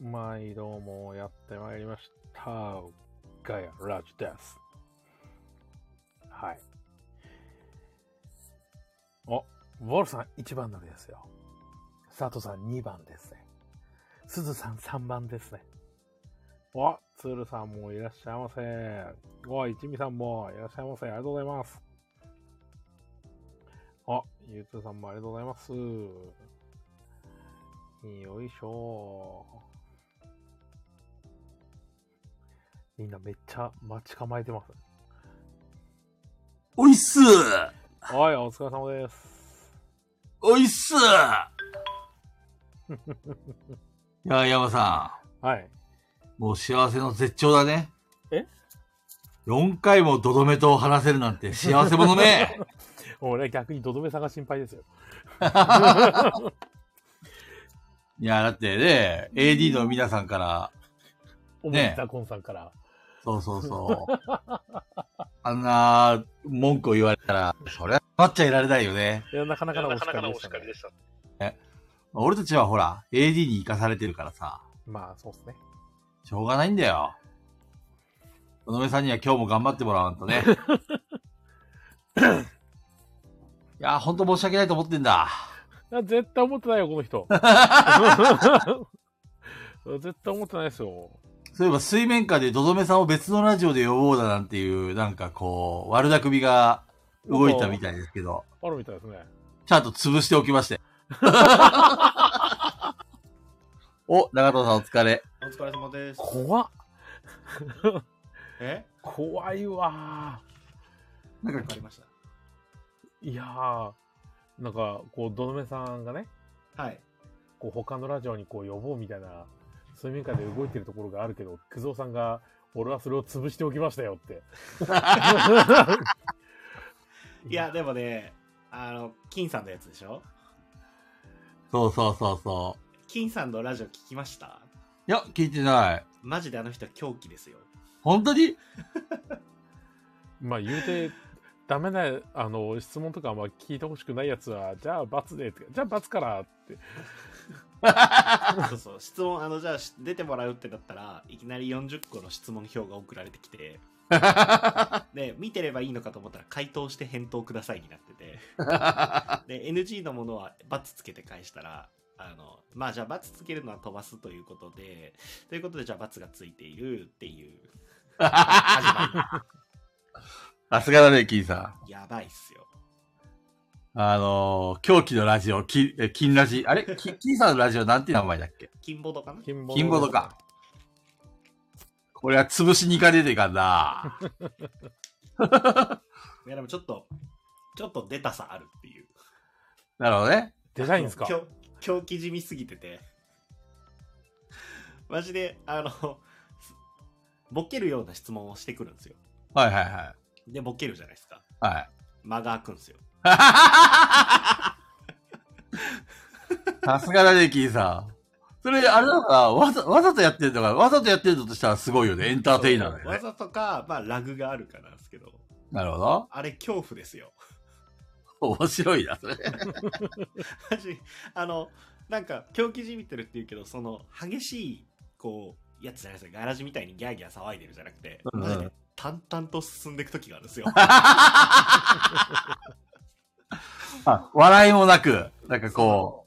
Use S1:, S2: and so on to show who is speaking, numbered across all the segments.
S1: 毎度もやってまいりました。ガヤラジです。はい。お、ボールさん1番乗りですよ。佐藤さん2番ですね。すずさん3番ですね。お、つるさんもいらっしゃいませ。お、いちみさんもいらっしゃいませ。ありがとうございます。お、ゆうつーさんもありがとうございます。よいしょみんなめっちゃ待ち構えてます。
S2: おいっす
S1: はい、お疲れ様です。
S2: おいっすいや、山さ
S1: はい。
S2: ん、もう幸せの絶頂だね。
S1: え
S2: ?4 回もドドメと話せるなんて幸せ者め
S1: 俺は逆にドドメさんが心配ですよ。
S2: いや、だってね、AD の皆さんから、
S1: 思ったコンさんから。
S2: そうそうそう。あんな文句を言われたら、そりゃ待っちゃいられないよね。
S1: いや、なかなかのお
S3: なか
S1: 叱
S3: なか
S1: りで
S3: のお
S1: した、
S3: 叱
S1: ね
S3: り。でした。
S2: 俺たちはほら、AD に生かされてるからさ、
S1: まあ、そうですね。
S2: しょうがないんだよ。ドドメさんには今日も頑張ってもらわんとね。いや、ほんと申し訳ないと思ってんだ。
S1: いや絶対思ってないよ、この 人。絶対思ってないですよ。
S2: そういえば水面下でドドメさんを別のラジオで呼ぼうだなんていう、なんかこう、悪巧みが動いたみたいですけど、
S1: あるみたいですね。
S2: ちゃんと潰しておきまして。お、長藤さんお疲れ。
S4: お疲れ様です。
S1: 怖っ。
S4: え
S1: 怖いわ
S2: な
S4: わ
S2: ん
S4: か
S2: か
S4: りまし
S1: ー。いやー。なんか、こう、ドドメさんがね、
S4: た。はい。
S1: こう他のラジオにこう呼ぼうみたいな水面下で動いてるところがあるけど久蔵さんが「俺はそれを潰しておきましたよ」って
S4: いや、でもね、あの、金さんのやつでしょ
S2: そうそうそうそう。
S4: 金さんのラジオ聞きました
S2: いや、聞いてない。
S4: マジであの人狂気 ですよ。
S2: 本当に
S1: まあ言うてダメなあの質問とかあんま聞いてほしくないやつは「じゃあ罰で」って「じゃあ罰から」って
S4: そうそう、質問、あの、じゃあし出てもらうってなったら、いきなり40個の質問票が送られてき て、で、見てればいいのかと思ったら、回答して返答くださいになってて、 で、NG のものは×つけて返したら、あの、まあじゃあ×つけるのは飛ばすということで、ということで、じゃあ×がついているって いう、始まり。
S2: さすがだね、キーさん。
S4: やばいっすよ。
S2: あのー、狂気のラジオ、きえ金ラジ、あれき金さんのラジオなんて名前だっけ
S4: 金ボドかな
S1: 金
S2: 金ボドか。これは潰しに行かねえといかん な。
S4: いやでもちょっと、ちょっと出たさあるっていう。
S2: なるほどね。
S1: 出ないんですか
S4: 狂狂気じみすぎて て。マジで、あの、すボケるような質問をしてくるんですよ。
S2: はいはいは
S4: で、ボケるじゃないですか。
S2: い。はい。
S4: 間が空くんですよ。
S2: さすがだね、キーさん。それ、あれだから、わざ、わざとやってるのか、わざとやってるのとしたらすごいよね。エンターテイナーだ
S4: そう
S2: よ
S4: わ
S2: ね。
S4: ざとか、まあ、ラグがあるかなんですけど、
S2: なるほど。
S4: あれ、恐怖ですよ。
S2: 面白いな、それ。
S4: マジ、あの、なんか、狂気じみてるっていうけど、その、激しい、こう、やつじゃないですか。ガラジみたいにギャーギャー騒いでるじゃなくて、
S2: うんうん
S4: マジで淡々と進んでいく時があるんですよ。
S2: あ笑いもなく、なんかこ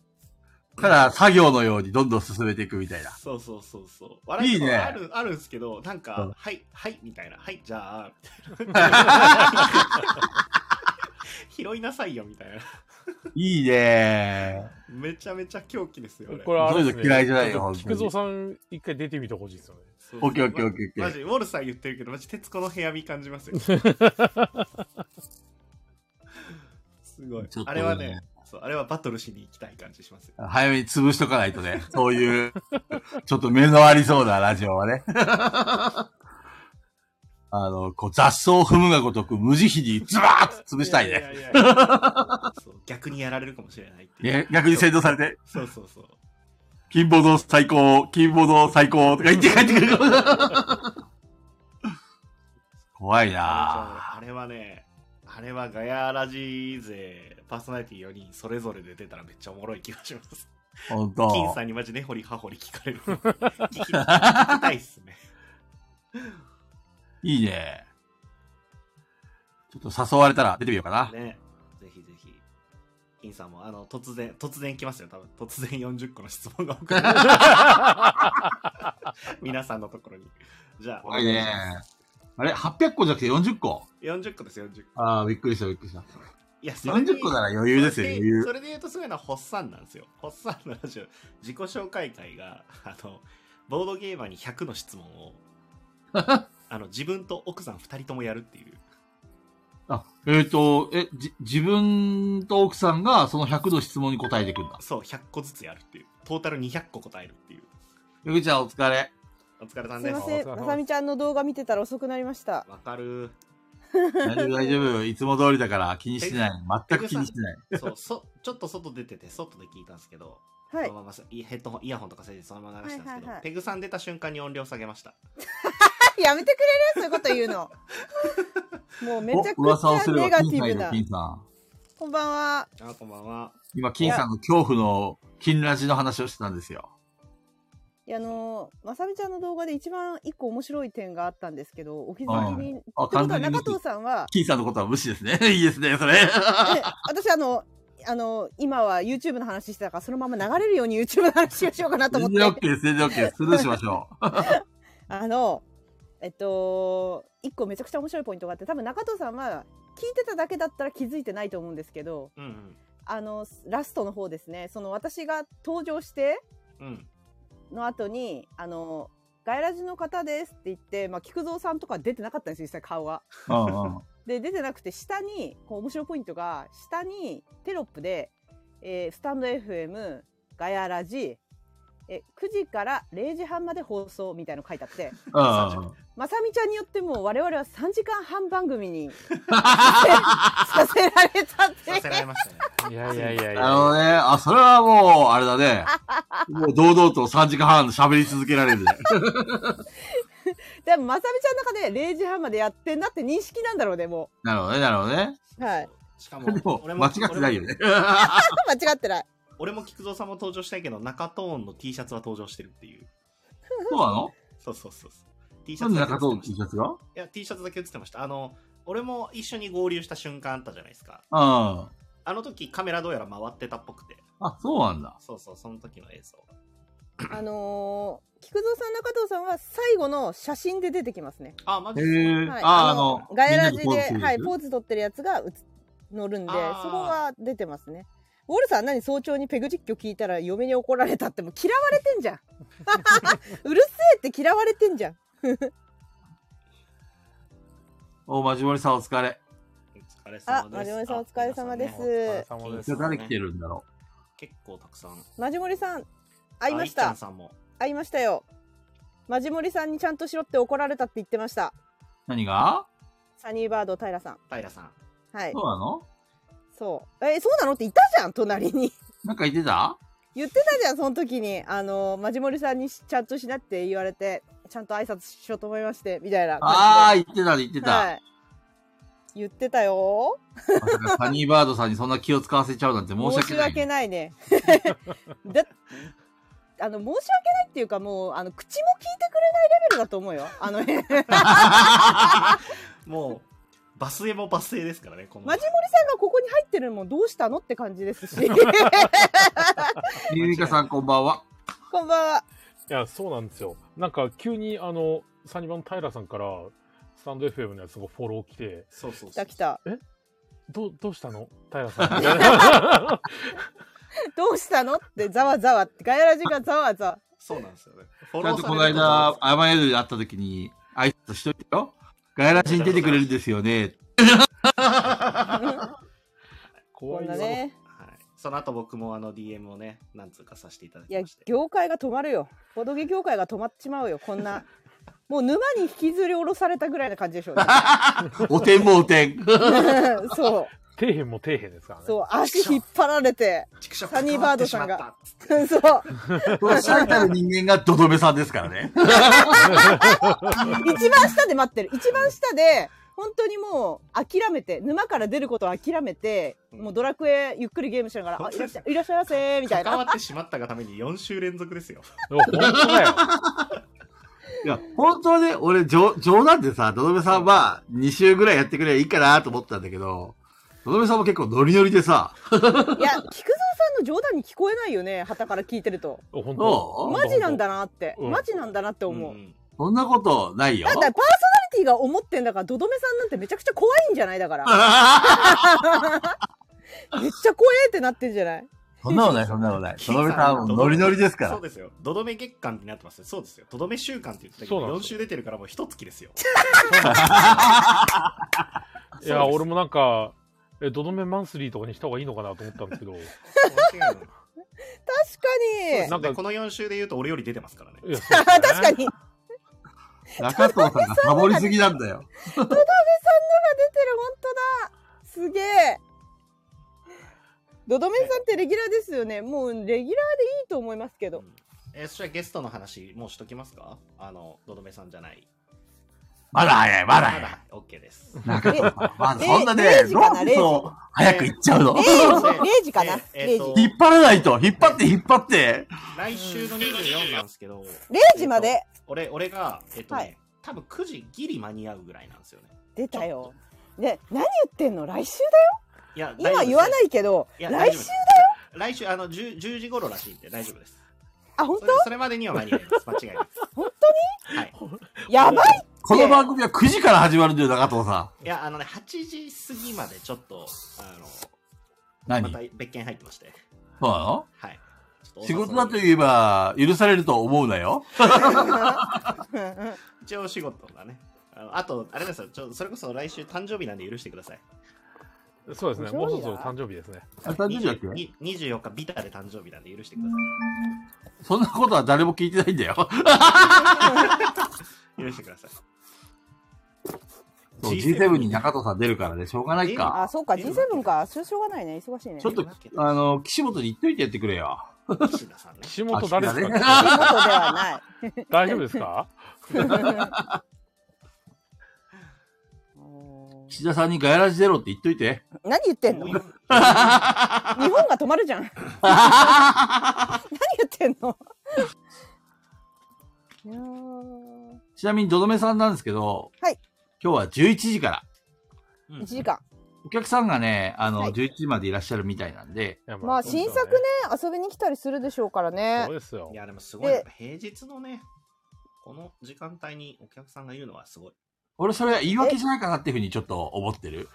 S2: う、ただ作業のようにどんどん進めていくみたいな。
S4: そうそうそうそう。笑い
S2: いいね
S4: ある、あるんですけど、なんか、
S2: うん
S4: はい、はい、みたいな。はい、じ ゃあ、拾いなさいよ、みたいな。
S2: いいね
S4: めちゃめちゃ狂気ですよ。あれ
S1: これはあれです
S2: そうい
S1: ね
S2: うの嫌いじゃない
S1: ち
S2: よ
S1: ょっと
S2: 本当に
S1: 菊蔵さん一回出てみてほしい ですよね
S4: そう
S2: オッケーオッケーオッケーオッケー
S4: マジ、ウォルさん言ってるけど、マジ、徹子の部屋見感 じますよ。すごい
S2: ちょっ。とね
S4: あれはね、そう、あれはバトルしに行きたい感じしますよ。
S2: 早めに潰しとかないとね。そういう、ちょっと目のありそうなラジオはね。 あの、こう雑草を踏むがごとく無慈悲にズバーッと潰したい
S4: や
S2: ね。
S4: ややいや。 そう逆にやられるかもしれないっていう。
S2: ね逆に先導されて、
S4: そうそうそう。
S2: 金棒の最高、金棒の最高とか言って帰ってくる。 怖いなぁ。
S4: あれはね、あれはガヤラジ勢、パーソナリティ4人それぞれで出たらめっちゃおもろい気がします。
S2: 本
S4: 金
S2: 当
S4: さ。んにマジ根掘り葉掘り聞か れる。聞き聞きたいっすね。
S2: いいね。ちょっと誘われたら出てみようかな。
S4: ね。ぜひぜひ。金さんも、あの、突然、突然来ますよ、多分。突然40個の質問が送られ る皆さんのところに。じゃあ、
S2: 怖いね。あれ ?800 個じゃなくて40個
S4: 40個ですよ、40個。
S2: ああ、びっくりした、びっくりした。
S4: いや、それで
S2: 40個なら余裕ですよ、余
S4: そ
S2: 裕。
S4: れで言うとそういうのはホッサンなんですよ。ホッサンのラジオ、自己紹介会が、あの、ボードゲーマーに100の質問 を、あの、自分と奥さん2人ともやるっていう。
S2: あ、えっ、と、え、じ、自分と奥さんがその100の質問に答えてくんだ。
S4: そう、100個ずつやるっていう。トータル200個答えるっていう。
S2: ゆきちゃんお疲 れ。
S4: お疲れさん
S3: すい
S4: です
S3: ま。せん、まさみちゃんの動画見てたら遅くなりました。
S4: わかる。
S2: 大丈夫、大丈夫。いつも通りだから気にしてない。全く気にしてない。
S4: そう、そ、ちょっと外出てて、外で聞いたんですけど、
S3: はい
S4: そ。のままさいヘッドホン、イヤホンとかせずにそのまま流したんですけど、
S3: はいはいはい
S4: ペグさん出た瞬間に音量下げました。
S3: やめてくれるそういうこと言うの。もうめちゃ
S2: お噂を
S3: く
S2: す
S3: ちゃ
S2: れ
S3: ネ
S2: ば
S3: ガテ
S2: 金
S3: ィ
S2: さん
S3: ブ
S2: よ
S3: な、
S2: 金。さん。
S3: こんばんは。
S4: あ、こんばんは。
S2: 今、金さんの恐怖の金ラジの話をしてたんですよ。
S3: いや、あのー、まさみちゃんの動画で一番一個面白い点があったんですけど、お気づきに。って
S2: あ、
S3: こと
S2: 完
S3: は
S2: 全に無
S3: 中
S2: 視。
S3: 藤さんは、
S2: 金さんのことは無視ですね。 いいですね、それ。
S3: え私あの、あの、今は YouTube の話してたから、そのまま流れるように YouTube の話をしようかなと思
S2: 全
S3: っ
S2: 然 OK
S3: て。
S2: です、全然 OK です。スルーしましょう。
S3: あの、えっと、一個めちゃくちゃ面白いポイントがあって、多分中藤さんは、聞いてただけだったら気づいてないと思うんですけど、
S4: うん
S3: あの、ラストの方ですね、その私が登場して
S4: うん。 うん。
S3: の後に、あの、ガイラジの方ですって言って、まあ、菊蔵さんとか出てなかったんですよ、実際顔は。
S2: うんうん。
S3: で、出てなくて、下に、こう、面白いポイントが、下にテロップで、えースタンド FM、ガヤラジ、えー9時から0時半まで放送みたいの書いてあって、
S2: うんうん。
S3: まさみちゃんによってもう我々は3時間半番組にさせられたって
S4: させられましたね。
S1: いやいやいやい
S2: あの
S1: や。
S2: ね、あ、それはもう、あれだ ね。もう堂々と3時間半喋り続けられるね。
S3: でもまさみちゃんの中で0時半までやってんだって認識なんだろうねも
S2: なるほどね、なるほどね。
S3: うはい
S4: しかも、
S2: でも、間違ってないよね。
S3: 間違ってない
S4: 俺も菊蔵さんも登場したいけど、中トーンの T シャツは登場してるっていう。
S2: そうなの
S4: そうそうそうそう。T シ
S2: な
S4: ャ
S2: ん
S4: ツ
S2: で
S4: だけ
S2: 中
S4: 写って
S2: 藤 T
S4: ました
S2: シャツが
S4: いや、T シャツだけ映ってました。あの、俺も一緒に合流した瞬間あったじゃないですか。
S2: うん。あ、
S4: あの時カメラどうやら回ってたっぽくて。
S2: そうなんだ。
S4: そうそう、その時の映像。
S3: あのー、菊蔵さん中藤さんは最後の写真で出てきますね
S4: あ、マ
S2: へ
S4: ジっすか
S2: え。あ、あの、
S3: ガヤラジ
S2: みんなとポーズす
S3: で
S2: る
S3: はいポーズ取ってるやつがうつ乗るんでそ
S4: あー
S3: こが出てますねウォルさん何早朝にペグ実況聞いたら嫁に怒られたってもう嫌われてん じゃんうるせえって嫌われてんじゃん
S2: お、まじもりさんお疲れ。
S4: お疲れ様です。
S3: あマジモリさんお疲れ様です
S1: お疲れ様です
S2: じゃあ誰来てるんだろ
S4: 結構たくさん。
S3: マジモリさん会いま
S4: あい
S3: し
S4: っちゃ
S3: た
S4: んさんも。
S3: 会いましたよマジモリさんにちゃんとしろって怒られたって言ってました
S2: う何が
S3: サニーバード平さん
S4: 平さん。
S3: はい
S2: そうなの
S3: そうえそうなのっていたじゃん隣に
S2: なんか言ってた
S3: 言ってたじゃんその時にあのマジモリさんにしちゃんとしなって言われてちゃんと挨拶しようと思いましてみたいな
S2: ああ、
S3: 感
S2: 言ってた、言って
S3: じで
S2: た。
S3: い言ってたよ
S2: まさかサニーバードさんにそんな気を使わせちゃうなんて申し
S3: 申
S2: 訳
S3: し
S2: ない。
S3: 訳な いねだあの申し訳ないっていうかもうあの口も聞いてくれないレベルだと思うよあの 辺
S4: も う、バスエもバスエですからね、この。
S3: マジモリさんがここに入ってるのもどうしたのって感じで すし
S2: ゆりかさんこんばんは。
S3: こんばんは。
S1: いや、そうなんですよ。なんか急に、あの、サニバン平さんから、スタンド FM のやつがフォロー来て、
S4: そうそうそ
S3: 来た
S4: う
S3: 来。た。
S1: どう、どうしたの平さん。みたいな
S3: どうしたのってざわざわって、ガヤラジがざわざわ。
S4: そうなんですよね。
S2: ち
S4: フォ
S2: ゃ
S4: ロ
S2: ん
S4: ー
S2: と
S4: さ
S2: こ
S4: れ
S2: の
S4: てると思
S2: 間
S4: う、
S2: アマエルで会った時に挨拶しといてよ。ガヤラジに出てくれるんですよね。
S3: こ
S1: 怖
S3: ん
S1: い
S3: な
S1: よ。
S3: ね。
S4: はい。その後僕もあの DM をね、何通かさせていただ
S3: い
S4: き
S3: や
S4: まして、。
S3: 業界が止まるよ。ボドゲ業界が止まっちまうよ、こんな。 もう沼に引きずり下ろされたぐらいな感じでしょうね。
S2: おてんもおてん。
S3: そう。
S1: 底辺も底辺ですからね。
S3: そう、足引っ張られて。
S4: 畜生
S3: サニーバードさんが
S4: 関わってしまったっつって
S3: そう。
S2: 最たる人間がドドメさんですからね。
S3: 一番下で待ってる。一番下で、本当にもう諦めて沼から出ることを諦めて、
S4: うん
S3: もうドラクエゆっくりゲームしながら「あいらっしゃいらっしゃいませ」みたい
S4: 関
S3: な
S4: わってしまったがために4週連続ですよ。
S1: でも本当だよ。
S2: いや、本当はね、俺、冗冗談でさ、のどめさんは2週ぐらいやってくれりゃいいかなと思ったんだけど、のどめさんも結構ノリノリでさ、
S3: いや菊蔵さんの冗談に聞こえないよね旗から聞いてると
S1: 本
S2: そ
S1: 当
S2: う
S3: マジなんだなって、
S1: うん
S3: マジなんだなって思う、
S4: ん
S2: そんなことないよ
S3: だっ。てパーソナリティが思ってんだからドドメさんなんてめちゃくちゃ怖いんじゃないだからめっちゃ怖えってなってんじゃない
S2: そんなことない、そんなことない。のどめさんはもうノリノリですか
S4: そ
S2: ら
S4: う。ですよ。とどめ月間になってますね。そうですよ。とどめ週間って言ってたけ
S1: そうなん
S4: ど、
S1: で
S4: 4
S1: すよ
S4: 週出てるからもう一月です よ。
S1: いや、俺
S4: も。
S1: もなんか、え、どどめマンスリーとかにした方がいいのかなと思ったん ですけど、い
S4: 間違いない
S3: 確か
S1: なん
S4: で
S1: か
S4: この4週で言うと俺より出てますからね。
S1: や、
S3: に確か
S1: に。
S3: に
S2: 中藤さんがサボりすぎなんだよ。
S3: 出てる本当だすげえドドメさんってレギュラーですよねもうレギュラーでいいと思いますけど
S4: うんえーそしたらゲストの話、もうしときますかあの、どどめさんじゃない。
S2: まだ早い、まだ
S4: ま
S2: 早い。
S4: だ、OK です。
S2: 中藤さん、まだ
S3: え
S2: そんなね
S3: 0、時
S2: ロ
S3: かな
S2: ープを早く行っちゃうの
S3: 0。時0時かな
S4: えー
S3: 0
S4: と
S3: 時
S2: 引っ張らないと、引っ張って、引っ張って。
S4: 来週の24なんですけど、
S3: 0時まで
S4: 俺、俺が、えっとね、
S3: はい
S4: 多分9時ギリ間に合うぐらいなんですよね。
S3: 出たよね何言ってんの来週
S4: いや、
S3: だよ今言わないいけど
S4: や
S3: 来
S4: 大丈夫で
S3: 週
S4: す来週、あの、10, 10時頃らしいんで大丈夫です。
S3: あ本
S4: それそれまでには間に合います。間違いないです。
S3: 本
S4: はい。
S3: 当やばい
S2: この番組は9時から始まるんだよ、中藤さ
S4: いや、あのね、8時過ぎまでちょっと、あの、
S2: ん。何
S4: また
S2: そう
S4: 別件入ってまして。
S2: なの
S4: はい。ちょっとお誘い
S2: 仕事だと言えば、許されると思うなよ。
S4: 一応お仕事だね。あのあと、あれですよ、ちょそれこそ来週誕生日なんで許してください。
S1: そうですね。もうそろそろ
S3: 誕
S1: 誕生日ですね。
S2: あ誕生日だっけ
S4: に24日ビタで誕生日なんで許してくだ
S2: そんなことは誰も聞いてないんだよ。
S4: さい。許してください。
S2: そう
S4: G7
S2: G7 に中藤さん出るからね、しょうがないか。
S3: あそうか G7 かそれしょうがないね忙しいね
S2: ちょっと、あの、岸本に言っといてやってくれよ。
S4: 岸田さんね。
S1: 岸本誰です
S2: あ岸
S1: か
S3: 仕事ではない
S1: 大丈夫ですか
S2: 岸田さんにガヤラジゼロって言っといて。
S3: 何言って んの
S4: もう
S3: 日
S4: 今
S3: 本が止まるじゃん何言ってんのいやー
S2: ちなみに、どどめさんなんですけど、
S3: はい
S2: 今日は11時から。
S4: うん
S3: 1時間
S2: お客さんがね、あの、
S3: はい
S2: 11時までいらっしゃるみたいなんで、
S1: いや
S3: まあ新作ね。遊びに来たりするでしょうからね
S1: そうですよ
S4: い。や、でもすごい。
S3: で
S4: やっぱ平日のね、この時間帯にお客さんがいるのはすごい。
S2: 俺それは言い訳じゃないかなっていうふうにちょっと思ってる。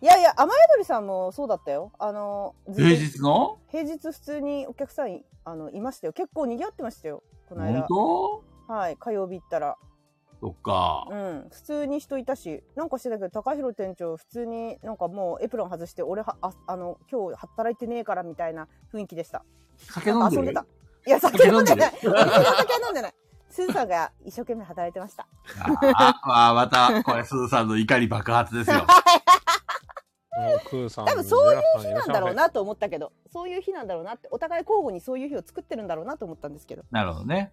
S3: いやいや雨宿りさんもそうだったよあのずっ
S2: 平
S3: と
S2: 日の
S3: 平日普通にお客さんいあのいましたよ結構賑わってましたよこの
S2: 本
S3: 間
S2: 当
S3: はい火曜日行ったら
S2: そっか。
S3: うん普通に人いたしなんかしてたけど高弘店長普通になんかもうエプロン外して俺はああの今日働いてねえからみたいな雰囲気でした
S2: 酒飲んで
S3: 遊ん
S2: る
S3: でたいや酒飲んでない私は酒飲んでないすずさんが一生懸命働いてました
S2: ああ、あまた、これ、すずさんの怒り爆発です よ。
S1: もうクーさん。
S3: 多分そういう
S1: う
S3: 日なんだろう。なと思ったけどそういう日なんだろうなってお互い交互にそういう日を作ってるんだろうなと思ったんですけど、
S2: なるほどね。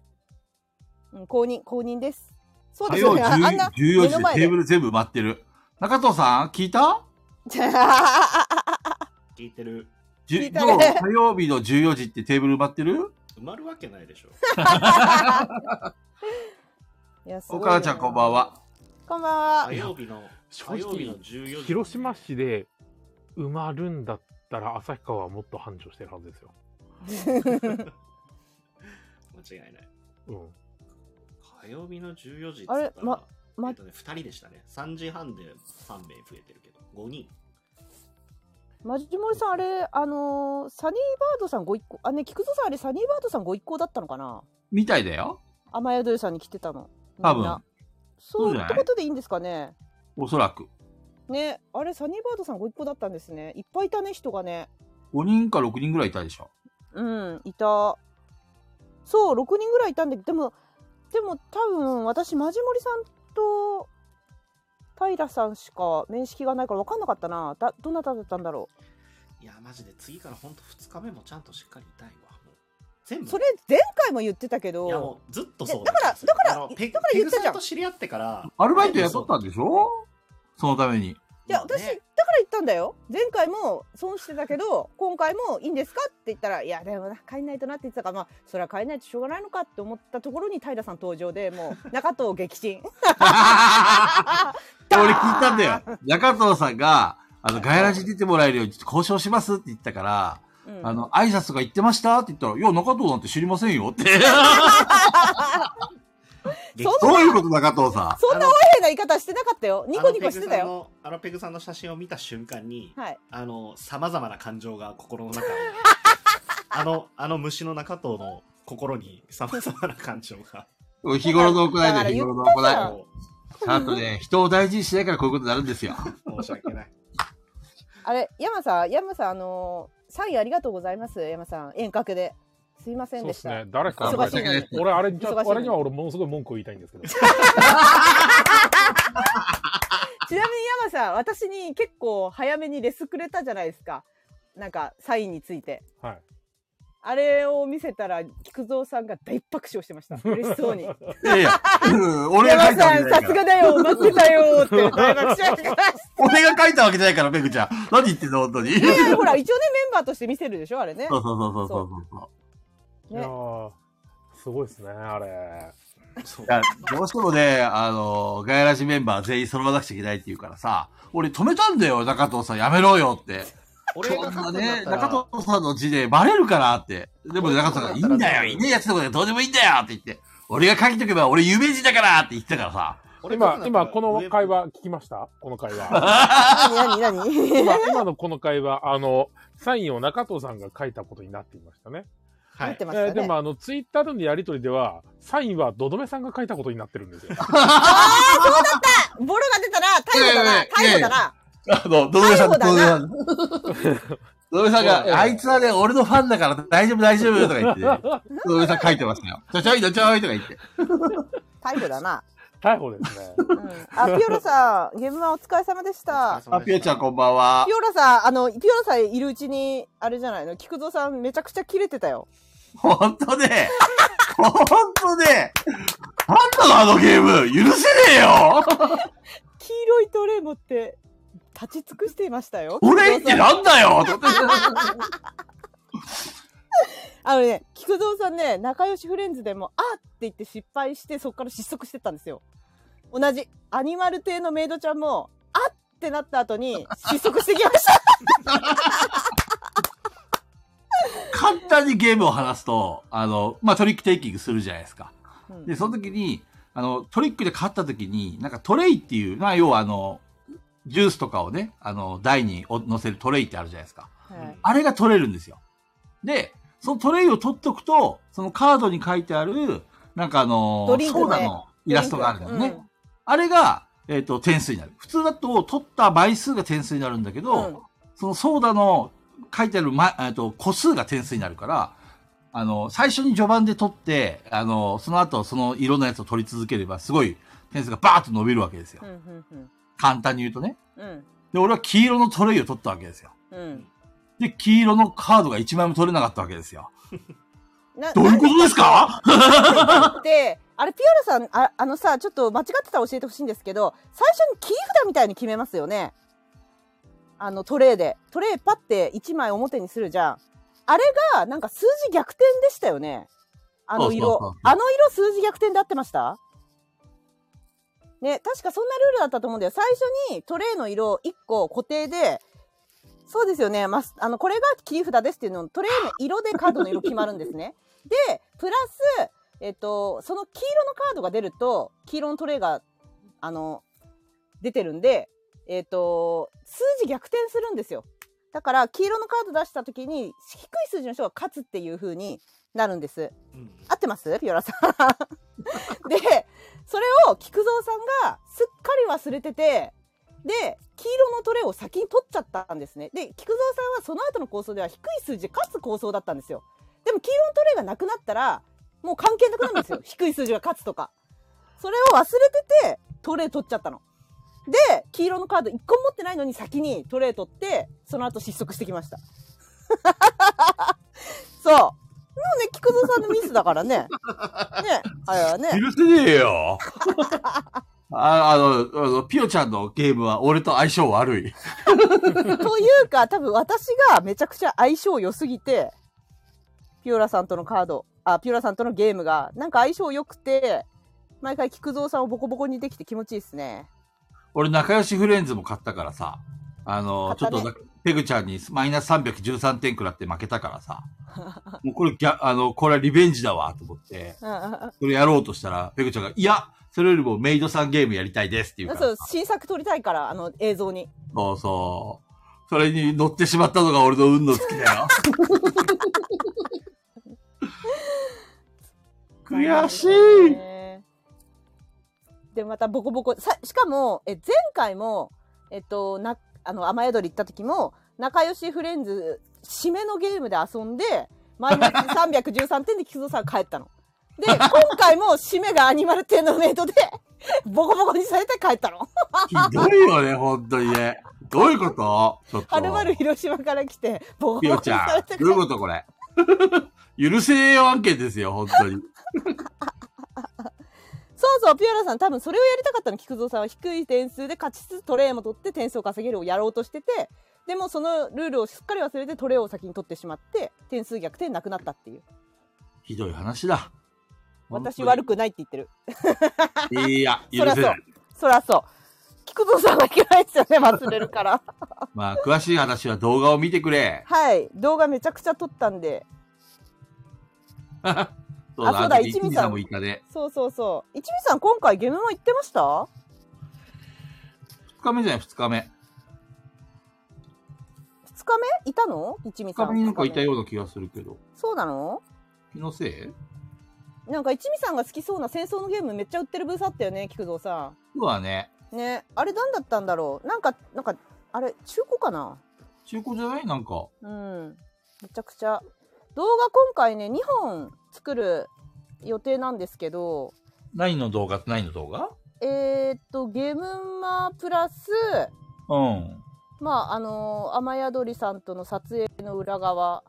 S3: うん、公認公認ですそう
S2: 火
S3: です
S2: 曜
S3: よねあん
S2: 10
S3: な
S2: 14
S3: 目
S2: 時
S3: の
S2: で
S3: 前
S2: テ
S3: で
S2: ーブル全部埋まってる。中藤さん、聞いた
S4: 聞いてる。
S2: じゅ
S3: 聞いた
S2: ど
S3: ね
S2: う火曜日の14時ってテーブル埋まってる
S4: 埋まるわけないでしょ。
S3: いやす
S2: お
S3: ごい
S2: 母ちゃんこんばんは。
S3: こんばんは
S4: 火曜日の、
S1: 正
S4: 火曜日の
S1: 直、
S4: 14時。
S1: 広島市で埋まるんだったら、旭川はもっと繁盛してるはずですよ。
S4: 間違いない。
S1: うん。
S4: 火曜日の14時っつった
S3: あ
S4: ら
S3: れまま
S4: えっとね、2人でしたね。3時半で3名増えてるけど、5人。
S3: マジモリさんあれあのーサニーバードさんご一行あね菊蔵さんあれサニーバードさんご一行だったのかな
S2: みたいだよ。
S3: 雨宿りさんに来てたのみんな
S2: 多分。そ
S3: そう
S2: うじゃない
S3: ってことでいいんですかね
S2: おそらく。
S3: ねあれサニーバードさんご一行だったんですねいっぱいいたね人がね
S2: 5人か6人ぐらいいたでしょ。
S3: うんいたそう6人ぐらいいたんだけどでもでも多分私マジモリさんと平さんしか面識がないから分かんなかったなだどなただったんだろ
S4: いや、マジで次からほんと2日目もちゃんとしっかりいたいわ。もう全部
S3: それ前回も言ってたけど
S4: いやもうずっとそう
S3: いやだからだから
S4: あのペ
S3: だから言
S4: ペグ
S3: ったじゃん
S4: さんと知り合ってから
S2: アルバイト雇ったんでしょそのために。
S3: いや
S4: まあ
S3: 私だから
S4: ね
S3: 言ったんだよ前回も損してたけど今回もいいんですかって言ったらいやでもな帰んないとなって言ってたからまあそれは帰んないとしょうがないのかって思ったところに平さん登場でもう中藤撃沈
S2: 俺聞いたんだよ。中藤さんが、あの、ガヤラジ出てもらえるようにちょっと交渉しますって言ったから、
S3: うん
S2: あの、挨拶とか言ってましたって言ったら、いや、中藤なんて知りませんよって。
S3: そんな
S2: どういうこと中藤さ
S3: そんな
S4: あの
S3: 綺麗な言い方してなかったよニコニコしてたよ
S4: あのペグさんのあのペグさんの写真を見た瞬間に
S3: はい
S4: あのさまざまな感情が心 の中にあのあの虫の中藤の心にさまざまな感情が
S2: ん。日頃の行い
S3: だか
S2: だ
S3: ら
S2: よ、日
S3: 言
S2: 頃の
S3: ったじゃ
S2: 行
S3: ん
S2: い。ちゃんとね、人を大事にしないからこういうことになるんですよ。
S4: 申し訳ない
S3: あれ山さん山さんあのーサインありがとうございます山さん遠隔ですいません
S1: そう
S3: で
S1: で
S3: し
S1: す
S3: た、
S1: ね。誰か
S3: 忙しいのに
S1: 俺、あれにちょ、
S3: 忙しいのに
S1: あれには俺、ものすごい文句を言いたいんです けど。
S3: ちなみに山さん私に結構早めにレスくれたじゃないですかなんかサインについて
S1: はい。
S3: あれを見せたら菊蔵さんが大爆笑してました嬉しそうに
S2: いやいや、うん 俺が書
S3: 山
S2: いたわ
S3: さ
S2: けじ
S3: ん
S2: ゃない
S3: さ
S2: から。
S3: すがだよ待ってたよって 大爆笑してました
S2: 俺が書いたわけじゃないから、ペグちゃん。何言ってんの、本当に。そ
S3: いうやいやほら一応ねメンバーとして見せるでしょあれね
S2: そうそうそうそうそ
S1: い
S2: う。
S1: や
S3: ね
S1: ーすごいですね、あれ。
S4: そう
S2: いやどうしてもね、あの、ガヤラジメンバー全員揃わなくちゃいけないって言うからさ、俺止めたんだよ、中藤さん、やめろよって。
S4: 俺
S2: そ
S4: が
S2: ん
S4: 書く
S2: なん
S4: だ
S2: ね
S4: っ、たら
S2: 中藤さんの字でバレるからって。でも
S4: 俺
S2: ね
S4: が
S2: 中藤さんが、いい
S4: 書くんだ
S2: ん
S4: ったら
S2: だよ、いねえやつのことはどうでもいいんだよって言って、俺が書いとけば俺有名人だからって言ってたからさ。
S4: 俺が書くん
S1: 今
S4: だ、ったら
S1: 今、この会話聞きましたこの会話。
S3: 何何何
S1: 今今のこの会話、あの、サインを中藤さんが書いたことになっていましたね。
S4: は
S3: なっ
S4: い
S3: てまし
S1: えー
S3: た
S1: で
S3: ね
S1: も、あの、ツイッターでのやりとりでは、サインはどどめさんが書いたことになってるんです よ。
S3: ボロが出たら逮捕だ
S2: え
S3: な
S2: えええ
S3: 逮捕だな
S2: あの、どどめさん、
S3: 最後
S2: どどめ
S3: だ
S2: さん。どどめさん
S1: そう
S2: が、あいつはね、俺のファンだから大丈夫大丈夫とか言って、ね、どどめさん書いてましたよ。ちょちょいのちょいとか言って。
S3: 逮捕だな
S1: 逮捕ですね。
S3: うんあピオラさん現場お疲れ様でした
S2: あ、ピオちゃんこんばんは
S3: ピ。オラさん、あの、ピオラさんいるうちに、あれじゃないの、菊蔵さんめちゃくちゃキレてたよ。
S2: ほんとね。ほんとね。なんなのあのゲーム許せねえよ
S3: 黄色いトレー持って、立ち尽くしていましたよ。
S2: 俺って
S3: 菊蔵さん
S2: なんだよと思って
S3: あのね、菊蔵さんね、仲良しフレンズでも、あっって言って失敗して、そこから失速してったんですよ。同じ、アニマル系のメイドちゃんも、あっってなった後に、失速してきま した。
S2: 簡単にゲームを話すと、あの、まあ、トリックテイキングするじゃないですか。
S3: うん
S2: で、その時に、あの、トリックで勝った時に、なんかトレイっていう、まあ、要はあの、ジュースとかをね、あの、台にお乗せるトレイってあるじゃないですか。
S3: はい
S2: あれが取れるんですよ。で、そのトレイを取っとくと、そのカードに書いてある、なんかあの、
S3: ドリンクね
S2: ソーダのイラストがあるんだよね。
S3: うん
S2: あれが、えっ、と、点数になる。普通だと、取った倍数が点数になるんだけど、
S3: うん
S2: そのソーダの書いてある、ま、えっと、個数が点数になるから、あの、最初に序盤で取って、あの、その後、そのいろんなやつを取り続ければ、すごい点数がバーッと伸びるわけですよ。
S3: うんうん
S2: 簡単に言うとね。
S3: うん
S2: で、俺は黄色のトレイを取ったわけですよ。
S3: うん
S2: で、黄色のカードが1枚も取れなかったわけですよ。
S3: な
S2: どういうことですか
S3: で、あれ、ピオラさん、ああのさ、ちょっと間違ってたら教えてほしいんですけど、最初に切り札みたいに決めますよね。あの、トレーで。トレーパって1枚表にするじゃん。あれが、なんか数字逆転でしたよね。あの
S2: そうそうそう
S3: 色
S2: そう。
S3: あの色数字逆転で合ってましたね、確かそんなルールだったと思うんだよ。最初にトレーの色を1個固定で、そうですよね。まあ、あの、これが切り札ですっていうのを、トレーの色でカードの色決まるんで すね。で、プラス、えっと、その黄色のカードが出ると、黄色のトレイが、あの、出てるんで、えっと、数字逆転するんですよ。だから、黄色のカード出した時に、低い数字の人が勝つっていう風になるんです。
S4: うん
S3: 合ってますピオラさん。で、それを菊蔵さんがすっかり忘れてて、で、黄色のトレイを先に取っちゃったんですね。で、菊蔵さんはその後の構想では低い数字で勝つ構想だったんですよ。でも黄色のトレイがなくなったら、もう関係なくなるんですよ。低い数字が勝つとか。それを忘れてて、トレイ取っちゃったの。で、黄色のカード1個も持ってないのに先にト レイ取って、その後失速してきました。そう。ね、菊蔵さんのミスだからね。ね、あれはね。
S2: 許せねえよ。 ああの、あの、ピオちゃんのゲームは俺と相性悪い。
S3: というか、多分私がめちゃくちゃ相性良すぎて、ピオラさんとのカード、あ、ピオラさんとのゲームが、なんか相性良くて、毎回菊蔵さんをボコボコにできて気持ちいいですね。
S2: 俺仲良しフレンズも買ったからさ。あの、ちょ
S3: 買
S2: っ
S3: ったね
S2: とな、ペグちゃんにマイナス313点食らって負けたからさ。 もうこれギャ、あの、これはリベンジだわ、と思って。
S3: うんうん
S2: それやろうとしたら、ペグちゃんが、いや、それよりもメイドさんゲームやりたいですっていう
S3: う
S2: か
S3: ん。
S2: ら
S3: そう、新作撮りたいから、あの映像に。
S2: そうそう。それに乗ってしまったのが俺の運の尽きだ よ。悔しい。
S3: ねで、またボコボコ。さしかも、え、前回も、えっと、な、あの、雨宿り行った時も、仲良しフレンズ、締めのゲームで遊んで、マイナス313点で菊蔵さんが帰ったの。で、 今回も締めがアニマルテンのメイドで、ボコボコにされて帰ったの。
S2: ひどいよね、本当にね。どういうことちょっと。
S3: はるばる広島から来て、ボコボ
S2: ピ
S3: コ
S2: ヨ
S3: に
S2: ちゃ
S3: されて
S2: ん、
S3: 帰
S2: どういう
S3: っ
S2: ことこれ。 許せねえよ案件ですよ、本当に。
S3: そうそう、ピュアラさん、多分それをやりたかったの、菊蔵さんは低い点数で勝ちつつトレイも取って点数を稼げるをやろうとしてて、でもそのルールをすっかり忘れてトレイを先に取ってしまって、点数逆転なくなったっていう。
S2: ひどい話だ。
S3: 私悪くないって言ってる。
S2: く。いや、許
S3: そりゃ
S2: せ
S3: そう
S2: ない。。
S3: そりゃそう。菊蔵さんはいけないですよね、忘れる から。
S2: まあ、詳しい話は動画を見てくれ。
S3: はい、動画めちゃくちゃ撮ったんで、
S2: そう
S3: あそう
S2: の
S3: だ
S2: 時
S3: 一味さん
S2: 一味さんもいたね。
S3: そうそうそう。一味さん、今回ゲームも行ってました
S2: 二日目じゃない、二日目。
S3: 二日目いたの一味
S2: 二
S3: さ
S2: 日
S3: ん。
S2: 目になんかいた
S3: 二日
S2: ような気がするけど。
S3: 目そうなの
S2: 気のせい
S3: なんか一味さんが好きそうな戦争のゲームめっちゃ売ってるブースあったよね、菊蔵さん。
S2: そうだね。
S3: ねあれ何だったんだろうなんかなんかあれ中古かな
S2: 中古じゃないなんか。
S3: うんめちゃくちゃ動画今回ね2本作る予定なんですけど
S2: 何の動画何の動画
S3: えー、っとゲームマプラス
S2: うん。
S3: まああのー雨宿りさんとの撮影の裏側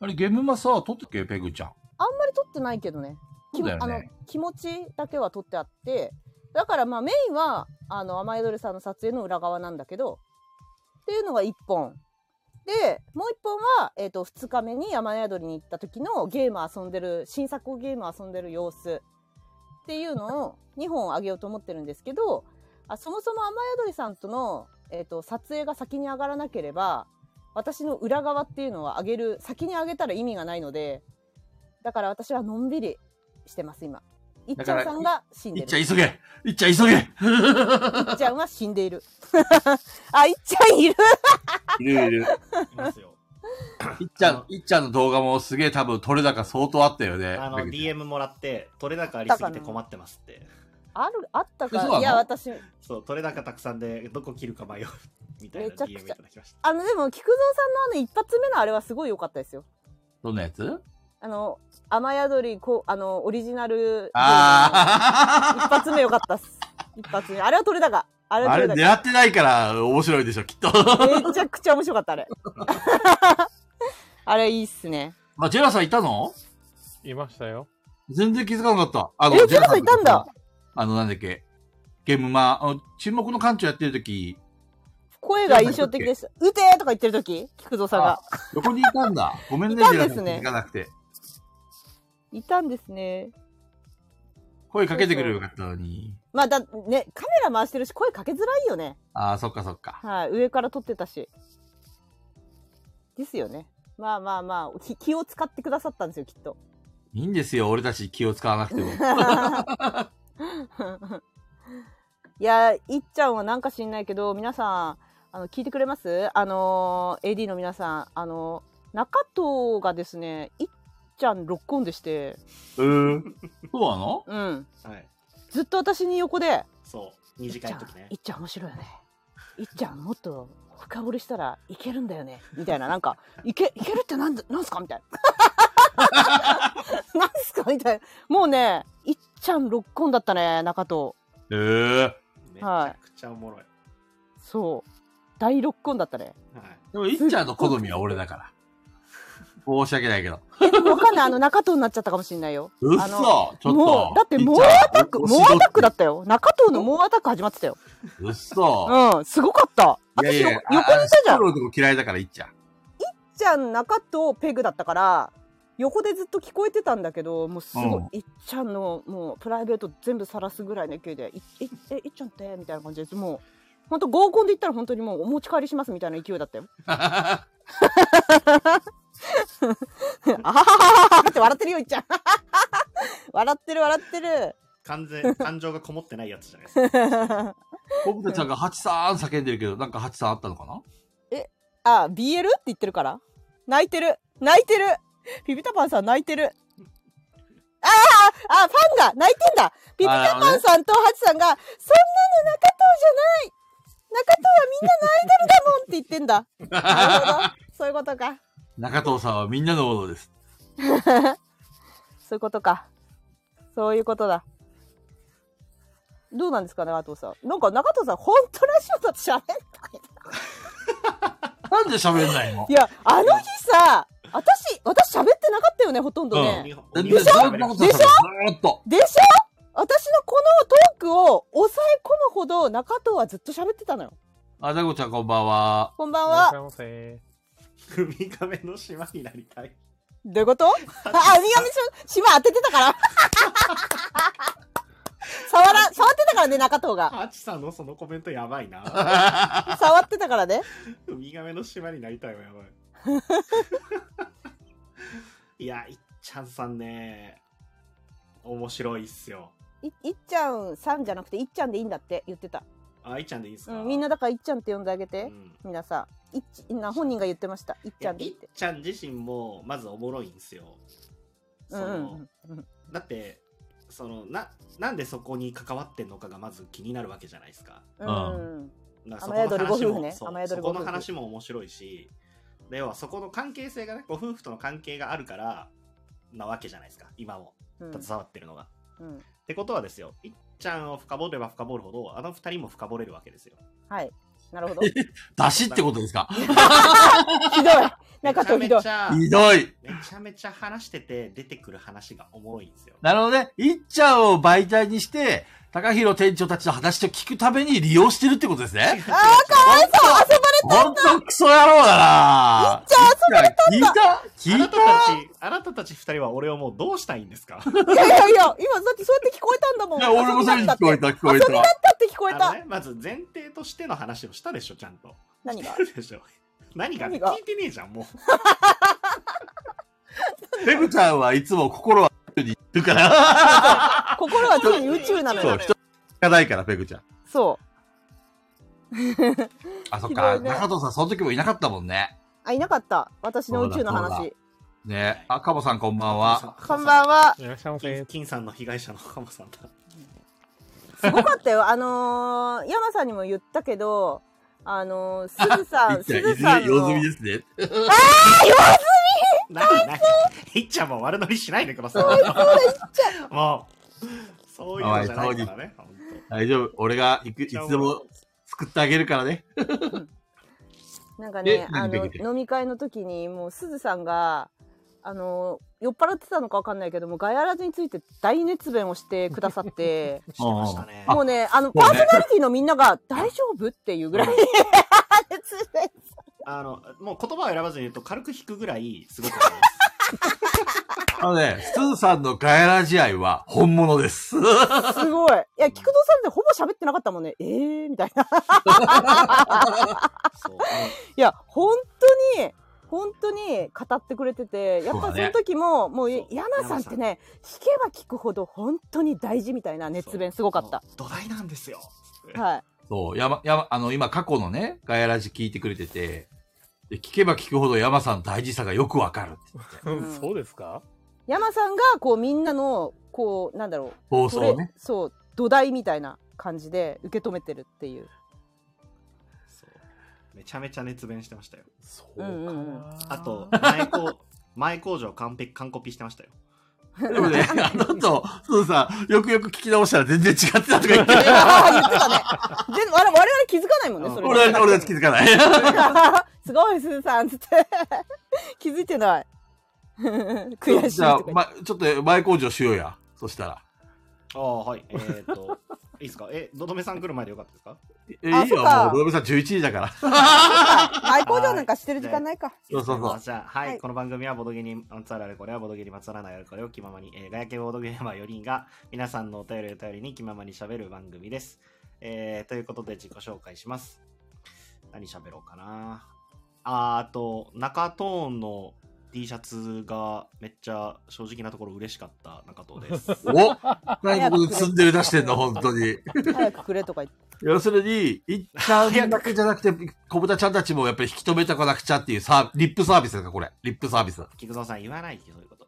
S2: あれ、ゲームマさ、撮ってけペグちゃん。
S3: あんまり撮ってないけどね
S2: そうだよ
S3: あ
S2: ね
S3: の気持ちだけは撮ってあってだからまあメインはあの雨宿りさんの撮影の裏側なんだけどっていうのが1本でもう1本は、えー、と2日目に雨宿りに行った時のゲーム遊んでる新作ゲーム遊んでる様子っていうのを2本あげようと思ってるんですけどあそもそも雨宿りさんとの、えー、と撮影が先に上がらなければ私の裏側っていうのは上げる先に上げたら意味がないのでだから私はのんびりしてます今。いっちゃんさんが死ん
S2: い
S3: で
S2: っ
S3: る
S2: ちゃん急げいっちゃん急げ
S3: いっちゃんは死んでいる。 あ、いっちゃんいる
S2: いるいる。
S4: いますよ。
S2: いっちゃん、いっちゃんの動画もすげえ多分撮れ高相当あったよね。
S4: あの、
S2: ペグちゃん
S4: DM もらって、取れ高ありすぎて困ってますって。
S3: ある、あった
S2: えそうな
S3: か。
S2: の
S3: いや、私、
S4: そう、取れ高たくさんで、どこ切るか迷う。 みたいな
S3: めちゃくちゃ
S4: DM いただきました。
S3: あの、でも、菊蔵さんのあの一発目のあれはすごい良かったですよ。
S2: どんなやつ
S3: あの、雨宿り、こう、あの、オリジナル。一
S2: あ
S3: 発目良かったっす。一発目。あれは取れ高。あれ
S2: あ
S3: は
S2: あれ
S3: 取れ
S2: 狙ってないから面白いでしょ、きっと。
S3: 高。めちゃくちゃ面白かった、あれ。 あれいいっすね。
S2: まあ、ジェラさんいたの
S1: いましたよ。
S2: 全然気づかなかった。あ
S3: えジェラさんいたんだ。
S2: あの、なんだっけ。ゲームマ、あの沈黙の館長やってる時、
S3: 声が印象的でした。撃てーとか言ってる時菊蔵さんが。
S2: 横にいたん だ。ごめんね、
S3: いた
S2: ジ
S3: ん
S2: ェラ
S3: で
S2: さん気
S3: すね
S2: づかなくて。
S3: いたんですね。
S2: 声かけてくればよかったのに。
S3: まあ、だ、ね、カメラ回してるし、声かけづらいよね。
S2: ああ、そっかそっか。
S3: はい、上から撮ってたし。ですよね。まあまあまあ、き気を使ってくださったんですよ、きっと。
S2: いいんですよ、俺たち気を使わなくて も。
S3: いやー、いっちゃんはなんか知んないけど、皆さん、あの、聞いてくれますあのー、AD の皆さん、あのー中藤がですね、いっちゃんロックオンでして、
S2: うん。そうなの
S3: うん。
S4: はい。
S3: ずっと私に横で、
S4: そう。二次会の時ね
S3: い。っちゃんいっちゃん面白いよね。いっちゃんもっと深掘りしたらいけるんだよね。みたいな、なんか、いけ、いけるってなんだ、なんすかみたい な。なんすかみたいな。もうね、いっちゃんロックオンだったね、中藤。
S2: ええ
S4: めちゃくちゃおもろい。
S3: そう。大ロックオンだったね。
S4: はい。
S2: でも、いっちゃんの好みは俺だから。申し訳ないけど。
S3: わかんない。あの、中藤になっちゃったかもしれないよ。
S2: うっ
S3: あ
S2: そち
S3: の
S2: ょっと。
S3: もう、だって、猛アタック、猛アタックだったよ。中藤の猛アタック始まってたよ。
S2: うっそ。
S3: うん、すごかった。
S2: いやい
S3: 私よ
S2: や、
S3: 横にいたじゃん。いっ
S2: のとこ嫌いだからいっちゃう。
S3: ちゃん、中藤、ペグだったから、横でずっと聞こえてたんだけど、もうすご
S2: う
S3: い
S2: ん、
S3: いっちゃんの、もう、プライベート全部晒すぐらいの勢いで、いいえ、いっちゃんってみたいな感じで、もう、本当合コンで言ったら本当にもうお持ち帰りしますみたいな勢いだ ったよ。あははははって笑ってるよ、いっちゃん。笑ってる、笑ってる。
S4: 完全、感情がこもってないやつじゃないですか。
S2: 僕たちなんか、ハチさん叫んでるけど、なんかハチさんあったのかな
S3: あ BL? って言ってるから泣いてる泣いてるピピタパンさん泣いてるあああファンだ泣いてんだピピタパンさんとハチさんが「そんなの中藤じゃない中藤はみんなのアイドルだもん」って言ってんだなるほどそういうことか
S2: 中藤さんはみんなのものです。
S3: そういうことかそういうことだどうなんですか中藤さんなんか中藤さん本当ラジオだと喋んない
S2: なんで喋んないの
S3: いやあの日さ私私喋ってなかったよねほとんどね、
S2: うん
S4: 日本
S2: で
S4: 日本
S2: ず
S4: 語
S2: ー
S4: 喋
S2: っと
S4: れなく
S2: ず
S4: て
S3: でしょ
S2: ーっと。
S3: でしょ私のこのトークを抑え込むほど中藤はずっと喋ってたのよ。
S2: あ、ダコちゃんこんばんは。
S3: こんばん
S1: いらっしゃ
S3: は。
S1: いませ。
S4: 海亀の島になりたい。
S3: どういう ことあ、あウミガメし島当ててたから。触ら、触ってたからね、中藤が。
S4: ハチさんのそのコメントやば いな。
S3: 触ってたからね。
S4: ウミガメの島になりたいわ、やばい。いや、いっちゃんさんね、面白いっすよ。
S3: いいっちゃんさんじゃなくて、いっちゃんでいいんだって言ってた。
S4: あ、いっちゃんでいいっす
S3: う
S4: か、
S3: ん、みんなだからいっちゃんって呼んであげ
S4: う
S3: て。
S4: ん
S3: 皆さん。いっち、な本人が言ってました。い
S4: い
S3: っちゃ
S4: や
S3: んでい
S4: い
S3: い
S4: っ
S3: って。
S4: ちゃん自身もまずおもろいんですよ。そ
S3: うんう
S4: の
S3: んうん。
S4: だってそのななんでそこに関わってんのかがまず気になるわけじゃないですか。
S3: う
S2: うん
S3: ん。
S4: だから
S3: 雨宿りご
S4: そこの話
S3: 夫婦
S4: も
S3: ね
S4: そう
S3: 雨宿
S4: そ
S3: りご
S4: こ
S3: 夫婦
S4: の話も面白いしで要はそこの関係性がねご夫婦との関係があるからなわけじゃないですか今も
S3: うん。
S4: 携わってるのが。
S3: うん
S4: ってことはですよいっちゃんを深掘れば深掘るほどあの二人も深掘れるわけですよ。
S3: はい。なるほど。
S2: 出しってことですか
S3: ひどい。 中藤ひど
S4: め
S3: い
S4: ち。ゃめ
S2: ひ
S4: ちゃ
S2: どい。
S4: めちゃめちゃ話してて出てくる話がおもろいんですよ。
S2: なるほどね。いっちゃんを媒体にして、高弘店長たちの話を聞くために利用してるってことですね。
S3: あー、かわいそう遊ば
S2: ほんとクソ野郎だな
S3: ちゃ
S2: いっちゃん聞いた聞
S4: あないた
S2: た
S4: たち、あなたたち二人は俺をもうどうしたいんですか
S3: いやいやいや、今だってそうやって聞こえたんだもん。
S2: いや、俺も
S3: 遊
S2: さ
S3: び
S2: に聞
S3: だった
S2: こえ、
S3: った
S2: 聞こえた。
S3: たって聞こえ
S4: あの
S3: た。
S4: ね、まず前提としての話をしたでしょ、ちゃんと。
S3: 何が
S4: でしょ。何が
S3: 何が
S4: 聞いてねえじゃん、も
S2: ペグちゃんはいつも心は宇宙にいるから。
S3: 心は常に宇宙なの
S2: そう、
S3: よ。
S2: 人がないから、ペグちゃん。
S3: そう。
S2: あ、そっ
S3: ひ
S2: か。
S3: どいね
S2: 中藤さん、その時もいなかったもんね。
S3: あ、いなかった。私の宇宙の
S2: そうだそう
S3: 話。
S2: ねあ、カボさんこん
S4: う。
S2: ばんは。
S3: こんばんは。
S1: いらっしゃいま
S4: 金
S1: せ。
S4: 金さんの被害者のカモさん だ。
S3: すごかったよ。あのー、山さんにも言ったけど、あのー、すずさ
S2: いっ
S3: ん、す
S2: ちゃん、い
S3: ず
S2: ず
S3: さ
S2: れ
S3: ん
S2: 用済
S3: の
S2: み、ですね。
S4: 何何いっちゃんも悪乗りしないでください。もう、そういうのじゃないからね。本
S2: 大丈夫。俺が行く、いつでも作ってあげるからね。
S3: なんか
S2: え
S3: ね、あ
S2: 何で
S3: の
S2: き、てる
S3: 飲み会の時に、もうすずさんが、あのー、酔っ払ってたのかわかんないけども、ガヤラジについて大熱弁をしてくださって、
S4: 当してましたね。
S2: あ
S3: もうね、あの、
S2: そう
S3: パ
S2: ね
S3: ーソナリティのみんなが大丈夫っていうぐらい、熱弁
S4: あの、もう言葉を選ばずに言うと軽く引くぐらい、す ごく。
S2: あのね、スーさんのガヤラ試合は本物です。
S3: すごい。いや、菊堂さんってほぼ喋ってなかったもんね。えー、みたいな。
S4: そう。
S3: いや、本当に、本当に語ってくれてて、やっ
S2: そ
S3: ぱ
S2: うだ
S3: そ
S2: ね
S3: の時も、もう
S4: そう、
S3: 山さんってね、聞けば聞くほど本当に大事みたいな熱弁すごかった。。
S4: 土台なんですよ。
S3: はい。
S2: そう、山、山、あの、今過去のね、ガヤラジ聞いてくれてて、で聞けば聞くほど山さんの大事さがよくわかるって言って。
S3: うん
S1: そうですか
S3: 山さんが、こう、みんなの、こう、なんだろ
S2: 放
S3: う、
S2: 送
S3: これ
S2: ね。
S3: そう、土台みたいな感じで受け止めてるっていう。
S4: そうめちゃめちゃ熱弁してましたよ。
S1: そう
S3: う
S1: か
S3: んうんうん
S1: な。
S4: あと、前 工、前工場完璧、完コピしてましたよ。
S2: でもね、あのと、スーさん、よくよく聞き直したら全然違ってたとか 言って、
S3: あー言ってたね。全然我々我々気づかないもんね、それ。
S2: 俺は、俺は気づかない。
S3: すごい、すずさん、つって。気づいてない。悔しい
S2: じゃあ
S3: とか、言って
S2: ま、ちょっと前工場しようや。そしたら。
S4: ああ、はい。えっ、と、いいですかえ、のどめさん来る前でよかったですか
S2: え、
S3: あ
S2: いいよ、
S3: そっか
S2: もう、ロドメさん11時だから。
S3: あ工場なんかしてる時間ないか。
S2: そうそうそう
S4: じゃあ、はい、
S3: はい
S4: この番組はボドゲにまつわるあれこれはボドゲにまつわらないあれこれを気ままに、えー、ガヤ系ボードゲーマー4人が皆さんのお便りを頼りに気ままに喋る番組です。えー、ということで自己紹介します。何喋ろうかな。あーあと、中トーンの T シャツがめっちゃ正直なところ嬉しかった中トーン です。
S2: お何僕積んでる出してんの、本当に。
S3: 早くくれとか言って。
S2: 要するに、いっちゃんだけじゃなくて、小豚ちゃんたちもやっぱり引き止めてこなくちゃっていうサーリップサービスですか、これ。リップサービ ス。
S4: 菊蔵さん言わないってそういうこと。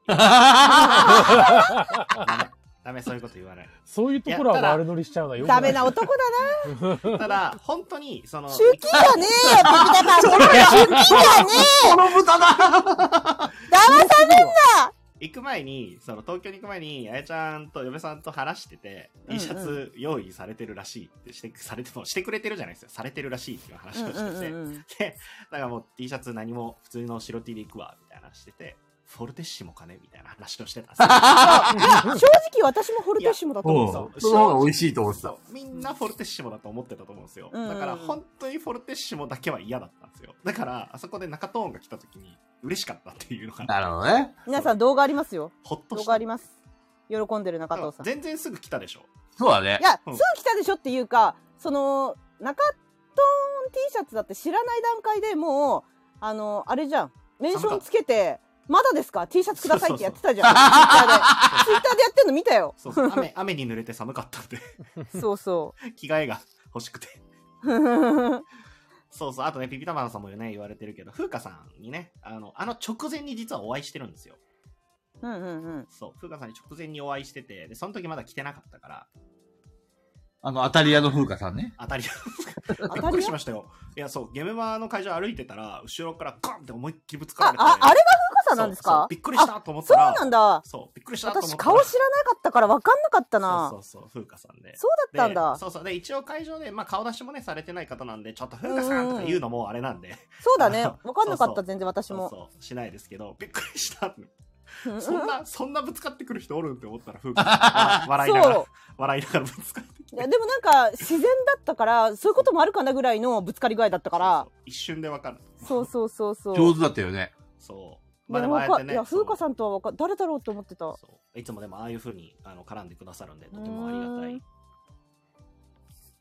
S4: ダメ、そういうこと言わない。
S1: そういうところは悪乗りしちゃうのはよくない
S3: ダメな男だな。
S4: ただ、本当に、その、
S3: 中期じゃねえよ、ピピタパン。中期じゃね
S2: この豚だ
S3: え騙されんな
S4: 行く前にその東京に行く前にあやちゃんと嫁さんと話してて、
S3: うんうん
S4: T シャツ用意されてるらしいってしてされてもしてくれてるじゃないですかされてるらしいっていう話をしてて、
S3: うん
S4: でだからもう T シャツ何も普通の白 T で行くわみたいな話しててフォルテッシモかねみたいな話をして たんですよ
S3: 正直私もフォルテッシモだと思う
S2: うんその方が美味しいと思ってた
S4: そうみんなフォルテッシモだと思ってたと思うんですよ、
S3: うんうん
S4: だから本当にフォルテッシモだけは嫌だったんですよだからあそこで中トーンが来た時に嬉しかったっていうのが
S2: なるほどね。
S3: 皆さん動画ありますよ。
S4: ほっと
S3: 動
S4: し
S3: 画あ
S4: た
S3: ります。喜んでる中藤さん。い
S4: 全然すぐ来たでしょ
S2: そうだね。
S3: や、す
S4: う
S3: ぐ
S4: ん
S3: 来たでしょっていうか、その、中藤 T シャツだって知らない段階でもう、あの、あれじゃん。メンションつけて、まだですか ?T シャツくださいってやってたじゃん。ツイッターで。ツイッターでやってんの見たよ。
S4: そうそう 雨雨に濡れて寒かったんで
S3: そうそ
S4: 着替えが欲しくて。
S3: う。
S4: そうそう。あとね、ピピタマンさんもね、言われてるけど、風花さんにね、あの、あの直前に実はお会いしてるんですよ。
S3: うんうんうん。
S4: そう。風花さんに直前にお会いしてて、で、その時まだ来てなかったから、
S2: あの、当たり屋の風花さんね。
S4: 当たり、
S3: 当
S4: びったく
S3: り
S4: りし
S3: 屋
S4: ましたよ。いや、そう、ゲームバーの会場歩いてたら、後ろからガンって思いっきりぶつから
S3: あ
S4: れ、て。
S3: あ、あれが風花さんなんです
S4: そうそう
S3: か
S4: びっくりしたと思った
S3: そう
S4: ら、
S3: なんだ。
S4: そうびっくりしたと思ったら。
S3: 私顔知らなかったから分かんなかったな
S4: そ。うそうそう、風花さんで。
S3: そうだったんだ
S4: で。そうそう。で、一応会場で、まあ顔出しもね、されてない方なんで、ちょっと風花さんとか言うのもあれなんで、
S3: そうだね
S4: あ。
S3: 分かんなかっ
S4: そうそ
S3: た、全然私
S4: そう
S3: も。
S4: そう、しないですけど、びっくりした。
S3: うん
S4: そんな、そんなぶつかってくる人おるんって思 ったら、風花笑いながら
S3: そ、
S4: 笑いながらぶつかってき
S3: う。
S4: て
S3: いやでもなんか、自然だったから、そういうこともあるかなぐらいのぶつかり具合だったか
S4: そう。
S3: ら
S4: そう一瞬でわかる。
S3: そうそうそうそう。
S2: 上手だったよね。
S4: そう。ま
S3: で
S4: あで
S3: も
S4: もああやっ
S3: わ
S4: て
S3: か
S4: ね。
S3: いや、風花さ
S4: ん
S3: んとは分か誰だろうと思ってた。
S4: そう。いつもでもああいう風に、あの、絡んでくださるんで、とてもありがた
S3: うー
S4: い
S3: ん。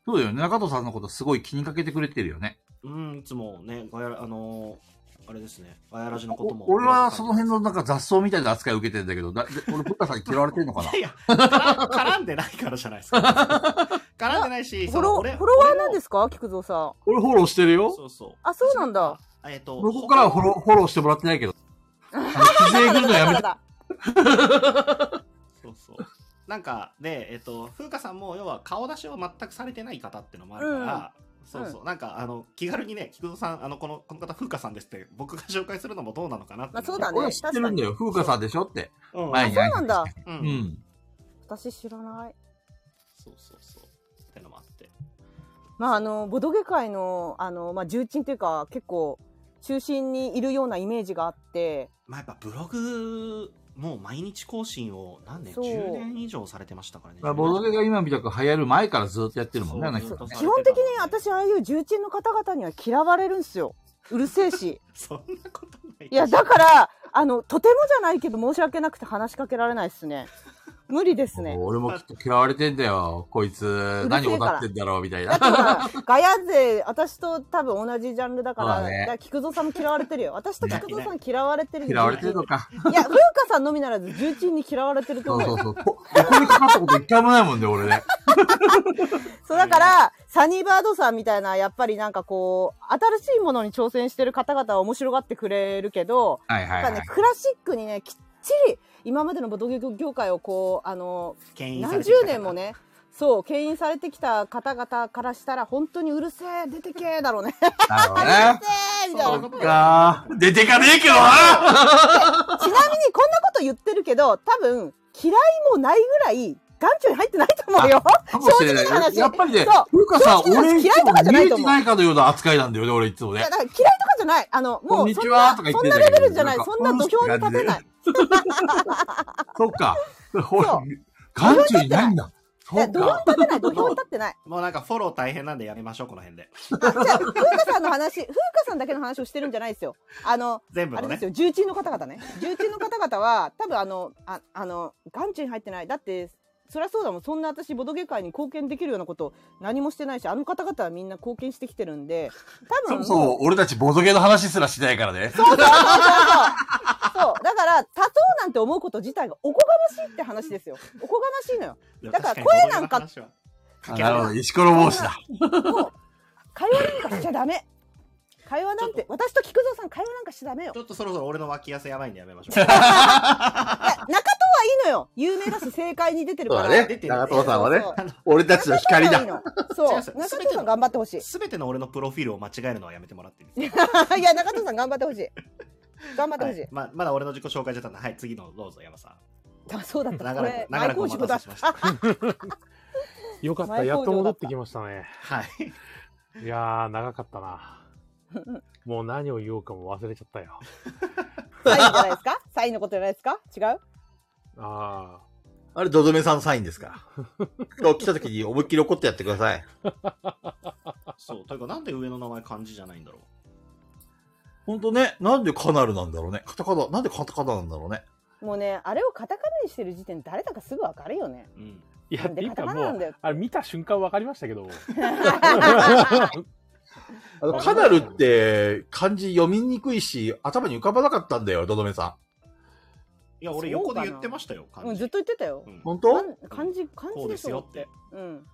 S2: そうだよね。中藤さんのことすごい気にかけてくれてるよね。
S4: うん、いつもね、ガヤあのーあれですね、ガヤラジのことも。
S2: お俺はその辺のなんか雑草みたいな扱いを受けてんだけど、だで俺、風花さんに嫌われてんのか
S4: い
S2: な
S4: やいや、絡絡んでないからじゃないですか。 絡んでないし、
S3: フ
S4: そ
S3: ォ
S4: の
S3: ロ
S4: 俺
S3: ーフォロワーなんですすか菊蔵さ
S2: 俺フォローしてるよ。
S4: そうそう。
S3: あそうなんだ。
S4: えっと、
S2: ここからはフォローフォローしてもらってない けど。あの
S3: ん。
S2: 規制来るのやめて
S3: だ。からだ
S4: そうそう。なんか、で、えっと、風花さんも、要は顔出しを全くされてない方ってのもあるから、そうそう、なんか、あの、気軽にね、菊蔵さん、あの、この、この方、風花さんですって、僕が紹介するのもどうなのかなって。
S3: まあそうだね
S2: 俺は知ってるんだよ。風花さんでしょって。
S4: うん。
S2: 前に
S3: そうなんだ。
S4: う。
S2: うんん。
S3: 私知らない。
S4: そうそうそう。ってのもあって。
S3: まああのボドゲ界のあのまあ重鎮というか結構中心にいるようなイメージがあって、
S4: まあ、やっぱブログ、もう毎日更新を何年
S3: そう
S4: ?10 年以上されてましたからね。
S2: まあ、ボドゲが今みたく流行る前からずっとやってるもんね、
S4: そう
S2: あの
S4: ず
S2: 人
S4: っと
S2: ね。
S3: 基本的に私ああいう重鎮の方々には嫌われるんすよ。うるせえし。
S4: そんなことない。
S3: いやだからあのとてもじゃないけど申し訳なくて話しかけられないっすね。無理ですね。
S2: 俺もきっと嫌われてんだよ。こいつ、
S3: うるせえから
S2: 何を歌ってんだろう、みたい
S3: だっ
S2: な
S3: て。ほらガヤ勢私と多分同じジャンルだから
S2: そうだね
S3: だから菊蔵さんも嫌われてるよ。私と菊蔵さん嫌われてる
S2: 嫌われてるのか。
S3: いや風花さんのみならず重鎮に嫌われてると
S2: そう
S3: 思う
S2: そうそう。ここにかかったこと一回もないもんね、俺ね。
S3: そうだから、サニーバードさんみたいな、やっぱりなんかこう、新しいものに挑戦してる方々は面白がってくれるけど、
S2: はいは
S3: や
S2: い
S3: っ
S2: は
S3: ぱ
S2: い
S3: ね、。クラシックにね、きっちり、今までのボドゲ業界をこう、あの、
S4: 牽引されて
S3: 何十
S4: きたから
S3: 年も。ね、 そう、牽引されてきた方々からしたら、本当にうるせえ、出てけえ だろうね。うる
S2: なるほどね。
S3: せえみたい
S4: そ
S3: な
S4: う。
S2: そっかー。出てかねえけどな
S3: ちなみにこんなこと言ってるけど、多分、嫌いもないぐらい、眼中に入ってないと思うよ。
S2: かもしれな。
S3: 正直ない話
S2: やっぱりね、
S3: そう
S2: 風花さん、
S3: 正直な話
S2: 俺い
S3: 嫌い
S2: つ
S3: と
S2: も
S3: かじゃ
S2: 見
S3: ない
S2: え
S3: と
S2: て
S3: 思う
S2: ないかのような扱いなんだよね、俺いつも
S3: い
S2: ね
S3: や。だから嫌いとかじゃない。あの、も
S2: こん
S3: う
S2: に
S3: そ
S2: ち
S3: ん
S2: は
S3: な、
S2: とか言っ
S3: そん
S2: てん
S3: な
S2: だけ
S3: レ
S2: ど
S3: ベルじゃない。
S2: なんか
S3: そんな土俵に立てない。
S2: そっか。ほら
S3: そう、
S2: 眼中にないんだ。そ
S3: や
S2: っ
S3: 土俵
S2: か。
S3: に立ってない、土俵に立っ てない。
S4: もうなんかフォロー大変なんでやめましょう、この辺で。
S3: あ、じゃあ、風花さんの話、風花さんだけの話をしてるんじゃないですよ。あの、
S4: 全部
S3: あ
S4: の
S3: れで
S4: ね
S3: す。よ、重鎮の方々ね。重鎮の方々は、 多分あの、ああの、眼中に入ってない。だって、そりゃそうだもん。そんな私、ボドゲ界に貢献できるようなこと何もしてないし、あの方々はみんな貢献してきてるんで、多
S2: そ
S3: 分、
S2: もそも俺たちボゾゲの話すらしないからね。
S3: そうそうそうそうそう。そう。だから、立とうなんて思うこと自体がおこがましいって話ですよ。おこがましいのよ。
S4: だ
S3: だから声なんか
S2: あなるほど、石ころ帽子だ。
S3: もう、会話なんかしちゃダメ。会話なんて、私と菊蔵さん会話なんかしちゃダメ よ
S4: ち。ょっとそろそろ俺の脇汗やばいんでやめましょう。
S3: いや中藤はいいのよ。有名だし、正解に出てるから。
S2: そうだね
S4: 出てる
S2: 長友さんはね
S3: そうそう
S2: 俺たちの光
S3: 中藤
S2: だ。
S3: はいいのそう。
S4: 違います
S3: 中藤さん頑張ってほし い。
S4: すべての俺のプロフィールを間違えるのはやめてもらっていいですか
S3: いや、中藤さん頑張ってほしい。頑張ってほしい。
S4: ままだ俺の自己紹介じゃったんで、はい、次のどうぞ、山さ
S3: あ、そうだっ
S4: ん。
S3: た。
S4: 長
S3: こ
S4: ら
S3: れ、
S4: く、長
S3: 大
S4: らくお
S3: 好評
S4: 待た
S3: だ
S4: せ。しました。
S1: よかった。
S3: 前工場
S1: やっと戻
S3: だ
S1: っ
S3: ってた
S1: きましたね。
S4: はい。
S1: いやー、長かったな。もう何を言おうかも忘れちゃったよ。
S3: サインじゃないですか サインのことじゃないですか違う
S1: あ
S2: あれ、ドドメさんのサインですから。今日来た時に思いっきり怒ってやってください。
S4: そう、というか、なんで上の名前漢字じゃないんだろ
S2: ほんとね、なんでカナルなんだろうね。カタカナ、なんでカタカナなんだろうね。
S3: もうね、あれをカタカナにしてる時点で誰だかすぐわかる よね。
S4: う。うん。
S1: あ。いや、
S3: なん
S1: ってい
S3: で
S1: う
S3: カタ
S1: か
S3: カ
S1: も
S3: ナなん
S1: う、
S3: だよ。
S1: あれ見た瞬間分かりましたけど。
S2: あの、カナルって漢字読みにくいし、頭に浮かばなかったんだよ、ドドメさ
S4: いや、俺横で言ってましたよ、
S3: う
S4: 漢
S3: ん、ずっ
S4: 字。
S3: と言ってたよ
S4: う。ん
S2: ん。本当
S3: かん漢字、漢
S4: こ
S3: 字
S4: うで
S3: ですす
S4: よ
S3: よ
S4: っ
S3: ってて。。うん。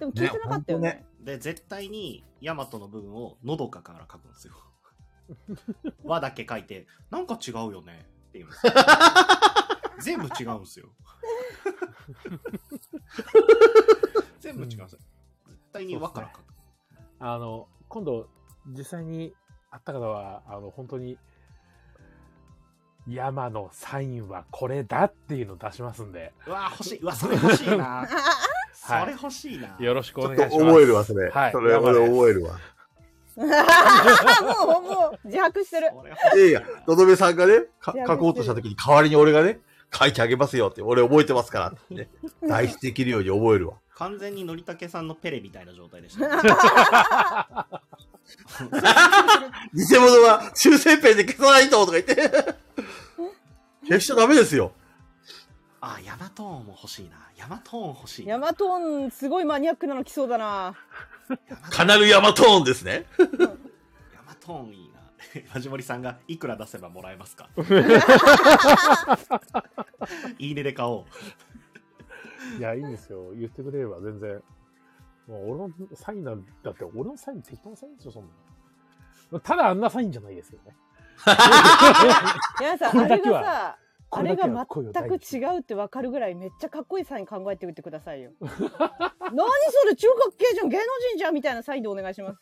S3: でも聞いてなかったよ
S2: ね
S3: ね。
S4: で、絶対に、ヤマトの部分を、のどかから書くんですよ。 和だけ書いて、なんか違うよね、って言うんですよ。全部違うんですよ。全部違うんですよ。絶対に和から書く。
S1: あの、今度、実際に会った方は、あの、本当に、山のサインはこれだっていうのを出しますんで、
S4: うわ、欲しい。うわ、それ欲しいな。
S3: あ
S4: それ欲しいな。
S1: よろしくお
S2: ちょ
S1: 願
S2: っ
S1: いし
S2: と
S1: ます。
S2: 覚えるわ、それ。
S1: はい。
S2: それ、俺覚えるわ。
S3: あ もう、もう、自白してる。
S4: そ
S2: い
S4: れ
S2: や
S4: 欲し
S2: い
S4: い
S2: や
S4: な。、
S2: のどめさんがね、か
S3: いや
S2: 書こうとした時に代わりに俺がね、書いてあげますよって、俺覚えてますからってね、大事できるように覚えるわ。
S4: 完全にのりたけさんのペレみたいな状態でしたね。
S2: 偽物は修正ペンで消さないととか言って。 消しちゃダメですよ。
S4: あ、ヤマトーンも欲しいな。ヤマトーン欲しいな。
S3: ヤマトーン、すごいマニアックなの来そうだな。
S4: ヤマ
S2: カナルヤマトーンですね。
S4: ヤマトーンいいな。 マジモリさんがいくら出せばもらえます かいいねで買おう。
S1: いや、いいんですよ。言ってくれれば全然。もう俺のサインなんだって、俺のサイン適当なサインですよ、そんなの。ただあんなサインじゃないですよね。
S3: 皆さ
S1: こ
S3: ん、
S1: れ
S3: あ
S1: だ
S3: れ
S1: けは
S3: がさ、あ
S1: こ
S3: れ
S1: だ
S3: が
S1: けは声を大にして
S3: 全く違うってわかるぐらいめっちゃかっこいいサイン考えておいてくださいよ。何それ中核形じゃん芸能人じゃんみたいなサインでお願いします。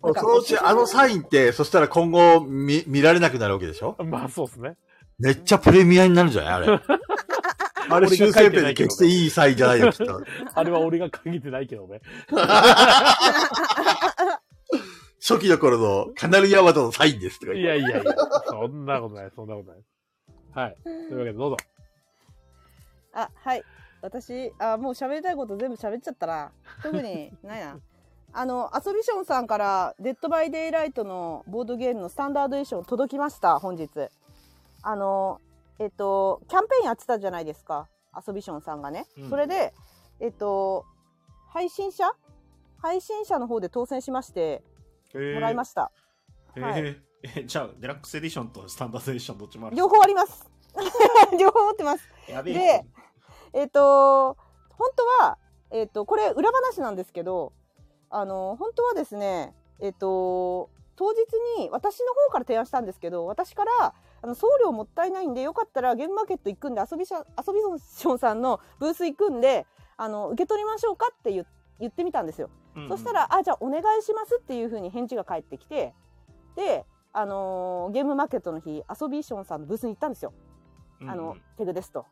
S2: そのうちあのサインって、そしたら今後見見られなくなるわけでしょ
S1: まあそうですね。
S2: めっちゃプレミアになるんじゃない あれ。あれ修正ペンで消していいサインじゃないよ、きっと。
S1: あれは俺が限ってないけどね。
S2: 初期の頃のカナルヤマトのサインですとか
S1: い
S2: 言って。
S1: やいやいや、そんなことない、そんなことない。はい。というわけで、どうぞ。
S3: あ、はい。私、あ、もう喋りたいこと全部喋っちゃったな。特にないな。 あの、アソビションさんから、デッドバイデイライトのボードゲームのスタンダードエディション届きました、本日。あの、えっと、キャンペーンやってたじゃないですか。アソビションさんがね。
S4: うん
S3: それで、えっと、配信者配信者の方で当選しまして、もらいま
S4: し
S3: した。
S4: た
S3: はい
S4: え、じゃあ、デラックスエディションとスタンダードエディションどっちもある。
S3: 両方あります。 両方持ってます。
S4: やべえ
S3: で。えっ、と本当は、えっとこれ裏話なんですけどあの本当はですねえっ、と当日に私の方から提案したんですけど私からあの送料もったいないんでよかったらゲームマーケット行くんで遊びしゃ遊びションさんのブース行くんであの受け取りましょうかって言言ってみたんですよ。
S4: うんうん
S3: そした、ら「あじゃあお願いします」っていうふうに返事が返ってきてで、あのーゲームマーケットの日遊びションさんのブースに行ったんですよ。あの、ペグですと。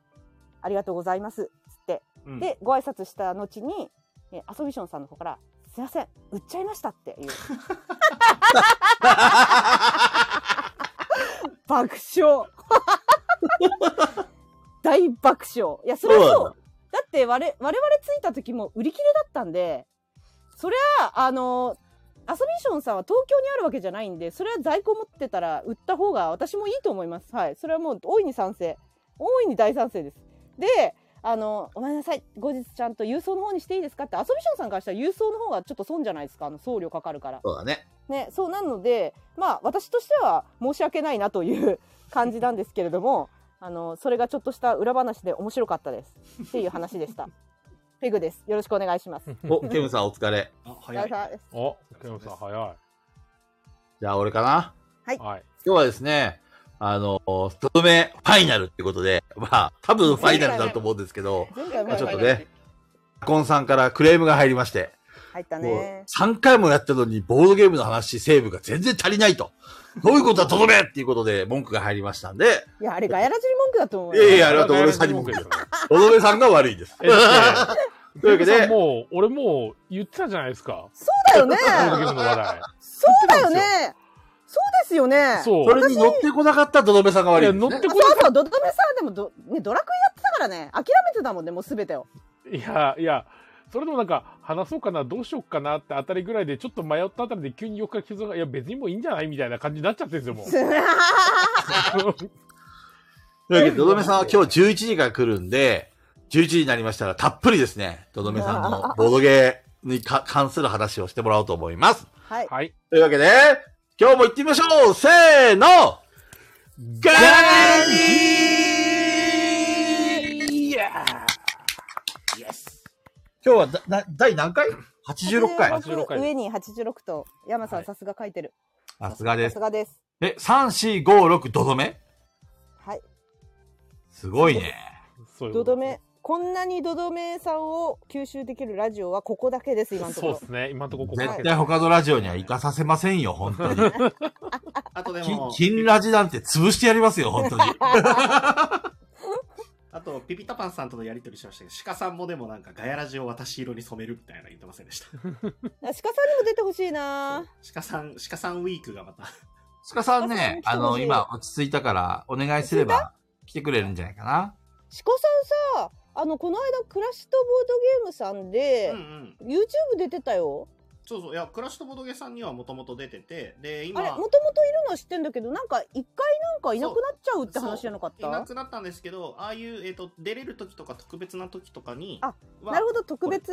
S3: ありがとうございます。つって。
S4: うん、
S3: で、ご挨拶した後に、えアソビションさんの方から、すいません、売っ ちゃいましたっていう。爆笑大爆笑いやそれはそうだって我々我々着いた時も売り切れだったんでそりゃあのアソミションさんは東京にあるわけじゃないんでそれは在庫持ってたら売った方が私もいいと思いますはいそれはもう大いに賛成大いに大賛成ですであの「ごめんなさい後日ちゃんと郵送の方にしていいですか?」ってアソミションさんからしたら郵送の方がちょっと損じゃないですかあの送料かかるから
S2: そうだ ね。
S3: ね、そうなので、まあ、私としては申し訳ないなという感じなんですけれども、あの、それがちょっとした裏話で面白かったです。っていう話でした。ペグです。よろしくお願いします。
S2: お、ケムさんお疲れ。
S4: あ、
S3: お
S4: 早
S3: 疲れ
S4: い。
S3: 様です。
S1: お、ケムさん早
S2: じゃあ俺かな。
S1: い。はい。
S2: 今日はですね、あの、とどめファイナルってことで、まあ、多分ファイナルだと思うんですけど、
S3: 前回
S2: ま
S3: も
S2: あちょっと
S3: 前
S2: ね、アコンさんからクレームが入りまして、
S3: 回入った
S2: もう
S3: ね。
S2: 3回もやったのにボードゲームの話、セーブが全然足りないと。どういうことだ、とどめっていうことで文句が入りましたんで、
S3: いや、あれガヤラジリ文句だと思う
S2: いや
S3: よ。
S2: いやありがとう俺さんにも
S1: 文句ですよね。
S2: とどめさんが悪いです。と
S1: えだっ
S2: いうわ
S1: てケ
S2: け
S1: ムさん
S2: で、
S1: もう、俺もう言ってたじゃないですか。
S3: そうだよね。
S1: このゲームの話題。
S3: そうだよね。そうですよね。そう
S1: そう。
S2: それに乗ってこなかったとどめさんが
S1: い
S2: 悪
S1: や、
S2: いです
S1: 乗っ
S2: ね。
S1: てこ
S3: そう、ドドメさんでもド,、ね、ドラクエやってたからね、諦めてたもんね、もうすべてを。
S1: いや、いや、それでもなんか、話そうかな、どうしようかなってあたりぐらいで、ちょっと迷ったあたりで急に4日傷が、いや、別にもういいんじゃないみたいな感じになっちゃってるんですよ、もう。
S2: というわけで、とどめさんは今日11時から来るんで、11時になりましたらたっぷりですね、とどめさんのボードゲーにか関する話をしてもらおうと思います。
S3: はい。
S1: はい。
S2: というわけで、今日も行ってみましょうせーのガーニー
S1: いや
S4: イエス。
S2: 今日はだだ第何回 ?86 回。
S1: 86回
S3: 上に86と、山さ
S1: は
S3: ん
S1: い
S3: さすが書いてる。
S2: さすが
S3: さ
S2: です
S3: す。がです。
S2: え、3、4、5、6、どどめ
S3: はい。
S2: すごいね。
S1: そういう
S3: ド
S1: こ
S3: ド
S1: と
S3: メ。こんなにドドメさんを吸収できるラジオはここだけです、今のとこ
S1: そう
S3: ろ
S1: で。すね、今のところここだ
S2: 絶
S1: け
S2: 対他のラジオには行かさせませんよ、本当に。
S4: あとで
S2: 金
S4: も、
S2: 金ラジなんて潰してやりますよ、本 当に。
S4: あと、ピピタパンさんとのやりとりしましたけど、鹿さんもでもなんか、ガヤラジを私色に染めるみたいなの言ってませんで した。
S3: 鹿さんにも出てほしいな
S4: 鹿さん、鹿さんウィークがまた。
S2: スカさんね、 あの、今落ち着いたから、お願いすれば来てくれるんじゃないかな。
S3: 鹿さんさ、あの、この間、クラシットボードゲームさんで、
S4: うんうん。
S3: YouTube 出てたよ。
S4: そうそう。いや、クラッシュとボドゲさんにはもともと出てて、で、
S3: あ
S4: 今、
S3: れ、もともといるのは知ってんだけど、なんか、一回なんかいなくなっちゃうって話じゃなかっ
S4: いな
S3: た
S4: くなったんですけど、ああいう、えっ、と、出れる時とか特別な時とかに、
S3: あ
S4: は
S3: なるほど、特別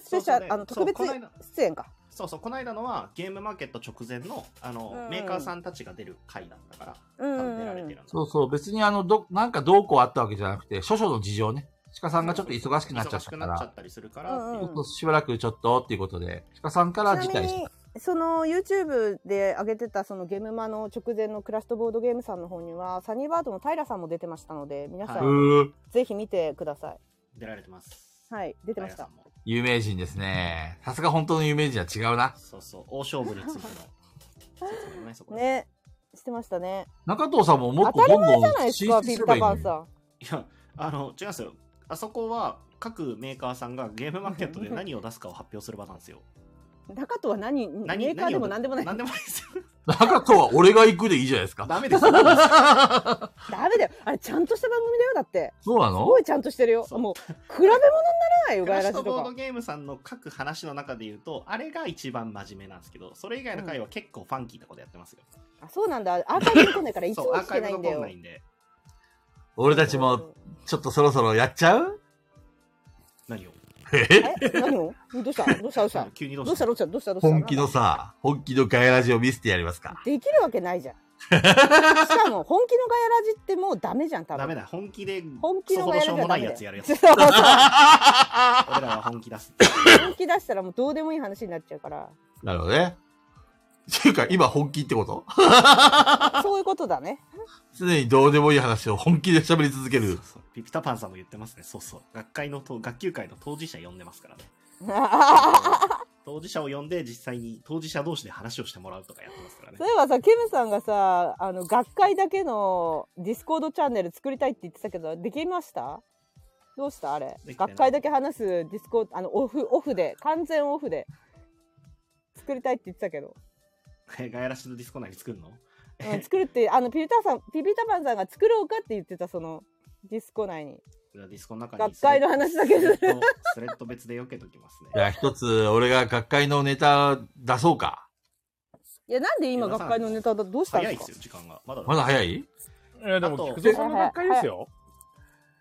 S3: スペシャル、
S4: そ
S3: あ
S4: う
S3: の、
S4: そうねそ
S3: 特別
S4: うこの間
S3: 出演か。
S4: そうそう、この間のはゲームマーケット直前の、あの、
S3: うん
S4: メーカーさんたちが出る回だったから、
S3: うん
S4: 多
S3: う
S4: 分
S3: ん
S4: 出ら
S3: う
S4: れて
S3: ん。
S4: るんだ
S2: そうそう、別にあの、ど、なんかどうこうあったわけじゃなくて、諸々の事情ね。鹿さんがちょっと忙しくなっちゃったか
S4: 忙しくなっちゃ
S2: ら、
S4: ったりするから、
S3: うんう
S4: っ
S3: ん
S4: ていう
S2: ちょっとしばらくちょっとっていうことで、鹿さんから辞
S3: ちなみ
S2: 退し
S3: にその YouTube で上げてたそのゲームマの直前のクラフトボードゲームさんの方にはサニーバードの平さんも出てましたので皆さ
S2: た。
S4: は
S2: う
S4: い
S3: ん
S2: ー、
S3: ぜひ見てくださ
S4: 出られてます。
S3: いはい出てまし
S4: 平
S3: た
S4: さんも
S2: 有名人ですね。さすが本当の有名人は違うな。
S4: そうそう、大勝負についての説明もね、そこで。
S3: ねしてましたね
S2: 中藤さんももっ
S3: 当
S2: と
S3: た
S2: ど
S3: り
S2: んど
S3: じゃない
S2: ん
S3: です
S2: 進
S3: か
S2: 出
S3: ピ
S2: す
S3: ッ
S2: れ
S3: タ
S2: ばいい
S3: パ
S2: の
S3: ン
S2: に
S3: さ。ん
S4: いや、あの、違うんですよ。あそこは、各メーカーさんがゲームマーケットで何を出すかを発表する場なんですよ。
S3: 中とは何
S4: 何
S3: メーカーでも何でもない
S4: 何でもないですよ。
S2: 中藤は俺が行くでいいじゃないですか。
S4: ダメです よ。
S3: ダメだよあれちゃんとした番組だよだって
S2: そうな
S3: す
S2: の
S3: ごいちゃんとしてるよ
S4: そう
S3: もう比べ物にならないよ
S4: ク
S3: ガ
S4: ラ
S3: イ
S4: ッ
S3: ラ
S4: シュ
S3: ジ
S4: ボー
S3: と
S4: ド
S3: か
S4: ゲームさんの各話の中で言うと、あれが一番真面目なんですけど、それ以外の回は結構ファンキーなことやってますよ。
S3: あそうなんだアーカイブに来ないからいつ
S4: そう、
S3: も
S4: アー
S3: 来
S4: カイ
S3: て
S4: ブ
S3: ない
S4: 残
S3: んだ
S4: ん
S3: よ
S4: ないんで。
S2: 俺たちもちょっとそろそろやっちゃう
S4: 何を
S2: え
S3: え何をどうしたどうしたどうした
S4: 急にど
S3: どう
S4: う
S3: した
S4: した
S3: どうしたどうしたどうした
S2: 本気のさ、本気のガヤラジを見せてやりますか。
S3: できるわけない じゃん。しかも本気のガヤラジってもうダメじゃん多分。
S4: ダメだ、本気で、
S3: 本気のガヤラジ
S4: そほどし
S3: は
S4: ょうも
S3: ダ
S4: な
S3: メ
S4: い
S3: だ
S4: や
S3: よ
S4: つやるや
S3: そう
S4: つ。
S3: そう
S4: 俺らは本気出す。
S3: 本気出したらもうどうでもいい話になっちゃ うから。
S2: なるほどね。 っていうか、今本気ってこと
S3: そういうことだね。
S2: 常にどうでもいい話を本気で喋り続け
S4: そう
S2: る。
S4: そうピピタパンさんも言ってますね。そうそう。学会の当、学級会の当事者呼んでますからね。当事者を呼んで、実際に当事者同士で話をしてもらうとかやってますからね
S3: そう。いえばさ、ケムさんがさ、あの、学会だけのディスコードチャンネル作りたいって言ってたけど、できましたどうしたあれ
S4: できてない
S3: 学会だけ話すディスコード、あの、オフ、オフで、完全オフで作りたいって言ってたけど。
S4: ガヤラシのディスコ内に作るの
S3: うん、 作るってあのピピターさんピピタパンさんが作ろうかって言ってたそのディスコ内に
S4: じゃあディスコの中に
S3: 学会の話だけする
S4: スレッドスレッド別で避けときますね
S5: じゃあ一つ、俺が学会のネタ出そうか。
S3: いやなんで今
S4: いや
S3: 学会のネタだどうしたん
S4: 早
S3: で
S4: い
S3: す
S4: で
S3: か
S4: すよ時間がまだ
S5: まだ早い
S1: えーで
S4: あと
S1: も、菊蔵さんの学会ですよ。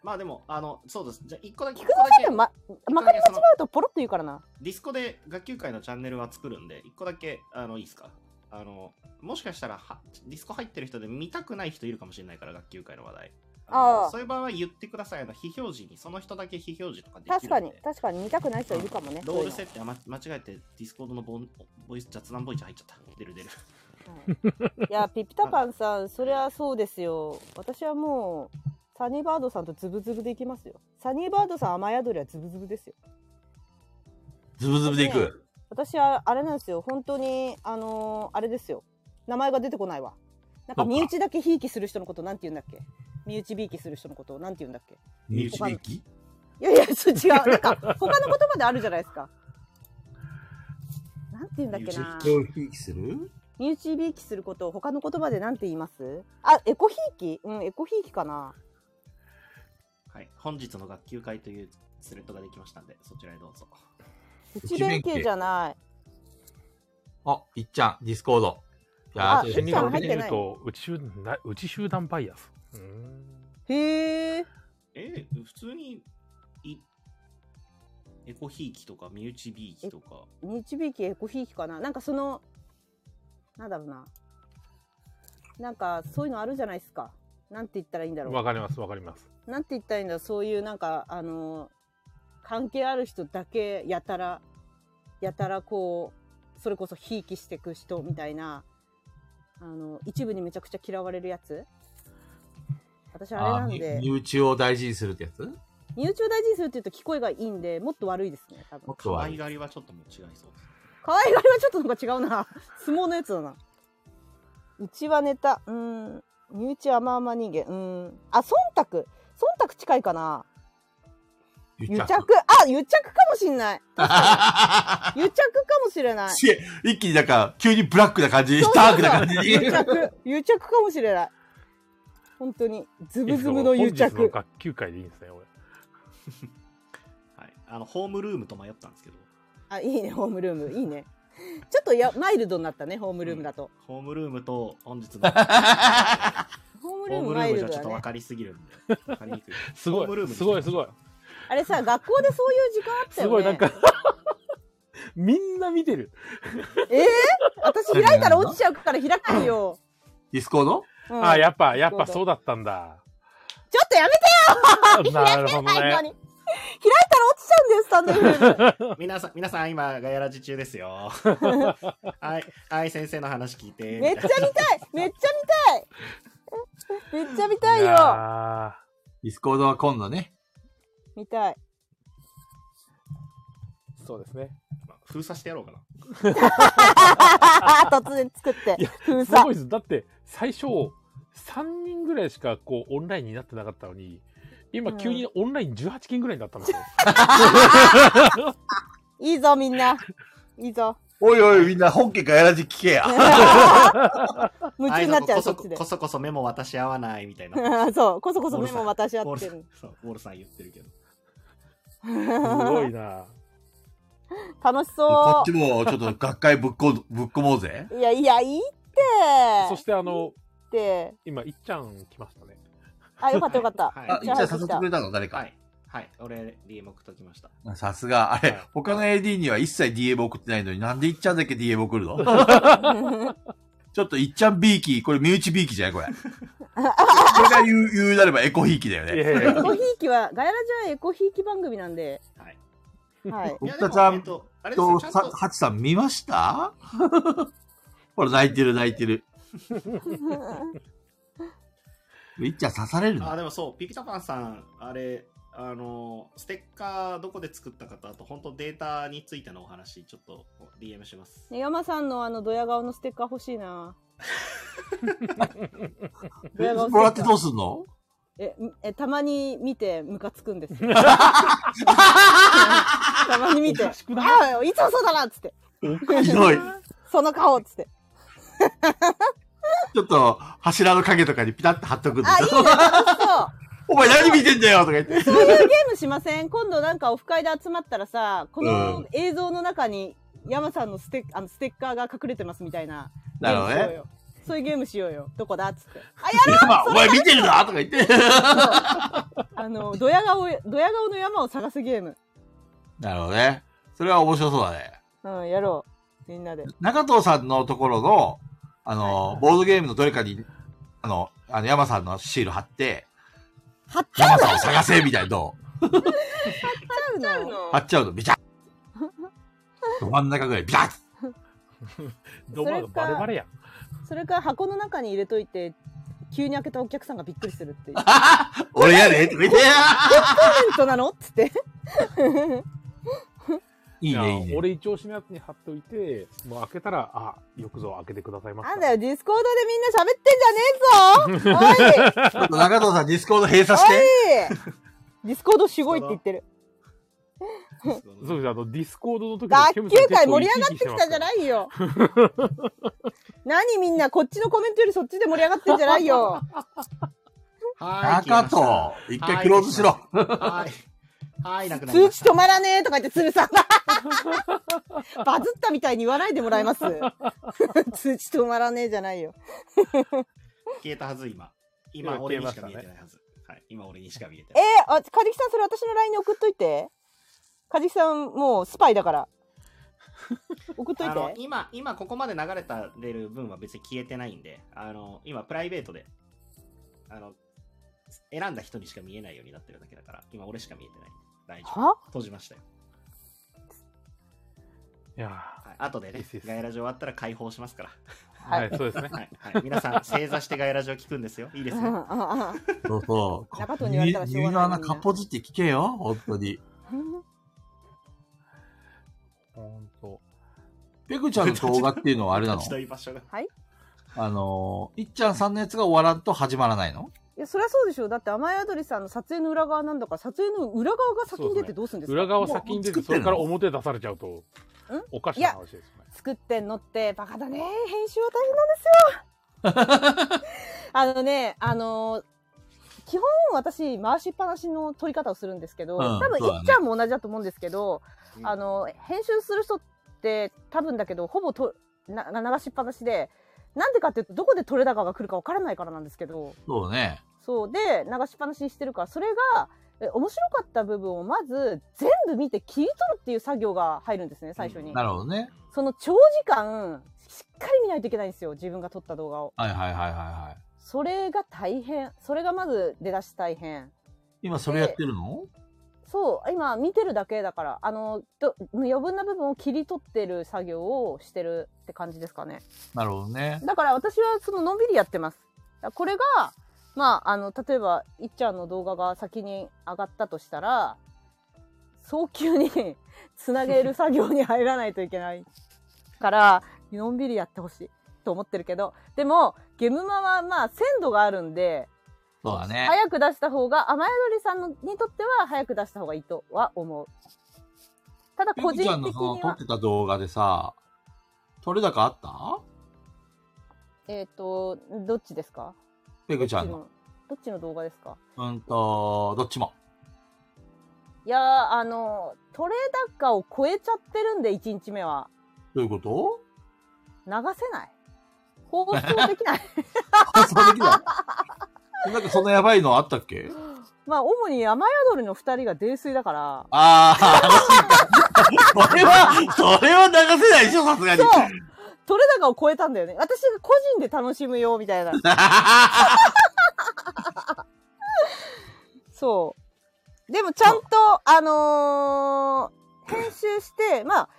S4: まあでもあのそうですじゃあ一個だけ
S3: 菊蔵さんってままかり間
S4: そ
S3: 違
S4: の
S3: うとポロって言うからな
S4: ディスコで学級会のチャンネルは作るんで、一個だけ、あの、いいですかあの、もしかしたらは、ディスコ入ってる人で見たくない人いるかもしれないから、学級会の話題。の
S3: ああ
S4: そういう場合は言ってください。あの、非表示に、その人だけ非表示とかできるんで。
S3: 確かに確かに見たくない人いるかもね
S4: ロール
S3: そういう
S4: 設定、あま、間違えて、ディスコードのボンボイス、雑談ボイス入っちゃった。出る出る。
S3: のはいいやピピタパンさんそりゃそうですよ私はもうサニーバードさんとズブズブでいきますよサニーバードさん雨宿りはズブズブですよ
S5: ズブズブでい
S3: ね
S5: く。
S3: 私はあれなんですよ本当にあのーあれですよ名前が出てこないわなんか
S5: そうか
S3: 身内だけひいきする人のことなんて言うんだっけ身内びいきする人のことなんて言うんだっけ
S5: 身
S3: 内
S5: 利
S3: 利
S5: 益
S3: いやいやそう違うなんか他の言葉であるじゃないですかなんて言うんだっけな
S5: 人をひいきする
S3: 身内びいきすることを他の言葉でなんて言いますあエコひいきうんエコひいきかな
S4: はい。本日の学級会というスレッドができましたんで、そちらへどうぞ。
S3: 内弁慶じゃない
S5: あ、いっちゃん、ディスコード。じゃあ、
S3: あ
S5: 後
S3: え
S5: で
S1: 心理学
S3: 入
S1: で
S3: って
S1: 言
S3: な
S1: う
S3: い
S1: と、内集団内集団バイアス。うーん
S3: へえ
S4: えー普通に、い、エコひいきとか、身内びいきとか、
S3: 導きエコひいきかななんかそのなんだろうななんかそういうのあるじゃないですかなんて言ったらいいんだろう、
S1: わかります、わかります。
S3: なんて言ったらいいんだろうそういうなんかあの関係ある人だけやたらやたらこうそれこそひいきしてく人みたいなあの一部にめちゃくちゃ嫌われるやつ私あれなん
S5: み
S3: で
S5: 身内を大事にするってやつ
S3: 入庁大事にするって言うと聞こえがいいんでもっと悪いですね多分
S5: もっと
S4: 可
S5: は
S4: 愛がりはちょっともう違いそうです。
S3: 可愛がりはちょっとなんか違うな 相撲のやつだなうちはネタうーん身内はまあまあ人間うーんあ忖度忖度近いかな
S5: 癒
S3: 癒着あ癒着かもしんない癒着かもしれない
S5: すげえ一気になんか、急にブラックな感じ、ダークな感じに。
S3: 癒着癒着かもしれない本当にズブズブの癒
S1: 本日の
S3: 着
S1: 学級会でいいんですね、俺。
S4: はい、あのホームルームと迷ったんですけど
S3: あいいねホームルームいいねちょっとやマイルドになったねホームルームだと、
S4: ホームルームと本 日のホ
S3: ホームルー
S4: ー
S3: ム
S4: ムル
S3: マ
S4: ー
S3: イ
S4: ムじゃ
S3: ルド
S4: ちょ
S3: だ
S4: っと分
S3: ね
S4: かりすぎるんで分かり にくい
S1: す
S4: ホームル
S1: ごい、
S4: ームに
S1: すごい、すごい。
S3: あれさ学校でそういう時間あった
S1: す
S3: よね
S1: ごい、なんか、みんな見てる。
S3: ええ私開いたら落ちちゃうから開かないよ。
S5: ディスコード
S3: うん
S1: あ、やっぱ、やっぱそうだったんだ。
S3: ちょっと やめて
S1: なるほど
S3: ないの
S1: ね。
S3: に。開いたら落ちちゃうんです、スタンド FM。
S4: 皆さん皆さん今ガヤラジ中です よはいはい先生の話聞いて
S3: めっちゃ見たい めっちゃ見たいめっちゃ見たいよ
S1: や
S5: ディスコードは今度ね。
S3: 見たい。
S1: ーそうですね。
S4: まあ封鎖してやろうかな
S3: 突然作って
S1: いや。
S3: 封
S1: すご
S3: 鎖
S1: い。です。だって、最初、3人ぐらいしか、こう、オンラインになってなかったのに、今、急にオンライン18件ぐらいになったん ですよ。
S3: いいぞ、みんな。い いぞ。
S5: おいおい、みんな本家からやらじ聞けや。
S3: 夢中になっちゃ
S4: は
S3: う、
S4: いそ
S3: そっ
S4: うこ
S3: ち
S4: そ
S3: で
S4: こ。そこそメモ渡し合わないみたい な
S3: そう、こそこそメモ渡し合
S4: ウォ
S3: っ
S4: ー
S3: て
S4: ル
S3: る。
S4: さんそうウォールさん言ってるけど
S1: すごいな。
S3: 楽し
S5: こ
S3: そ
S5: っちも、ちょっと学会ぶっこ、ぶっ込もうぜ。
S3: う。いや、いや、いいって。
S1: そして、あの、
S3: て。
S1: 今、いっちゃん来ましたね。
S3: あ、よかったよかった。
S4: はい
S5: あ、
S4: はい
S5: いっちゃん誘ってくれたの誰
S4: は
S5: か。
S4: いはい俺 DM 送っときました
S5: さすが。あれ
S4: はい、
S5: 他の AD には一切 DM 送ってないのに、なんでいっちゃんだけ DM 送るのちょっといっちゃんビーキー、これ身内ビーキーじ ゃないこれ。これが言う、言うなればエコひいきだよ
S1: い
S5: ね。
S1: やい
S3: エ
S1: や
S3: コひいきは、ガヤラジはエコひいき番組な んで、
S4: はい
S3: はい。
S4: いや
S5: 僕たちゃ
S4: でもえっ
S5: ん
S4: とあれです
S5: と、
S4: よちゃん
S5: さ
S4: と
S5: ハチさん見ましたほら、泣いてる泣いてる。いっちゃん刺される
S4: あ
S5: な。
S4: でもそうピピタパンさんあれあのステッカーどこで作ったかとあと本当データについてのお話ちょっと DM します
S3: ね、山さんのあのドヤ顔のステッカー欲し いな。ドヤ顔ステッカー
S5: もらってどうすんの
S3: えんえたまに見てムカつくんです よ。たまに見て、あ
S1: おかしくない
S3: あいつもそうだなっつって、
S5: ひどい。
S3: その顔っつって。
S2: ちょっと、柱の影とかにピタッと貼っとくんだ
S3: あ、いいね、楽しそう。
S2: お前何見てんだよとか言って。
S3: そういうゲームしません今度なんかオフ会で集まったらさ、この映像の中に山さんのステッあのステッカーが隠れてますみたいな。
S2: なるほど
S3: ゲームしよう
S2: ね。
S3: よ。そういうゲームしようよ。どこだっつって。あ、
S2: い
S3: や
S2: やまあお前見てるなとか言 って。
S3: ろうあの、ドヤ顔、ドヤ顔の山を探すゲーム。
S2: なるほどね。それは面白そうだね。
S3: うん、やろう。みんなで。
S2: 中藤さんのところの、あの、ボードゲームのどれかに、あの、あの、山さんのシール貼って、
S3: 貼っちゃ
S2: 山さんを探せみたいなの
S3: うの
S2: 貼っちゃうとビチャッど真ん中ぐらいビチャッ
S1: どうもバレバレやん。
S3: それから箱の中に入れといて、急に開けたお客さんがびっくりするっていう。
S2: 俺やでとか言って。
S3: テントなのっつって。
S2: いいね、いい
S1: や
S2: ね。
S1: 俺一押しのやつに貼っておいて、もう開けたら、あ、よくぞ開けてくださいました。
S3: なんだよ、ディスコードでみんな喋ってんじゃねえぞおい
S2: ちょっと中藤さんディスコード閉鎖して。
S3: ディスコードすごいって言ってる。
S1: そう ですあの、ディスコードの時
S3: 学
S1: ケム
S3: 級
S1: さん結構
S3: 会盛り上がってきたじゃ
S1: い
S3: な いよ。何みんな、こっちのコメントよりそっちで盛り上がってんじゃないよ。
S4: はーい。
S2: 中藤、一回クローズしろ。
S4: はい。はい、なくなり
S3: 通
S4: まし
S3: 知
S4: た
S3: 止。まらねえとか言って 鶴さんがバズったみたいに言わないでもらえ ます通知止まらねえじゃないよ。
S4: 消えたはず、今。今、
S1: 今
S4: 俺にしか
S1: 消えま
S4: 見
S1: したね
S4: えてないはず。はい、今、俺にしか見えて
S3: え
S4: ない。
S3: ー、あ、カジキさんそれ私の LINE に送っといて。カジキさんもうスパイだから。送っとい
S4: あの
S3: て。
S4: 今、今ここまで流れた出る分は別に消えてないんで、あの、今プライベートで、あの、選んだ人にしか見えないようになってるだけだから、今俺しか見えてない。大丈
S3: は
S4: 夫。閉じましたよ。
S1: や
S4: はい、後でね
S1: ですで、す
S4: ガイラジ終わったら解放しますから。
S1: ーはい、そうですね。
S4: はい、はい。皆さん、正座してガイラジ聞くんですよ。いいです
S3: うん
S4: よ。
S3: うんうん
S2: そうそう。
S3: 中藤に言われたらしょ
S2: 耳
S3: うがない
S2: の穴かっぽじって聞けよ、本当に。
S1: ほんと。
S2: ペグちゃんの動画っていうのはあ れなの
S4: 立ち取り場所が。
S2: あのー、いっちゃんさんのやつが終わらんと始まらないの
S3: いや、そりゃそうでしょ。だって、甘えあどりさんの撮影の裏側なんだから、撮影の裏側が先に出てどうするんですか
S1: 裏側先に出
S2: も
S1: て、
S2: う
S1: それから表出されちゃうと、おかしな話ですね。
S3: 作ってんのって、バカだね。編集は大変 なんですよ。あのね、あのー基本私、回しっぱなしの撮り方をするんですけど、
S2: うん
S3: 多分、
S2: そうだね
S3: いっちゃんも同じだと思うんですけど、
S4: うん
S3: あの、編集する人って多分だけど、ほぼとなな流しっぱなしで、なんでかっていうと、どこで撮れ高が来るかわからないからなんですけど、
S2: そうね。
S3: そうで流しっぱなしにしてるからそれがえ面白かった部分をまず全部見て切り取るっていう作業が入るんですね最初に、
S2: なるほどね。
S3: その長時間しっかり見ないといけないんですよ自分が撮った動画を
S2: はいはいはいはいはい。
S3: それが大変それがまず出だし大変
S2: 今それやってるの
S3: そう今見てるだけだからあのど余分な部分を切り取ってる作業をしてるって感じですかね
S2: なるほどね。
S3: だから私はそののんびりやってます。だからこれが、まあ、あの、例えば、いっちゃんの動画が先に上がったとしたら、早急に つなげる作業に入らないといけないから、のんびりやってほしいと思ってるけど、でも、ゲムマはまあ、鮮度があるんで、
S2: そうだね。
S3: 早く出した方が、雨宿りさんのにとっては早く出した方がいいとは思う。ただ、
S2: ペ
S3: 個
S2: グ
S3: 人
S2: ちゃんの
S3: 的
S2: その
S3: に
S2: 撮
S3: は
S2: っ、てた動画でさ、撮れ高あった
S3: えっ、と、どっちですか
S2: ペグち
S3: ど
S2: ゃ
S3: っち
S2: んの。
S3: のどっちの動画ですか
S2: うんと、どっちも。
S3: いやーあのトレー高を超えちゃってるんで1日目は
S2: どういうこと
S3: 流せない放送できない
S2: それできない なんかそんなやばいのあったっけ
S3: まあ主に雨宿りの2人が泥酔だから
S2: ああ、それは、それは流せないでしょ、さすがに
S3: そう。トレー高を超えたんだよね私が個人で楽しむよみたいなそうでもちゃんとあのー編集してまあ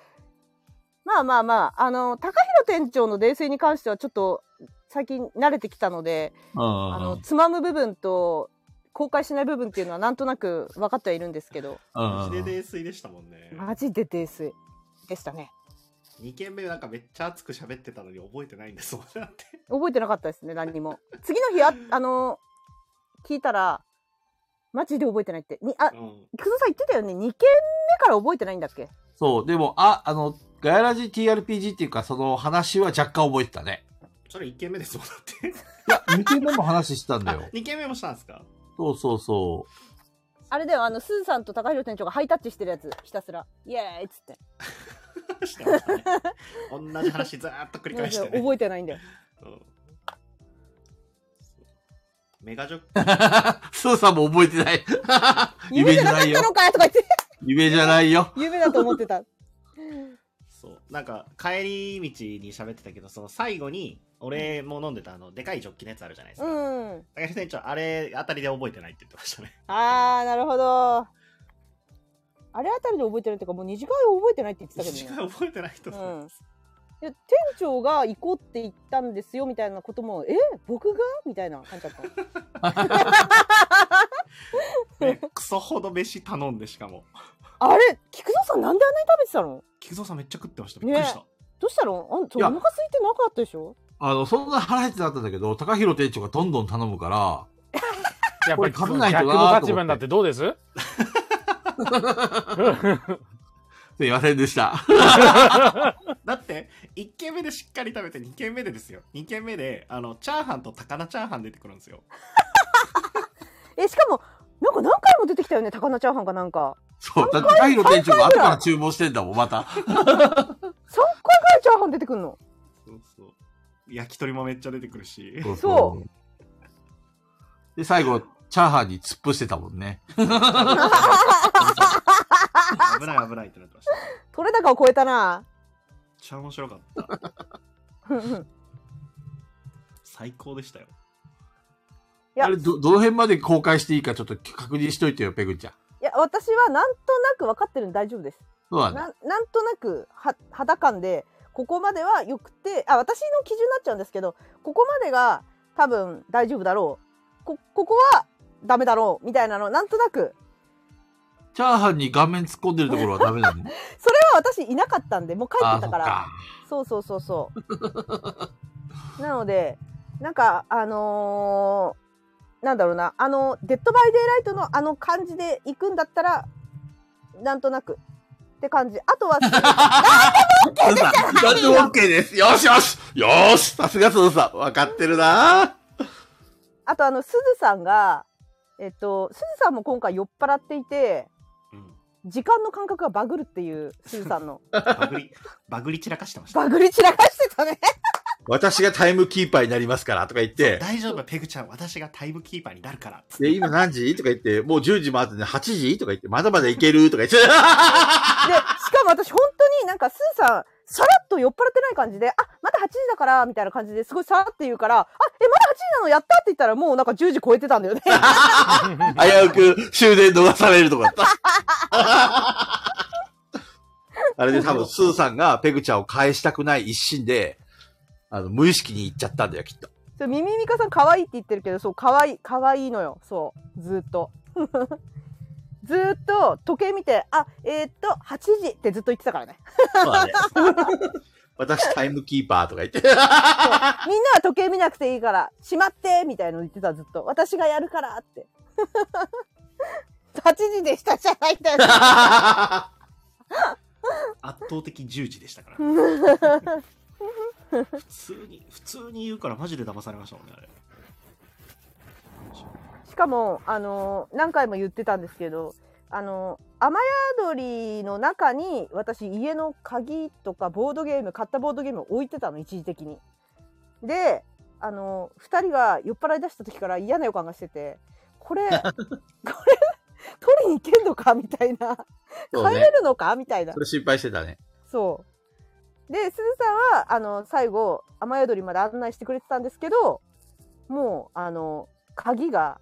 S3: まあまあまああの高弘店長の泥酔に関してはちょっと最近慣れてきたので
S2: うん
S3: あ
S2: うんう
S3: の
S2: ん
S3: つまむ部分と公開しない部分っていうのはなんとなく分かってはいるんですけど
S2: うん
S4: マ
S2: う
S4: ジ
S2: ん。
S4: で泥酔でしたもんね。
S3: マジで泥酔でしたね
S4: 2件目なんかめっちゃ熱く喋ってたのに覚えてないんですもんだって。
S3: 覚えてなかったですね何にも次の日 ああの聞いたらマジで覚えてないってにあ
S4: うん。
S3: 久保さん言ってたよね2件目から覚えてないんだっけ
S2: そう、でも、あ、あの、ガヤラジ TRPG っていうか、その話は若干覚えてたね。
S4: それ1件目ですもんだっ
S2: いや、2件目も話してたんだ よ。
S4: て2件目もしたんですか
S2: そうそうそ
S3: あれだよ、あの、スーさんと高弘店長がハイタッチしてるやつ、ひたすら。イエーイっつって。
S4: してましたね同じ話ずーっと繰り返してね
S3: 覚えてないんだよ。
S4: うんメガジョッ
S2: う。スーさんも覚えてない。
S3: 夢じゃなかったのかいとか言って、
S2: 夢じゃないよ。
S3: 夢だと思って た。
S4: そうなんか帰り道に喋ってたけどその最後に俺も飲んでたあのでかいジョッキのやつあるじゃないです
S3: う
S4: か、
S3: ん。
S4: 高橋店長あれあたりで覚えてないって言ってましたね
S3: あー、なるほど。あれあたりで覚えてないっていうか、もう二次会を覚えてないって言ってたけ
S4: 一
S3: どね。
S4: 回覚えてないと思います、
S3: いや店長が行こうって言ったんですよみたいなことも、え僕がみたいな感じだ った。
S4: ねクソほど飯頼んでしかも
S3: あれ菊蔵さんなんであんなに食べてたの
S4: 菊蔵さんめっちゃ食ってましたびっくりした、
S3: どうしたのあんちょ
S2: い
S3: お
S2: や
S3: 腹空いてなかったでしょ
S2: あの、そんな腹減ってなかったんだけど、高弘店長がどんどん頼むから、
S1: やっぱり
S2: これ勝てないと
S1: 逆
S2: な
S1: の
S2: ーと思って
S1: 立場になってどうです
S2: すいませんでした。
S4: だって1軒目でしっかり食べて2軒目でですよ2軒目であのチャーハンと高菜チャーハン出てくるんですよ
S3: えしかもなんか何回も出てきたよね高菜チャーハンかなんか
S2: そう。だって高弘店長が後から注文してんだもん、また。
S3: 3回ぐらいチャーハン出てくるの
S4: そうそう焼き鳥もめっちゃ出てくる し
S2: そう
S3: そう
S2: で、最後、チャーハンに突っ伏してたもんね。
S4: 危ない危ないってなってましためっ
S3: 取れ高を超えたな
S4: ちゃ面白かった最高でしたよ
S3: いや
S2: あれど、どの辺まで公開していいかちょっと確認しといてよ、ペグちゃん。
S3: いや私はなんとなく分かってるんで大丈夫です
S2: そうだね。
S3: ななんとなくは肌感でここまではよくてあ私の基準になっちゃうんですけどここまでが多分大丈夫だろうこここはダメだろうみたいなのなんとなく
S2: チャーハンに顔面突っ込んでるところはダメなの
S3: それは私いなかったんでもう帰っ
S2: あーそ
S3: てた
S2: っ
S3: から
S2: か。
S3: そうそうそうそう。 なので、なんか、あのーなんだろうな、あの、デッドバイデイライトのあの感じで行くんだったら、なんとなく。って感じ。あと は、
S2: そうだ。だって OK です。よしよしよーしさすがそうさん。わかってるな
S3: あとあの、すずさんが、えっと、すずさんも今回酔っ払っていて、
S4: うん
S3: 時間の感覚がバグるっていう、すずさんの。
S4: バグり、バグり散らかしてました。
S3: バグり散らかしてたね。
S2: 私がタイムキーパーになりますから、とか言って、
S4: 大丈夫、ペグちゃん、私がタイムキーパーになるから。
S2: で、今何時とか言って、もう10時もあってね、8時とか言って、まだまだいけるとか言って、
S3: で、しかも私本当になんかスーさん、さらっと酔っ払ってない感じで、あ、まだ8時だから、みたいな感じですごいさらって言うから、あ、え、まだ8時なのやったって言ったらもうなんか10時超えてたん だよね。
S2: 危うく終電逃されるとかだった。あれで多分、スーさんがペグちゃんを返したくない一心で、あの、無意識に行っちゃったんだよ、きっと。
S3: そう、ミミミカさん可愛いって言ってるけど、そう、可愛い、可愛いのよ。そう、ずーっと。 ずーっと時計見て、あ、えーっと、8時ってずっと言ってたからね。
S2: そうだね。 私タイムキーパーとか言って。
S3: みんなは時計見なくていいから、しまってみたいの言ってた、ずっと。私がやるからって。8時でしたじゃないんだよ。
S4: 圧倒的10時でしたから。 普通に、普通に言うからマジで騙されましたもんね、あれ。
S3: しかも、あの何回も言ってたんですけど、あの雨宿りの中に私家の鍵とかボードゲーム買ったボードゲームを置いてたの一時的に。で、あの二人が酔っ払い出した時から嫌な予感がしててこ れこれ取りに行けんのかみたいな
S2: そう
S3: 帰
S2: ね
S3: れ。るのかみたいな
S2: それ心配してたね。
S3: そう。で、すずさんは、あの、最後、雨宿りまで案内してくれてたんですけど、もう、あの、鍵が、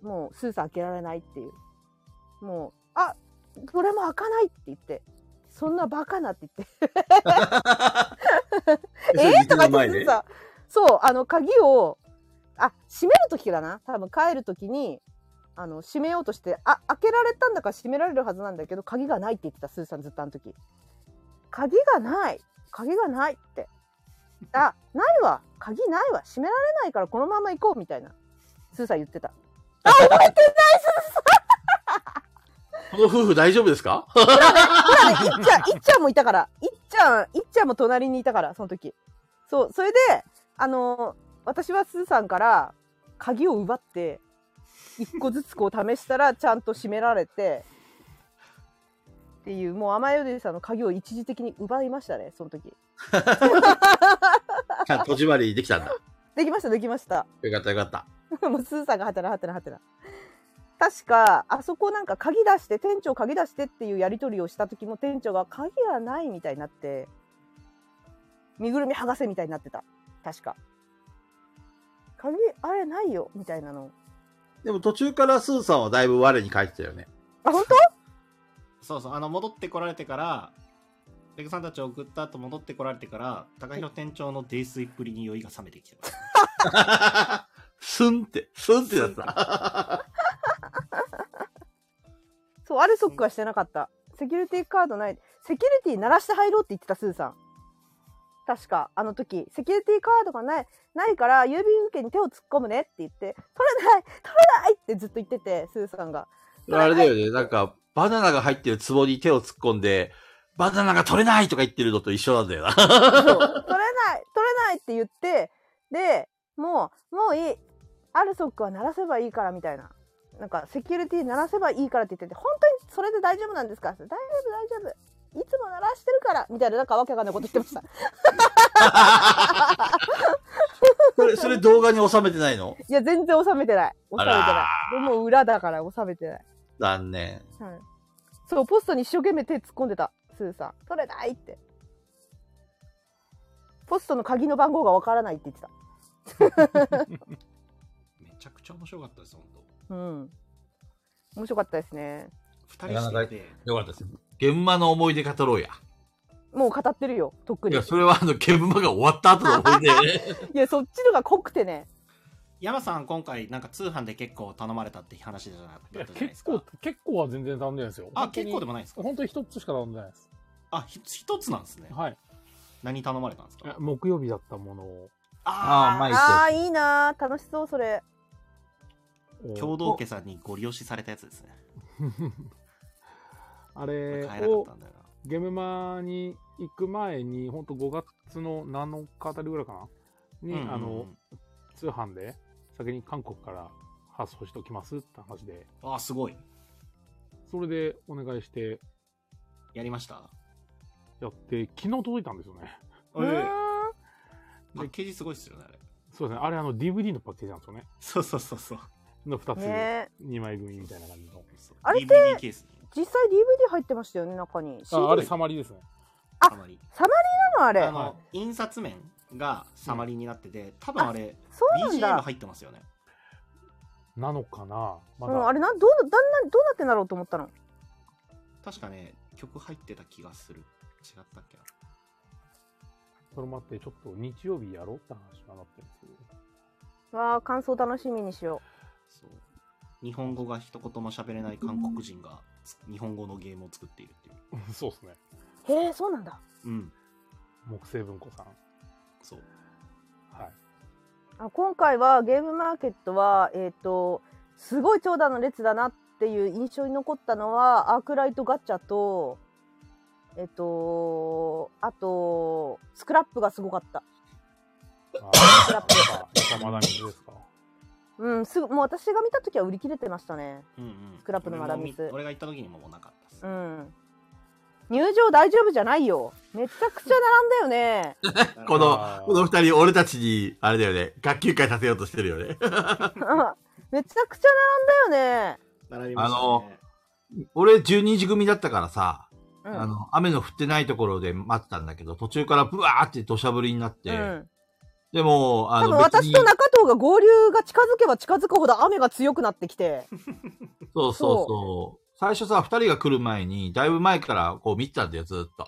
S3: もう、すずさん開けられないっていう。もう、あ、これも開かないって言って、そんなバカなって言って、えー、とか言ってすずさん、そう、あの、鍵を、あ、閉めるときだな。多分帰るときに、あの、閉めようとして、あ、開けられたんだから閉められるはずなんだけど、鍵がないって言ってた、すずさんずっとあの時。鍵がない鍵がないってあないわ鍵ないわ閉められないからこのまま行こうみたいなスーさん言ってた
S2: この夫婦大丈夫ですか
S3: ほらねいっちゃんいっちゃんもいたからいっちゃんいっちゃんも隣にいたからその時そうそれであの私はすずさんから鍵を奪って一個ずつこう試したらちゃんと閉められてっていうもう甘えよでさんの鍵を一時的に奪いましたねその時
S2: ちゃんと戸締まりできたん だ。
S3: できましたできました
S2: よかったよかった。
S3: もうスーさんがはてなはてなはてな。確か、あそこなんか鍵出して、店長鍵出してっていうやり取りをした時も店長が鍵がないみたいになって、身ぐるみ剥がせみたいになってた。確か。鍵、あれないよみたいなの。
S2: でも途中からスーさんはだいぶ我に返ってたよ ね。
S3: あ、本
S4: そうそう、あの、戻ってこられてから、ペグさんたちを送った後戻ってこられてから、高弘店長の泥酔っぷりに酔いが冷めてきてます。
S2: スンって、スンってやつだ。
S3: 当そう、あれソックはしてなかった。セキュリティカードない。セキュリティ鳴らして入ろうって言ってた、スーさん。確か、あの時、セキュリティカードがない、ないから、郵便受けに手を突っ込むねって言って、取れない取れないってずっと言ってて、スーさんが。
S2: あれだよね、なんか、バナナが入ってる壺に手を突っ込んで、バナナが取れないとか言ってるのと一緒なんだよな。
S3: そう取れない取れないって言ってでもうもういいアルソックは鳴らせばいいからみたいななんかセキュリティ鳴らせばいいからって言ってて本当にそれで大丈夫なんですかって大丈夫大丈夫いつも鳴らしてるからみたいななんかわけわかんないこと言ってました
S2: それ、それ動画に収めてないの
S3: いや全然収めてない収めてな
S2: あ
S3: いでも裏だから収めてない、
S2: 残念。
S3: はい、そうポストに一生懸命手突っ込んでたスーさん取れないってポストの鍵の番号がわからないって言ってた
S4: めちゃくちゃ面白かったです、本当。
S3: うん面白かったですね
S4: 二人してて、
S2: よかったです。現場の思い出語ろうや。
S3: もう語ってるよ、とっく
S2: い
S3: に。い
S2: や、それはあの、現場が終わった後の思い出 ね。
S3: や、そっちのが濃くてね。
S4: 山さん今回なんか通販で結構頼まれたって話じゃなかったじゃないです
S1: 結構
S4: か。、
S1: 結構は全然頼んでないですよ。
S4: あ、結構で
S1: も。
S4: もないですか
S1: 本当に一つしか頼んでないです。
S4: あ、ひ一つなんですね。
S1: はい。
S4: 何頼まれたんですか
S1: 木曜日だったものを、
S2: ああ、まあいいっすよ
S3: ああ、いいなー、楽しそう、それ。
S4: 共同家さんにご利用しされたやつですね。
S1: あ
S4: こ
S1: れ
S4: れ買えなかっ
S1: を
S4: たんだよな。
S1: ゲームマに行く前に、ほんと5月の7日あたりぐらいかなに、
S4: うんうんうん
S1: あの、通販で先に韓国から発送しておきますって話で、
S4: あ、すごい。
S1: それでお願いして
S4: やりました。
S1: やって、昨日届いたんですよね。
S4: え
S3: うーん
S4: パッケージすごいっすよね、あれ。
S1: そうですね。あれあの DVD のパッケージなんですよね。
S4: そうそうそうそう。
S1: の2つ、
S3: ねえ
S1: 2枚組みたいな感じの。
S3: あれ
S4: DVD ケースに。
S3: 実際 DVD 入ってましたよね、中に。CD
S1: ああれサマリーですね。
S3: あ
S4: たまに。
S3: なのあれ。
S4: あの、印刷面がサマリーになってて、多分あれ、
S3: そうなん
S4: BGM
S3: だ。
S4: 入ってますよね。
S1: なのかなま
S3: う
S1: だ、
S3: ん、あれなんどうなだんなどうなってんだろうと思ったの。
S4: 確かね、曲入ってた気がする。違ったっけな。
S1: それもあって、ちょっと日曜日やろうって話はなってるんですけど。
S3: わあ、感想楽しみにしよ
S4: そう。日本語が一言も喋れない韓国人がつ日本語のゲームを作っているってい う。
S1: そうですね。
S3: う。へえ、そうなんだ。
S4: うん。
S1: 木星文庫さん。
S4: そう。
S1: はい。
S3: あ今回はゲームマーケットは、えっ、と、すごい長蛇の列だなっていう印象に残ったのは、アークライトガチャと、えっ、と、あと、スクラップがすごかった。
S1: あ
S3: やっぱ
S1: ー、まだ水ですか。
S3: うん、すぐ、もう私が見た時は売り切れてましたね。
S4: うんうん。
S3: スクラップのまだ
S4: 俺も
S3: ミス
S4: 俺が行った時にももうなかったっす
S3: う。ん。入場大丈夫じゃないよ。めちゃくちゃ並んだよ ね。
S2: この
S1: あー、
S2: この二人、俺たちに、あれだよね、学級会させようとしてるよね。
S3: めちゃくちゃ並んだよね。
S4: 並びましたね。
S2: あの俺、12時組だったからさ、
S3: う
S2: あ
S3: ん。
S2: の、雨の降ってないところで待ってたんだけど、途中からブワーって土砂降りになって、
S3: うん、
S2: でも、あ
S3: 多分
S2: の、
S3: 私
S2: に
S3: と中藤が合流が近づけば近づくほど雨が強くなってきて、
S2: そうそうそう。最初さ、二人が来る前に、だいぶ前からこう見てたんだよ、ずっと。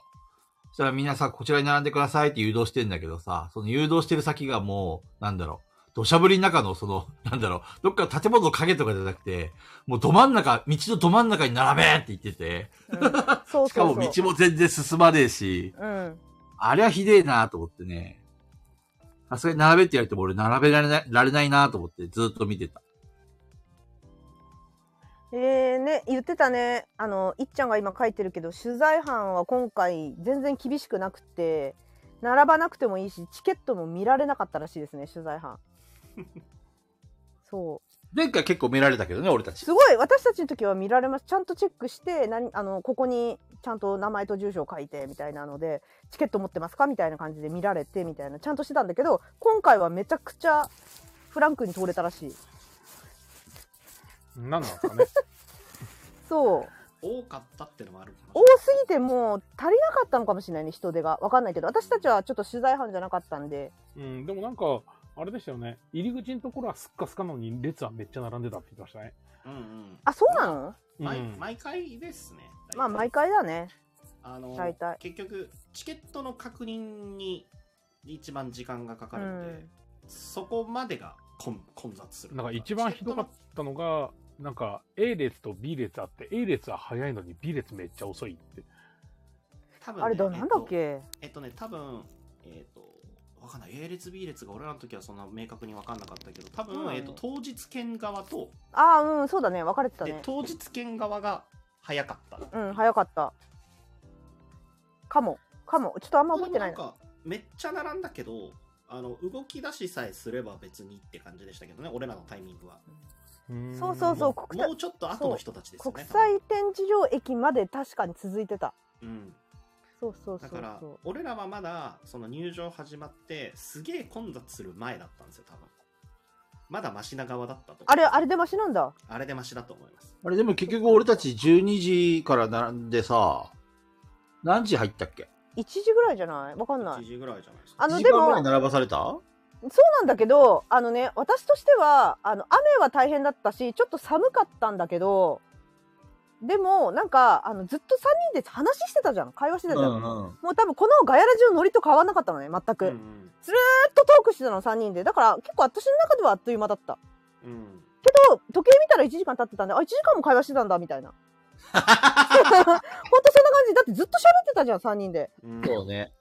S2: そしたらみんなさ、こちらに並んでくださいって誘導してんだけどさ、その誘導してる先がもう、なんだろう、土砂降りの中のその、 なんだろう、どっか建物の影とかじゃなくて、もうど真ん中、道のど真ん中に並べって言ってて、
S3: うん、そう
S2: しか
S3: そ
S2: も
S3: うそう
S2: 道も全然進まねえし、
S3: うん、
S2: あれはひでえなと思ってね。さすがに並べってやると俺並べられないられないなと思ってずっと見てた。
S3: えー、ね言ってたねあのいっちゃんが今書いてるけど取材班は今回全然厳しくなくて並ばなくてもいいしチケットも見られなかったらしいですね取 材班そう
S2: 前回結構見られたけどね、俺たち。
S3: すごい私たちの時は見られますちゃんとチェックして何あのここにちゃんと名前と住所を書いてみたいなのでチケット持ってますかみたいな感じで見られてみたいなちゃんとしてたんだけど今回はめちゃくちゃフランクに通れたらしい
S1: 何なんですかね。
S3: そう
S4: 多かったってのもあるか
S3: 多
S4: もし
S3: すぎてもう足りなかったのかもしれないね人手がわかんないけど私たちはちょっと取材班じゃなかったんで
S1: うん、でもなんか、あれでしたよね。入り口のところはすっかすかなのに、列はめっちゃ並んでたって言ってましたね。
S4: れない。うんうん。
S3: あそうなの
S4: 毎
S1: うん
S4: 毎回ですね。
S3: まあ毎回だね
S4: あの
S3: 大体
S4: 結局チケットの確認に一番時間がかかるんで、
S3: うん
S4: そこまでが混混雑する
S1: なんか一番ひどかったのが、なんか A 列と B 列あって、A 列は早いのに B 列めっちゃ遅いって。
S4: 多分ね
S3: あれだなんだっ
S4: えっ
S3: け
S4: とえっとね多分えっとわかんない A 列 B 列が俺らの時はそんな明確に分かんなかったけど多分、
S3: うん
S4: えっと当日券側と、
S3: ああうんそうだね分かれてた
S4: で
S3: ね
S4: 当日券側が早かった
S3: うん早かったかもかもちょっとあんま覚えてない
S4: で
S3: な
S4: もんかめっちゃ並んだけどあの動き出しさえすれば別にって感じでしたけどね俺らのタイミングは
S3: そうそうそう国
S4: も
S3: 際
S4: うちょっと後の人たちですよね
S3: 国際展示場駅まで確かに続いてた
S4: うん
S3: そうそうそ
S4: だ
S3: う
S4: から
S3: そう
S4: 俺らはまだその入場始まってすげえ混雑する前だったんですよ多分まだマシな側だったと思う
S3: あれあれでマシなんだ
S4: あれでマシだと思います
S5: あれでも結局俺たち12時から並んでさ、何時入ったっけ
S3: 1時ぐらいじゃないわかんない
S4: 1時ぐらいじゃないですか
S3: あ
S5: ?1
S3: の
S5: 時
S3: で
S5: 間ぐらい
S3: も
S5: 並ばされた
S3: そうなんだけどあのね私としてはあの雨は大変だったしちょっと寒かったんだけどでもなんかあのずっと3人で話してたじゃん会話してたじゃん、
S5: うんうん。
S3: もう多分このガヤラジのノリと変わんなかったのね全く、
S4: うん
S3: ずっとトークしてたの3人でだから結構私の中ではあっという間だった
S4: うん、うん、
S3: けど時計見たら1時間経ってたんであ1時間も会話してたんだみたいなほんとそんな感じだってずっと喋ってたじゃん3人で
S4: うん
S5: そうね。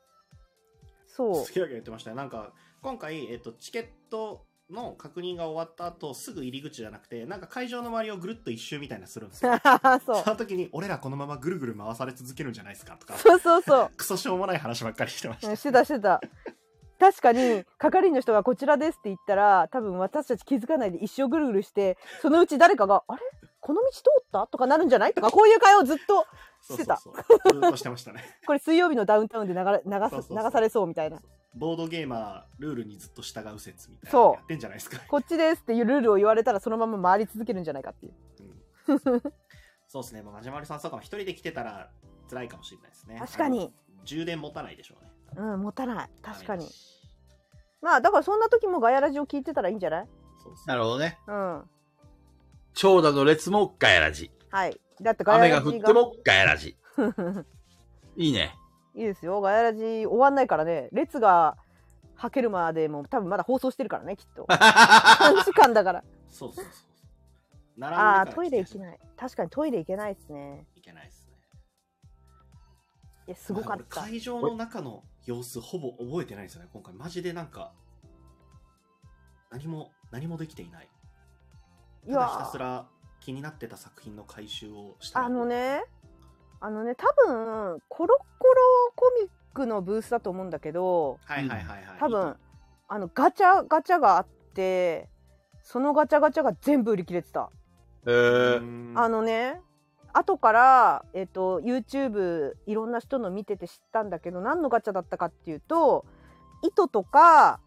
S3: そう
S4: すげえ言ってましたよなんか今回、えっと、チケットの確認が終わった後すぐ入り口じゃなくてなんか会場の周りをぐるっと一周みたいなするんですよ
S3: そう
S4: その時に俺らこのままぐるぐる回され続けるんじゃないですかとか
S3: そうそうそう
S4: クソしょうもない話ばっかりしてました
S3: うんしてたしてた確かに係員の人が「こちらです」って言ったら多分私たち気づかないで一生ぐるぐるしてそのうち誰かが「あれこの道通った?」とかなるんじゃないとかこういう会話をずっとしてた
S4: そうそうそうずっとしてま したね
S3: これ水曜日のダウンタウンで流れ流す
S4: そうそうそう
S3: 流されそうみたいな
S4: ボードゲーマールールにずっと従う説みたいな
S3: そう
S4: のやってんじゃないですか
S3: 「こっちです」っていうルールを言われたらそのまま回り続けるんじゃないかっていう
S4: うん そうですねもうなじまるさんとかも一人で来てたら辛いかもしれないですね
S3: 確かに
S4: あの充電持たないでしょうね
S3: うん持たない確か
S4: ダ
S3: に
S4: メだし
S3: まあだからそんな時もガヤラジオ聞いてたらいいんじゃない
S4: そうそう
S5: なるほどね。
S3: うん
S5: 長蛇の列もガヤラジ。
S3: はいだってガ
S5: 雨が
S3: ヤラ
S5: 降っ
S3: ジ
S5: てもガヤラ ジ。
S3: が
S5: いいね。
S3: いいですよガヤラジ終わんないからね列がはけるまでも多分まだ放送してるからねきっ と3時間だから
S4: そうそうそう並んで
S3: ああ
S4: から来て
S3: トイレ行けない確かにトイレ行けないですね
S4: いけないですね
S3: いやすごかっ
S4: ま
S3: た
S4: あ俺会場の中の様子ほぼ覚えてないですよね今回マジでなんか何も何もできていない
S3: い
S4: ただひ
S3: や
S4: たすら気になってた作品の回収をした
S3: あのねあのね多分コロコロコミックのブースだと思うんだけど
S4: はいはいはいはい
S3: 多分あのガチャガチャがあってそのガチャガチャが全部売り切れてた
S5: え
S4: う
S5: ー、
S4: ん
S3: あのね後から、えっと YouTube いろんな人の見てて知ったんだけど何のガチャだったかっていうと糸とか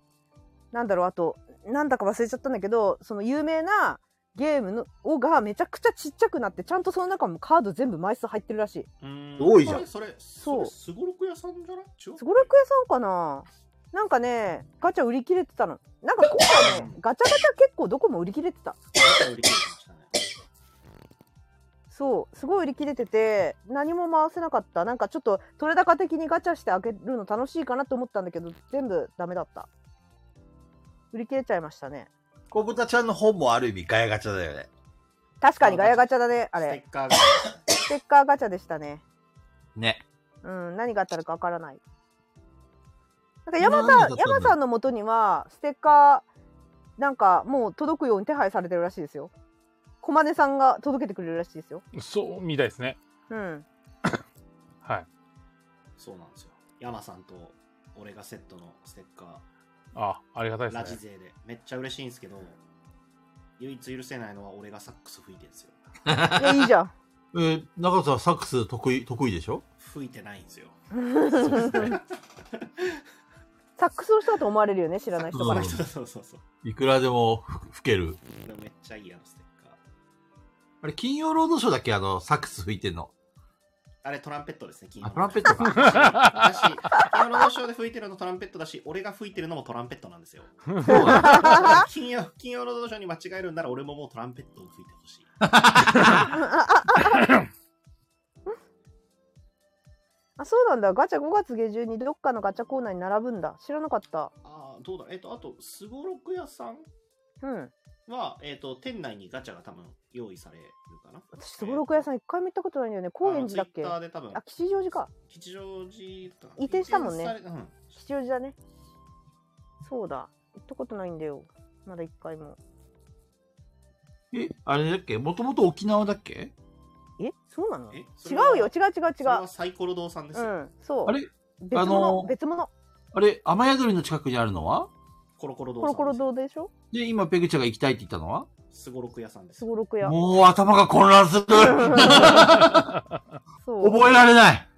S3: なんだろうあとなんだか忘れちゃったんだけどその有名なゲームのをがめちゃくちゃちっちゃくなってちゃんとその中もカード全部枚数入ってるらしい
S5: 多いじゃん
S4: それそれ
S3: そう
S4: それすごろく屋さんじゃない違う
S3: すごろく屋さんかななんかねガチャ売り切れてたのなんか今回ねガチャガチャ結構どこも売り切れてた
S4: 売り切れてましたね
S3: そうすごい売り切れてて何も回せなかったなんかちょっと取れ高的にガチャして開けるの楽しいかなと思ったんだけど全部ダメだった売り切れちゃいましたね
S5: 小豚ちゃんの本もある意味ガヤガチャだよね。
S3: 確かにガヤガチャだねあ
S4: ス
S3: れ
S4: テッカーが
S3: ステッカーガチャでしたね
S5: ね。
S3: うん何があったのかわからないなんか山さ
S5: なんでだった
S3: ん
S5: んだろう
S3: 山さんの元にはステッカーなんかもう届くように手配されてるらしいですよ駒根さんが届けてくれるらしいですよ
S1: そう、みたいですね。
S3: うん
S1: はい。
S4: そうなんですよ山さんと俺がセットのステッカ
S1: あ、ありがたい
S4: ー、ラ
S1: で
S4: ジ
S1: すね。
S4: 勢で。めっちゃ嬉しいんですけど、唯一許せないのは俺がサックス吹いてるんですよ。
S3: いやいいじゃん。
S2: えー、中田さん、サックス得意、得意でしょ
S4: 吹いてないんですよ。
S3: サックスの人だと思われるよね、知らない人から
S2: うん。
S4: そうそうそうそう。
S2: いくらでも吹吹ける。
S4: これめっちゃいいあのステッカー。
S2: あれ、金曜ロードショーだっけあの、サックス吹いてんの。
S4: あれトランペットですね、金
S2: あ、トランペットか。
S4: だし、金曜ロードショーで吹いてるのトランペットだし、俺が吹いてるのもトランペットなんですよ。
S2: そうだね
S4: 金曜金曜ロードショーに間違えるんなら俺ももうトランペットを吹いてほしい。
S3: あ、そうなんだ。ガチャ5月下旬にどっかのガチャコーナーに並ぶんだ。知らなかった。
S4: ああ、どうだろうえっと、あと、すごろく屋さん
S3: うん。
S4: は、えっと、店内にガチャが多分用意されるかな。
S3: 私、すごろく屋さん一回も行ったことないんだよね。高円寺だっ
S4: ツ
S3: け
S4: イッター
S3: あ、
S4: で多分、
S3: 吉祥寺か。
S4: 吉祥寺とか
S3: 移転したもんね
S4: 移転されうん
S3: 吉祥寺だね。そうだ。行ったことないんだよ。まだ一回も。
S2: え、あれだっけもともと沖縄だっけ
S3: え、そうなの違
S4: えそれは
S3: うよ。違う違う
S4: そ
S3: 違
S4: れは
S3: う。
S4: サイコロ堂さんです
S3: う
S4: よ。
S3: ん、そう。
S2: あれ
S3: 別物、
S2: あのー
S3: 別物。
S2: あれ、雨宿りの近くにあるのは
S4: コロコロ堂
S3: コ
S4: さん
S3: ロコロ堂でしょ
S2: で、今、ペグちゃんが行きたいって言ったのは
S4: すごろく屋さんです
S3: す。ごろく屋。
S2: もう頭が混乱する
S3: そう。
S2: 覚えられない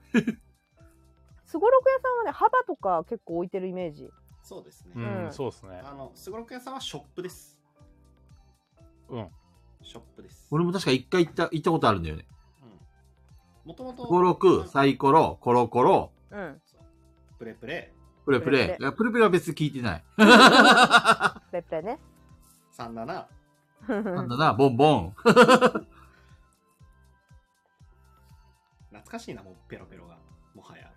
S3: すごろく屋さんはね、幅とか結構置いてるイメージ。
S4: そうですね。
S1: うん、
S3: うん
S1: そうですね。
S4: あの、すごろく屋さんはショップです。
S1: うん。
S4: ショップです。
S2: 俺も確か一回行った、行ったことあるんだよね。
S4: もともと、
S2: 五六、サイコロ、コロコロ、
S3: うん。
S4: プレプレ、
S2: プレプレ。
S3: プレプ
S2: いやプレプレは別に聞いてない。
S3: ペッペね。
S4: 37、
S2: なんだな、ボンボン。
S4: 懐かしいな、もうペロペロが、もはや、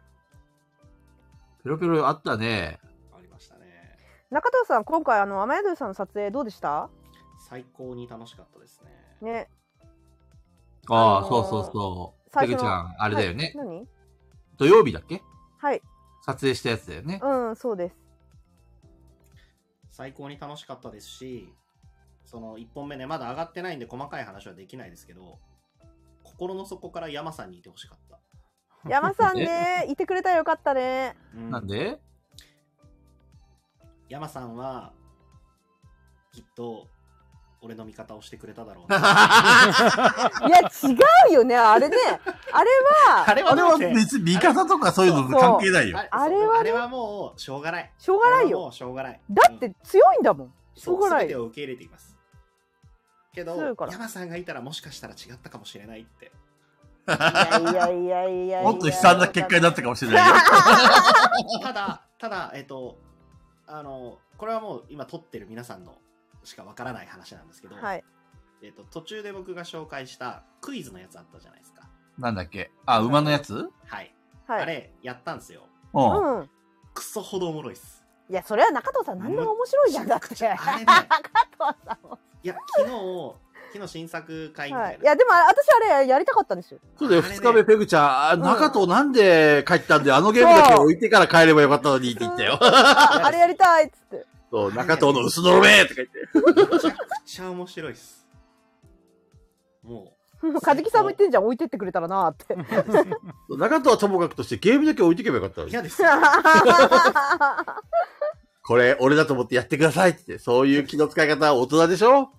S2: ペロペロあったね。
S4: ありましたね。
S3: 中藤さん、今回、あの、雨宿りさんの撮影どうでした
S4: 最高に楽しかったですね。
S3: ね。
S2: ああ、
S3: あのー
S2: そうそうそう。ペ
S3: 最初
S2: グ
S3: の
S2: ちゃん、あれだよね。
S3: はい
S2: 土曜日だっけ
S3: 何
S2: 撮影したやつだよね。
S3: はい。うん、そ うです。
S4: 最高に楽しかったですし、その1本目ね、まだ上がってないんで細かい話はできないですけど、心の底から山さんにいてほしかった。
S3: 山さんね、いてくれたらよかったね。
S4: うん
S2: なんで
S4: 山さんは、きっと、俺の味方をしてくれた だろうな。
S2: あ
S3: いや、違うよね、あれね。あれは、
S4: れ
S2: れは別に味方とかそういうの関係ないよ。
S4: あ
S3: あ
S4: れ
S3: れはね
S4: は、あれはもう、しょうがない。
S3: しょうが
S4: あ
S3: ない
S4: れはも
S3: よ。
S4: うしょうがない。
S3: だっ
S4: う
S3: て
S4: ん、
S3: 強いんだもん。しょうがない
S4: そう全てを受け入れています。けど
S3: 強いか、ら
S4: 山さんがいたらもしかしたら違ったかもしれないって。
S3: いやいやいやいやいや。
S2: もっと悲惨な結果になったかもしれないよ。
S4: ただ、ただ、えっと、あの、これはもう今撮ってる皆さんのしかわからない話なんですけど、
S3: はい。
S4: えっと、途中で僕が紹介したクイズのやつあったじゃないですか。
S2: なんだっけあ、馬のやつうん。
S4: はい。
S3: はい。
S4: あれ、やったんですよ。
S3: うん。
S4: クソほどおもろいっす。
S3: いや、それは中藤さん、何でも面白いじゃん。だって。
S4: めちゃ
S3: 中
S4: くちゃあれ
S3: 藤
S4: ね
S3: さんも。
S4: いや、昨日、昨日新作会み
S3: は
S4: た
S3: い
S4: い。
S3: い
S4: な。
S3: や、でも、私あれやりたかったん ですよ。
S2: そうだよ、
S4: あれね
S2: 二日目、ペグちゃん、あ
S3: ん
S2: 中藤なんで帰ったんだよ、あのゲームだけ置いてから帰ればよかったのにって言った よ。
S3: ああれやりたいっつって。
S2: そう、中藤の薄のろめとか言って。
S4: めちゃくちゃ面白いっす。も
S3: カジキさんも言ってんじゃん、置いてってくれたらなーって。
S4: う、嫌ですよ。
S2: そう中藤はともかくとしてゲームだけ置いてけばよかったのに。
S4: 嫌です よ。
S2: これ、俺だと思ってやってくださいって言って、そういう気の使い方は大人でしょ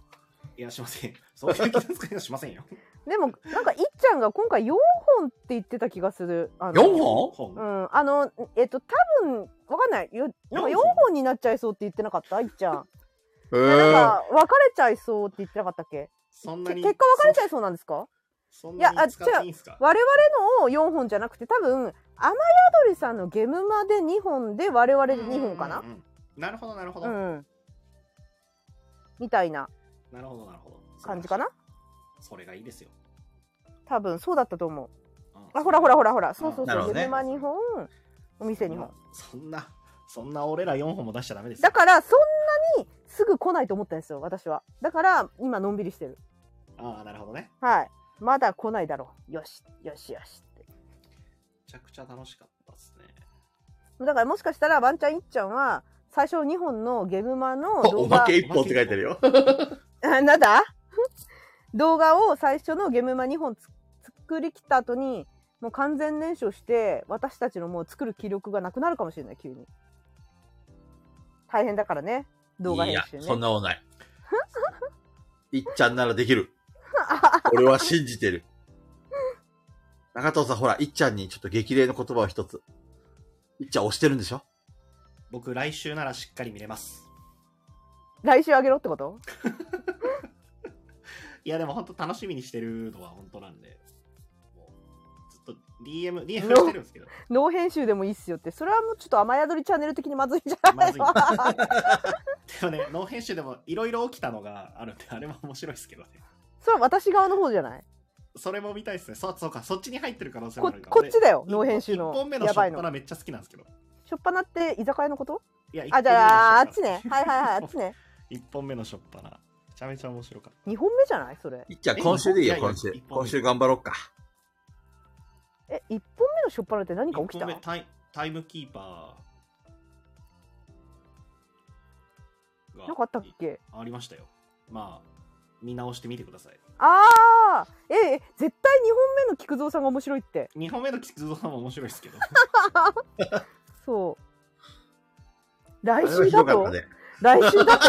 S4: いや、しません。 そういう気遣いはしません よ。
S3: でも、なんか、いっちゃんが今回4本って言ってた気がする。あ の
S2: ?4 本
S4: 本
S3: うん。あの、えっと、多分、わかんない。よなんか4
S4: 四本
S3: 本になっちゃいそうって言ってなかったいっちゃん。
S2: う
S3: いやなん
S2: ーん。
S3: か、別れちゃいそうって言ってなかったっけ
S4: そんな
S3: け
S4: に。
S3: 結果別れちゃいそうなんですか
S4: そんなに使っていいんすか
S3: 我々の4本じゃなくて、多分、雨宿りさんのゲムまで2本で我々で2本かな
S4: うんうんうんなるほど、なるほど。
S3: うん。みたいな
S4: なるほど、なるほど。
S3: 感じかな
S4: それがいいですよ。
S3: 多分、そうだったと思う。
S4: うん
S3: あ、ほらほらほらほら。そうそう
S2: な
S3: そ
S2: る
S3: う。
S2: ほどね
S3: ゲムマ2本、お店2本。
S4: そんな、そんな俺ら4本も出しちゃダメですよ
S3: だ。から、そんなにすぐ来ないと思ったんですよ、私は。だから、今、のんびりしてる。
S4: ああ、なるほどね。
S3: はい。まだ来ないだろう。よし、よしよしって。
S4: めちゃくちゃ楽しかったですね。
S3: だから、もしかしたら、ワンちゃん、いっちゃんは、最初2本のゲムマの
S2: お
S3: 動
S2: ま
S3: 画、
S2: け1本って書いてあるよ。
S3: あ なん だ動画を最初のゲムマ2本つ作りきった後に、もう完全燃焼して私たちのもう作る気力がなくなるかもしれない急に大変だからね動画
S5: い
S3: 編
S5: や
S3: 集、ね
S5: そんなことない。いっちゃんならできる。俺は信じてる。中藤さん、ほら、いっちゃんにちょっと激励の言葉を一つ。いっちゃん押してるんでしょ
S4: 僕、来週ならしっかり見れます。
S3: 来週あげろってこと
S4: いや、でも本当楽しみにしてるのは本当なんで、もうずっと DM、DM
S3: うわ
S4: してるんですけど、
S3: ノー編集でもいいっすよってそれはもうちょっと雨宿りチャンネル的にまずいんじゃないの
S4: までもね、ノー編集でもいろいろ起きたのがあるんで、あれも面白いですけどね。
S3: それは私側の方じゃない
S4: それも見たいですね。そうそうか、そっちに入ってる可能性もあ
S3: こ
S4: るから
S3: こっちだよ
S4: で
S3: ノー編集の
S4: 一本目の
S3: や
S4: ショ
S3: ばい
S4: ット
S3: の
S4: なめっちゃ好きなんですけど。
S3: しょっぱなって居酒屋のこと
S4: いや、一
S3: あ
S4: 本目
S3: じ
S4: の
S3: ゃああっ
S4: シ
S3: ち
S4: ョッ
S3: ねはいはいはいあっちね
S4: トな一本目のショッパな。めちゃめちゃ面白かった。
S3: 2本目じゃないそれ
S5: いっちゃん、今週でいいよ、
S4: え
S5: 今週
S4: いやいや。
S5: 今週頑張ろうか。
S3: え1本目のしょっぱなって何か起き
S4: 一
S3: た
S4: 本目タイタイムキーパーが
S3: なんかあったっけ
S4: ありましたよ。まあ、見直してみてください。
S3: ああええ絶対2本目の菊蔵さんが面白いって
S4: 2本目の菊蔵さんも面白いですけど。
S3: そう来
S5: あれは
S3: 週
S5: ひ
S3: だ
S5: どかっ
S3: と、
S5: たね。
S3: 来週だと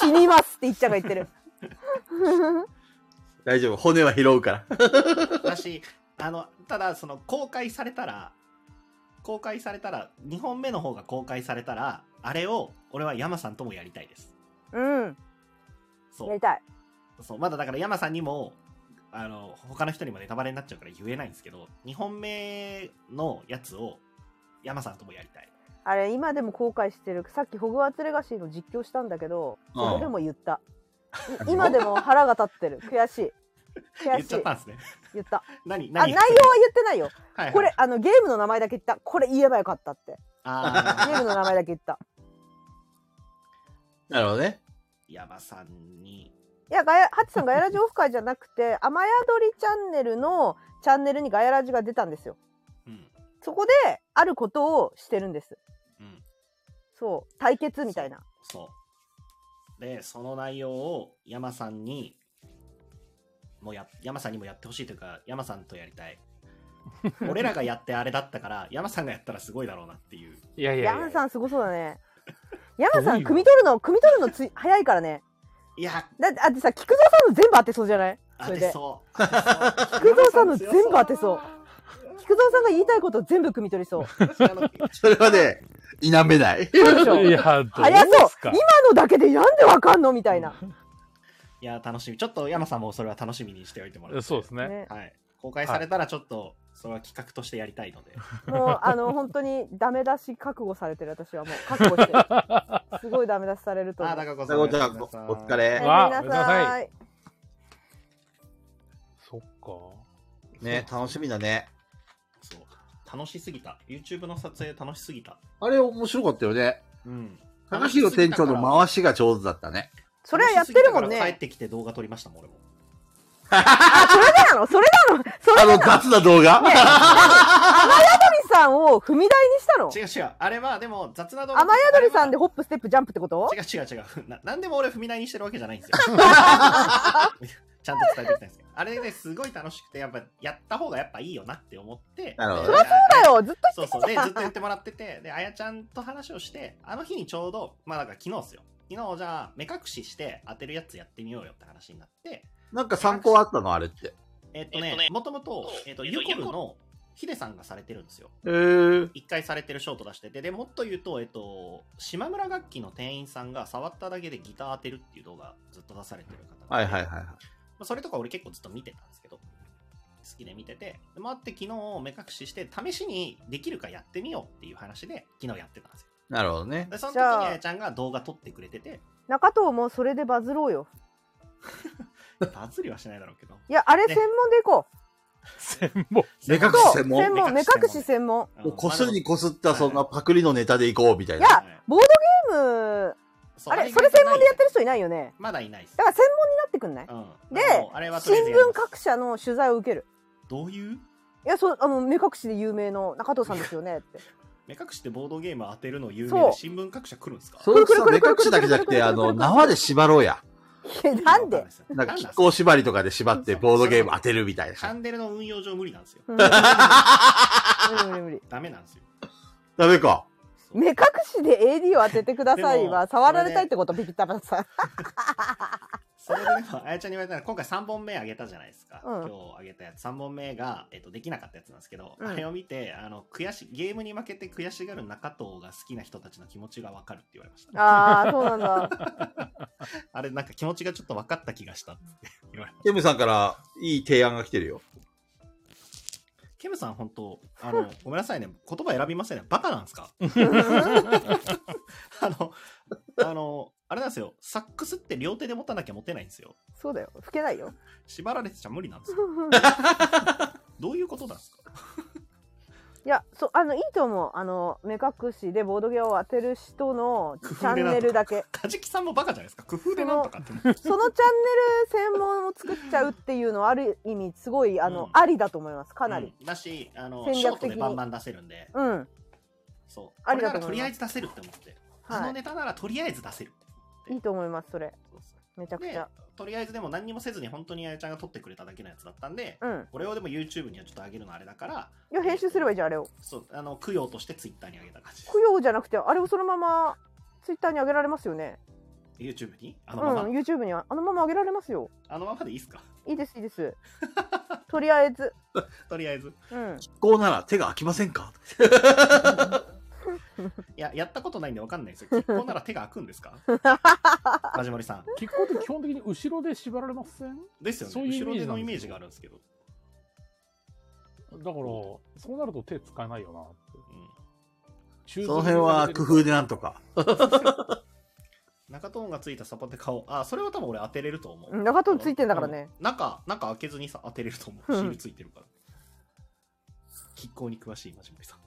S3: 死にますっていっちゃんが言ってる
S5: 大丈夫、骨は拾うから。
S4: 私あのただその公開されたら公開されたら2本目の方が公開されたらあれを俺は山さんともやりたいです
S3: うん
S4: そ
S3: や
S4: う
S3: りたい
S4: そうまだだから山さんにもあの他の人にもネタバレになっちゃうから言えないんですけど2本目のやつを山さんともやりたい
S3: あれ今でも後悔してるさっきホグワーツレガシーの実況したんだけど
S5: うん
S3: それでも言った、い今でも腹が立ってる悔しい悔
S4: 言っ
S3: しい
S4: ちゃったんですね
S3: 言った
S4: 何
S3: あ
S4: 何
S3: 内容は言ってないよ
S4: はいはい
S3: これあのゲームの名前だけ言ったこれ言えばよかったってゲ
S4: あ
S3: ームの名前だけ言った
S5: なるほどね。
S4: ー山さんに
S3: いや、ガヤ、ハチさんガヤラジオフ会じゃなくて、雨宿りチャンネルのチャンネルにガヤラジが出たんですよ。
S4: うん
S3: そこで、あることをしてるんです。
S4: うん
S3: そう、対決みたいな。
S4: そう。で、その内容を山さんに、もうや、山さんにもやってほしいというか、山さんとやり たい。俺らがやってあれだったから、山さんがやったらすごいだろうなっていう。
S1: いやいやい
S3: ヤマ
S1: や
S3: さんすごそうだね。ヤマさ
S1: すごい
S3: ん、
S1: よ
S3: 汲み取るの、汲み取るのつい早いからね。
S4: いや、
S3: だって、だってさ、菊蔵さんの全部当てそうじゃないそ
S4: 当
S3: れ
S4: て
S3: で。
S4: そう。当てそう
S3: 菊蔵さんの全部当てそう。菊蔵さんが言いたいことを全部汲み取りそう。
S4: 山さ ん強そう
S5: それはね、否めない。
S3: そうでしょ
S1: いや、ど
S3: 早そう
S1: うですか
S3: 今のだけでなんでわかんのみたいな。
S4: いや、楽しみ。ちょっと山さんもそれは楽しみにしておいてもらって。
S1: そうですね。
S3: ね、
S4: はい。公開されたらちょっと、それは企画としてやりたいので。
S3: もう、あの、本当にダメ出し覚悟されてる、私はもう。覚 悟してる。すごいダメ出しされると
S4: あ
S3: 思
S4: ー、
S3: う。
S4: だからこそ。
S5: お疲れ。
S1: わあ
S3: おやすみなさい。
S1: そっか。
S5: ね、楽しみだね。
S4: そう。楽しすぎた。YouTube の撮影楽しすぎた。
S5: あれ面白かったよね。
S4: うん。
S5: 高弘店長の回しが上手だったね。
S3: それはやってるもん
S4: 楽しすぎたから帰っ
S3: ね。
S4: てきて動画撮りましたもん、俺も。
S3: あ、 それなのそれなのそれ
S5: あ
S3: なの
S5: の雑な動画。
S3: 雨宿りさんを踏み台にしたの
S4: 違う違う。あれは、でも、雑な動画。
S3: 雨宿りさんで
S4: あ
S3: ホップ、ステップ、ジャンプってこと
S4: れは。違う違う違う。 ななんでも俺踏み台にしてるわけじゃないんですよ。 ちゃんと伝えてきたんですよ。あれね、すごい楽しくて、やっぱ、やった方がやっぱいいよなって思って。
S5: なるほど
S4: で
S5: そり
S3: そうだ。よ、ずっと
S4: あそうそう。で、ずっと言ってもらってて、で、あやちゃんと話をして、あの日にちょうど、まあだから昨日ですよ。昨日、じゃあ、目隠しして当てるやつやってみようよって話になって、
S5: なんか参考あったのあれって。
S4: えっとね、もともと、えっと、ユコルのヒデさんがされてるんですよ。
S5: えー、
S4: 一回されてるショート出しててでもっと言うと、えっと、島村楽器の店員さんが触っただけでギター当てるっていう動画ずっと出されてる方
S5: はいはいはい
S4: ま
S5: はい。
S4: あ、それとか俺結構ずっと見てたんですけど好きで見ててでもあって昨日目隠しして試しにできるかやってみようっていう話で昨日やってたんですよ
S5: なるほどね。
S4: でその時
S3: じゃあ
S4: にあやちゃんが動画撮ってくれ てて
S3: 中藤もそれでバズろうよ。
S4: バズりはしないだろうけど
S3: いや、あれ
S4: ね
S3: 専門でいこ
S1: 専門。
S5: 目隠し
S3: う。そう、
S5: 専門
S3: 専門、目隠し専門。
S4: うん
S5: もうこすり
S4: ま
S5: こすったそんなパクリのネタでいこうみたい
S3: い
S5: な。
S3: や、ボードゲーム、
S4: あ
S3: あれ、それ専門でやってる人いないよね。
S4: まだいないです
S3: だから専門になってくんない
S4: うん
S3: で
S4: だからもうあれはと
S3: 新
S4: りあえず
S3: 聞
S4: やります
S3: 各社の取材を受ける。
S4: どういう
S3: いや、そう、あの、目隠しで有名の中藤さんですよね って。
S4: 目隠しでボードゲーム当てるの有
S3: そ
S4: 名
S3: う
S4: で新聞各社来るんですか
S5: そう
S3: くる
S5: さ、
S3: く
S5: 目
S3: るくる
S5: 隠
S3: くる
S5: しだけじゃなくて、あ
S3: くるくるくる
S5: の、
S3: くる
S5: 縄で縛ろうや。
S3: えなんで
S2: なんか、気候縛りとかで縛ってボードゲーム当てるみたい
S4: チャ
S2: な。
S4: ンネルの運用上無理なんですよ。
S3: うん無理無理無理
S4: ダメなんですよ。
S2: ダメか。
S4: そう
S3: 目隠しで AD を当ててください
S4: で
S3: は
S4: も
S3: 触られたいってことビビタバさん
S4: それでも、あやちゃんに言われたら、今回3本目あげたじゃないですか。
S3: う
S4: 今
S3: ん
S4: 日あげたやつ、3本目が、えっと、できなかったやつなんですけど、
S3: うん
S4: あれを見て、あの、悔し、ゲームに負けて悔しがる中藤が好きな人たちの気持ちがわかるって言われました、
S3: ああそうなん だ
S4: あれ、なんか気持ちがちょっと分かった気がしたって言われま
S2: ケムさんからいい提案が来てるよ。
S4: した。ケムさん、本当あの、ごめんなさいね。言葉選びませんね。バカなんですか あの、あの、あれなんですよ。サックスって両手で持たなきゃ持てないんですよ。
S3: そうだよ吹けないよ
S4: 縛られてちゃ無理なんですよ。
S3: い
S4: どういうことなんですか
S3: やそうあのいいと思うあの目隠しでボードゲームを当てる人のチ
S4: 工夫で
S3: ャンネルだけ
S4: カジキさんもバカじゃないですか。工夫でなんとかって思って。
S3: そのチャンネル専門を作っちゃうっていうのはある意味すごいあの、
S4: うん
S3: ありだと思いますかなり、
S4: うんだしあの
S3: 戦
S4: ショー
S3: 略
S4: ト
S3: 的に
S4: でバンバン出せるんで
S3: うん
S4: そう
S3: あ
S4: こ
S3: り
S4: れ
S3: が
S4: な
S3: と
S4: らと
S3: うござ
S4: り
S3: います
S4: あえず出せるって思って、あ
S3: は
S4: のネタならとりあえず出せるって
S3: い、いいと思いますそれ
S4: そうそ
S3: めちゃ
S4: う
S3: くち
S4: で
S3: ゃ
S4: とりあえずでも何にもせずに本当にあやちゃんが撮ってくれただけのやつだったんで、
S3: うん
S4: これをでも YouTube にはちょっと上げるのあれだから
S3: いや編集すればいいじゃんあれを
S4: そうあの供養として Twitter に上げた感じ
S3: 供養じゃなくてあれをそのままツイッターに上げられますよね
S4: YouTube にあのまま、
S3: うん YouTube にはあのまま上げられますよ
S4: あのままでいいですか
S3: いいですいいです とりあえず
S4: とりあえず
S3: うん
S2: こうなら手が空きませんか
S4: いややったことないんでわかんないですよ結婚なら手が開くんですかマジモリさん
S1: 結構って基本的に後ろで縛られません
S4: ですよね
S1: そういうイ
S4: 後
S1: メー
S4: ろ
S1: ジ
S4: 手
S1: なんですよ
S4: のイメージがあるんですけど、
S1: だから、そうなると手使えないよなって。
S4: うん
S1: そ
S2: その辺は工夫でなんとか。
S4: 中トーンがついたサポテカをあそれは多分俺当てれると思
S3: う
S4: うん
S3: 中トーンついてんだから ね
S4: うん中中開けずにさ当てれると思う
S3: うん
S4: シールついてるから亀甲に詳しいマジモリさん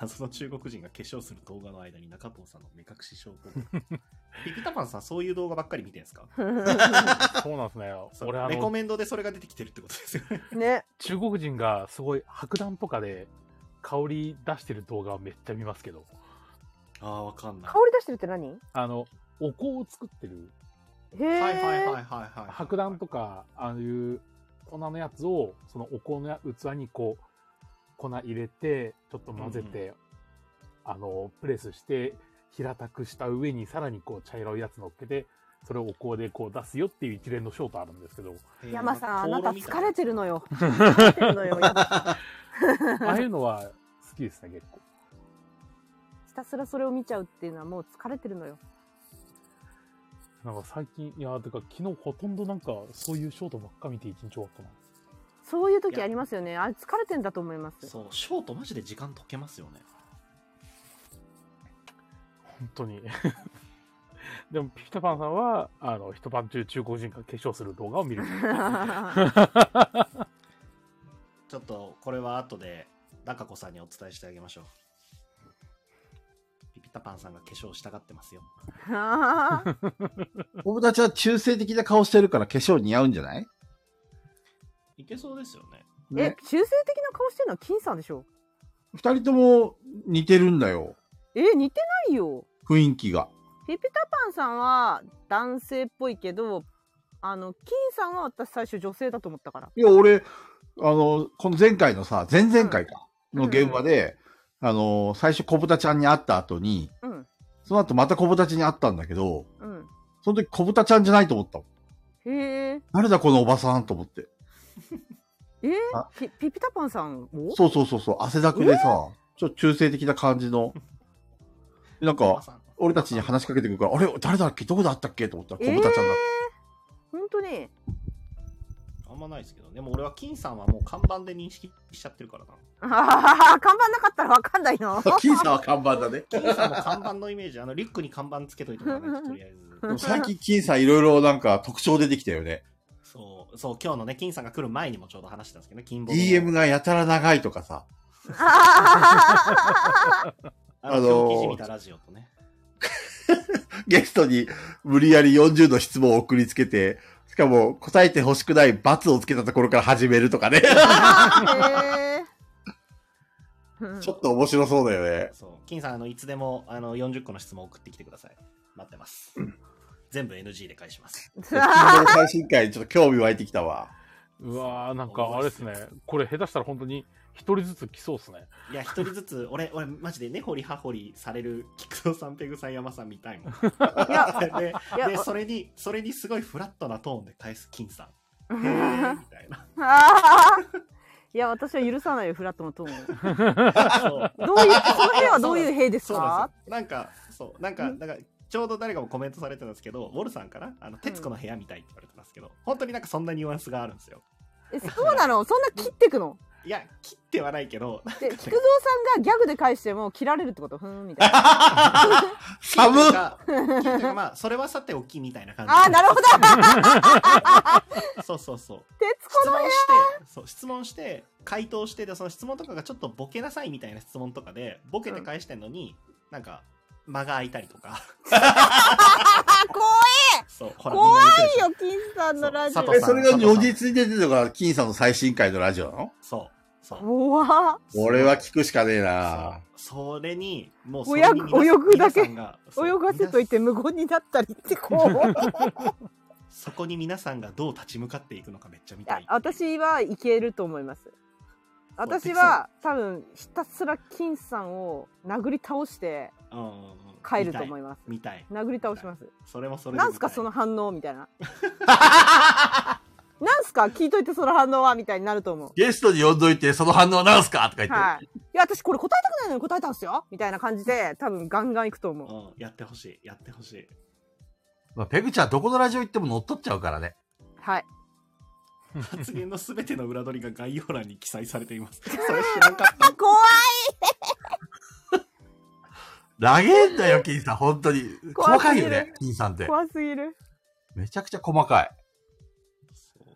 S4: 謎の中国人が化粧する動画の間に中藤さんの目隠し証拠 がピピタパンさんそういう動画ばっかり見てんすか
S1: そうなんですね。
S4: そう
S1: 俺、あ
S4: レコ
S1: の、
S4: メンドでそれが出てきてるってことですよね
S3: ね
S1: 中国人がすごい白檀とかで香り出してる動画をめっちゃ見ますけど、
S4: ああわかんない
S3: 香り出してるって何へ
S1: あの、お香を作ってる
S3: え、
S4: はいはいはいはいはい
S1: 白檀とか、ああいう粉のやつを、そのお香の器にこう、粉入れて、ちょっと混ぜて、あの、プレスして、平たくした上にさらにこう茶色いやつ乗っけて、それをお香でこう出すよっていう一連のショートあるんです けど、
S3: 山さんあ
S4: えー
S3: なた疲れてる のよ疲れてるのよ
S1: ああいうのは好きですね、結構。
S3: ひたすらそれを見ちゃうっていうのはもう疲れてるのよ
S1: なんか最近、いや、てか昨日ほとんどなんかそういうショートばっか見て一日終わったな。
S3: そういう時ありますよねあれ疲れてんだと思います
S4: そうショートマジで時間解けますよね
S1: 本当に。 でも、ピピタパンさんは、あの、一晩中中国人が化粧する動画を見る。
S4: ちょっとこれは後で中子さんにお伝えしてあげましょう。ピピタパンさんが化粧したがってますよ。
S2: 僕たちは中性的な顔してるから化粧似合うんじゃない
S4: いけそうですよね。
S3: え
S2: ね。
S3: 中性的な顔してるのは金さんでしょ
S2: 二人とも似てるんだよ。
S3: え似てないよ
S2: 雰囲気が。
S3: ピピタパンさんは男性っぽいけどあの金さんは私最初女性だと思ったから
S2: いや、俺、あの、この前回のさ、前々回か、
S3: うん
S2: の現場で、あの、最初小豚ちゃんに会った後に、
S3: うん
S2: その後また小豚ちゃんに会ったんだけど、
S3: うん
S2: その時小豚ちゃんじゃないと思ったもん。
S3: へえ
S2: 誰だこのおばさんと思って。
S3: え
S2: あ
S3: ピピピタパンさんを
S2: そうそうそうそう、汗だくでさ、ちょっと中性的な感じの。なんか、
S4: さん
S2: 俺たちに話しかけてくるから、あれ誰だっけどこだったっけと思ったら、
S3: え
S2: 小
S3: ー
S2: 豚ちゃんだっ
S3: 本当に
S4: あんまないですけど、でも俺は金さんはもう看板で認識しちゃってるからな。
S3: あははは看板なかったらわかんない の
S2: た。金さんは看板だね。
S4: 金さんの看板のイメージ、あのリュックに看板つけといてもらわないと、とりあえ
S2: で
S4: ず。
S2: も最近金さんいろいろなんか特徴出てきたよね。
S4: そう、そう、今日のね、金さんが来る前にもちょうど話したんですけど、金ボ
S2: DM がやたら長いとかさ。
S3: あ
S4: あ
S2: あ
S4: の、
S2: のー
S4: 狂気じみたラジオとね。
S2: ゲストに無理やり40の質問を送りつけて、しかも答えて欲しくない罰をつけたところから始めるとかね。
S3: ーへー
S2: ちょっと面白そうだよね。
S4: そう、金さん、あの、いつでも、あの、40個の質問送ってきてください。待ってます。全部 NG で返します。
S6: 最新回、ちょっと興味湧いてきたわ。
S1: うわー、なんかあれですね。これ下手したら本当に一人ずつ来そう ですね。
S4: いや、一人ずつ、 俺、俺、マジで根掘り葉掘りされる菊蔵さん、ペグさん、山さんみたいもん。
S3: いや、
S4: で
S3: いや
S4: で、
S3: お
S4: それに、それにすごいフラットなトーンで返す金さん。へーみたいな。
S3: あーいや、私は許さないよ、フラットのトーンを。
S4: そう
S3: どういう、その辺はどういう兵です
S4: そうなん
S3: か
S4: ですよ。なんか、そう、なんか、なんか、ちょうど誰かもコメントされてたんですけど、ウォルさんかなあの、徹子の部屋みたいって言われてますけど、本当になんかそんなニュアンスがあるんですよ。
S3: え、そうなのそんな切ってくの
S4: いや、切ってはないけど、
S3: で、菊蔵さんがギャグで返しても切られるってことふーん、みたいな。
S4: 切る
S2: 寒っ
S4: とか切るとかまあ、それはさておきみたいな感じ。
S3: あー、なるほど
S4: そうそうそう。
S3: 徹
S4: 質
S3: 子の
S4: 問
S3: 部
S4: して、そう、質問して、回答して、で、その質問とかがちょっとボケなさいみたいな質問とかで、ボケて返してんのに、なんか、間が空いたりと か。
S3: あー、怖
S4: そう、ほ
S3: 怖
S4: みんな言ってるでしょ
S3: いよ、金さんのラジ
S4: そう佐
S3: オ
S4: 藤。
S6: え、それが如実に出てるのが、金さんの最新回のラジオなの
S4: そう、そう。
S3: 怖っ
S6: 俺は聞くしかねえ
S4: そう
S6: な
S4: それに、もう
S3: おや
S4: それに皆さん
S3: 泳ぐだけ
S4: 皆さんがそう
S3: 泳がせといて無言になったりってこう。
S4: 皆さんそこに皆さんがどう立ち向かっていくのかめっちゃ見
S3: い
S4: た
S3: や
S4: い。
S3: 私はいけると思います私は多分ひたすら金さんを殴り倒して
S4: うんうんうん、
S3: 帰ると思い
S4: ま
S3: ます
S4: 見たい。
S3: 殴り倒します
S4: それもそれで見たい
S3: なんすかその反応みたいななんすか聞いといてその反応はみたいになると思う
S2: ゲストに呼んどいて、その反応なんすかとか言って。
S3: はいいや私これ答えたくないのに答えたんすよみたいな感じで多分ガンガンいくと思う
S4: うん、やってほしい、やってほしい。
S2: まあ、ペグちゃんどこのラジオ行っても乗っ取っちゃうからね。
S3: はい
S4: 発言のすべての裏取りが概要欄に記載されてい ます。それ知らんかった。
S3: 怖い
S2: 投げんだよ、金さん。本当に。
S3: 怖
S2: 細か
S3: す
S2: い
S3: ぎる
S2: よね、金さんって。
S3: 怖すぎる
S2: めちゃくちゃ細かい。
S4: そう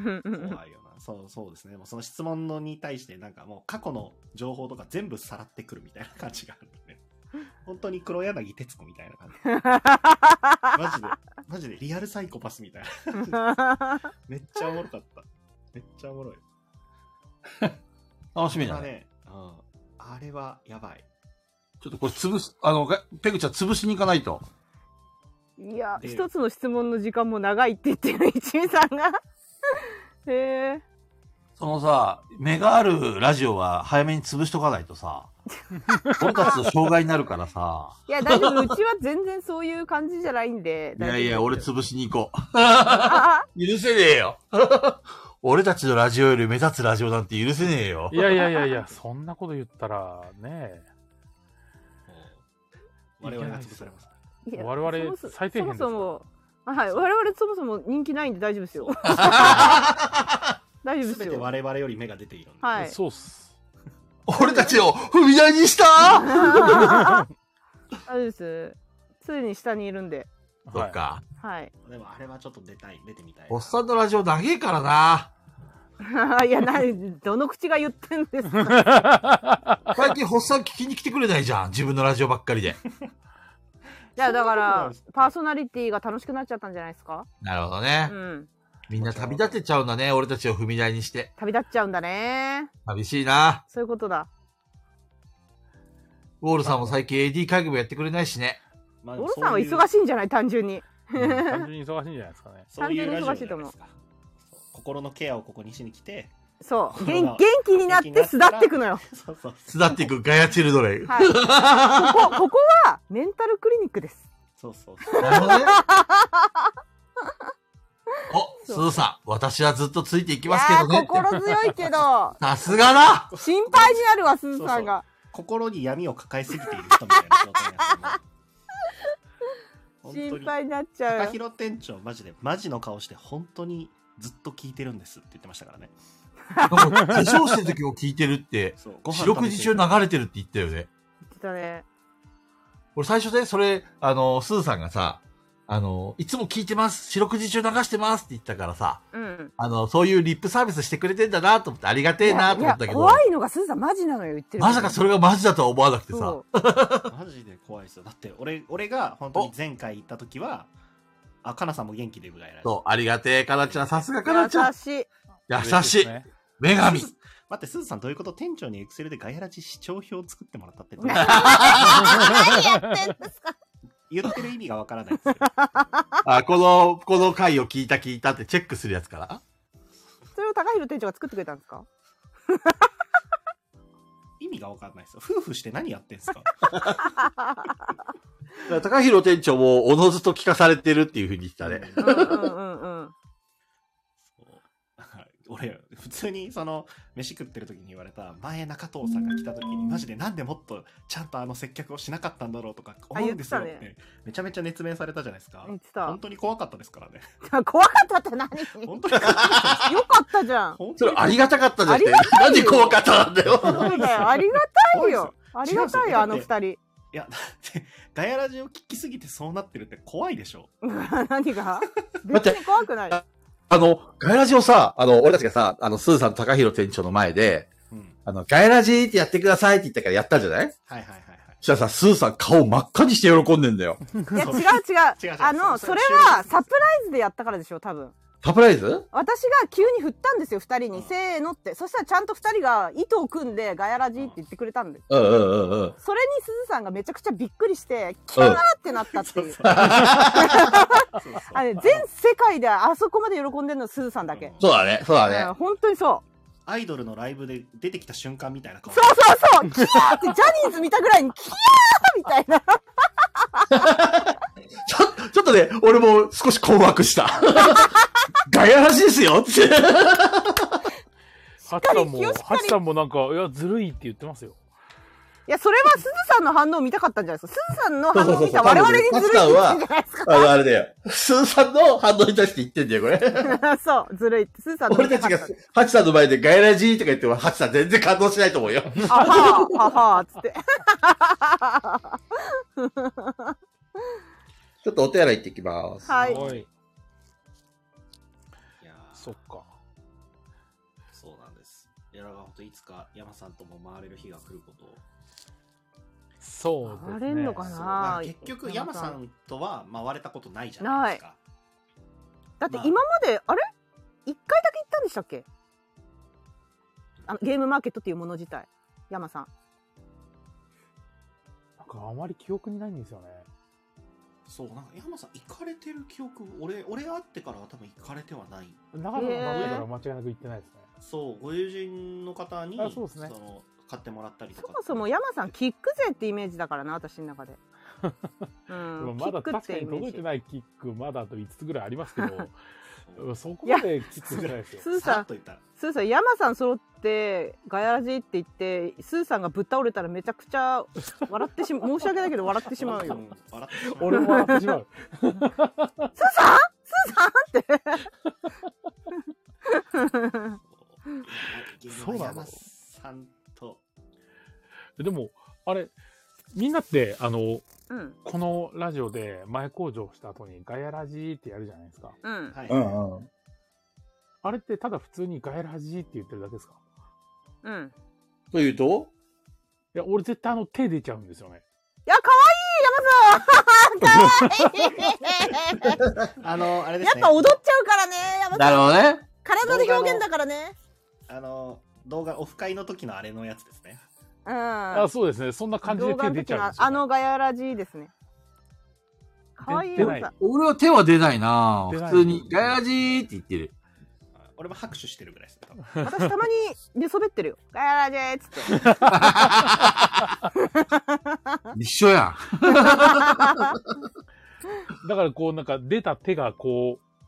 S3: うんうんうん
S4: 怖いよな。そうそうですね。もうその質問のに対して、なんかもう過去の情報とか全部さらってくるみたいな感じがある ね。本当に黒柳徹子みたいな感じ。マジで、マジでリアルサイコパスみたいな。めっちゃおもろかった。めっちゃおもろい。
S2: 楽しみ
S4: ま
S2: だ
S4: あ
S2: ね。
S4: ね、うん。あれはやばい。
S2: ちょっとこれ潰す、あの、がペグちゃん潰しに行かないと。
S3: いや
S4: で
S3: 一つの質問の時間も長いって言ってる一味さんがへえ
S2: そのさ、目があるラジオは早めに潰しとかないとさ、 俺たちの障害になるからさ。
S3: いや、大丈夫。うちは全然そういう感じじゃないんで。
S2: いやいや、
S3: 大丈夫
S2: 俺
S3: です
S2: 潰しに行こう。
S3: あ
S2: 許せねえよ。 俺たちのラジオより目立つラジオなんて許せねえよ
S1: い。やいやいやいや、そんなこと言ったら、ね
S4: もう我々が潰されます。
S3: あいや
S1: 我々
S3: そもそ
S1: 最底辺ですか
S3: そもそも、はい、我々そもそも人気ないんで大丈夫ですよ。大丈夫
S4: すべ
S3: です
S4: て
S3: よ。
S4: 我々より目が出ているんで。
S1: え、
S3: はい。
S1: そうっす。
S2: 俺たちを踏み台に した
S3: 大丈夫です。常に下にいるんで。
S2: そ
S1: は
S2: っ
S1: い
S2: か。
S3: はい。
S4: でもあれはちょっと出たい、出てみたい。
S2: おっさんのラジオ長えからな。
S3: いや、な、どの口が言ってんですか。
S2: 最近、ホッサン聞きに来てくれないじゃん。自分のラジオばっかりで。
S3: いや、だか
S4: そんなことない
S3: ら
S4: です、
S3: パーソナリティが楽しくなっちゃったんじゃないですか。
S2: なるほど
S3: う
S2: ね。
S3: ん。
S2: みんな旅立てちゃうんだね。俺たちを踏み台にして。
S3: 旅立っちゃうんだね。
S2: 寂しいな。
S3: そういうことだ。
S2: ウォールさんも最近 AD 会議もやってくれないしね。
S4: まあ
S3: オルさんは忙
S4: い
S3: しいんじゃない単純に。
S1: うん単純に忙しいんじゃないですかね。
S4: う。そういうラジオ
S3: 単純に忙しいと思う
S4: じゃないですかそう心のケアをここにしに来て、
S3: そう。
S4: そうだ
S3: 元元気になって巣立ってくのよ。
S4: そうそう
S2: 巣立っていくガヤチルドレン。
S3: はい。ここ、ここはメンタルクリニックです。
S4: そうそうそう。
S2: なるほどね。お、すずさん、私はずっとついていきますけど
S3: い
S2: ね
S3: やー。心強いけど、
S2: さすがだ
S3: 心配になるわ、すずさんが。
S4: 心に闇を抱えすぎている人みたいな状態になってる本
S3: 心
S4: 当に。
S3: 配になっちゃ
S4: 高
S3: うよ。
S4: 弘店長、マジで、マジの顔して、本当にずっと聞いてるんですって言ってましたからね。
S2: なんか化粧してる時を聞いてるって、
S4: そう、
S2: 四六時中
S4: な
S2: 流れてるって言ったよね。
S3: 言ってたね。
S2: 俺最初ね、それ、あの、すずさんがさ、あの、いつも聞いてます、四六時中流してますって言ったからさ、
S3: うん。
S2: あの、そういうリップサービスしてくれてんだなと思って、ありがてえなと思ったけ
S3: いや
S2: ど、
S3: 怖いのがすずさんマジなのよ、言ってる。
S2: まさかそれがマジだとは思わなくてさ
S3: そ、
S4: マジで怖いですよ。だって、俺、俺が本当に前回行った時は、あ、かなさんも元気でぐらいな
S2: そう、ありがてえ、かなちゃん、さすが
S3: う。
S2: かなちゃん
S3: 優。しい。
S2: 優し
S1: 嬉。です
S2: い
S1: ね
S2: 女神。
S4: 待って、すずさんどういうこと店長にエクセルでガヤラジ視聴表を作ってもらったって。
S3: 何やってんですか
S4: 言ってる意味がわからないですよ。
S2: あ、この、この回を聞いた聞いたってチェックするやつから
S3: それを高弘店長が作ってくれたんですか
S4: 意味がわからないですよ。夫婦して何やってんす か
S2: だから高弘店長もおのずと聞かされてるっていうふうに言ってたね。
S3: うんうんうんうん。
S4: そうだから俺、普通にその、飯食ってる時に言われた、前中藤さんが来た時に、マジでなんでもっとちゃんとあの接客をしなかったんだろうとか思うんですよっ、
S3: あ言って
S4: めちゃめちゃ熱弁されたじゃないですか
S3: 言。ってた
S4: 本。当に怖かったですからね。
S3: 怖かったって何よ
S4: 本当に怖かったですから
S3: かったじゃん。
S4: 本
S2: そ
S4: 当
S2: れ
S4: に
S2: ありがたかったじゃんって
S3: ありが。たい
S2: なん
S3: よ
S2: で怖かったんだよ。
S3: そうだよ。ありがたいよ。ありがたいよ、あの二人。
S4: いや、だって、ガヤラジを聞きすぎてそうなってるって怖いでしょ。
S3: 何が別
S2: 待って
S3: に怖くない。
S2: あの、ガイラジをさ、あの、俺たちがさ、あの、スーさんと高弘店長の前で、
S4: うん。
S2: あの、ガイラジーってやってくださいって言ったからやったじゃない
S4: はいはいはいはい。
S2: そしたらさ、スーさん顔真っ赤にして喜んでんだよ。
S3: いや、違う違う
S4: 違う違う。
S3: あの、
S4: そ
S3: そ
S4: れ
S3: れはサプライズでやったからでしょ、多分。
S2: サプライズ
S3: 私が急に振ったんですよ、二人
S4: うん
S3: に。せーのって。そしたらちゃんと二人が糸を組んで、ガヤラジって言ってくれたんです。
S2: うんうんうんうん。
S3: それに鈴さんがめちゃくちゃびっくりして、キャーってなったって
S4: そう
S3: い
S4: そうそう
S3: う。
S4: そう
S3: あれ、全世界であそこまで喜んでるのは鈴さんだけ。
S2: そうだね、そうだ
S3: うん
S2: ね。
S3: 本当にそう。
S4: アイドルのライブで出てきた瞬間みたいな顔
S3: そうそうそう、キヤーってジャニーズ見たぐらいにキヤーみたいな。
S2: ちょ、ちょっとね、俺も少し困惑した。ガヤラジですよって。
S1: ハチさんも、
S3: 気をしっか
S1: ハ
S3: り
S1: チさんもなんか、いや、ずるいって言ってますよ。
S3: いや、それは鈴さんの反応を見たかったんじゃないですか。鈴さんの反応を見た
S2: そう
S3: 我
S2: そう
S3: 々
S2: そう
S3: にずるいって言ってんじゃないです
S2: あの、あれだよ。スーさんの反応に対して言ってんだよ、これ。
S3: か。 そう、ずるいって。鈴さんの
S2: 俺
S3: 見
S2: た
S3: か
S2: ちが
S3: ったんで、
S2: ハチさんの前でガヤラジーとか言っても、ハチさん全然感動しないと思うよ。
S3: あはあ、あはあ、つって。
S2: ちょっとお手洗い行ってきます。
S3: はい。
S1: おい。
S4: いやー
S1: そっか。
S4: そうなんですいやだから本当いつか山さんとも回れる日が来ることを
S1: そうですね。
S3: 回れんのか
S4: そう
S3: な
S4: だから
S3: ー
S4: 結局山さんとは回れたことないじゃないですか
S3: だって今まで、あれ一回だけ行ったんでしたっけあのゲームマーケットっていうもの自体。山さん。
S1: なんかあまり記憶にないんですよね。
S4: そうなんか山さん行かれてる記憶俺俺会ってからは多分行かれてはない
S1: 長野の
S3: へ
S1: だ
S3: ー
S1: から間違いなく言ってないですね。
S4: そうご友人の方に
S1: あそうですね
S4: の買ってもらったりと
S3: そ
S4: か
S3: もそも山さん、キック勢ってイメージだからな、私の 中で。う
S1: でも
S3: ん。
S1: まだ
S3: キックっ
S1: 確か
S3: てイ
S1: に
S3: メ
S1: 届
S3: ー
S1: いて
S3: ジ。
S1: ないキック、まだあと5つぐらいありますけど、
S4: そう
S1: うんそこまでキックしてないですよ。
S3: 鈴
S4: さら
S3: さん
S4: っ、と言ったら
S3: スーさん山さん揃ってガヤラジって言ってスーさんがぶっ倒れたらめちゃくちゃ笑って しま申し訳ないけど笑ってしまうよ
S4: ん笑ってしまう
S1: 俺も笑ってしまう。
S3: スーさんスーさん
S1: そうなの
S4: 山さんと
S1: でも、あれ、みんなって、あの、
S3: うん
S1: このラジオで前工場した後にガヤラジーってやるじゃないですか。
S3: うん
S4: はい、
S7: うんうん。
S1: あれってただ普通にガヤラジーって言ってるだけですか
S3: うん
S2: というと
S1: いや、俺絶対あの手出ちゃうんですよね。
S3: いや可 愛い山さん可愛い
S4: あのあれで
S3: や
S4: す
S3: っ
S4: ね
S3: ぱ踊っちゃうからね山さん
S2: なるほどね。
S3: 体で表現だからね
S4: あの動画オフ会の時のあれのやつですね
S3: うん
S1: あそうですね。そんな感じで
S3: 動画
S1: 手
S3: の
S1: 出ち
S3: 時
S1: ゃうん
S3: の
S1: ですよ、ね。
S3: あのガヤラジですね可愛い
S1: 出ない
S3: 山さん
S2: 俺は手は出ないな
S1: 出ない
S2: 普通に、ガヤラジーって言ってる。
S4: 俺も拍手してるぐらいですね
S3: 私たまに寝そべってるよ ガヤラジっつって
S2: 一緒や
S1: だからこうなんか出た手がこう、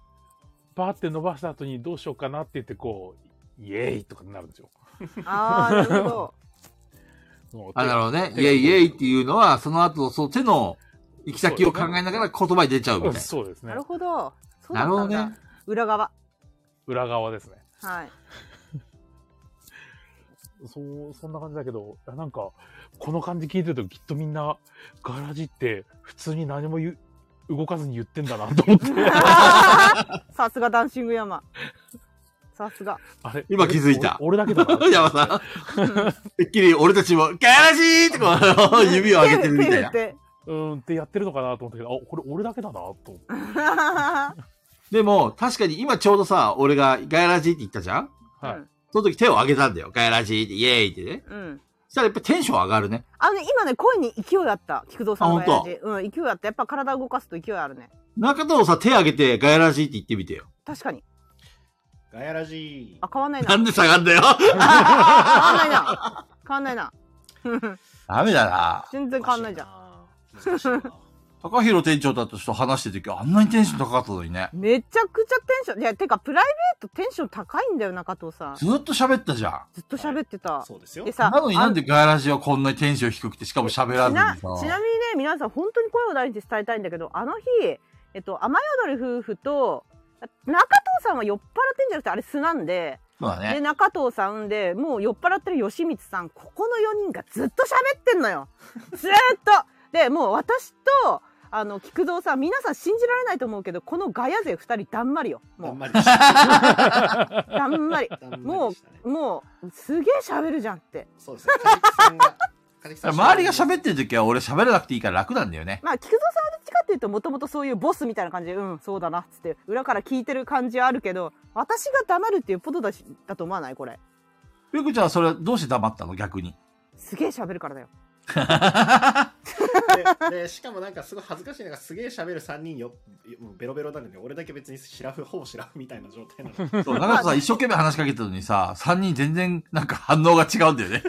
S1: バーって伸ばした後にどうしようかなって言ってこう、イエーイとかになるんですよ。
S3: ああなるほど
S1: もう
S2: あ、
S1: 手が
S2: なるほどね。
S1: 手
S2: イ
S1: が
S2: エイイエイっていうのは、その後、その手の行き先を考えながら言葉に出ちゃうみたいな。
S1: そう ですね
S3: なる。ほどそう
S2: な
S3: だ
S2: るほど
S3: ったんだ
S2: ね。
S3: 裏側
S1: 裏側ですね。
S3: はい
S1: そう、そんな感じだけど、いやなんか、この感じ聞いてるときっとみんな、ガラジって普通に何も言う動かずに言ってんだなと思って。
S3: さすがダンシング山。さすが。
S1: あれ
S2: 今気づいた
S1: 俺俺だけだ な
S2: 山さん。てっきり俺たちも、ガヤラジーってこう、 指を上げてるみたい な。
S3: 手
S1: うーんってやってるのかなと思ったけど、あ、これ俺だけだなと思って。
S3: 振って。
S2: でも、確かに今ちょうどさ、俺がガヤラジーって言ったじゃん
S1: はい。
S3: うん
S2: その時手を上げたんだよ。ガヤラジーって、イエーイってね。
S3: うん。
S2: したらやっぱテンション上がるね。
S3: あのね、今ね、声に勢いあった。菊蔵さんの
S2: あ
S3: や
S2: 本当
S3: じ。うん、勢いあった。やっぱ体動かすと勢いあるね。
S2: 中藤さ、手上げてガヤラジって言ってみてよ。
S3: 確かに。
S4: ガヤラジー
S3: あ、変わんないな。
S2: なんで下がんだよ
S3: 変わんないな。変わんないな。
S2: ダメだな。
S3: 全然変わんないじゃん。
S4: ん。難しいな
S2: 高弘店長だと人と話してる時あんなにテンション高かったのにね。
S3: めちゃくちゃテンション、いや、てか、プライベートテンション高いんだよ、中藤さん。ず
S2: ずっと喋ったじゃ
S3: っと喋って た。
S4: そうですよ
S3: で。さ
S2: ん。なのになん
S3: で
S2: でガヤラジはこんなにテンション低くてしかも喋らず
S3: ち
S2: に
S3: な
S2: さ
S3: ち。なみにね皆さん本当に声を大事に伝えたいんだけどあの日、えっと、雨宿り夫婦と中藤さんは酔っ払ってんじゃなくてあれ素なんで
S2: そうだ
S3: で
S2: ね。
S3: 中藤さんでもう酔っ払ってる吉光さんここの4人がずっと喋ってんのよ ずーっとでもう私とあの菊蔵さん皆さん信じられないと思うけどこのガヤ勢2人だんまりよ
S4: あ
S3: も
S4: んまりでした。
S3: うだんまり
S4: あんまり
S3: も
S4: でしたね
S3: うもうすげえ喋るじゃんって
S4: そうですね。カリキさんが、カリキさん
S2: 周りが喋ってる時は俺喋らなくていいから楽なんだよね。
S3: まあ、菊蔵さんはどっちかっていうと、もともとそういうボスみたいな感じで、うん、そうだな、っつって、裏から聞いてる感じはあるけど、私が黙るっていうことだし、だと思わないこれ。
S2: ゆくちゃんはそれどうして黙ったの逆に。
S3: すげえ喋るからだよ。
S4: ででしかもなんかすごい恥ずかしいのがすげえ喋る3人よもうベロベロなのに俺だけ別にシラフほぼシラフみたいな状態なの
S2: そう、中藤さん一生懸命話しかけてたのにさ、3人全然なんか反応が違うんだよね。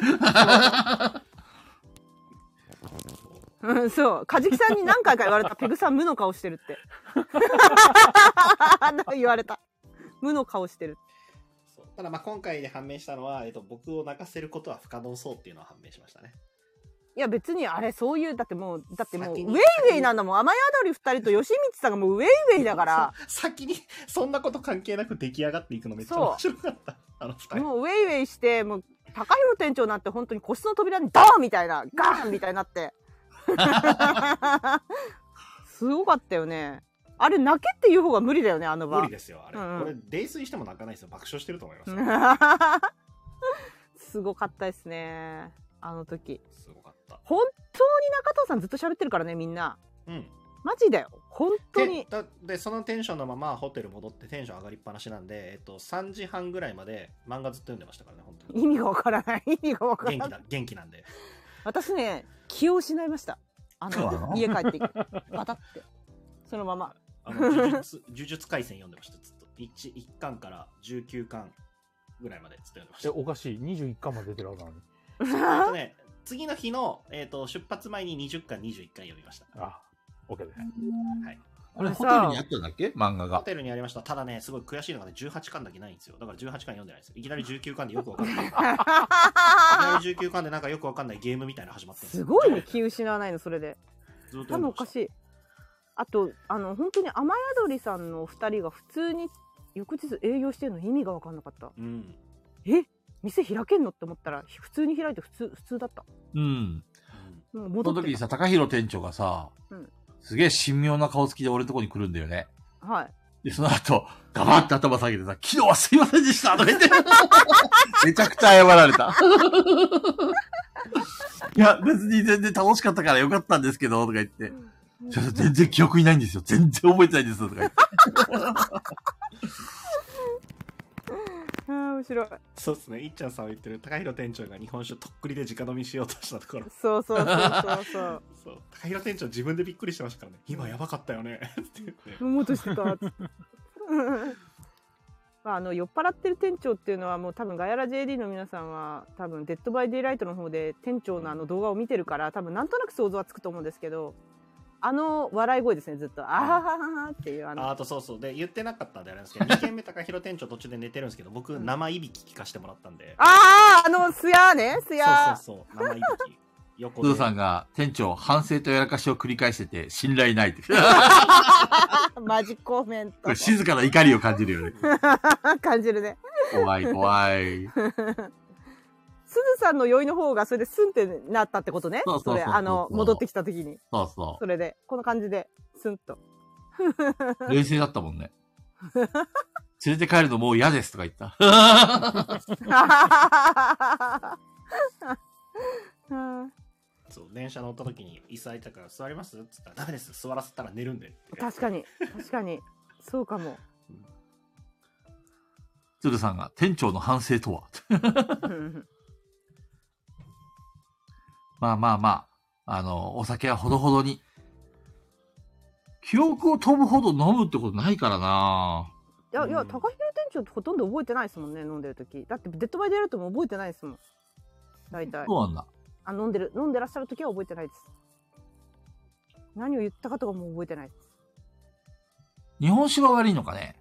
S3: うん、そう。カジキさんに何回か言われた、ペグさん無の顔してるって。 言われた。無の顔してる。
S4: そうただまあ今回で判明したのは、えっと、僕を泣かせることは不可能そうっていうのを判明しましたね
S3: いや別にあれそういう、だってもう、だってもう、ウェ
S4: 先
S3: イ
S4: に
S3: ウェイなんだもん。雨宿り二人と吉光さんがもうウェイウェイだから、
S4: そう先にそんなこと関係なく出来上がっていくのめっちゃ
S3: そう
S4: 面白かったあの2人
S3: もうウェイウェイして、もう、高広店長なんて本当に個室の扉にドーンみたいな、ガーンみたいになって。 すごかったよね。あれ、泣けっていう方が無理だよね、あの場。
S4: 無理ですよあれ、
S3: うんうん
S4: これ泥酔しても泣かないですよ爆笑してると思いますよ、
S3: すごかったですね。あの時。
S4: すごかった
S3: 本当に中藤さんずっと喋ってるからね、みんな。
S4: うん
S3: マジだよ。本当に
S4: で。だでそのテンションのままホテル戻ってテンション上がりっぱなしなんで、えっと、3時半ぐらいまで漫画ずっと読んでましたからね本当に
S3: 意味がわからない。意味がわから
S4: 元
S3: な
S4: 気
S3: い。
S4: だ元気なんで
S3: 私ね、気を失いました。あ
S2: そうなの
S3: の、家帰って、バタって。そのまま。
S4: あの呪術 呪術廻戦読んでましたずっと 1, 1巻から19巻ぐらいまでずっと読んでまし
S1: え、
S4: た
S1: おかしい。21巻まで出てるはずなのに。
S4: えっとね次の日の、えっと出発前に20巻21巻読みました
S1: あ、OK です。
S2: あれホテルにあったんだっけ漫画
S4: ホ
S2: が。
S4: テルにありましたただねすごい悔しいのがね18巻だけないんですよだから18巻読んでないんですよいきなり19巻でよくわかんないいきなり19巻でなんかよくわかんないゲームみたいなの始まってるんです
S3: す
S4: よ
S3: ごいね、気失わないの、それで。
S4: ずっと読ん
S3: 多
S4: で
S3: 分
S4: ま
S3: おか
S4: し
S3: しい。あと、あの、本当に雨宿りさんのお二人が普通に翌日営業してるの意味が分かんなかった。
S4: たうん
S3: え店開けんのって思ったら、普通に開いて普通、普通だった。
S2: うん。
S4: うん
S3: もう
S2: そ
S3: 戻
S2: の
S3: っ
S2: 時に
S3: てた。
S2: さ、高弘店長がさ、
S3: うん
S2: すげえ神妙な顔つきで俺のとこに来るんだよね。
S3: はい。
S2: で、その後、ガバッて頭下げてさ、昨日はすいませんでしたとか言って、 めちゃくちゃ謝られ た。いや、別に全然楽しかったからよかったんですけど、とか言って。ちょっと全然記憶にないんですよ。全然覚えてないんですとか 言って。
S3: ああ、面白い。
S4: そうですねいっちゃんさんは言ってる高弘店長が日本酒とっくりで直飲みしようとしたとこ ろ
S3: そうそうそうそう そう。
S4: そう高弘店長自分でびっくりしてましたからね今やばかったよねって言って
S3: もう戻してた。つ ってうんまあ、あの酔っ払ってる店長っていうのはもう多分ガヤラ JD の皆さんは多分「デッド・バイ・デイ・ライト」の方で店長のあの動画を見てるから多分なんとなく想像はつくと思うんですけどあの笑い声ですねずっと「あはははは」っていうあの
S4: ああとそうそうで言ってなかったんであれなん ですけど2軒目高弘店長途中で寝てるんですけど僕
S3: うん
S4: 生いびき聞かしてもらったんで
S3: あーあのすやねすや
S4: そうそうそう生いびき横
S2: 須
S4: で
S2: 藤さんが店長、反省とやらかしを繰り返してて、信頼ないって。こ
S3: マジコメント
S2: れ静かな怒りを感じるよね。
S3: 感じるね
S2: 怖い、怖い。
S3: すずさんの酔いの方がそれでスンってなったってことね
S2: そうそうそうそう
S3: れあの戻ってきた時に
S2: そうそ
S3: それでこの感じでスン と
S2: う。冷静だったもん ね。連れて帰るのもう嫌ですとか言った。
S3: うん
S4: そう電車乗った時に椅子空いてたから座りますっつったらダメです座らせたら寝るんでって
S3: 確かに確かにそう かも、
S2: 鶴さんが店長の反省とは
S3: うん
S2: まあまあまあ、あの、お酒はほどほどに。記憶を飛ぶほど飲むってことないからない
S3: や、いや、
S4: うん
S3: 高広店長ってほとんど覚えてないですもんね、飲んでる時。だって、デッドバイデイライトも覚えてないですもん。大体。
S2: そうなんだ。
S3: あ、飲んでる、飲んでらっしゃる時は覚えてないです。何を言ったかとかも覚えてないです。
S2: 日本酒が悪いのかね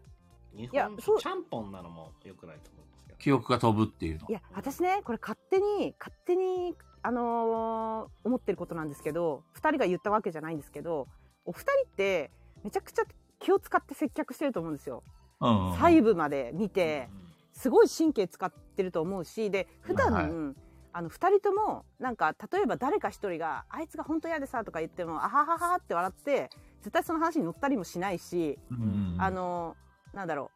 S4: 日
S3: いや
S4: 本
S3: そう
S4: ちゃんぽんなのも良くないと思うんですけど。
S2: 記憶が飛ぶっていうの
S3: い。や、私ね、これ勝手に、勝手に、あのー思ってることなんですけど、二人が言ったわけじゃないんですけど、お二人って、めちゃくちゃ気を使って接客してると思うんですよ。
S2: うん、うん。
S3: 細部まで見て、すごい神経使ってると思うしで普段、
S2: はい
S3: あの2人ともなんか例えば誰か1人が「あいつが本当嫌でさ」とか言っても「あははは」って笑って絶対その話に乗ったりもしないし、
S2: うん
S3: あのなんだろ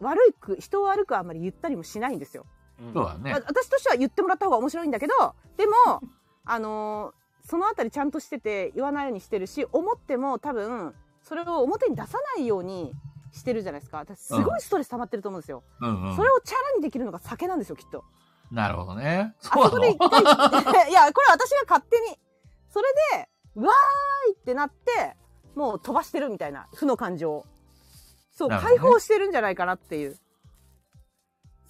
S3: う悪いく人を悪くあんまり言ったりもしないんですよ。
S4: うん
S2: そうだね
S3: まあ。私としては言ってもらった方が面白いんだけどで もあのそのあたりちゃんとしてて言わないようにしてるし思っても多分それを表に出さないようにしてるじゃないですか私すごいストレス溜まってると思うんですよ。
S2: うんうん
S3: それをチャラにできるのが酒なんですよ、きっと。
S2: なるほどね。
S3: あ
S2: そうな
S3: そこ
S2: の
S3: で一 回、いや、これ私が勝手に。それで、わーいってなって、もう飛ばしてるみたいな、負の感情を。そう、
S2: なるほど
S3: 解
S2: ね
S3: 放してるんじゃないかなっていう。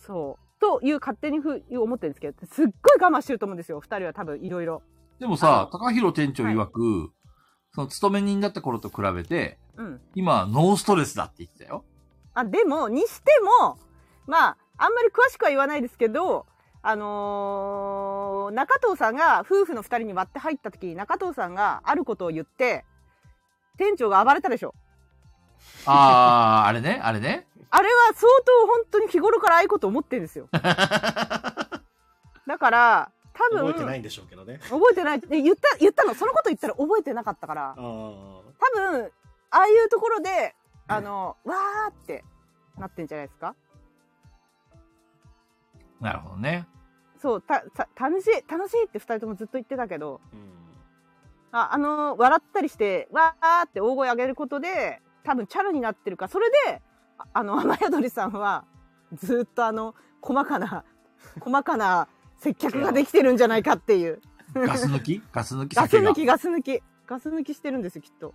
S3: そう。という勝手にふ思ってるんですけど、すっごい我慢してると思うんですよ、二人は多分いろいろ。
S2: でも
S3: あ
S2: さ
S3: の、
S2: 高弘店長曰く、その勤め人だった頃と比べて、
S3: うん。
S2: 今はノーストレスだって言ってたよ。
S3: あ、でも、にしても、まあ、あんまり詳しくは言わないですけど、あのー中藤さんが夫婦の二人に割って入った時に中藤さんがあることを言って、店長が暴れたでしょ。
S2: あー、あれね、あれね。
S3: あれは相当本当に日頃からああいうこと思ってるんで すよ。だから、多分、
S4: 覚えてないんでしょうけどね。
S3: 覚えてない。で言った、言ったの、そのこと言ったら覚えてなかったから。
S4: ああ。
S3: 多分ああいうところであの、わーってなってんじゃないですか
S2: なるほどね。
S3: そうたた楽しい楽しいって2人ともずっと言ってたけど
S4: うん
S3: ああの笑ったりしてわーって大声上げることで多分チャラになってるからそれでああの雨宿りさんはずっとあの細かな細かな接客ができてるんじゃないかっていう
S2: ガス抜きガス抜き
S3: ガス
S2: 酒が
S3: 抜きガス抜きガス抜きしてるんですよきっと。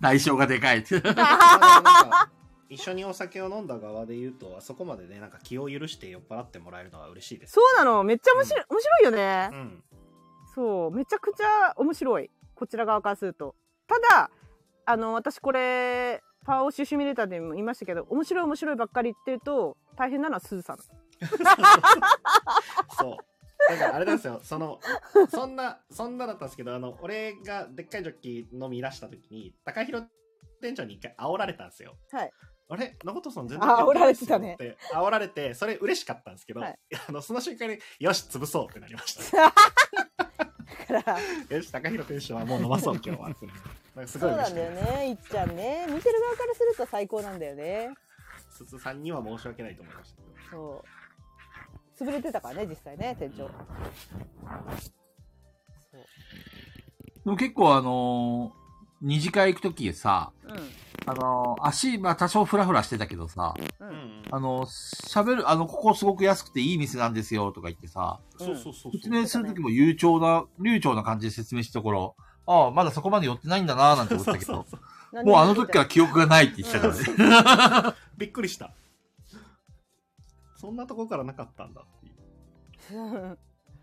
S2: 代償がでかい。
S4: まあでもなんか一緒にお酒を飲んだ側で言うと、あそこまでね、なんか気を許して酔っ払ってもらえるのは嬉しいです。
S3: そうなのめっちゃ面白い,、面白いよね。
S4: うん。
S3: そう、めちゃくちゃ面白い。こちら側からすると。ただ、あの、私これ、パワーオッシュシミュレーターでも言いましたけど、面白い面白いばっかり言ってると、大変なのはすず さん。
S4: そう。だからあれなんですよ、その、そんな、そんなだったんですけど、あの、俺がでっかいジョッキ飲み出した時に、高広店長に一回煽られたんですよ。
S3: はい。
S4: あれ中本さん全
S3: あ
S4: 酔っ払いですよっ
S3: 煽られてた
S4: て煽られて、それ嬉しかったんですけど、
S3: はい
S4: あの、その瞬間に、よし、潰そうってなりました。
S3: だから、
S4: よし、高広店長はもう飲まそう、今日は。なんかすご
S3: そ
S4: いう嬉
S3: な
S4: しい
S3: んだよね、いっちゃんね。見てる側からすると最高なんだよね。
S4: 鈴さんには申し訳ないと思いましたけど。
S3: そう。潰れてたからね、実際ね、店長。そう。
S2: でも結構あのー二次会行くときさ、
S3: う
S2: あのー足、まあ多少フラフラしてたけどさ、
S3: ん。う。
S4: うんん、
S2: あのー喋る、あの、ここすごく安くていい店なんですよとか言ってさ、
S4: そうそうそうそう。
S2: 説明するときも悠長な、流暢な感じで説明したところ、ああ、まだそこまで寄ってないんだなーなんて思ってたけど、もうあの時から記憶がないって言ってたからね。
S4: びっくりした。そんなとこからなかったんだっていう。
S3: ら。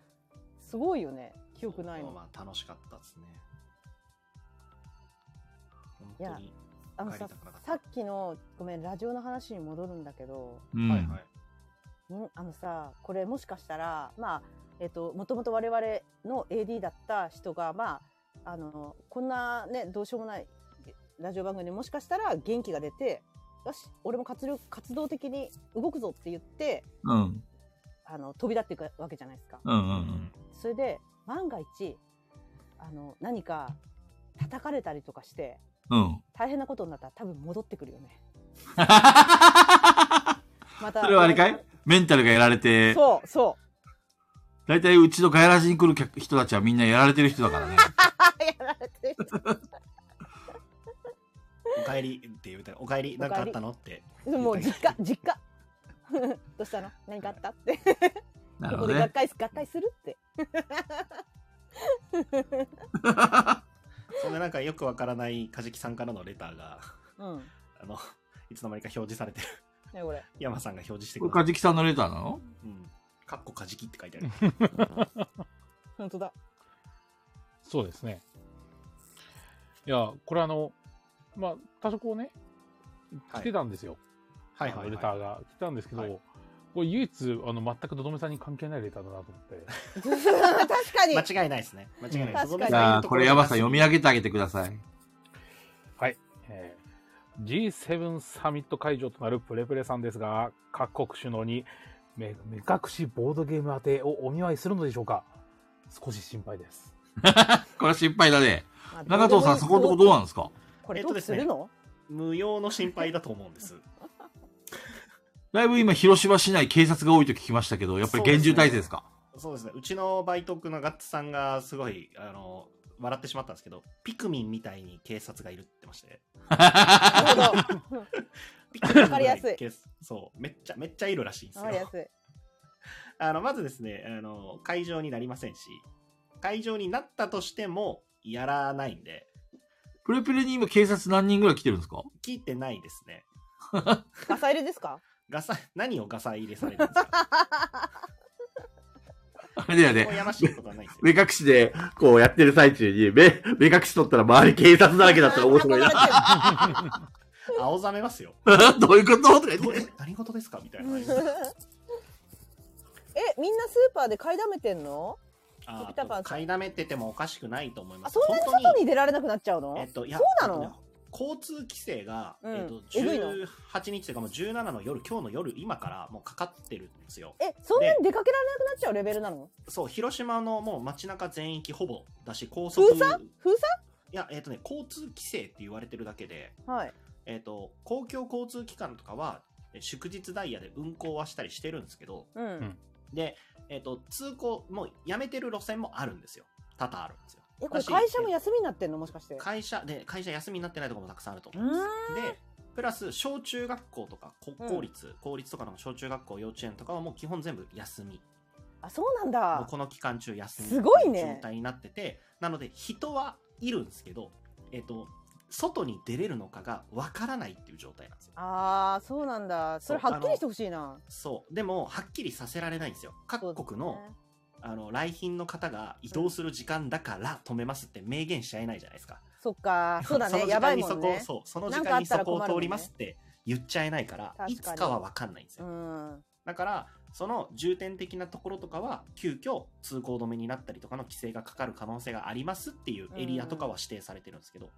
S3: すごいよね、記憶ないの。
S4: まあ楽しかったですね。本
S3: いや
S4: 当に。
S3: あの
S4: 帰
S3: さ
S4: りたくなかった
S3: さっきのごめんラジオの話に戻るんだけど、
S2: うん
S4: はいはい。
S3: んあのさこれもしかしたらまあえっ、ともともと我々の AD だった人がまああのこんなねどうしようもないラジオ番組でもしかしたら元気が出てよし俺も活力活動的に動くぞって言って
S2: うん。
S3: あの飛び立っていくわけじゃないですか。
S2: うんう
S4: うん
S3: それで万が一あの何か叩かれたりとかして
S2: うん。うん。
S3: 大変なことになったら多分戻ってくるよね。また
S2: それはあれかいメンタルがやられて、
S3: そうそう
S2: だいたいうちのガヤラジに来る客人たちはみんなやられてる人だ からね。
S3: やら れてる。
S4: おかえりって言うたら、おかえり、なんかあったのって。
S3: もう実家、実家。どうしたの何かあったって。
S2: なるほ
S3: ここ
S2: ど
S3: で
S2: ね
S3: 学。会す、学会するって。
S4: そんでなんかよくわからないカジキさんからのレターが、
S3: うん。
S4: あ の、いつの間にか表示されてる。
S3: ねこれ。
S4: 山さんが表示して
S2: こ
S4: く
S2: れ、
S4: だ
S2: カ
S4: さい。
S2: ジキさんのレターなの
S4: うん。かっこカジキって書いてあ る。
S3: 本当だ。
S1: そうですね。いや、これあの、まあ、多少こうね、
S4: はい
S1: 来てたんですよ。
S4: はいはい、
S1: あのレタ
S4: は
S1: ーが来たんですけど、
S4: はい
S1: これ唯一、あの、全くどどめさんに関係ないレターだなと思って。
S3: 確か
S4: い。
S3: に。
S4: 間違いないですね。間違いない。
S3: 確かに
S4: とどめ
S2: じ
S4: ん
S2: ゃ
S4: 言う
S2: あ、
S4: と
S2: こ
S4: ろ
S2: れ山さん読み上げてあげてください。
S1: はい、えー G7 サミット会場となるプレプレさんですが各国首脳に目目隠しボードゲーム当てをお見舞いするのでしょうか少し心配です
S2: これは心配だね。
S3: まあ
S2: 中藤さん、そこのとこどうなんですか
S3: これ
S4: えっ
S3: ど
S4: と
S3: う
S4: です
S3: す
S4: ね
S3: るの
S4: 無用の心配だと思うんです。
S2: だいぶ今、広島市内警察が多いと聞きましたけど、やっぱり厳重体制ですか
S4: そうですね。うちのバイトクのガッツさんがすごい、あの、笑ってしまったんですけど、ピクミンみたいに警察がいるって言ってまして。
S3: なるほど。
S4: ピクミン
S3: わかりやすい
S4: みたに警察そう、めっちゃ、めっちゃいるらしいんです
S3: わかりや
S4: よ。
S3: すい。
S4: あの、まずですね、あの、会場になりませんし、会場になったとしても、やらないんで、
S2: プレプレに今、警察何人ぐらい来てるんですか
S4: 聞いてないですね。
S3: ガサ入れですか
S4: ガサ、何をガサ入れされるんですか
S2: あれだよ
S4: もう
S2: ね。
S4: やましいことはないんですよ
S5: 目。隠しで、こうやってる最中に、目、目隠し取ったら周り警察だらけだったら面 白いな。
S3: な。
S4: 青ざめますよ。
S2: どういうこととか言っ
S4: どう
S2: て
S4: え何事ですかみたいな。
S3: え、みんなスーパーで買いだめてんの
S4: あ
S3: ピタパンさん
S4: 買いだめててもおかしくないと思いま
S3: あ、
S4: す。
S3: そんなに
S4: 本当
S3: 外に出られなくなっちゃうの
S4: えっと、いや
S3: そうなの
S4: えっとね交通規制が、
S3: うん
S4: えっと、
S3: えぐいの
S4: 18日というかもう17の夜、今日の夜、今からもうかかってるんですよ。
S3: え、そんなに出かけられなくなっちゃうレベルなの
S4: そう、広島のもう街中全域ほぼだし、高速。
S3: 封鎖封
S4: いや、えっとね、交通規制って言われてるだけで、
S3: はい。
S4: えっと、公共交通機関とかは、え祝日ダイヤで運行はしたりしてるんですけど、
S3: うん。
S1: ん
S4: で、えっと、通行、もうやめてる路線もあるんですよ。多々あるんですよ。
S3: え、これ
S4: だし
S3: 会社も休みになってんのもしかして。
S4: 会社で会社休みになってないところもたくさんあると思います
S3: う
S4: でプラス小中学校とか国公立、公立とかの小中学校幼稚園とかはもう基本全部休み
S3: あ、そうなん
S4: もう
S3: だ。
S4: この期間中休み
S3: すごいね
S4: ってう状態になっててなので人はいるんですけどえっと外に出れるのかがわからないっていう状態なんですよ
S3: あー、そうなんだ。それ
S4: そう
S3: はっきりしてほしいな。
S4: そうでもはっきりさせられないんですよ各国の,、あの来賓の方が移動する時間だから止めますって明言しちゃえないじゃないですか
S3: そっ か、そうだ
S4: その
S3: ね。
S4: 時
S3: やば
S4: 間
S3: い
S4: に
S3: も
S4: そ
S3: ん
S4: こを
S3: ね。
S4: そうその時
S3: なんかあ
S4: 間
S3: っ
S4: に
S3: た
S4: そ
S3: ら
S4: こ
S3: 困るも
S4: を通
S3: んね
S4: りますって言っちゃえないから
S3: 確かに
S4: いつかは分かんないんです
S3: う
S4: よ、
S3: ん。
S4: だからその重点的なところとかは急遽通行止めになったりとかの規制がかかる可能性がありますっていうエリアとかは指定されてるんですけど、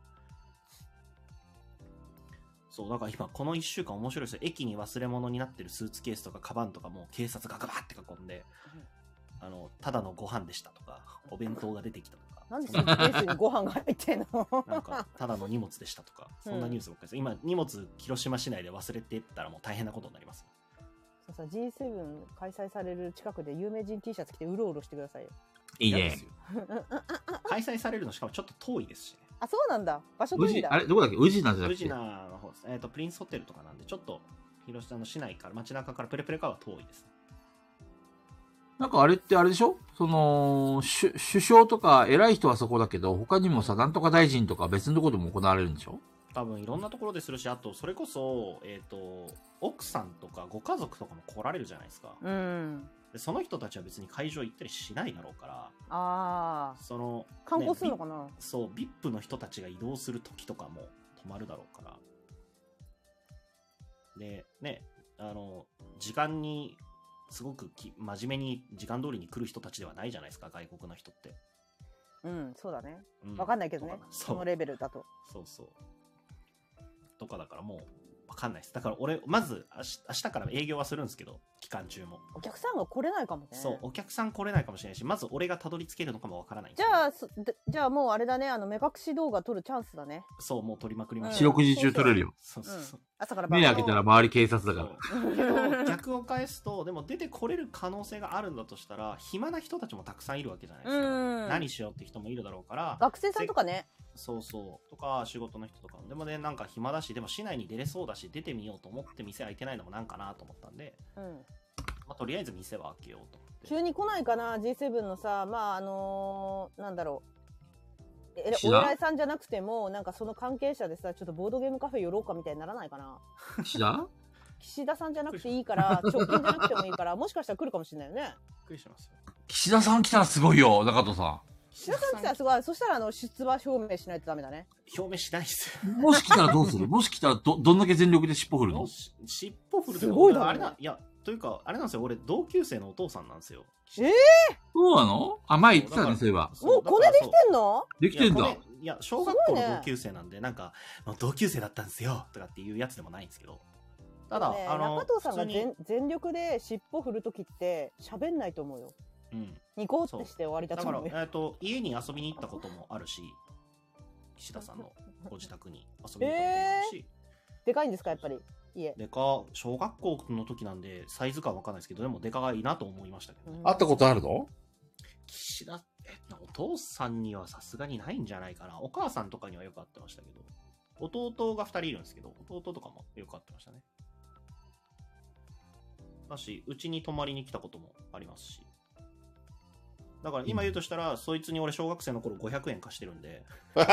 S4: そうだから今この1週間面白いですよ駅に忘れ物になってるスーツケースとかカバンとかもう警察がガバって囲んで、あのただのご飯でしたとかお弁当が出てきたとか
S3: なんでスーツケースにご飯が入ってんの
S4: なんか、ただの荷物でしたとか、そんなニュースばっかりです。今、荷物、広島市内で忘れてったらもう大変なことになります。
S3: そうさ G7 開催される近くで有名人 T シャツ着てうろうろしてくださいよ。
S2: いい
S4: 嫌で
S2: ね
S4: す。よ。開催されるのしかもちょっと遠いですしね。
S3: あ、そうなんだ。場所
S5: 宇
S3: 取り
S5: 治、
S3: だ。
S5: あれどこだっけ宇治なんじゃな
S4: 宇
S5: くて。
S4: 品の方ですね。えっ、と、プリンスホテルとかなんで、ちょっと、広島の市内から、街中からプレプレカは遠いです。
S2: なんかあれってあれでしょその、首首相とか偉い人はそこだけど、他にもさ、なんとか大臣とか別のとこでも行われるんでしょ
S4: 多分、いろんなところでするし、あと、それこそ、えっ、と、奥さんとかご家族とかも来られるじゃないですか。
S3: うん。
S4: でその人たちは別に会場行ったりしないだろうから、
S3: ああ。
S4: その、
S3: 観光
S4: ね
S3: するのかな、
S4: そう、VIP の人たちが移動する時とかも止まるだろうから。で、ね、あの、時間に、すごくき真面目に時間通りに来る人たちではないじゃないですか、外国の人って。
S3: うん、そうだね。
S4: う
S3: わかんないけどね
S4: わかんない
S3: そ
S4: そ
S3: の
S4: う、
S3: レベルだと。
S4: そうそう。とかだからもう、わかんないです。だから俺、まず明日、明日から営業はするんですけど、期間中も。
S3: お客さんが来れないかもね。
S4: そう、お客さん来れないかもしれないし、まず俺がたどり着けるのかもわからない。
S3: じゃあ、そでじゃあもうあれだね、あの、目隠し動画撮るチャンスだね。
S4: そう、もう取りまくりまし
S3: うん
S4: た。
S2: 四六時中取れるよ。
S4: そうそうそう。
S3: 朝から晩
S2: 目
S3: ま
S2: 開
S3: で
S2: けたら周り警察だ
S4: そ
S2: か
S4: う
S2: ら。
S4: けど逆を返すとでも出てこれる可能性があるんだとしたら暇な人たちもたくさんいるわけじゃないですか、
S3: うん
S4: 何しようって人もいるだろうから
S3: 学生さんとかね。
S4: そうそうとか仕事の人とかもでもねなんか暇だしでも市内に出れそうだし出てみようと思って店開いてないのもなんかなと思ったんで、
S3: うん。
S4: まあ、とりあえず店は開けようと思っ
S3: 急に来ないかな G7 のさまああのーなんだろうえ
S5: 岸
S3: お
S5: 田
S3: 偉いさんじゃなくてもなんかその関係者でさちょっとボードゲームカフェ寄ろうかみたいにならないかな
S5: 岸田
S3: 岸田さんじゃなくていいから直近じゃなくてもいいからもしかしたら来るかもしれないよね
S4: っくりしますよ。
S2: 岸田さん来たらすごいよ、中戸さ
S3: 岸田さん来たらすごいそしたらあの出馬表明しないとダメだね
S4: 表明しないっ す
S2: ん。もし来たらどうするもし来たらど、どんだけ全力で尻尾振る
S4: よ。
S2: の
S4: もし尻尾振るって
S3: すごいだろ
S4: あれな、いや、というか、あれなんですよ、俺、同級生のお父さんなんですよ。
S2: そうなのあ、前言ってたね、
S4: だから
S2: そういえば。
S4: そう
S3: も
S4: だ
S3: う
S4: か
S3: コ
S4: ら
S3: ネで
S4: そう
S3: きてんの
S2: できてん
S4: いや
S2: だ
S4: こ。れいや、小学校
S3: すごいね
S4: の同級生なんで、なんか、同級生だったんですよ、とかっていうやつでもないんですけど。ただ、
S3: ね
S4: あの、
S3: 中藤さんが
S4: 普通に
S3: 全全力で尻尾振るときって喋んないと思うよ
S4: うん。
S3: ニコってして終わりだ
S4: だ
S3: と
S4: から
S3: 思、う
S4: えっ
S3: よ、
S4: と、家に遊びに行ったこともあるし、岸田さんのご自宅に遊びに行ったこともあるし、
S3: でかいんですかやっぱり家
S4: でか、小学校の時なんで、サイズ感わかんないですけど、でもでかがいいなと思いましたけど、ね
S3: うん
S8: 会ったことあるの
S4: 岸田、えお父さんにはさすがにないんじゃないかな。お母さんとかにはよく会ってましたけど、弟が2人いるんですけど、弟とかもよく会ってましたね。だし、うちに泊まりに来たこともありますし。だから今言うとしたら、そいつに俺小学生の頃500円貸してるんで、
S3: じゃ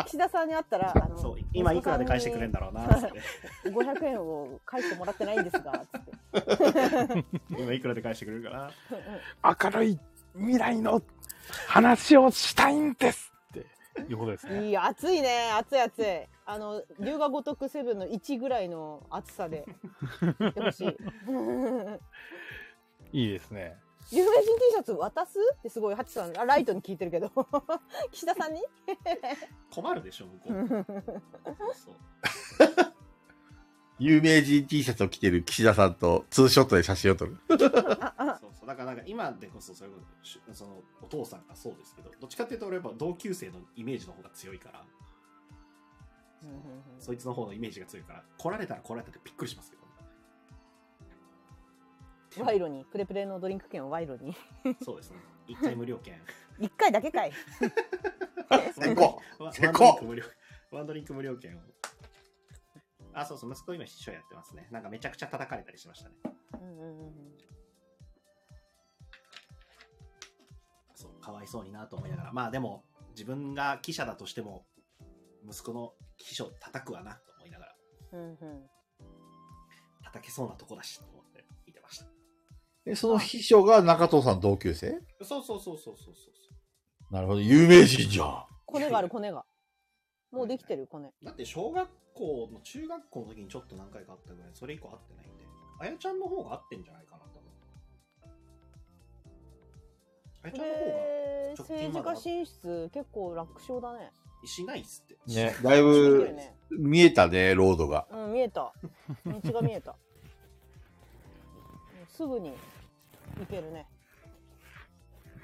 S3: あ岸田さんに会 ったら、あの、
S4: そう、今いくらで返してくれるんだろうな、つって。
S3: 五百円を返してもらってないんですが、つって。
S4: 今いくらで返してくれるかな。
S1: 明るい未来の話をしたいんですっていうことですね。
S3: いや、暑いね、暑い暑い。あの、龍が如くセブンの一ぐらいの暑さで。やってほしい。
S1: いいですね。
S3: 有名人 T シャツ渡すってすごい、ハチさん、あライトに聞いてるけど。 岸田さんに
S4: 困るでしょ、向こう。そうそう。
S8: 有名人 T シャツを着てる岸田さんとツーショットで写真を撮る。
S3: ああ
S4: そうそうだからなんか今でこそそれこそしそのお父さんがそうですけどどっちかっていうと俺やっぱ同級生のイメージの方が強いから
S3: うんうんうん
S4: そいつの方のイメージが強いから来られたら来られたってびっくりしますけど
S3: 賄賂に、プレプレのドリンク券を賄賂に。
S4: そうですね一回無料券
S3: 一回だけかい。
S8: 最高
S4: ワン
S8: せこ
S4: ワンドリンク無料ワンドリンク無料券をあそうそう息子今秘書やってますねなんかめちゃくちゃ叩かれたりしましたね
S3: うんうんうん
S4: そうかわいそうになと思いながらまあでも自分が記者だとしても息子の秘書叩くわなと思いながら
S3: うんうん。
S4: 叩けそうなとこだしと思って見てました
S8: えその秘書が中藤さん同級生
S4: そうそうそうそうそうそうそう。
S8: なるほど。有名人じゃん。
S3: コネがある、コネが。もうできてる、コネ。
S4: だって小学校の中学校の時にちょっと何回かあったぐらい、それ以降会ってないんで、あやちゃんの方が合ってんじゃないかなと思う。あやちゃんの方
S3: えー
S4: が直近
S3: 政
S4: までは
S3: 治家進出結構楽勝だね。
S4: しないっすって。
S8: ね、だい
S3: 見えて
S8: ぶ
S3: るね。
S8: 見えたね、ロードが。
S3: うん見え た。道が見えた。うんすぐに行けるね。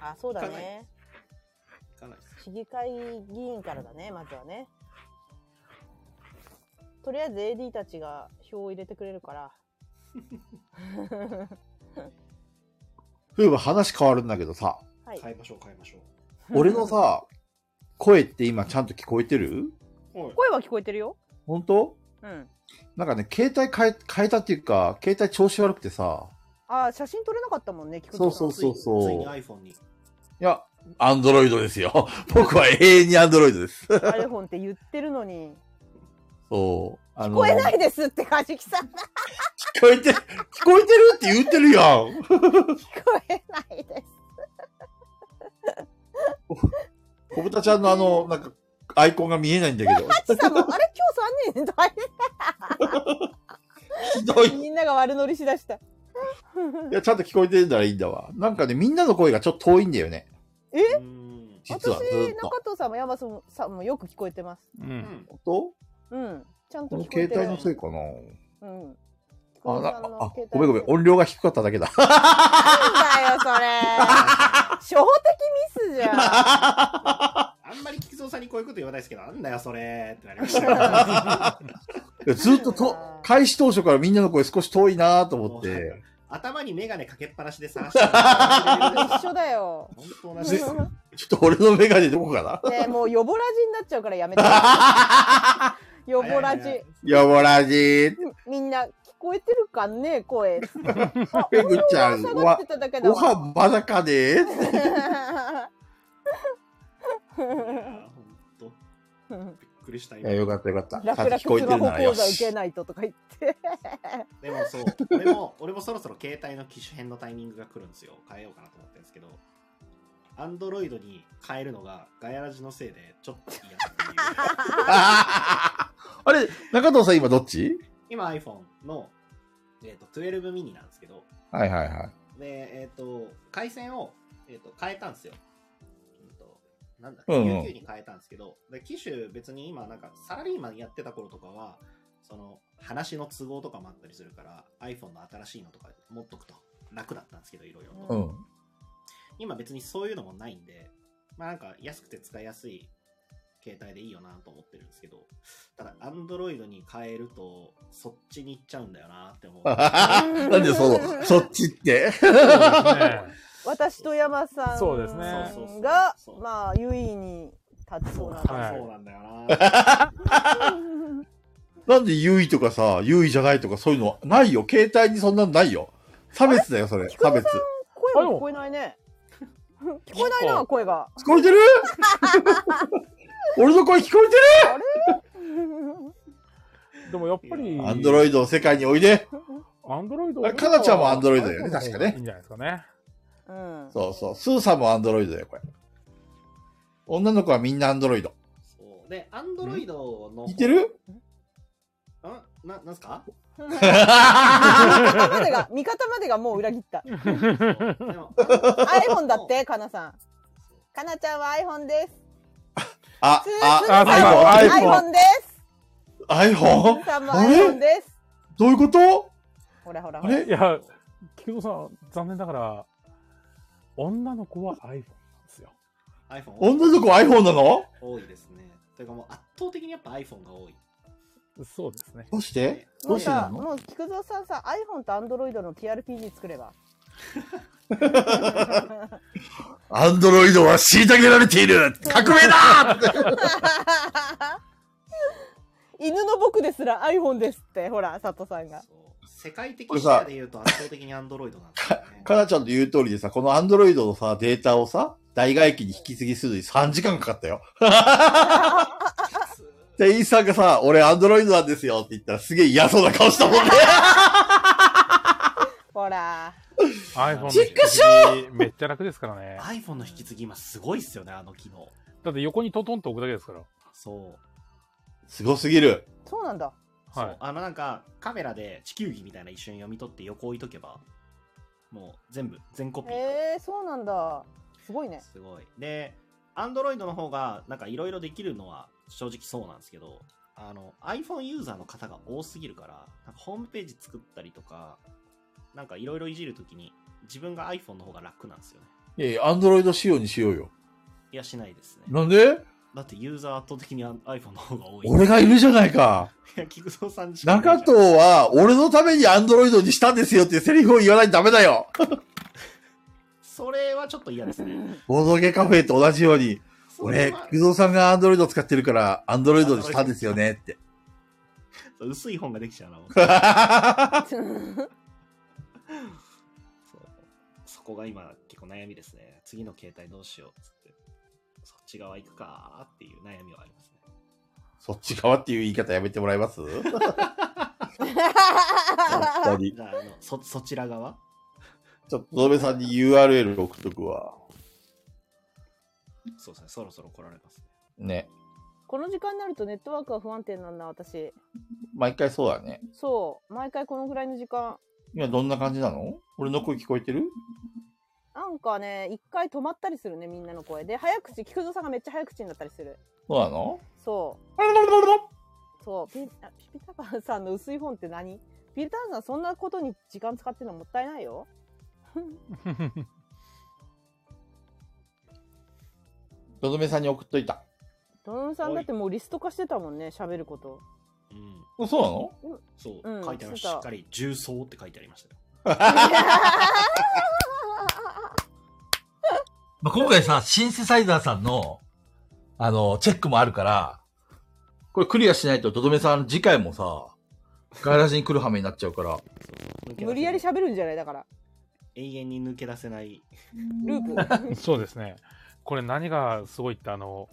S3: あそうだ
S4: 行かな
S3: ね。
S4: 行かないっす。
S3: 市議会議員からだねまずはね。とりあえず AD たちが票を入れてくれるから。
S8: そういえば話変わるんだけどさ、
S3: はい。
S4: 変えましょう、変えましょ
S8: 俺のさ、声って今ちゃんと聞こえてる
S4: う。はい。
S3: 声は聞こえてるよ。
S8: 本当
S3: うん。
S8: なんかね、携帯変え、変えたっていうか、携帯調子悪くてさ、
S3: あ写真撮れなかったもんね。菊池さん
S8: そう
S4: つい
S8: そうそう
S4: ついに iPhone に。
S8: いや、アンドロイドですよ。 僕は永遠にアンドロイドです。
S3: アイフォンって言ってるのに
S8: そう。あ
S3: 聞
S8: の
S3: こえないですってカジキさん。
S8: 聞こえて、聞こえてるって言ってるやん。
S3: 聞こえないです。
S8: 小豚ちゃんのあの、なんか、アイコンが見えないんだ けど。
S3: ちさんも、あれ今日3人大
S8: ひどい。
S3: 変
S8: い
S3: みんなが悪乗りしだした。
S8: や、ちゃんと聞こえてるならいいんだわ。なんかね、みんなの声がちょっと遠いんだよね。
S4: うーん。
S8: 実
S3: 私
S8: はずーっと。
S3: 中藤さんも山さんもさんもよく聞こえてます。
S1: う。
S4: うん ん。
S8: 本当
S3: うん、ちゃんと
S8: この
S3: 聞こえ
S8: 携
S3: てる。
S8: 帯のせいかな。
S3: うん。
S8: あ、な
S3: 菊池さの携、
S8: あ
S3: 帯
S8: ごめんごめん。音量が低かっただ けだ。
S3: なんだよそれ。初歩的ミスじゃん。
S4: あんまり菊蔵さんにこういうこと言わないですけど、なんだよ、それってなりました。
S8: いやずっとと、開始当初からみんなの声少し遠いな と思って。
S4: 頭にメガネかけっぱなしで 探してた。
S3: 一緒だよ。
S4: 本当同じです。
S8: ちょっと俺のメガネどこかな
S3: ねえもうヨボラジになっちゃうからやめて。ヨボラ
S4: いやいやい
S3: ジ
S4: や。
S8: やぼらじー。
S3: みんな聞こえてるかね、声。あ
S2: ペグち ゃん
S3: 音量下がってただけだ
S2: ご
S3: わ
S2: 飯まだかね
S4: 本当び っくりした
S2: いや、
S4: 今
S2: よかったよかった。ちゃんと
S3: 楽々
S2: 聞こえてる
S3: スマホ
S2: ならよ
S3: 講座受け
S2: し。
S3: ないととか言って。
S4: でもそう俺も俺もそろそろ携帯の機種変のタイミングが来るんですよ変えようかなと思ってるんですけどアンドロイドに変えるのがガヤラジのせいでちょっと嫌っていう
S2: あーあれ、中藤さん今どっち
S4: 今 iPhone の、えー、と12ミニなんですけど、
S2: はいはいはい。
S4: で、えっ、と、回線を、えー、と変えたんですよ。うんとなんだっけ、
S2: うんうん
S4: UQ に変えたんですけど、で機種別に今なんかサラリーマンやってた頃とかは、その話の都合とかもあったりするから、iPhone の新しいのとか持っとくと楽だったんですけど、いろいろと。
S2: うん。
S4: 今別にそういうのもないんで、まあなんか安くて使いやすい携帯でいいよなと思ってるんですけど、ただ Android に変えるとそっちに行っちゃうんだよなって思う。
S2: なんでそ の、そっちって。
S1: ね
S3: 私と山さん
S1: そうですね
S3: が
S4: そうそうそう、
S3: まあ、優位に立ちそうな。
S1: はい
S4: そうなんだよな。
S2: なんで優位とかさ、優位じゃないとかそういうのないよ。携帯にそんなのないよ。差別だよ、それ。
S3: 菊
S2: 差
S3: 蔵
S2: 別
S3: さ。ん、声も聞こえないね。聞こえないな、声が。
S2: 聞こえてる俺の声聞こえて
S1: でもやっぱり、
S2: るアンドロイドの世界においで。
S1: アンドロイド
S2: あれかなちゃんも Android だよね確かね
S1: いいんじゃないですかね。
S3: うん。
S2: そうそう。スーさんもアンドロイドだよ、これ。女の子はみんなアンドロイド。
S4: そうで、Android の。
S2: 似てる
S4: んな、なんす か
S3: 味方までが、味方までがもう裏切った。
S4: そうでも
S3: iPhone だって、かなさん。かなちゃんは iPhone です。
S2: あ
S3: つー、つーさ
S2: あ、
S3: んは
S2: iPhone。
S3: iPhone です。つ
S2: iPhone?
S3: ーさんも
S2: あれ
S3: iPhone です。
S2: どういうこと
S3: ほらほらほ
S2: あ
S3: ら。
S2: れ
S1: いや、菊蔵さん、残念ながら、女の子は iPhone なんですよ。
S4: iPhone
S2: 女の子は iPhone なの
S4: 多いですね。というかもう圧倒的にやっぱ iPhone が多い。
S1: そうですね。
S2: どうしてど
S3: も
S2: う
S3: う
S2: してな
S3: さ、
S2: の
S3: もう菊蔵さんさ、iPhone と Android の TRPG 作れ ば。
S2: アンドロイドは虐げられている革命だ
S3: 犬の僕ですら iPhone ですって、ほら、佐藤さんが。
S4: そう世界的
S2: これ
S4: 視
S2: さ
S4: 野で言うと圧倒的に Android なんですよね。
S2: かなちゃんと言う通りでさ、このアンドロイドのさ、データをさ、代替機に引き継ぎするのに3時間かかったよ。 店員さんがさ、俺アンドロイドなんですよって言ったらすげえ嫌そうな顔したもんね。
S3: ほら。
S1: iPhone の
S2: ちっく
S1: 引
S2: し
S1: き継ぎめっちゃ楽ですからね。
S4: iPhone の引き継ぎ今すごいっすよね、あの機能。
S1: だって横にトントンと置くだけですから。
S4: そう。
S2: すごすぎる。
S3: そうなんだ。
S4: そ
S1: は
S4: うあのなんかカメラで地球儀みたいな一瞬読み取って横置いとけばもう全部全コピー、
S3: えー、そうなんだ。すごいね。
S4: すごいで Android の方がなんかいろいろできるのは正直そうなんですけどあの iPhone ユーザーの方が多すぎるからなんかホームページ作ったりとかなんかいろいろいじるときに自分が iPhone の方が楽なんですよね
S2: いやいや、アンドロイド仕様にしようよ。
S4: いやしないですね
S2: なんで
S4: だってユーザー圧倒的に iPhone の方が多い
S2: 俺がいるじゃないか。
S4: いや菊蔵さんしかいない
S2: 中
S4: じゃん
S2: 藤は、俺のためにアンドロイドにしたんですよっていうセリフを言わないとダメだよ。
S4: それはちょっと嫌ですね
S2: ボードゲカフェと同じように、
S4: それ
S2: 俺
S4: は、
S2: 菊蔵さんがアンドロイド使ってるから、アンドロイドにしたんですよねって。
S4: 薄い本ができちゃうな そうそこが今結構悩みですね次の携帯どうしようっつってそっち側行くかーっていう悩みはありますね
S2: そっち側っていう言い方やめてもらえます本当に。
S4: じゃああのそそちら側
S2: ちょっと、のべさんに URL 送っとくわ。
S4: そうですねそろそろ来られますね
S2: ね。
S3: この時間になるとネットワークが不安定なんだ、私。
S2: 毎回そうだね。
S3: そう。毎回このぐらいの時間。
S2: 今どんな感じなの俺の声聞こえてる
S3: なんかね、一回止まったりするね、みんなの声。で、早口、菊蔵さんがめっちゃ早口になったりする。
S2: そうな の
S3: そ
S2: あららららら
S3: う。そう。ピあピピタパンさんの薄い本って何ピピタパンさん、そんなことに時間使ってるのもったいないよ。
S1: い。
S2: のぞめさんに送っといた。
S3: ドノンさんだってもうリスト化してたもんね、喋ること。
S4: うん
S2: そうなの
S4: そう、
S3: うん
S4: 書いてありましたし
S3: そうそう
S4: っかり重曹って書いてありましたよ
S9: まあ、今回さ、シンセサイザーさんの、あの、チェックもあるから、これクリアしないと、とどめさん次回もさ、
S5: ガイラジに来る羽目になっちゃうから。
S3: 無理やり喋るんじゃないだから。
S4: 永遠に抜け出せない。
S3: ルー プ。
S1: そうですね。これ何がすごいって、あの、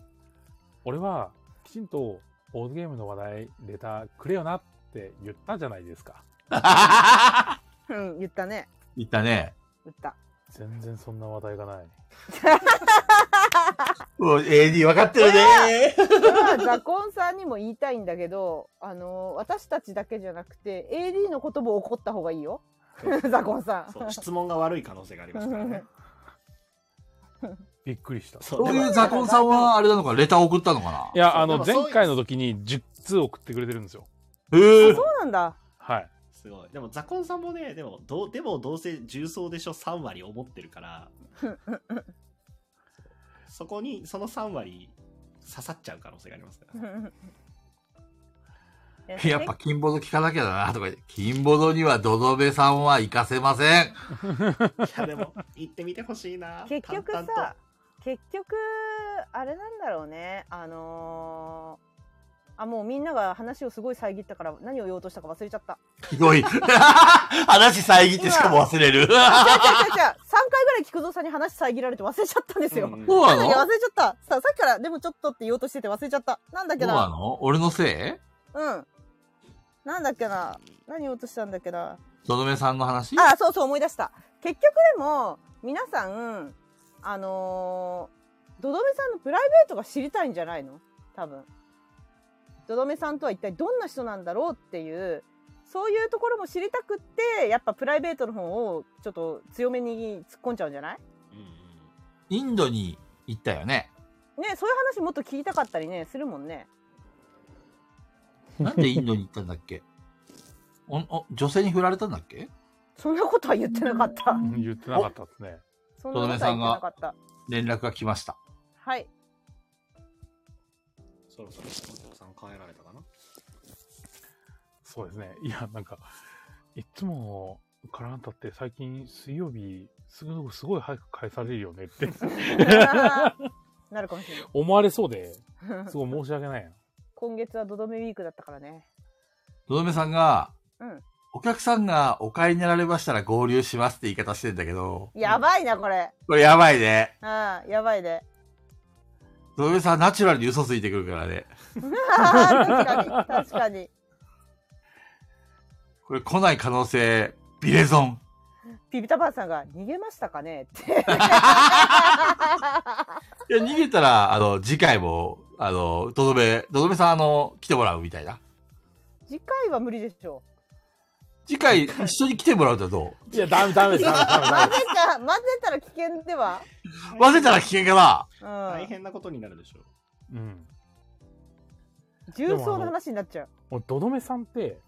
S1: 俺はきちんとボードゲームの話題、レターくれよなって言ったじゃないですか。
S3: うん、言ったね。
S2: 言ったね。
S3: 言った。
S1: 全然そんな話題がない。
S2: もう AD 分かってるね
S3: それはザコンさんにも言いたいんだけど、あの私たちだけじゃなくて、AD のことも怒った方がいいよ。ザコンさん。
S4: そう質問が悪い可能性がありますから ね。
S1: びっくりした。
S4: そう
S5: そう
S4: で
S5: い
S4: も
S5: うザコンさんは、あれなのか、レター送ったのかない
S1: や、あ
S4: で
S1: の、
S4: もそういう
S1: 前回の時に10通送ってくれてるんですよ。
S5: へえ
S3: そうなんだ。
S1: はい。
S4: すごい。でもザコンさんもね、でもどうでもどうせ重曹でしょ3割思ってるから、そこにその3割刺さっちゃう可能性がありますから。
S5: やっぱ金ボド聞かなきゃだな、とか言って。金ボドにはドドベさんは行かせません。
S4: いやでも行ってみてほしいな。
S3: 結局
S4: 淡々
S3: さ結局あれなんだろうねあのーあもうみんなが話をすごい遮ったから何を言おうとしたか忘れちゃった
S2: ひど い。話遮ってしかも忘れ る。
S3: 違う違う違う違う3回ぐらい菊蔵さんに話遮られて忘れちゃったんです
S4: と
S3: よ、
S4: うん
S2: そうな
S3: な
S2: ん
S3: だ っ
S2: の
S3: け
S2: そ
S3: 忘れちゃったささっきからでもちょっとって言おうとしてて忘れちゃったなんだっけ
S2: うな
S3: な
S2: の俺のせい
S3: うんなんだっけな何言おうとしたんだっけな
S2: ドドメさんの話
S3: あそうそう思い出した結局でも皆さんあのー、どどめさんのプライベートが知りたいんじゃないの多分どどめさんとは一体どんな人なんだろうっていうそういうところも知りたくってやっぱプライベートの方をちょっと強めに突っ込んじゃうんじゃない
S4: うんうん
S5: インドに行ったよね。
S3: ねそういう話もっと聞きたかったりねするもんね
S5: なんでインドに行ったんだっけ おお女性に振られたんだっけ
S3: そんなことは言ってなかった
S1: うん言ってなかったですね。
S3: そんなことは言ってなかった
S5: 連絡が来ました。
S3: はい
S4: そろそろお父さん帰られたかな。
S1: そうですね。いや、なんか、いつも、カランタって最近水曜日、すぐ、すごい早く返されるよねって
S3: なるかもしれ
S1: 思われそうで、
S3: ない
S1: すごい申し訳ないな。
S3: 今月はどどめウィークだったからね
S5: ドドメさんが、
S3: うん
S5: お客さんがお買いになられましたら合流しますって言い方してんだけど、
S3: やばいなこれ
S5: これやばいね。
S3: ああ、やばいね。
S5: ドドメさんナチュラルに嘘ついてくるからね。
S3: 確かに、確かに。
S5: これ来ない可能性、ビレゾン。
S3: ピピタパンさんが逃げましたかねって。
S5: いや、逃げたら、あの、次回も、あの、ドドメ、ドドメさん、あの、来てもらうみたいな。
S3: 次回は無理でしょ
S5: 次回、一緒に来てもらうとど
S1: いや、ダメダメ
S3: う。
S1: です。
S3: 混
S1: ダ
S3: ぜ
S1: メダメダメ。
S3: た、混ぜたら危険で は。
S5: う忘れたら危険かな
S4: 大
S3: うん。
S4: 変なことになるでしょ う。
S1: うん。
S3: 重曹の話になっちゃう。
S1: もう、どどめさんって、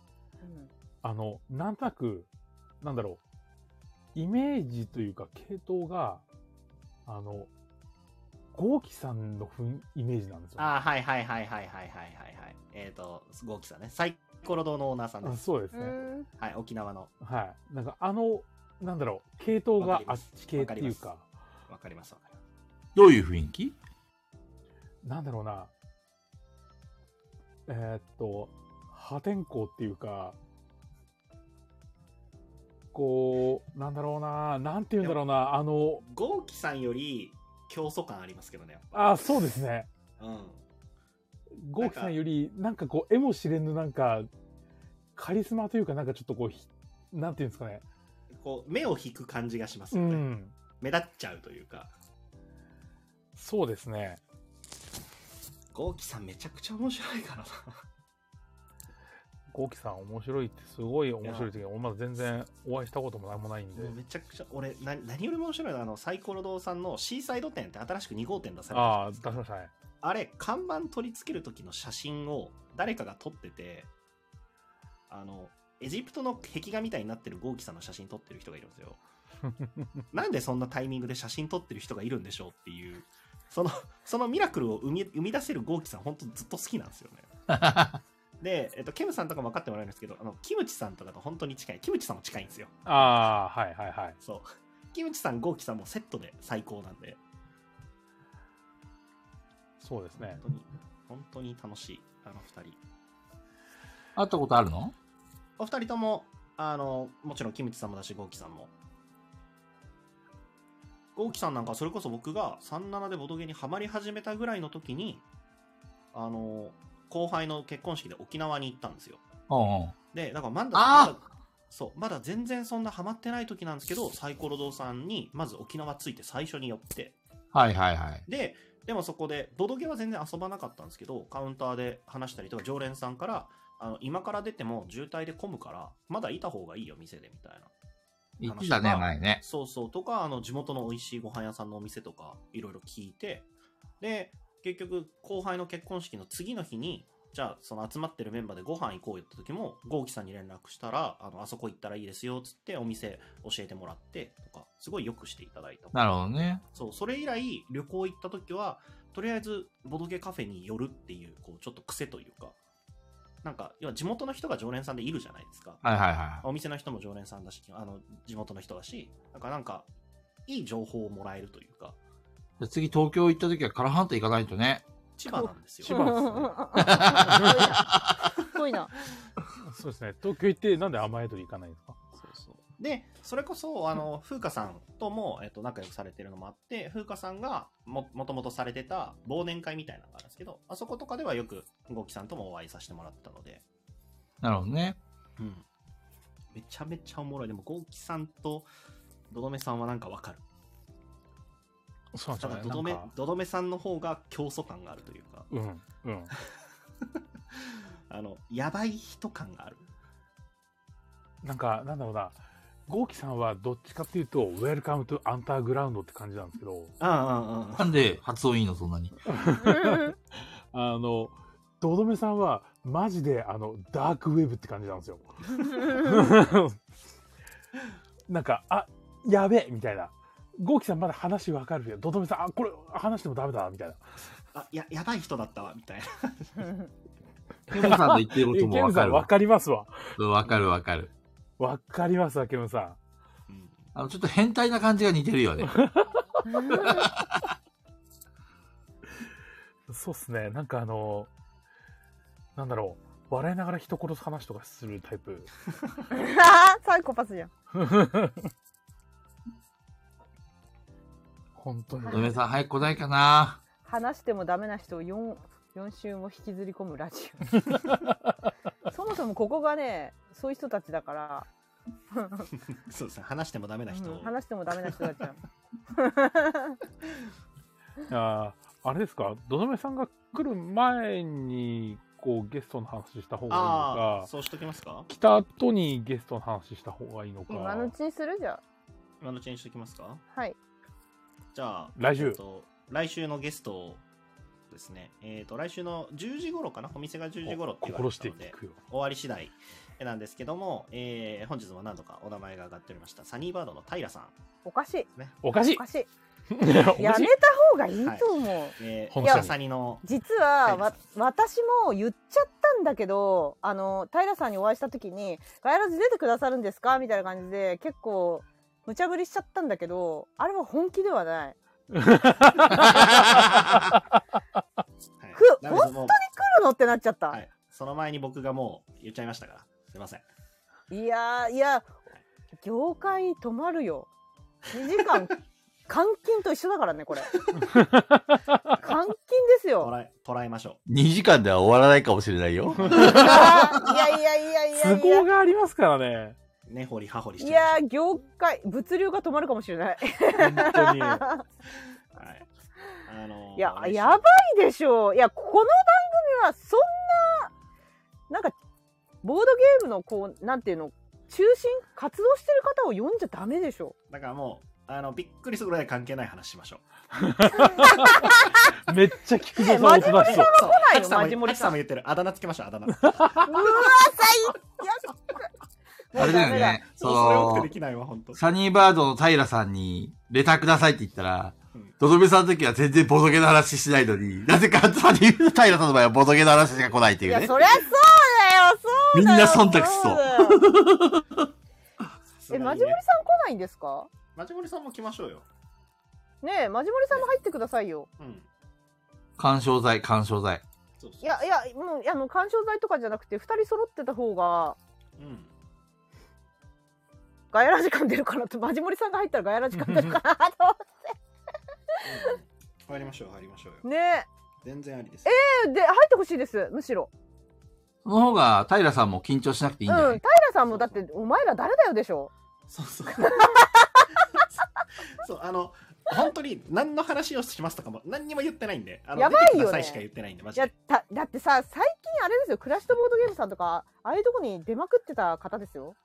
S3: うん
S1: あの、なんとなく、なんだろう、イメージというか、系統が、あの、ゴーキさんのふんイメージなんですよ。
S4: ああ、はいはいはいはいはいはいはいはい。えっ、と、ゴーキさんね。サイコロ堂のオーナーさん
S1: う
S4: で
S1: ん
S4: す。
S1: そうです
S3: う
S1: ね。
S3: ん。
S4: はい、沖縄の。
S1: はい。なんか、あの、なんだろう、系統があっち系っていう
S4: わ
S1: か、
S4: わかりますわかります。
S5: どういう雰囲気
S1: なんだろうな、えーっと、破天荒っていうか、こう、なんだろうな、なんて言うんだろうな、あの、
S4: ゴーキさんより競争感ありますけどね、やっぱ。
S1: ああ、そうですね。
S4: うん。
S1: ゴーキさんより、なんかこう、絵も知れぬ、なんか、カリスマというか、なんかちょっとこうひ、なんていうんですかね。
S4: こう、目を引く感じがします
S1: う
S4: よね。
S1: ん。
S4: 目立っちゃうというか。
S1: そうですね。
S4: ゴーキさんめちゃくちゃ面白いからな。
S1: ゴーキさん面白いって、すごい面白いって、俺まだ全然お会いしたこともなんもないんで
S4: もう。めちゃくちゃ、俺、な何よりも面白いのは、あの、サイコロ堂さんのシーサイド店って新しく2号店出されたじゃない
S1: ああ、
S4: です
S1: 出
S4: か
S1: しま したね。
S4: あれ、看板取り付ける時の写真を誰かが撮ってて、あの、エジプトの壁画みたいになってるゴーキさんの写真撮ってる人がいるんで すよ。なんでそんなタイミングで写真撮ってる人がいるんでしょうっていう、その、そのミラクルを生み生み出せるゴーキさん、本当ずっと好きな んですよね。で、えっと、ケムさんとかも分かってもらえるんですけど、あの、キムチさんとかと本当に近い。キムチさんも近いんですよ。
S1: ああ、はいはいはい。
S4: そう。 キムチさん、ゴーキさんもセットで最高なんで、
S1: そうですね
S4: 本。当に、本当に楽しい、あの二人。
S5: 会ったことあるの
S4: お二人とも、あの、もちろん、キムチさんもだし、ゴーキさんも。ゴーキさんなんか、それこそ僕が37でボドゲにハマり始めたぐらいの時に、あの、後輩の結婚式で沖縄に行ったんですよ。
S2: うんうん。
S4: で、だからまだ、
S2: あー
S4: まだそう、まだ全然そんなハマってない時なんですけど、サイコロ堂さんに、まず沖縄ついて最初に寄って、
S2: はいはいはい。
S4: で、でもそこで、ボドゲは全然遊ばなかったんですけど、カウンターで話したりとか、常連さんから、あの今から出ても渋滞で混むから、まだいた方がいいよ、店で、みたいな。
S2: 言ってたね、前ね。
S4: そうそう、とか、あの、地元の美味しいご飯屋さんのお店とか、いろいろ聞いて、で、結局、後輩の結婚式の次の日に、じゃあ、その集まってるメンバーでご飯行こうよって時も、ゴーキさんに連絡したら、あの、あそこ行ったらいいですよ、つって、お店教えてもらって、とか、すごいよくしていただいた。
S2: なるほどね。
S4: そう、それ以来、旅行行った時は、とりあえず、ボドゲカフェに寄るっていう、こう、ちょっと癖というか、なんか、要は地元の人が常連さんでいるじゃないですか。
S2: はいはいは
S4: お店の人も常連さんだし、あの、地元の人だし、なんかなんか、いい情報をもらえるというか、
S2: い。じゃあ次東京行った時はカラハンタ行かないとね。
S4: 千葉なんです
S1: 千
S4: よ。
S1: 葉
S3: すごいな。
S1: そうですね。東京行って、なんで雨宿り行かないんですか
S4: そうそうで、それこそ、あの、風花さんとも、えっと、仲良くされてるのもあって、風花さんがも、もともとされてた忘年会みたいなのがあるんですけど、あそことかではよく、ゴキさんともお会いさせてもらったので、
S2: なるほどね。
S4: うん。めちゃめちゃおもろい。でも、ゴキさんと、どどめさんはなんかわかる。
S1: そう
S4: た
S1: な
S4: だ、
S1: んです
S4: ど
S1: よ
S4: ど
S1: ね。
S4: め
S1: なんか、
S4: どどめさんの方が競争感があるというか、
S1: うん、うん。
S4: あの、やばい人感がある。
S1: なんか、なんだろうな。ゴーキさんはどっちかっていうと、ウェルカムトゥアンターグラウンドって感じなんですけど、
S4: うんうんうん。
S2: なんで発音いいの、そんなに。
S1: あの、ドドメさんは、マジで、あの、ダークウェブって感じなんですよ。なんか、あ、やべえみたいな。ゴーキさんまだ話わかるよ。ドドメさん、あ、これ話してもダメだみたいな。
S4: あ、や、やばい人だったわ、みたいな。
S2: ケムさんの言ってること
S1: え ケ
S2: も
S1: ム
S2: わ
S1: さ
S2: か
S1: ん
S2: る
S1: わ
S2: わ。
S1: かりますわ。
S2: うんわかるわかる。
S1: わかりますわ、ケムさん。
S2: あの、ちょっと変態な感じが似てるよね。
S1: そうっすね。なんかあの、なんだろう。笑いながら人殺す話とかするタイプ。
S3: サイコパスじゃん。
S1: 本当に。
S2: のめさん早く来ないかな。
S3: 話してもダメな人を 4, 4週も引きずり込むラジオそもそもここがねそういう人たちだから、
S4: そうですね。話してもダメな人。
S3: うん話してもダメな人たち な
S1: あーあれですか、どどめさんが来る前に、こう、ゲストの話した方がいい
S4: あ
S1: の
S4: あ、
S1: か、
S4: そうしときますか
S1: 来た後にゲストの話した方がいいのか。
S3: 今のうちにするじゃん
S4: 今のうちにしときますか
S3: はい
S4: じゃあ、
S1: 来週
S4: えっと、来週のゲストをですね。えっ、と、来週の10時頃かなお店が10時頃って言わ
S1: 心
S4: れ
S1: してて
S4: たの
S1: 聞
S4: で、
S1: くよ。
S4: 終わり次第なんですけども、えー本日も何度かお名前が上がっておりました、サニーバードの平さん。
S3: おかしい
S1: おかしい
S3: おかしい
S1: お
S3: や
S1: かし
S3: め
S1: い
S3: た方がいいと思う、
S4: えー、
S1: 本
S4: 本
S1: 社に
S4: サニの、
S3: 実はわ
S4: 平
S3: 私も言っちゃったんだけどあの平さんにお会いした時に「ガイラジ出てくださるんですか?」みたいな感じで結構無茶ぶりしちゃったんだけどあれは本気ではない
S4: はい
S3: く
S4: なのでもう
S3: 来るのってなっちゃった、
S4: はい。その前に僕がもう言っちゃいましたから、すいません。
S3: いやーいや業界止まるよ2時 間監禁と一緒だからねこれ監禁ですよ
S4: 捉え、捉えましょ
S5: 2時間では終わらないかもしれないよ。
S3: いやいやいやいや
S1: 都
S3: いや
S1: 合がありますからね。
S4: う。ね、掘り葉掘りし
S3: い
S4: ちゃいましょう
S3: やー業界物流が止まるかもしれない
S1: 本当に。
S4: はい。あのー
S3: いや
S4: 来週
S3: やばいでしょういやこの番組はそんななんかボードゲームのこうなんていうの中心活動してる方を呼んじゃダメでしょ
S4: だからもう、あの、びっくりするぐらい関係ない話しましょう。
S1: めっちゃ聞くぞ、
S3: ねマジ
S1: その人
S4: そう
S3: ないよ
S4: 滝さんも
S3: マジモリ
S4: 滝
S3: さ
S4: さ
S3: ん
S4: んも言ってる。あだ名つけましょう、あだ名。
S3: うわ最悪
S2: あれだよね。そ
S4: そう、それ多くて
S2: の
S4: で、きないわ、本当。
S2: サニーバードの平さんに、レターくださいって言ったら
S4: うん、
S2: ドドメさんの時は全然ボトゲの話しないのに、なぜかサニー、平さんの場合はボトゲの話しか来ないって
S3: い
S2: いう
S3: や
S2: ね。
S3: そりゃそうだよそう
S2: みん
S3: だよ
S2: な忖度しそう。
S3: うだよえマ
S4: マ
S3: ジモリさん来ないんですか
S4: マジモリさんも来ましょうよ。
S3: ねえマジモリさんも入ってくださいよ
S4: うん。
S2: 干渉剤、干渉剤。
S4: そうそう
S3: いやいやもうあの緩衝材とかじゃなくて二人揃ってた方が
S4: うん。
S3: ガヤラ時間出るからって、マジモリさんが入ったらガヤラ時間出るかなと思
S4: 入りましょう入りましょう
S3: う。
S4: よ
S3: ねえ
S4: 全然ありです
S3: で入ってほしいですむしろ
S2: その方が、平さんも緊張しなくていいんじゃ
S3: う
S2: なんい、
S3: 平さんもだってお前ら誰だよでしょ
S4: そうそう そうあの本当に何の話をしますとかも何にも言ってないんであの
S3: やばい
S4: 出てく
S3: よね
S4: ださいしか言ってないんでマ
S3: い
S4: ジ
S3: や
S4: で
S3: ただってさ最近あれですよクラッシュとボードゲームさんとかああいうとこに出まくってた方ですよ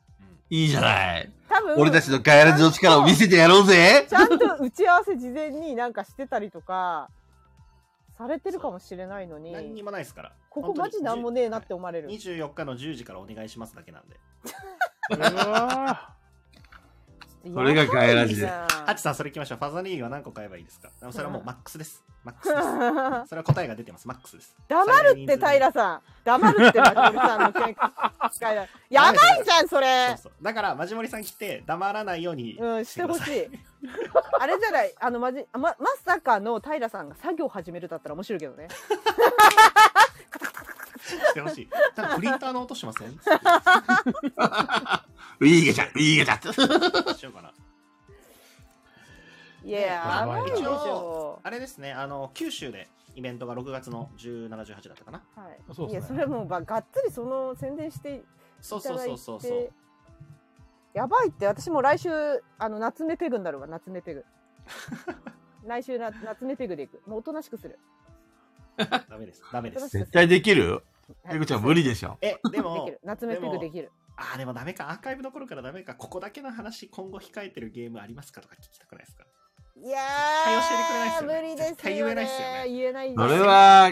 S2: いいじゃない。
S3: 多分
S2: 俺たちのガヤラジの力を見せてやろうぜ
S3: ちゃんと打ち合わせ事前になんかしてたりとかされてるかもしれないの
S4: 何に
S3: に
S4: もないですから
S3: ここマジなんもねえなって思われる、
S4: はい24日の10時からお願いしますだけなんで
S1: うわ
S2: それがガヤラジです
S4: ハチ
S3: す
S4: さんそれ行きましょうファザリーグは何個買えばいいですかあのそれはもうマックスですマックスです それは答えが出てますマックスです
S3: 黙るって平さん黙るってマジモリさんの見解やばいじゃんそれ
S4: そうそうだからマジモリさん来て黙らないように
S3: うん、してほし
S4: くださ
S3: い。あれじゃない、あの、まじ、ま、まさかの平さんが作業始めるだったら面白いけどね。
S4: してほしい ただプリンターの音しませ ん
S2: ウィーガチャ、ウィーガチャ。
S4: しようかない
S3: や
S1: や
S3: ー、
S1: ばい
S3: 甘
S1: ない
S3: でしょ。
S4: あれですねあの九州でイベントが6月の17、18だったかな
S3: はい。
S1: そう
S3: い
S1: で
S3: や、
S1: す
S3: そ
S1: ね
S3: れ。もうば、がっつりその宣伝してい
S4: そう
S3: た
S4: そう
S3: だい
S4: そうそうそう
S3: て。やばいって、私も来週、あの、夏目ペグになるわ、夏目 ペグ。来週な、夏目ペグでいく。もうおとなしくする。
S4: ダメですダメ
S3: お
S4: で
S3: とな
S2: 絶
S4: す
S3: しくする。
S2: 対できる
S3: はい
S2: ペグちゃん無理でしょ。
S4: えで
S3: でき
S4: も
S3: る。夏目ペグできる。
S4: あーでもダメかアーカイブの頃からダメかここだけの話今後控えてるゲームありますかとか聞きたくないですか
S3: いや
S4: 対応してくれ
S3: ー、無
S4: ない
S3: 理
S4: ですよね
S3: ですよ、ね。
S4: 絶対言えないっすよね
S3: 言えないです
S2: それは、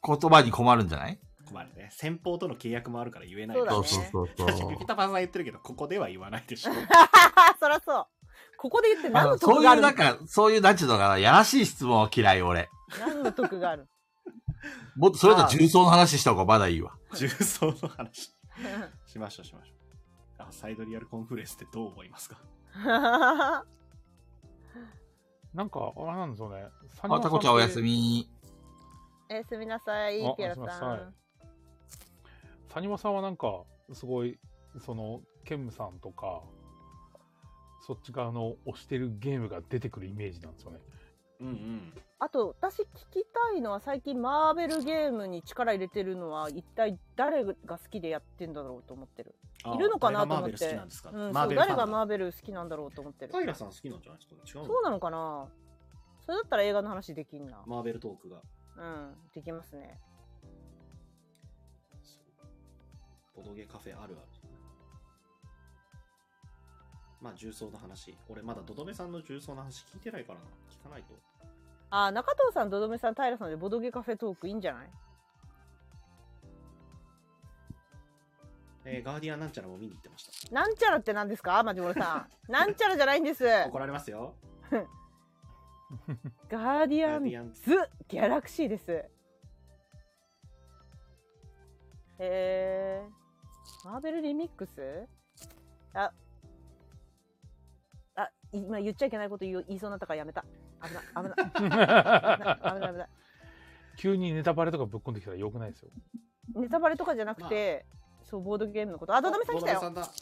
S2: こ言葉に困るんじゃない
S4: 困るね先方との契約もあるから言えない
S3: そうだね
S2: そうそうそうそう。
S4: 確かにピタパンさん言ってるけどここでは言わないでしょ
S3: そらそう。ここで言って
S2: あ
S3: 何
S2: の
S3: の
S2: そ
S3: 得
S2: う
S3: が
S2: い
S3: あ
S2: う、
S3: る
S2: なんか、そういう、なんちゅうのかな、やらしい質問は嫌い、俺。
S3: 何の得がある
S2: もっと、それと重曹の話した方がまだいいわ。
S4: 重曹の話しましょうしましょうあサイドリアルコンフレンスってどう思いますか
S1: なんか、あれなんですよね。サニ
S2: あ、
S1: ワさ
S2: タコちゃんおやす
S1: って。
S2: み。
S3: おやすみなさい
S1: あ、
S3: ピエラ
S1: おやす
S3: さ
S1: みなさ
S3: ん。
S1: サニワさんはなんか、すごい、その、ケムさんとか、そっち側の推してるゲームが出てくるイメージなんですよね。
S4: うんうん
S3: あと、私聞きたいのは最近マーベルゲームに力入れてるのは一体誰が好きでやってんだろうと思ってる。
S4: あー
S3: いるのかなと思っ
S4: 誰がマーベル好き
S3: て
S4: なんですか、。
S3: うん、
S4: マー
S3: そ
S4: ベ
S3: う、
S4: ルファン
S3: 誰がマ
S4: だ
S3: ーベル好きなんだろうと思ってる。
S4: 平さん好きなんじゃないですか違うの
S3: そうなのかなそれだったら映画の話できんな。
S4: マーベルトークが
S3: うん、できますね。
S4: ボドゲカフェあるある。まあ、重曹の話。俺まだドドメさんの重曹の話聞いてないからな。聞かないと。
S3: あ、中藤さん、どどめさん、平さんでボドゲカフェトークいいんじゃない
S4: えーガーディアンなんちゃらも見に行ってました。
S3: なんちゃらって何ですかマジモルさ ん。なんちゃらじゃないんです。
S4: 怒られますよ。
S3: ガーディア
S4: ガーデ
S3: ン
S4: ィアンズ。
S3: ズ・ギャラクシーです。へえ。マーベルリミックスあ、あ、今言っちゃいけないこと言う言いそうになったからやめた。危ない、危ない、危ない、危ない危ない。
S1: 急にネタバレとかぶっこんできたらよくないですよ。
S3: ネタバレとかじゃなくて、そう、ボードゲームのこと。あ、ドドメさん来た
S4: ドド
S3: よ。
S4: メさんだ。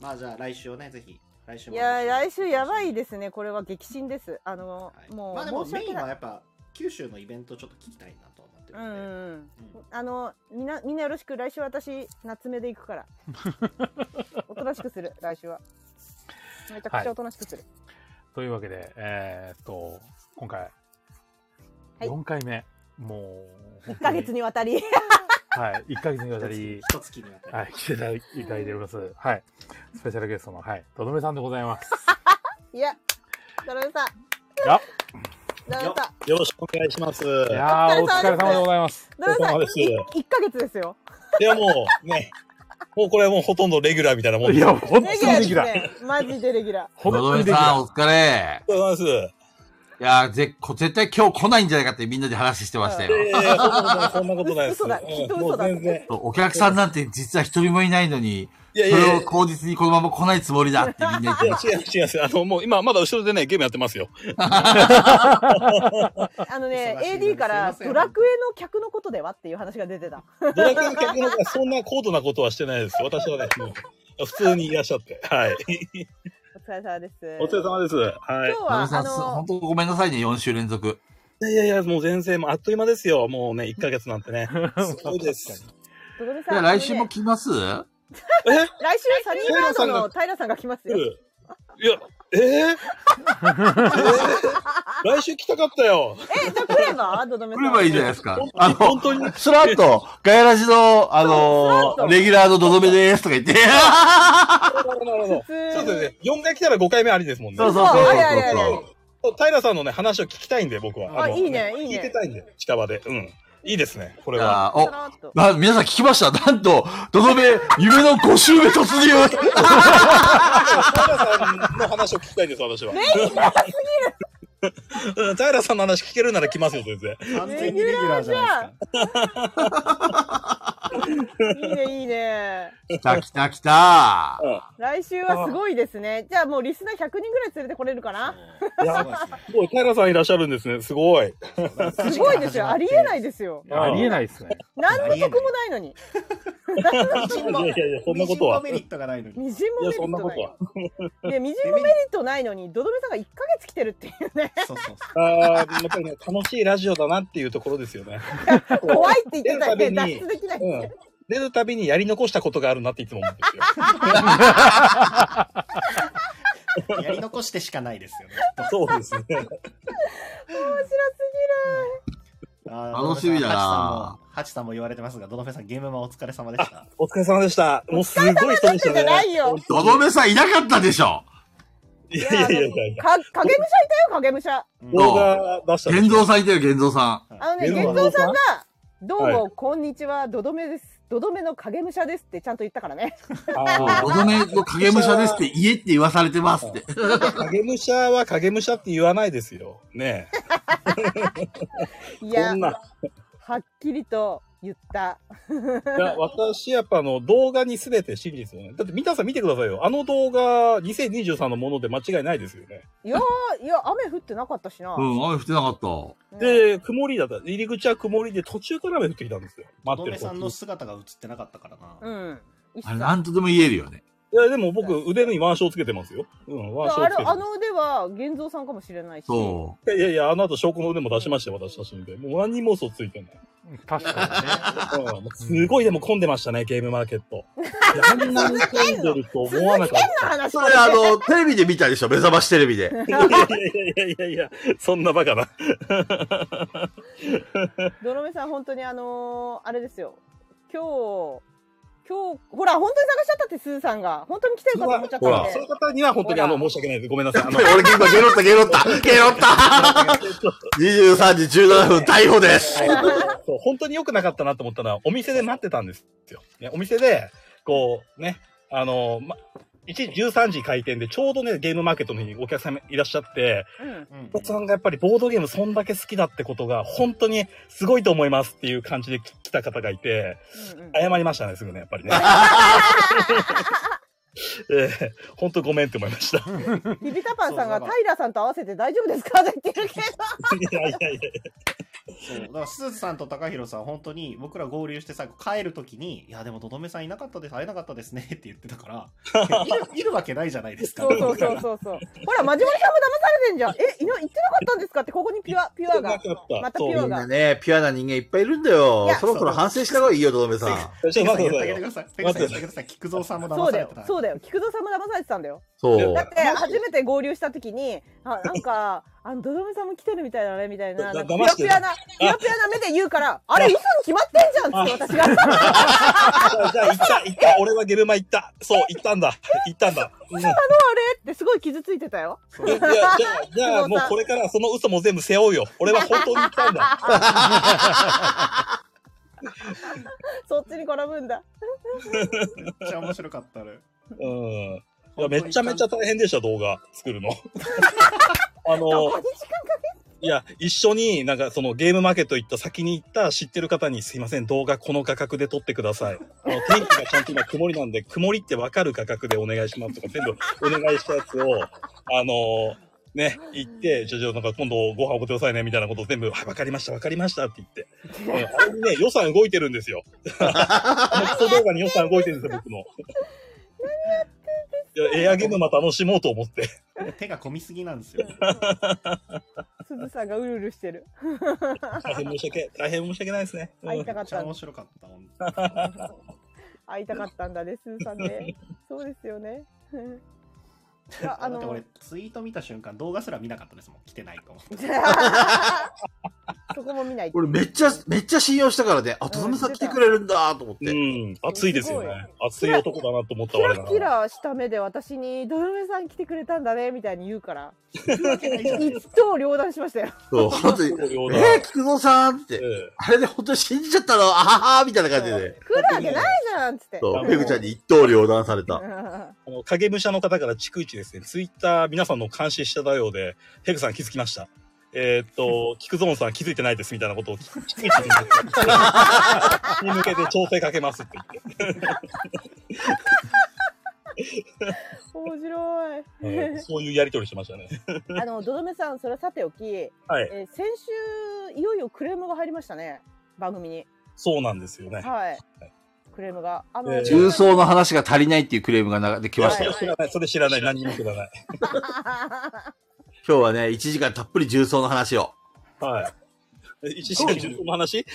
S4: まあ、じゃあ来週をね、ぜひ。来週
S3: いやー、来週やばい
S4: で。
S3: ですね。これは激震です。あの、
S4: はい
S3: もう、
S4: まあでも
S3: 申し
S4: メイ
S3: 訳
S4: ンは
S3: ない。
S4: やっぱ、九州のイベントちょっと聞きたいなとは思って
S3: う
S4: る
S3: んうん
S4: んで。
S3: うん。あのみんなみんなよろしく来週私夏目で行くからおとなしくする来週はめちゃくちゃおとなしくする、
S1: というわけで、えーっと、今回、
S3: い
S1: 4回目、もう、
S3: 1ヶ月にわたり
S1: はい、1ヶ月にわたり
S4: 一、月にわたり。
S1: はい、来ていただいております。はい。スペシャルゲストの、はい、とどめさんでございます。
S3: いやドラムさん
S1: や
S3: ドラムさん
S10: よろしくお願いします。い
S1: いやー、お疲れ様でございます。
S3: ドラムさん
S10: お疲れ様です
S3: 1ヶ月ですよ
S10: や、もうね、もうこれはもうほとんどレギュラーみたいなもん
S1: い
S10: です。
S1: や、本
S3: レギュ
S1: 当
S3: ラ
S1: にで
S3: ーで
S1: き
S3: す
S1: ない。
S3: ねマジでレギュラ
S1: 本
S2: のど
S1: 当に
S2: め
S1: でき
S2: さん、
S1: な
S2: お疲れ。
S10: おはようございます。
S2: いやーぜこ絶対今日来ないんじゃないかってみんなで話してましたよ。
S10: いやいやそんなことない、そんな
S3: 嘘だ
S10: ことないです。うん
S3: きっと
S10: も
S3: 嘘
S10: う
S3: だ
S10: 全然。
S2: お客さんなんて実は一人もいないのに、
S10: いやい
S2: そ
S10: やいや
S2: れを口実にこのまま来ないつもりだってみんな言っ
S10: い
S2: て
S10: や
S2: まし
S10: 違う違う違う。あの、もう今まだ後ろでね、ゲームやって ますよ。
S3: ーあのね
S4: 忙しいのに
S3: AD から
S4: すいません
S3: ドラクエの客のことではっていう話が出てた
S10: ドラクエの客の方がそんな高度なことはしてないです。私はね、もう普通にいらっしゃって。 はい。
S3: お疲れ様です。
S10: お疲れ様です。はい
S3: 今。日
S2: 矢
S3: は
S2: 部さ
S3: あ
S2: ん、す
S3: の
S2: 本当ごめんなさいね、4週連続。
S10: いやいやいや、もう全然、もうあっという間ですよ。もうね、1ヶ月なんて ね。すごいです。
S3: ところで
S2: い
S3: さ
S2: や、
S3: ん
S2: 来週
S3: あの
S2: も
S3: ね
S2: 来ます
S3: 来週サニーバードの平さんが来ます
S10: 来
S3: よ。
S10: るいや、えー、えー来週来たかったよ。
S3: え、じゃあ来ればどどめ
S2: 来
S3: さん。
S2: ればいいじゃないですか
S10: 本。当
S2: あ
S10: に、
S2: の、
S10: 本当に。
S2: スラッと、ガヤラジの、あ
S3: そう
S2: の
S3: スラッと
S2: レギュラーのドドメですとか言って。
S10: なるほど、なるほど。
S3: 普
S10: そう
S3: 通
S10: で
S3: に。
S10: すね。4回来たら5回目ありですもんね。
S2: そう
S3: そ
S2: そううそうそう
S3: あれあれあれあれ
S2: そう。
S10: 平さんのね、話を聞きたいんで、僕は。
S3: あ
S10: の
S3: いいねいいね
S10: 聞いてたいんで、近場で。うん。いいですね、これ
S2: い
S10: は。
S2: やお
S3: さ、らっと
S2: まあ、皆さん聞きましたなんと、ドドメ、夢の5週目突入
S10: 平さんの話を聞きたいんです、私は。うん平さんの話聞けるなら来ますよ、全然。
S4: 完全にレギュラーじゃないですか。
S3: いいねいいね。
S2: 来た来た来た
S3: 来週はすごいですね。じゃあもうリスナー100人ぐらい連れてこれるかな。
S4: いや、そうですね
S10: すごい、平さんいらっしゃるんですね。すごい。
S3: すごいですよ。ありえないですよ。
S1: ありえないですね。
S3: 何の得もないのに。
S10: いやいやいや、そんなことは。
S4: 微塵もメリットがないのに。
S3: みじん
S10: い
S3: も
S10: や、
S3: メリ
S10: そんな
S3: ット
S10: こ
S3: ない
S10: と。は。
S3: で、みじんもメリットないのに、どどめさんが1ヶ月来てるっていうね。
S4: そうそうそ
S10: ああ、やっぱりね、楽しいラジオだなっていうところですよね。
S3: 怖いって言ってたよ
S10: 出
S3: ね。脱
S10: るたびに
S3: 出できない。
S10: うん。出るたびにやり残したことがあるなっていつも思うんですよ。
S4: う。やり残してしかないですよね。
S10: そうですね。
S3: 面白す
S4: あ
S2: 楽しみだな
S4: ハチさんもハチさんも言われてますが、ドドフェさんゲームマお疲れ様でした。
S10: お疲れ様でした。もうすごい人でし
S3: ぎ
S10: た
S3: るじゃ
S10: ね。
S3: ないよ。
S2: ドドメさんいなかったでしょ
S10: いやいやいやいやいや。
S3: か、影武者いたよ、影武者。
S4: う
S2: ど
S10: 動
S2: う
S10: 画出したんです
S2: 玄
S10: よ。
S2: 蔵さんいたよ、玄蔵さん。
S3: あのね、
S10: ゲロ
S3: 玄
S10: は
S3: 三さんが、どうも、
S10: は
S3: こんにちは、どどめです。どどめの影武者ですってちゃんと言ったからね。
S10: あ
S2: ドドメの影武者ですって、家って言わされてますって。
S10: ー影武者は影武者って言わないですよ。ね
S3: い
S10: え。こ
S3: や
S10: ん、な。
S3: はっきりと言った。
S10: いや私、やっぱあの、動画に全て真実をね。だって皆さん見てくださいよ。あの動画、2023のもので間違いないですよね。
S3: いやー、いや、雨降ってなかったしな。
S2: うん、雨降ってなかった。
S3: うん
S10: で、曇りだった。入り口は曇りで、途中から雨降ってきたんですよ。
S4: ド
S10: 待っ
S4: ド
S10: て
S4: フェ
S10: る
S4: さんの
S10: 時。
S4: 姿が映ってなかったからな。
S3: うん。一
S2: あ
S3: 切
S2: れ、なんとでも言えるよね。
S10: いや、でも僕、腕に腕章つけてますよ。うん、腕章
S3: あれ
S10: つけて
S3: あ
S10: ま
S3: の腕は玄三さんかもしれないし。
S2: そ
S10: す。いやいや、あの後証拠の腕も出しましたよ、私写真で。もう何にも嘘ついてない。
S1: 確かにね。
S10: うんもうすごいでも混んでましたね、ゲームマーケット。いやあんなに混んでると思わなかっ
S3: 変な話
S2: う。それ、あの、テレビで見たでしょ目覚ましテレビ で。
S10: た。いやいやいやいやいや、そんなバカな。
S3: ドロメさん、本当にあのーあれですよ。今日、今日、ほら、本当に探しちゃったって、スーさんが。本当に来てるかと思っちゃっ
S10: ほ
S3: たん
S10: ら、
S3: で
S10: そういう方には本当にあの、
S3: ほら
S10: 申し訳ないです。ごめんなさい。あ の、
S2: 俺今ゲロったゲロったゲロった !23 時17分逮捕です
S10: そう本当に良くなかったなと思ったのは、お店で待ってたんですよ。ね、お店で、こう、ね、あの、ま、1時13時開店で、ちょうどね、ゲームマーケットの日にお客様いらっしゃって、
S3: うん。
S4: うん
S10: お客さんがやっぱりボードゲームそんだけ好きだってことが、本当にすごいと思いますっていう感じで来た方がいて、
S3: うんうん
S10: 謝りましたね、すぐね、やっぱり ね。ええ本当ごめんって思いました。い
S3: ビビタパンさんが平さんと合わせて大丈夫ですかって言ってるけど。
S10: やいやいや。
S4: そうだから、すずさんと高弘さん、本当に僕ら合流して最後帰るときに、いや、でも、とどめさんいなかったです、会えなかったですねって言ってた から、いるいるわけないじゃないですか。
S3: そうそうそうそうそう。ほら、マジモリさんも騙されてんじゃん。え、いな言ってなかったんですかって、ここにピュア、ピュアが
S10: な。かった。
S3: また
S10: そう
S3: ピュア
S2: みん
S3: が
S2: なね、ピュアな人間いっぱいいるんだよ
S3: いや。
S2: そろそろ反省した方がいいよ、とどめさん。
S10: ちょ
S4: ペ
S10: っ
S4: グさん
S10: と待
S4: 言っ
S10: っ
S4: ててあげてくださ
S10: くださいよ。
S4: い。ペグさん言ってく
S10: 待
S4: ださい。菊蔵さんも
S3: そ
S4: 騙
S3: う
S4: さ
S3: だ
S4: れ
S3: よ
S4: てた。、
S3: そうだよ。菊蔵さんも騙されてたんだよ。
S2: そう
S3: だっ。て、初めて合流した時に、あ、なんか、あの、ドドメさんも来てるみたいだね、みたいな。な
S10: だ
S3: んかピ
S10: 騙
S3: ラ
S10: して
S3: ピ
S10: る
S3: ラな、ピラピラな目で言うから、あれ、嘘に決まってんじゃんって、私が。
S10: じゃあ、行った、行った。俺はゲルマ行った。そう、行ったんだ。行ったんだ。うんいや、
S3: あれってすごい傷ついてたよ。
S10: じゃあ、じゃあもうこれからはその嘘も全部背負うよ。俺は本当に行ったん だ。
S3: そっちに転ぶんだ。
S4: めっちゃ面白かったあれ。
S10: うん。いや、めちゃめちゃ大変でした、動画作 るの。あ
S3: ど
S10: の
S3: こ、に時間か
S10: いや、一緒になんかそのゲームマーケット行った先に行った知ってる方にすいません、動画この価格で撮ってください。あの、 天気がちゃんと今曇りなんで、曇りってわかる価格でお願いしますとか全部お願いしたやつを、あのね、行って、ちょ、ちょ、なんか今度ご飯おごってくださいね、みたいなことを全部、はい、わかりました、わかりましたって言って。うんあれにね、予算動いてるんですよ。あのクソ動画に予算動いてるんですよ、僕の。
S3: や
S10: いやエアゲームマ楽しもうと思って。
S4: 手が込みすぎなんですよ。
S3: 鈴さんがうるうるしてる。
S10: 大変申し訳、大変申し訳ないですね。うん
S3: 会いたか
S4: め
S3: っ
S4: っちゃ
S3: たん
S4: 面
S3: だ。
S4: 白かった。本
S3: 会いたかったんだね、鈴さんね。そうです よね。い
S4: 当
S3: やあ
S4: だ
S3: の
S4: って俺、ツイート見た瞬間、動画すら見なかったですもん。来てないと思って。
S3: そこも見ない。
S2: 俺めっちゃ、めっちゃ信用したからね、あ、とどめさん来てくれるんだと思っ
S10: う
S2: て。
S10: ん、熱いですよね。熱い男だなと思った
S3: キ
S10: 我
S3: ラ
S10: なが
S3: キ
S10: ら。
S3: ラした目で私に「どよめさん来てくれたんだね」みたいに言うから
S4: 来るわけないじゃないで
S3: 一
S4: すか。
S3: 刀両断しましたよ
S2: そう、本当に。
S10: そうような
S2: えー、菊蔵さんって。
S10: え
S2: あれで本当に信じちゃったのあははみたいな感じでね。
S3: 来るわけないじゃんっつって
S2: そう、
S10: ん
S2: ペグちゃんに一刀両断された。
S3: うん
S10: あの影武者の方から逐一ですね、ツイッター皆さんの監視してたようで、ペグさん気づきました。えーっ と、キクゾーンさん気づいてないですみたいなことを逐一言うんですよに向けて調整かけますって言って
S3: 面白い
S10: えー、そういうやりとりしてましたね。
S3: あのどどめさんそれはさておき、え
S10: はい。
S3: ー先週いよいよクレームが入りましたね番組に
S10: そうなんですよね。
S3: はいクレームがあの、
S10: えー
S2: 重曹の話が足りないっていうクレームが流れてきました
S10: そ
S2: よ。
S10: れ知らない、それ知らない、何にも知らない。
S2: 今日はね、1時間たっぷり重曹の話 を。
S10: はい。一時間重曹の話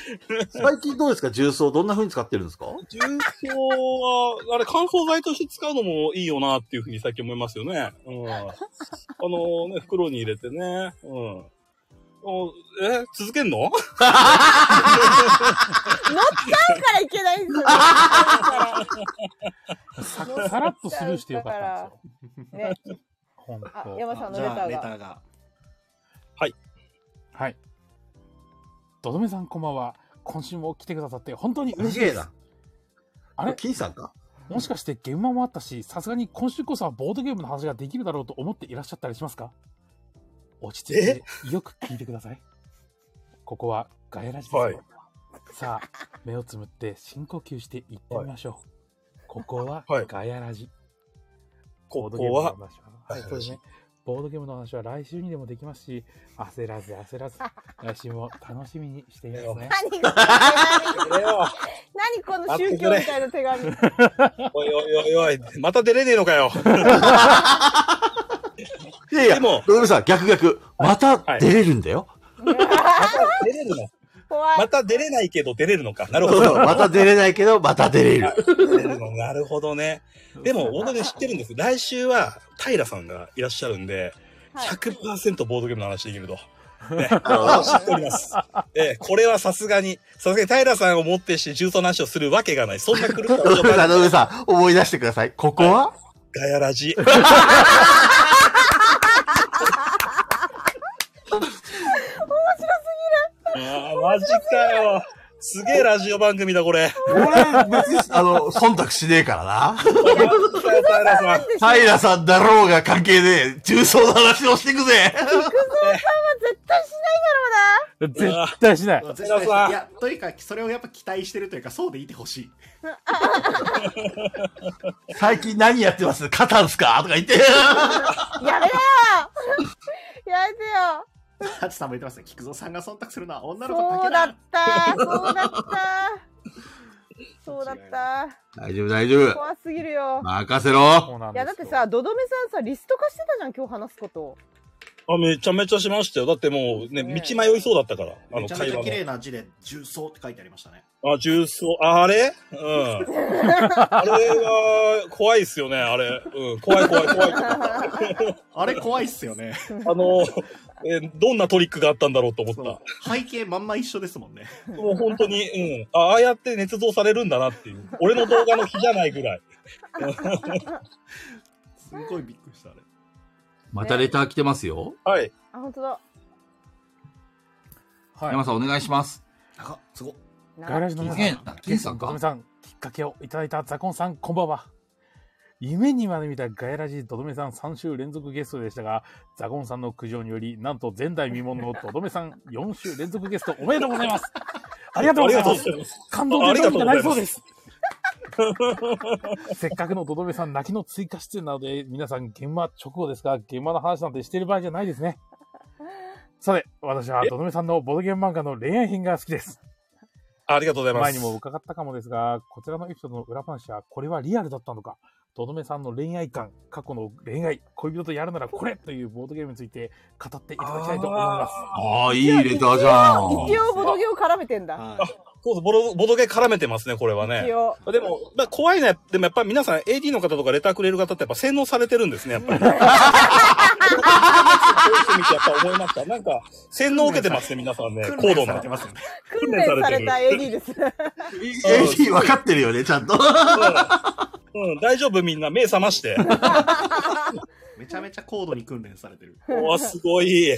S2: 最近どうですか重曹どんな風に使ってるんですか
S10: 重曹は、あれ、乾燥剤として使うのもいいよなっていうふうに最近思いますよね。うん。あのね、袋に入れてね。うん。おえ続けんの
S3: だからいけないんですよ
S1: ささらっとスルーしてよかったんですよ。
S3: ね、
S1: 本
S3: あ
S1: 当。
S3: 山さんの
S4: じ
S3: レタ
S4: ゃあ、
S3: ー
S4: レタ
S3: が
S4: ーが。
S1: はい。とどめさんこんばんは。今週も来てくださって本当に嬉しい
S2: 短
S1: で
S2: え
S1: す
S2: な。。
S1: あれ
S2: 金さんか
S1: もしかして現場もあったし、さすがに今週こそはボードゲームの話ができるだろうと思っていらっしゃったりしますか落ち着いてよく聞いてください。ここはガヤラジですよ、
S10: はい
S1: さあ、目をつむって深呼吸していってみましょう。ここは
S10: はい
S1: ガヤラジ。ボ
S10: こ
S1: ードゲー
S10: こ
S1: ムの話
S10: は
S1: は、はい、そうですね。ボードゲームの話は来週にでもできますし、焦らず焦らず、来週も楽しみにしていますね。
S3: 何が何この宗教みたいな手紙
S10: おいおいおいおい、また出れねえのかよ。
S2: いやいや、
S10: でも
S2: ドルさん、逆逆。また出れるんだよ。
S10: また出れるの
S3: 怖い
S10: また出れないけど出れるのか。なるほ
S2: そう
S10: ど。
S2: そうまた出れないけど、また出れる。
S10: 出れるのなるほどね。でも、大金知ってるんです。来週は、平さんがいらっしゃるんで、
S3: はい
S10: 100%ボードゲームの話できると。 ね、知っております。ええこれはさすがに、さすがに平さんをもってして重曹の話をするわけがない。そんな狂った
S2: ド
S10: こと
S2: ルさ
S10: ば
S2: ん、ドルさん、思い出してください。ここは
S10: ガヤラジ。 ああ、マジかよ。すげえラジオ番組だ、これ。
S2: 俺、別に、あの、忖度しねえからな。
S10: 平さん。
S2: 平さんだろうが関係ねえ。重曹の話をしていくぜ。
S3: 絶対し
S1: 絶対しない。
S4: 絶対していや、というか、それをやっぱ期待してるというか、そうでいてほしい。
S2: 最近何やってますカタンすかとか言って。
S3: ないだろうなやめなよやめてよ
S4: ハチさんも言ってますね。菊蔵さんが忖度するのは女の子だ
S3: そ
S4: け
S3: う
S4: だ
S3: だっ。たそうだったそうだった
S2: 大丈夫、大丈夫。
S3: 怖すぎるよ
S2: 任せろ。
S1: そうなん
S3: い
S1: ですよ
S3: やだってさどどめさんさリスト化してたじゃん今日話すこと
S10: あ、めちゃめちゃしましたよ。だってもうね、
S3: ね
S10: 道迷いそうだったから。あ
S4: め
S10: の、
S4: ちゃめ
S10: 会
S4: ちゃ
S10: 話
S4: 綺
S10: の。
S4: 麗な字で重曹って書いてありましたね。
S10: あ、重曹、ああれうん。あれは、怖いっすよね、あれ。うん、怖い怖い 怖い。あ
S4: あれ怖いっすよね。
S10: の、えどんなトリックがあったんだろうと思っ
S4: そう
S10: た。
S4: 背景まんま一緒ですもんね。
S10: もう本当に、うん。あああやって捏造されるんだなっていう。俺の動画の日じゃないぐらい。
S4: すごいびっくりした、あれ。
S2: またレター来てますよ。
S10: はい。
S3: あ本当だ
S1: はい
S2: 山さんお願いします。
S4: あ、すごっ。
S1: ガラジの皆
S2: 金
S1: さん
S2: あ、金さん
S1: ドド
S2: か
S1: メ。さん、きっかけをいただいたザコンさん、こんばんは。夢にまで見たガヤラジドドメさん3週連続ゲストでしたが、ザコンさんの苦情により、なんと前代未聞のドドメさん4週連続ゲストおめでとうございます。ありがとうご
S10: あり
S1: ざ
S10: が
S1: い
S10: とう
S1: ます
S10: ござ。います。
S1: 感動で
S10: あり
S1: どう
S10: が
S1: に
S10: とう
S1: か
S10: ご
S1: な
S10: ざい
S1: り
S10: ま
S1: そう
S10: す
S1: です。 せっかくのドドメさん泣きの追加出演なので、皆さん現場直後ですが、現場の話なんてしてる場合じゃないですね。さて、私はドドメさんのボードゲーム漫画の恋愛編が好きです。
S10: ありがとうございます。
S1: 前にも伺ったかもですが、こちらのエピソードの裏話は、これはリアルだったのか、とどめさんの恋愛観、過去の恋愛、恋人とやるならこれというボードゲームについて語っていただきたいと思います。
S2: ああ、いいレターじゃん。
S3: 一応ボドゲを絡めてんだ。
S4: はい
S10: そうそうボロ、ボドゲ絡めてますね、これは
S3: 一
S10: ね。
S3: 応。
S10: でも、まあ、怖いな、でもやっぱり皆さん AD の方とかレターくれる方ってやっぱ洗脳されてるんですね、や っぱり。こうしてみてやっぱ思いました。なんか、洗脳を受けてますね、皆さんね。
S4: 訓
S10: 高度
S4: 練され
S10: な
S4: て。ますよね。
S3: 訓練された AD です。
S2: AD 分かってるよね、ちゃんと。
S10: うんうん、大丈夫みんな、目覚 まして。
S4: めちゃめちゃ高度に訓練されてる。
S10: おーすごい。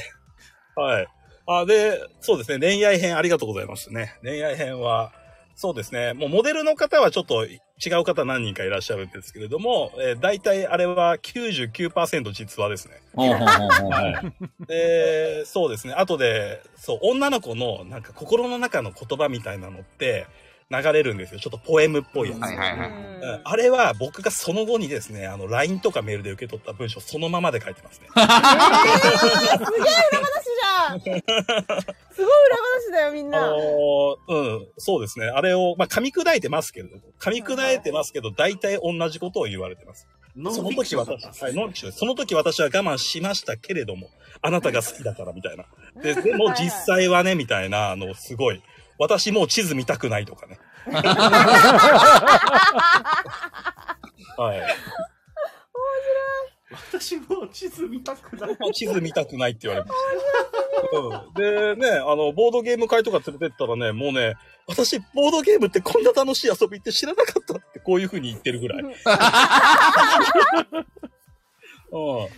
S10: はい。あ、で、そうですね。恋愛編ありがとうございましたね。恋愛編は、そうですね。もうモデルの方はちょっと違う方何人かいらっしゃるんですけれども、えー、大体あれは99%実話ですね。はい。で、そうですね。後で、そう、女の子のなんか心の中の言葉みたいなのって流れるんですよ。ちょっとポエムっぽいやつ。
S2: はいはいは
S3: う
S2: い。
S3: ん
S10: うんあれは僕がその後にですね、あの、LINE とかメールで受け取った文章そのままで書いてま すね。
S3: すげえ裏話じゃんすごい裏話だよ、みん
S10: あ
S3: な。
S10: のーうん、そうですね。あれを、まあ、噛み砕いてますけれども、噛み砕いてますけど、大体同じことを言われてます。
S4: ノンフ
S10: その
S4: ィクシ
S10: 時
S4: ョンだ
S10: 私
S4: ったんです
S10: は、はい、ノンフィクションですその時私は我慢しましたけれども、あなたが好きだからみたいな。で、でも
S3: はいはい
S10: 実際はね、みたいな、あの、すごい。私もう地図見たくないとか ね。はい。
S4: 私も地図見たくない。
S10: 地図見たくないって言われました。うん、でね、あの、ボードゲーム会とか連れてったらね、もうね、私、ボードゲームってこんな楽しい遊びって知らなかったって、こういうふうに言ってるぐらい。うん。あ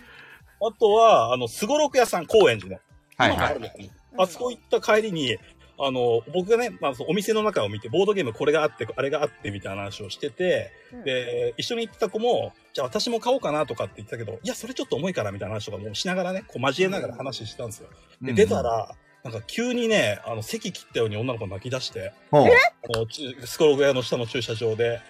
S10: とは、あの、すごろく屋さん、高円寺の。
S2: はいはい。
S10: い。あそこ行った帰りに、あの、僕がね、まあ、そうお店の中を見て、ボードゲームこれがあって、あれがあって、みたいな話をしてて、
S3: う ん
S10: で、一緒に行ってた子も、じゃあ私も買おうかなとかって言ってたけど、いや、それちょっと重いからみたいな話とかもしながらね、こう交えながら話してたんですよ。で、出たら、なんか急にね、あの、席切ったように女の子泣き出して、
S2: ほう、
S10: あのちスコログ屋の下の駐車場で、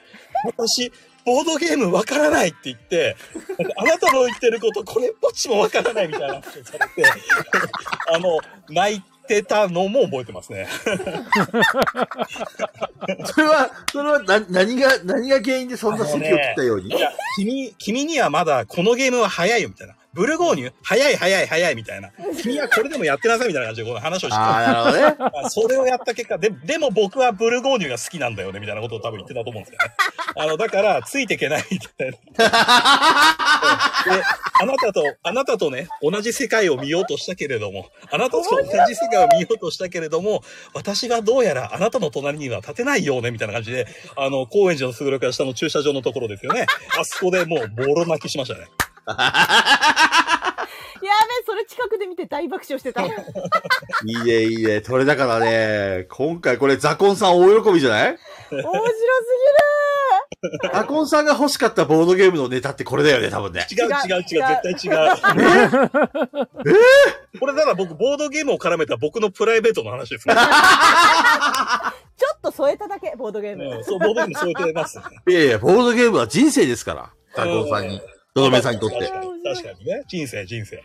S10: 私、ボードゲームわからないって言って、なんかあなたの言ってること、これっぽっちもわからないみたいな話をされて、あの、泣いてたのも覚えてますね。
S2: それは、それはな、何が、何が原因でそんな席を切ったように
S10: いや、君、君にはまだこのゲームは早いよ、みたいな。ブルゴーニュ早い早い早いみたいな。君はこれでもやってなさいみたいな感じでこう話をして
S2: ああ、なるほどね。
S10: まあそれをやった結果で、でも僕はブルゴーニュが好きなんだよね、みたいなことを多分言ってたと思うんですよね。あの、だから、ついていけないみたいな。で、あなたと、あなたとね、同じ世界を見ようとしたけれども、あなたと同じ世界を見ようとしたけれども、私がどうやらあなたの隣には立てないよね、みたいな感じで、あの、高円寺のすぐろく下の駐車場のところですよね。あそこでもう、ボロ泣きしましたね。
S3: やべ、それ近くで見て大爆笑してた。
S8: いいね、いいね。それだからね、今回これザコンさん大喜びじゃない
S3: 面白
S8: ザコンさんが欲しかったボードゲームのネタってこれだよね、多分ね。
S10: 違う違う違う、絶対違う。これなら僕、ボードゲームを絡めた僕のプライベートの話 ですね。
S3: すぎるちょっと添えただけ、ボードゲーム。
S10: うん、そう、ボードゲームそう言ってますね。
S8: いやいや、ボードゲームは人生ですから。ザコンさんに、とどめさんにとっ
S10: 確
S8: て。
S10: かに確かにね。人生、人生。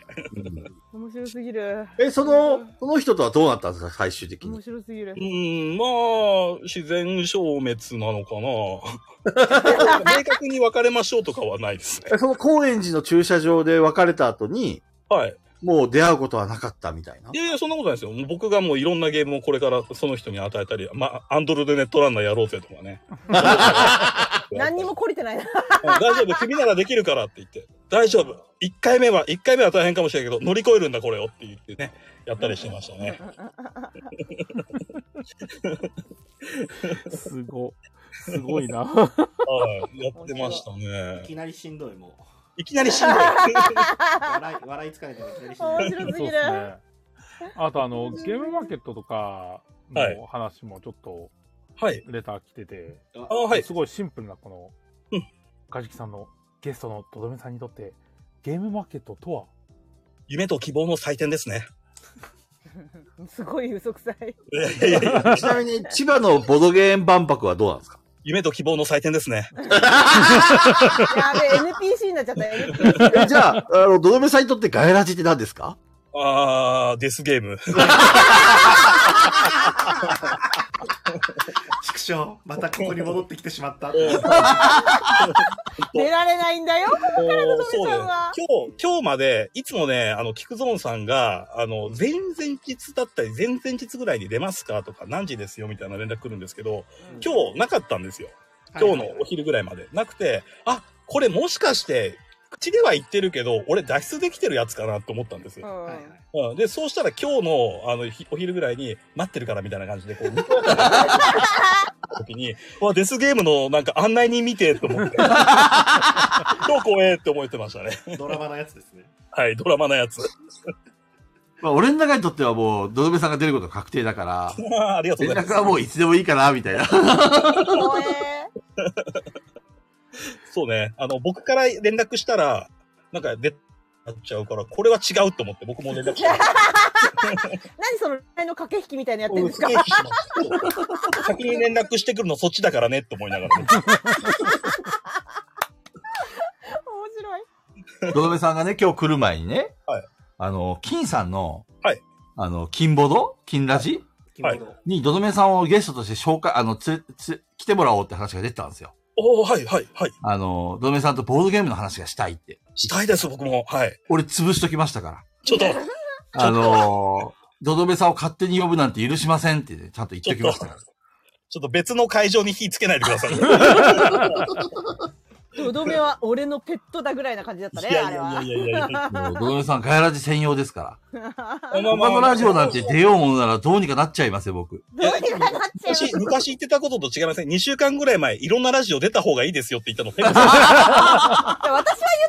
S3: 面白すぎる。
S8: え、その、その人とはどうなったんですか、最終的に
S3: 面。白すぎる
S10: う。ん、まあ、自然消滅なの かな。明確に別れましょうとかはないですね。
S8: えその高円寺の駐車場で別れた後に、
S10: はい。。
S8: もう出会うことはなかったみたいない
S10: やいや、そんなことないですよ。もう僕がもういろんなゲームをこれからその人に与えたり、まあ、アンドロイドネットランナーやろうぜとか ね。
S3: 何にも懲りてないな。
S10: うん大丈夫、君ならできるからって言って。大丈夫。一回目は、一回目は大変かもしれないけど、乗り越えるんだこれをって言ってね、やったりしてましたね。
S1: すご、すごいな。
S10: はい。やってましたね
S4: い。きなりしんどい、もう。
S10: いきなり死んだよ。
S4: 笑い、笑い疲れてもいきなりしんど
S3: 面
S4: い。
S3: 白す
S1: そうで
S3: ぎ
S1: す
S3: る。
S1: ね。あとあの、ゲームマーケットとかの話もちょっと
S10: はい。
S1: レター来てて、
S10: あ、はい。
S1: すごいシンプルなこの
S10: うん、
S1: カジキさんのゲストのとどめさんにとって、ゲームマーケットと は
S10: 夢と希望の祭典ですね。
S3: すごい嘘くさい。
S8: ちなみに、千葉のボドゲーム万博はどうなんですか
S10: 夢と希望の祭典ですね。
S3: やべ、NPC になっちゃった。NPC
S8: えじゃあ、あの、どどめさんにとってガヤラジって何ですか
S10: あー、デスゲーム。
S4: 畜生、またここに戻ってきてしまった。
S3: 出られないんだよ。
S10: そうだよ
S3: さんは
S10: 今日、今日まで、いつもね、あの、キクゾーンさんが、あの、前々日だったり、前々日ぐらいに出ますかとか、何時ですよみたいな連絡来るんですけど、今日なかったんですよ。今日のお昼ぐらいまで。なくて、あ、これもしかして、口では言ってるけど、俺脱出できてるやつかなと思ったんですよ。
S3: うん
S4: はいはい
S10: うん、で、そうしたら今日の、あの、ひお昼ぐらいに、待ってるからみたいな感じで、こ う、時に、うわ、デスゲームのなんか案内人見て、と思って。超怖えって思ってましたね。
S4: ドラマのやつですね。
S10: はい、ドラマのやつ。
S2: まあ、俺の中にとってはもう、ドドメさんが出ることが確定だから、
S10: ありがとう
S2: 連
S10: ござい
S2: 絡
S10: ま
S2: はもういつでもいいかな、み たいな。
S3: 怖え
S10: す。そうね。あの、僕から連絡したら、なんか出なっちゃうから、これは違うと思って、僕も連絡 した。
S3: 何その恋愛の駆け引きみたいなのやってるんです
S10: すげ
S3: か
S10: え聞きます先に連絡してくるのそっちだからねって思いながら、
S3: 面白い。
S2: ドドメさんがね、今日来る前にね、
S10: はい
S2: あの、金さんの、
S10: はい
S2: あの、金ボド金ラジ、
S4: 金本
S2: にドドメさんをゲストとして紹介、あの、つ、つ、来てもらおうって話が出てたんですよ。
S10: おおはいはいはい。
S2: あの、ドドメさんとボードゲームの話がしたいって。
S10: したいです、僕も。はい。
S2: 俺潰しときましたから。
S10: ちょっと、
S2: あのー、ドドメさんを勝手に呼ぶなんて許しませんってね、ちゃんと言っときましたから。
S10: ちょっと別の会場に火つけないでください。
S3: ドドメは俺のペットだぐらいな感じだったね、
S10: いや
S3: あ
S10: い
S3: れ
S10: や
S3: は。
S10: いやいやいや。
S2: もうドドメさん、ガヤラジ専用ですから。
S10: 他
S2: 他のラジオなんて出ようものならどうにかなっちゃいますよ、僕。
S3: どうにかなっちゃう。
S10: 昔、昔言ってたことと違いません。2週間ぐらい前、いろんなラジオ出た方がいいですよって言ったの、ペコさん。
S3: 私は言っ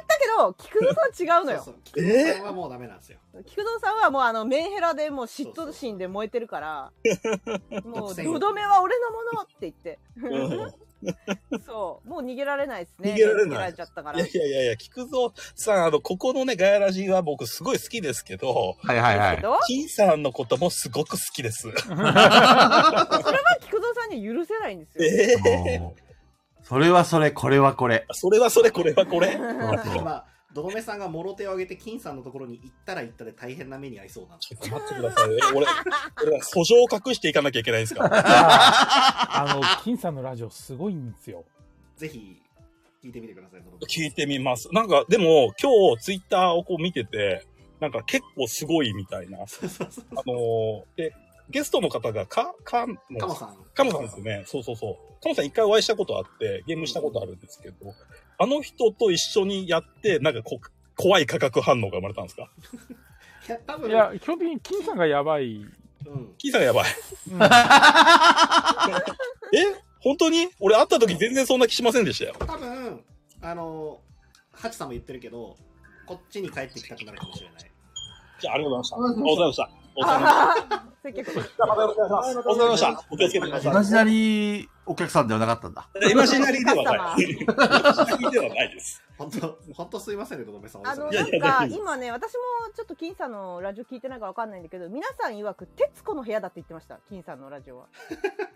S3: たけど、菊蔵さんは違うの
S4: そう
S3: よ
S4: そ。う。金本さんはもうダメなんですよ。
S3: 菊蔵さんはもうあの、メンヘラでもう嫉妬心で燃えてるから、もう、
S4: 独占欲
S3: ドドメは俺のものって言って、
S10: うん
S3: そう、もう逃げられないですね。
S10: 逃げられない
S3: 逃げられちゃったか
S10: い
S3: ら
S10: や。いやいやいや、菊蔵さん、あの、ここのね、ガヤラジは僕すごい好きですけど、
S2: はいはいは
S3: け
S2: い。
S3: ど、
S10: 金さんのこともすごく好きです。
S3: それは菊蔵さんに許せないんですよ。
S10: ええ
S2: もうそれはそれ、これはこれ。
S10: それはそれ、これはこれ。
S4: 今、ドドメさんがもろ手を挙げて、金さんのところに行ったら行ったで大変な目に遭いそうなんです
S10: ちょっと待ってくださいね。俺、俺は訴状を隠していかなきゃいけないんですか
S1: あの、金さんのラジオすごいんですよ。
S4: ぜひ、聞いてみてください、ドドメさん
S10: 聞いてみます。なんか、でも、今日、ツイッターをこう見てて、なんか結構すごいみたいな。あ
S4: そうそうそう。
S10: のーで、ゲストの方が、か、かん
S4: カモ
S10: の、
S4: さん。
S10: カモさんですよね。そうそうそう。カモさん一回お会いしたことあって、ゲームしたことあるんですけど、あの人と一緒にやって、なんかこう、怖い価格反応が生まれたんですか
S4: いや、多分、
S1: いや、基本的に金さんがやばい。
S4: うん。
S10: キーさんがやばい。
S1: うん
S10: え本当に俺会った時全然そんな気しませんでしたよ。
S4: 多分、あの、ハチさんも言ってるけど、こっちに帰ってきたくなるかもしれない。
S10: じゃあ、ありがとうございました。お疲れ様でした。お疲れ様でした。
S3: あー接客
S10: じゃあまたよろしくお願いします。お疲れ様でした。お気をつけてください
S2: 同。じなりお客さんではなかったんだ。
S10: イマジナリーではない。イマジナリーではないです。
S4: 本当本当すいませんね、ドドメさん。
S3: あの、
S10: いや
S3: ない
S10: や
S3: ん
S10: 大
S3: か、
S10: 丈夫
S3: 今ね、私もちょっと金さんのラジオ聞いてないからわかんないんだけど、皆さん曰く、徹子の部屋だって言ってました、金さんのラジオは。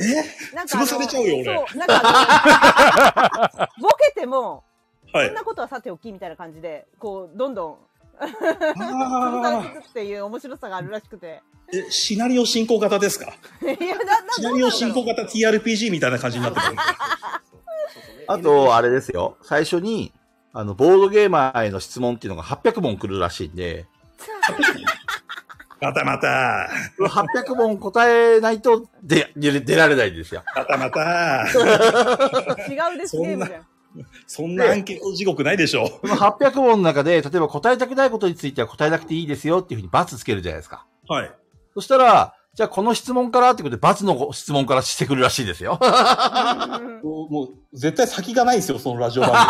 S3: えなんあの
S10: 潰されちゃうよ俺
S3: そう、なんかあの、ボケても、
S10: は
S3: そ
S10: い
S3: ん。なことはさておきみたいな感じで、こう、どんどん潰され
S10: あ
S3: ていくっていう面白さがあるらしくて。
S10: ーえ、シナリオ進行型ですか
S3: いや、な、な、
S10: シ
S3: ど
S10: ナ
S3: う
S10: リ
S3: な
S10: オ
S3: んだ
S10: 進
S3: ろ
S10: 行
S3: う
S10: 型 TRPG みたいな感じになってくる。
S8: あと、あれですよ。最初に、あの、ボードゲーマーへの質問っていうのが800問来るらしいんで、
S10: またまた、
S8: 800問答えないと出、出出られないんですよ。
S10: またまた、
S3: 違うです
S10: そん
S3: ね、
S10: な
S3: みたいな。
S10: そんなアンケート地獄ないでしょ
S8: この800問の中で、例えば答えたくないことについては答えなくていいですよっていうふうに罰つけるじゃないですか。
S10: う。はい。
S8: そしたら、じゃあこの質問からってことで罰の質問からしてくるらしいですよ。
S3: うん
S10: もう、もう絶対先がないですよ、そのラジオ番組。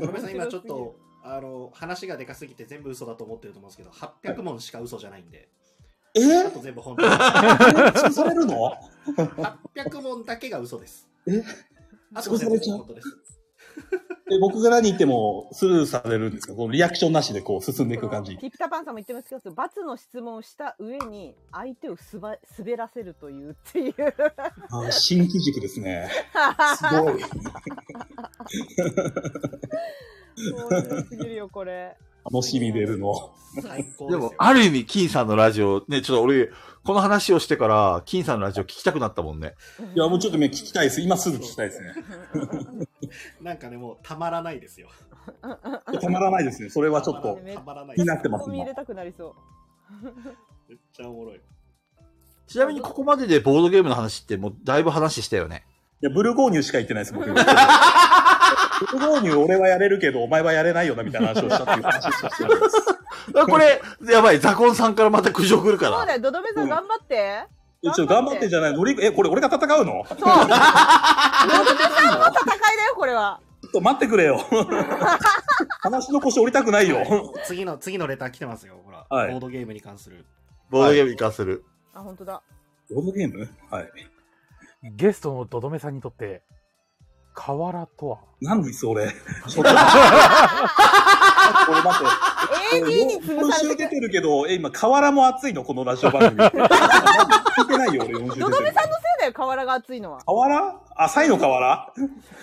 S4: ドドメさん、今ちょっと、あの、話がでかすぎて全部嘘だと思ってると思うんですけど、800問しか嘘じゃないんで、 あと全部本当
S10: え潰されるの
S4: 800問だけが嘘です。
S10: え
S4: あと全部本当です。
S10: え僕が何言ってもスルーされるんですかこのリアクションなしでこう進んでいく感じ。
S3: ピピタパンさんも言ってますけど、罰の質問をした上に、相手をすば滑らせるというっていう。
S10: あー新機軸ですね。すごい。
S3: 面白すぎるよ、これ。
S10: 楽しみ出るの。
S4: 最高
S2: で
S4: ですよ
S2: も、ある意味、金さんのラジオ、ね、ちょっと俺、この話をしてから、金さんのラジオ聞きたくなったもんね。
S10: いや、もうちょっとね、聞きたいです。今すぐ聞きたいですね。
S4: なんかね、もうたまらないですよ。
S10: いやたまらないですね。それはちょっと。
S4: たまらない
S10: 気になってます
S3: ツッコミ入れたくなりそう。
S4: めっちゃおもろい。
S2: ちなみに、ここまででボードゲームの話って、もうだいぶ話したよね。
S10: いや、ブルゴーニュしか言ってない です、僕。ブルゴーニュ俺はやれるけど、お前はやれないよな、みたいな話をしたっていう話しかしてないです。
S2: あこれ、やばい、ザコンさんからまた苦情来るか
S3: そうだ
S2: ら。
S3: よ、ドドメさん頑張 って。
S10: えちょ、頑張ってんじゃないのり、え、これ俺が戦うのちょ
S3: そう。ドドメさんの戦いだよ、これは。
S10: っと待ってく れよ。話の腰折りたくないよ。
S4: 次の、次のレター来てますよ。ほら、
S10: はい
S4: ボードゲームに関する。
S2: ボードゲームに関する。
S3: あ、本当だ。
S10: ボードゲームはい。
S1: ゲストのドドメさんにとって、河原とは
S10: 何それ。ちょっと待って。これ待って。
S3: AD に潰
S10: 今
S3: さ
S10: 週
S3: れて
S10: 出
S3: く
S10: てるけど、え、今、河原も熱いのこのラジオ番組。 聞いてないよ、俺、今週
S3: ド
S10: 出
S3: ド
S10: て
S3: メ
S10: る
S3: さん。のせいだよ、河原が熱いのは。
S10: 河原あ、サイの河原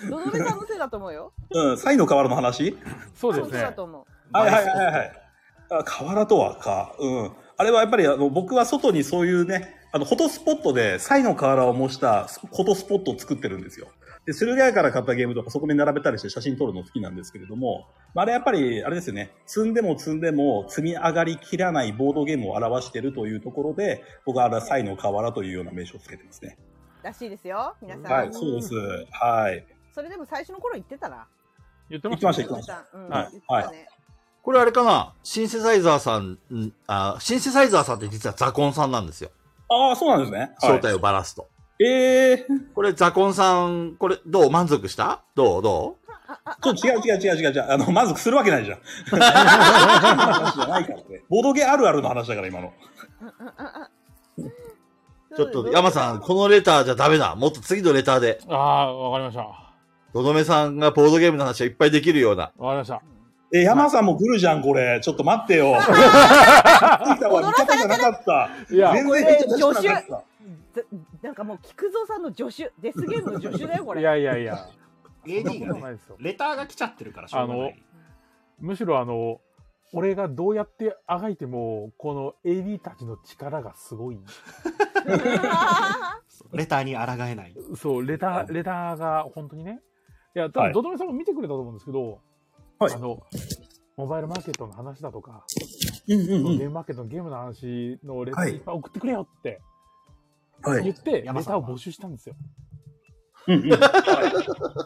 S3: ドドメさんのせいだと思うよ。
S10: うん、サイの河原の話
S1: そうで
S3: 多
S1: す
S3: 分そうだ
S1: ね。
S3: と思う。
S10: はいはいはいはい。あ河原とはか。うん。あれはやっぱりあの僕は外にそういうね、あの、フォトスポットで、サイの河原を模したフォトスポットを作ってるんですよ。で、駿河屋から買ったゲームとかそこに並べたりして写真撮るの好きなんですけれども、まあ、あれやっぱり、あれですよね、積んでも積んでも積み上がりきらないボードゲームを表してるというところで、僕はあれはサイの河原というような名称をつけてますね。
S3: らしいですよ、皆さん。
S10: はい、そうです。はい。
S3: それでも最初の頃言ってたな。
S1: 言って
S10: 行
S1: まし
S10: き
S1: た
S10: ま
S1: ね
S10: した、行きました。
S3: た。うん、
S10: はい
S3: 言ってたね。
S2: これあれかなシンセサイザーさん、んあシンセサイザーさんって実はザコンさんなんですよ。
S10: ああ、そうなんですね。
S2: 正
S10: はい、
S2: 体をばらすと。
S10: ええ
S2: これザコンさん、これどう満足したどうどう
S10: ちょっと違う違う違う違う違う。あの、まずするわけないじゃん。話じゃないから ね。ボドゲあるあるの話だから、今の。
S2: ちょっと山さん、このレターじゃダメだ。もっと次のレターで、
S1: ああ、わかりました。わ
S2: のどめさんがボードゲームの話をいっぱいできるような。
S1: かりました。
S10: え、山さんも来るじゃん、これ。ちょっと待ってよ。来たわ、見方じゃなかった。
S1: いや、
S10: 全然見方じゃなかった。
S3: ずなんかもう、菊蔵さんの助手、デスゲームの助手だよ、これ。
S1: いやいやいや、そん
S4: AD
S1: な
S4: が
S1: ことな
S4: ね、
S1: いですよ。
S4: レターが来ちゃってるからしょうがない。
S1: むしろあの、俺がどうやってあがいても、この AD たちの力がすごい。
S4: そうレターに抗えない。
S1: そう、レター、レターが本当にね。いや、多
S10: は
S1: 分
S10: い
S1: ドドメさんも見てくれたと思うんですけど、
S10: はい
S1: あの、モバイルマーケットの話だとか、
S10: うんう
S1: その
S10: ん
S1: ゲームマーケットのゲームの話のレタ
S10: は
S1: ー
S10: い
S1: いっぱい送ってくれよって
S10: うん。はい。
S1: 言って、レタ
S4: 山さん
S1: ー
S4: は
S1: を募集したんですよ。
S10: うんうんは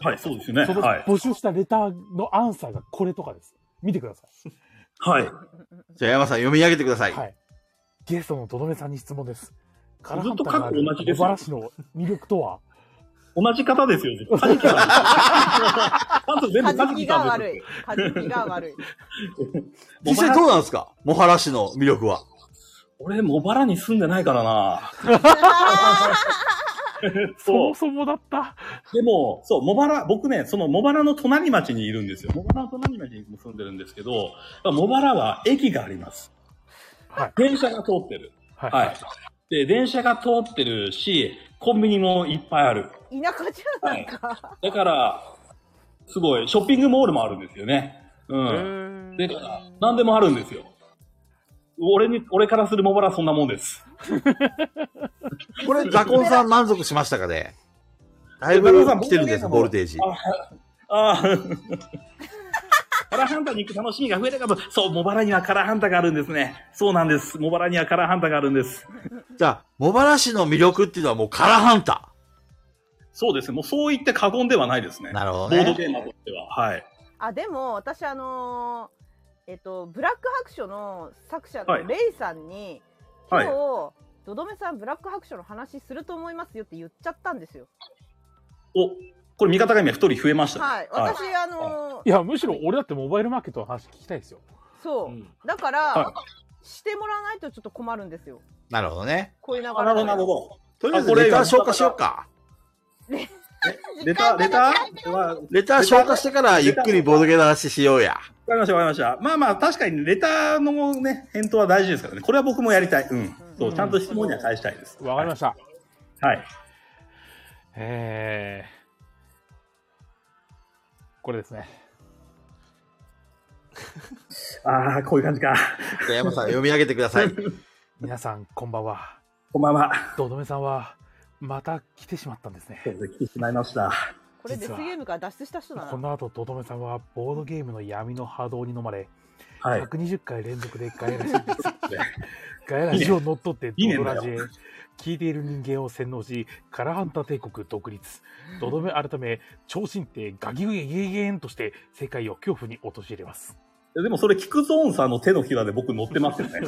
S10: いはい、そうですよね。
S1: その
S10: はい。
S1: 募集したレターのアンサーがこれとかです。見てくださ
S10: はい。
S2: じゃあ山さん読み上げてくださ
S1: い。
S2: い。
S1: はい。ゲストのとどめさんに質問です。カラ
S10: ず
S1: ハ
S10: っ
S1: ン
S10: と
S1: ターがある
S10: 過去同じで
S1: 茂
S10: すよ
S1: 原市の魅力とは
S10: 同じ方ですよ、ずっと。カジキ さんなんと全
S3: カ
S10: 部カ
S3: ジ
S10: ジ
S3: キ
S10: キ
S3: が
S10: さん
S3: 悪
S10: で
S3: い。カジキが 悪い。
S10: す。
S2: 実際どうなんですかモハラ市の魅力は。
S10: 俺、茂原に住んでないからな。
S1: そもそもだった。
S10: でも、そう、茂原、僕ね、その茂原の隣町にいるんですよ。茂原の隣町にも住んでるんですけど、茂原は駅がありま
S1: は
S10: す。
S1: い
S10: 電車が通ってる。
S1: はい
S10: はい。で、電車が通ってるし、コンビニもいっぱいある。
S3: 田舎じゃんなんか。
S10: だから、すごい、ショッピングモールもあるんですよね。うん。だから、何でもあるんですよ。俺に、俺からする茂原はそんなもんです。
S2: これザコンさん満足しましたかねだい
S10: え
S2: ぶ
S10: 中野さん
S2: 来てるんですよ、ボルテージ。
S10: ああ。 カラーハンターに行く楽しみが増えたかも。そう、茂原にはカラーハンターがあるんですね。そうなんです。茂原にはカラーハンターがあるんです。
S2: じゃあ、茂原市の魅力っていうのはもうカラハンタ
S10: そうですね。もうそう言って過言ではないですね。
S2: ー。なるほど
S10: ボード
S2: ね。
S10: ゲーマーとしては。はい。
S3: あ、でも、私、あのーえっと、ブラック白書の作者
S10: は
S3: の
S10: い
S3: レイさんに、今
S10: はい
S3: 日、ドドメさん、ブラック白書の話すると思いますよって言っちゃったんですよ。
S10: お、これ味方が今一人増えましたね。
S3: はい。私、あのー
S1: いや、むしろ俺だってモバイルマーケットの話聞きたいですよ。
S3: そうう。
S4: ん
S3: だから
S10: は、
S3: してもらわないとちょっと困るんですよ。
S2: なるほどね。
S3: こういう流れ
S10: あなるほど、なるほど。
S2: とりあえ
S10: あ
S2: ず
S10: これ
S2: レター消化しようか。
S10: レター、レターわか
S2: レター消化してからゆっくりボードゲームの話しようや。
S10: りました、わかりました。まあまあ、確かにレターのね、返答は大事ですからね。これは僕もやりたい。うん。そう、ちゃんと質問には返したいです。
S1: わかりました。
S10: た。はい。
S1: えー、これですね。
S10: ああ、こういう感じか。
S8: じゃあ山さん、読み上げてください。
S1: 皆さん、こんばんは。
S10: こんばんは。
S1: どどめさんは、また来てしまったんですね。
S10: そうですね来てしまいました。
S3: これデスゲームから脱出した人だ
S1: こ
S3: な。
S1: の後、どどめさんは、ボードゲームの闇の波動に飲まれ、
S10: はい。
S1: 120回連続でガヤラジガヤラジを乗っ取 って
S10: いいね
S1: ドドラジへ聞いている人間を洗脳しカラハンタ帝国独立ドドメ改め超新帝ガギウエゲゲンとして世界を恐怖に陥れます
S10: でもそれ、キクゾーンさんの手のひらで僕乗ってますよね。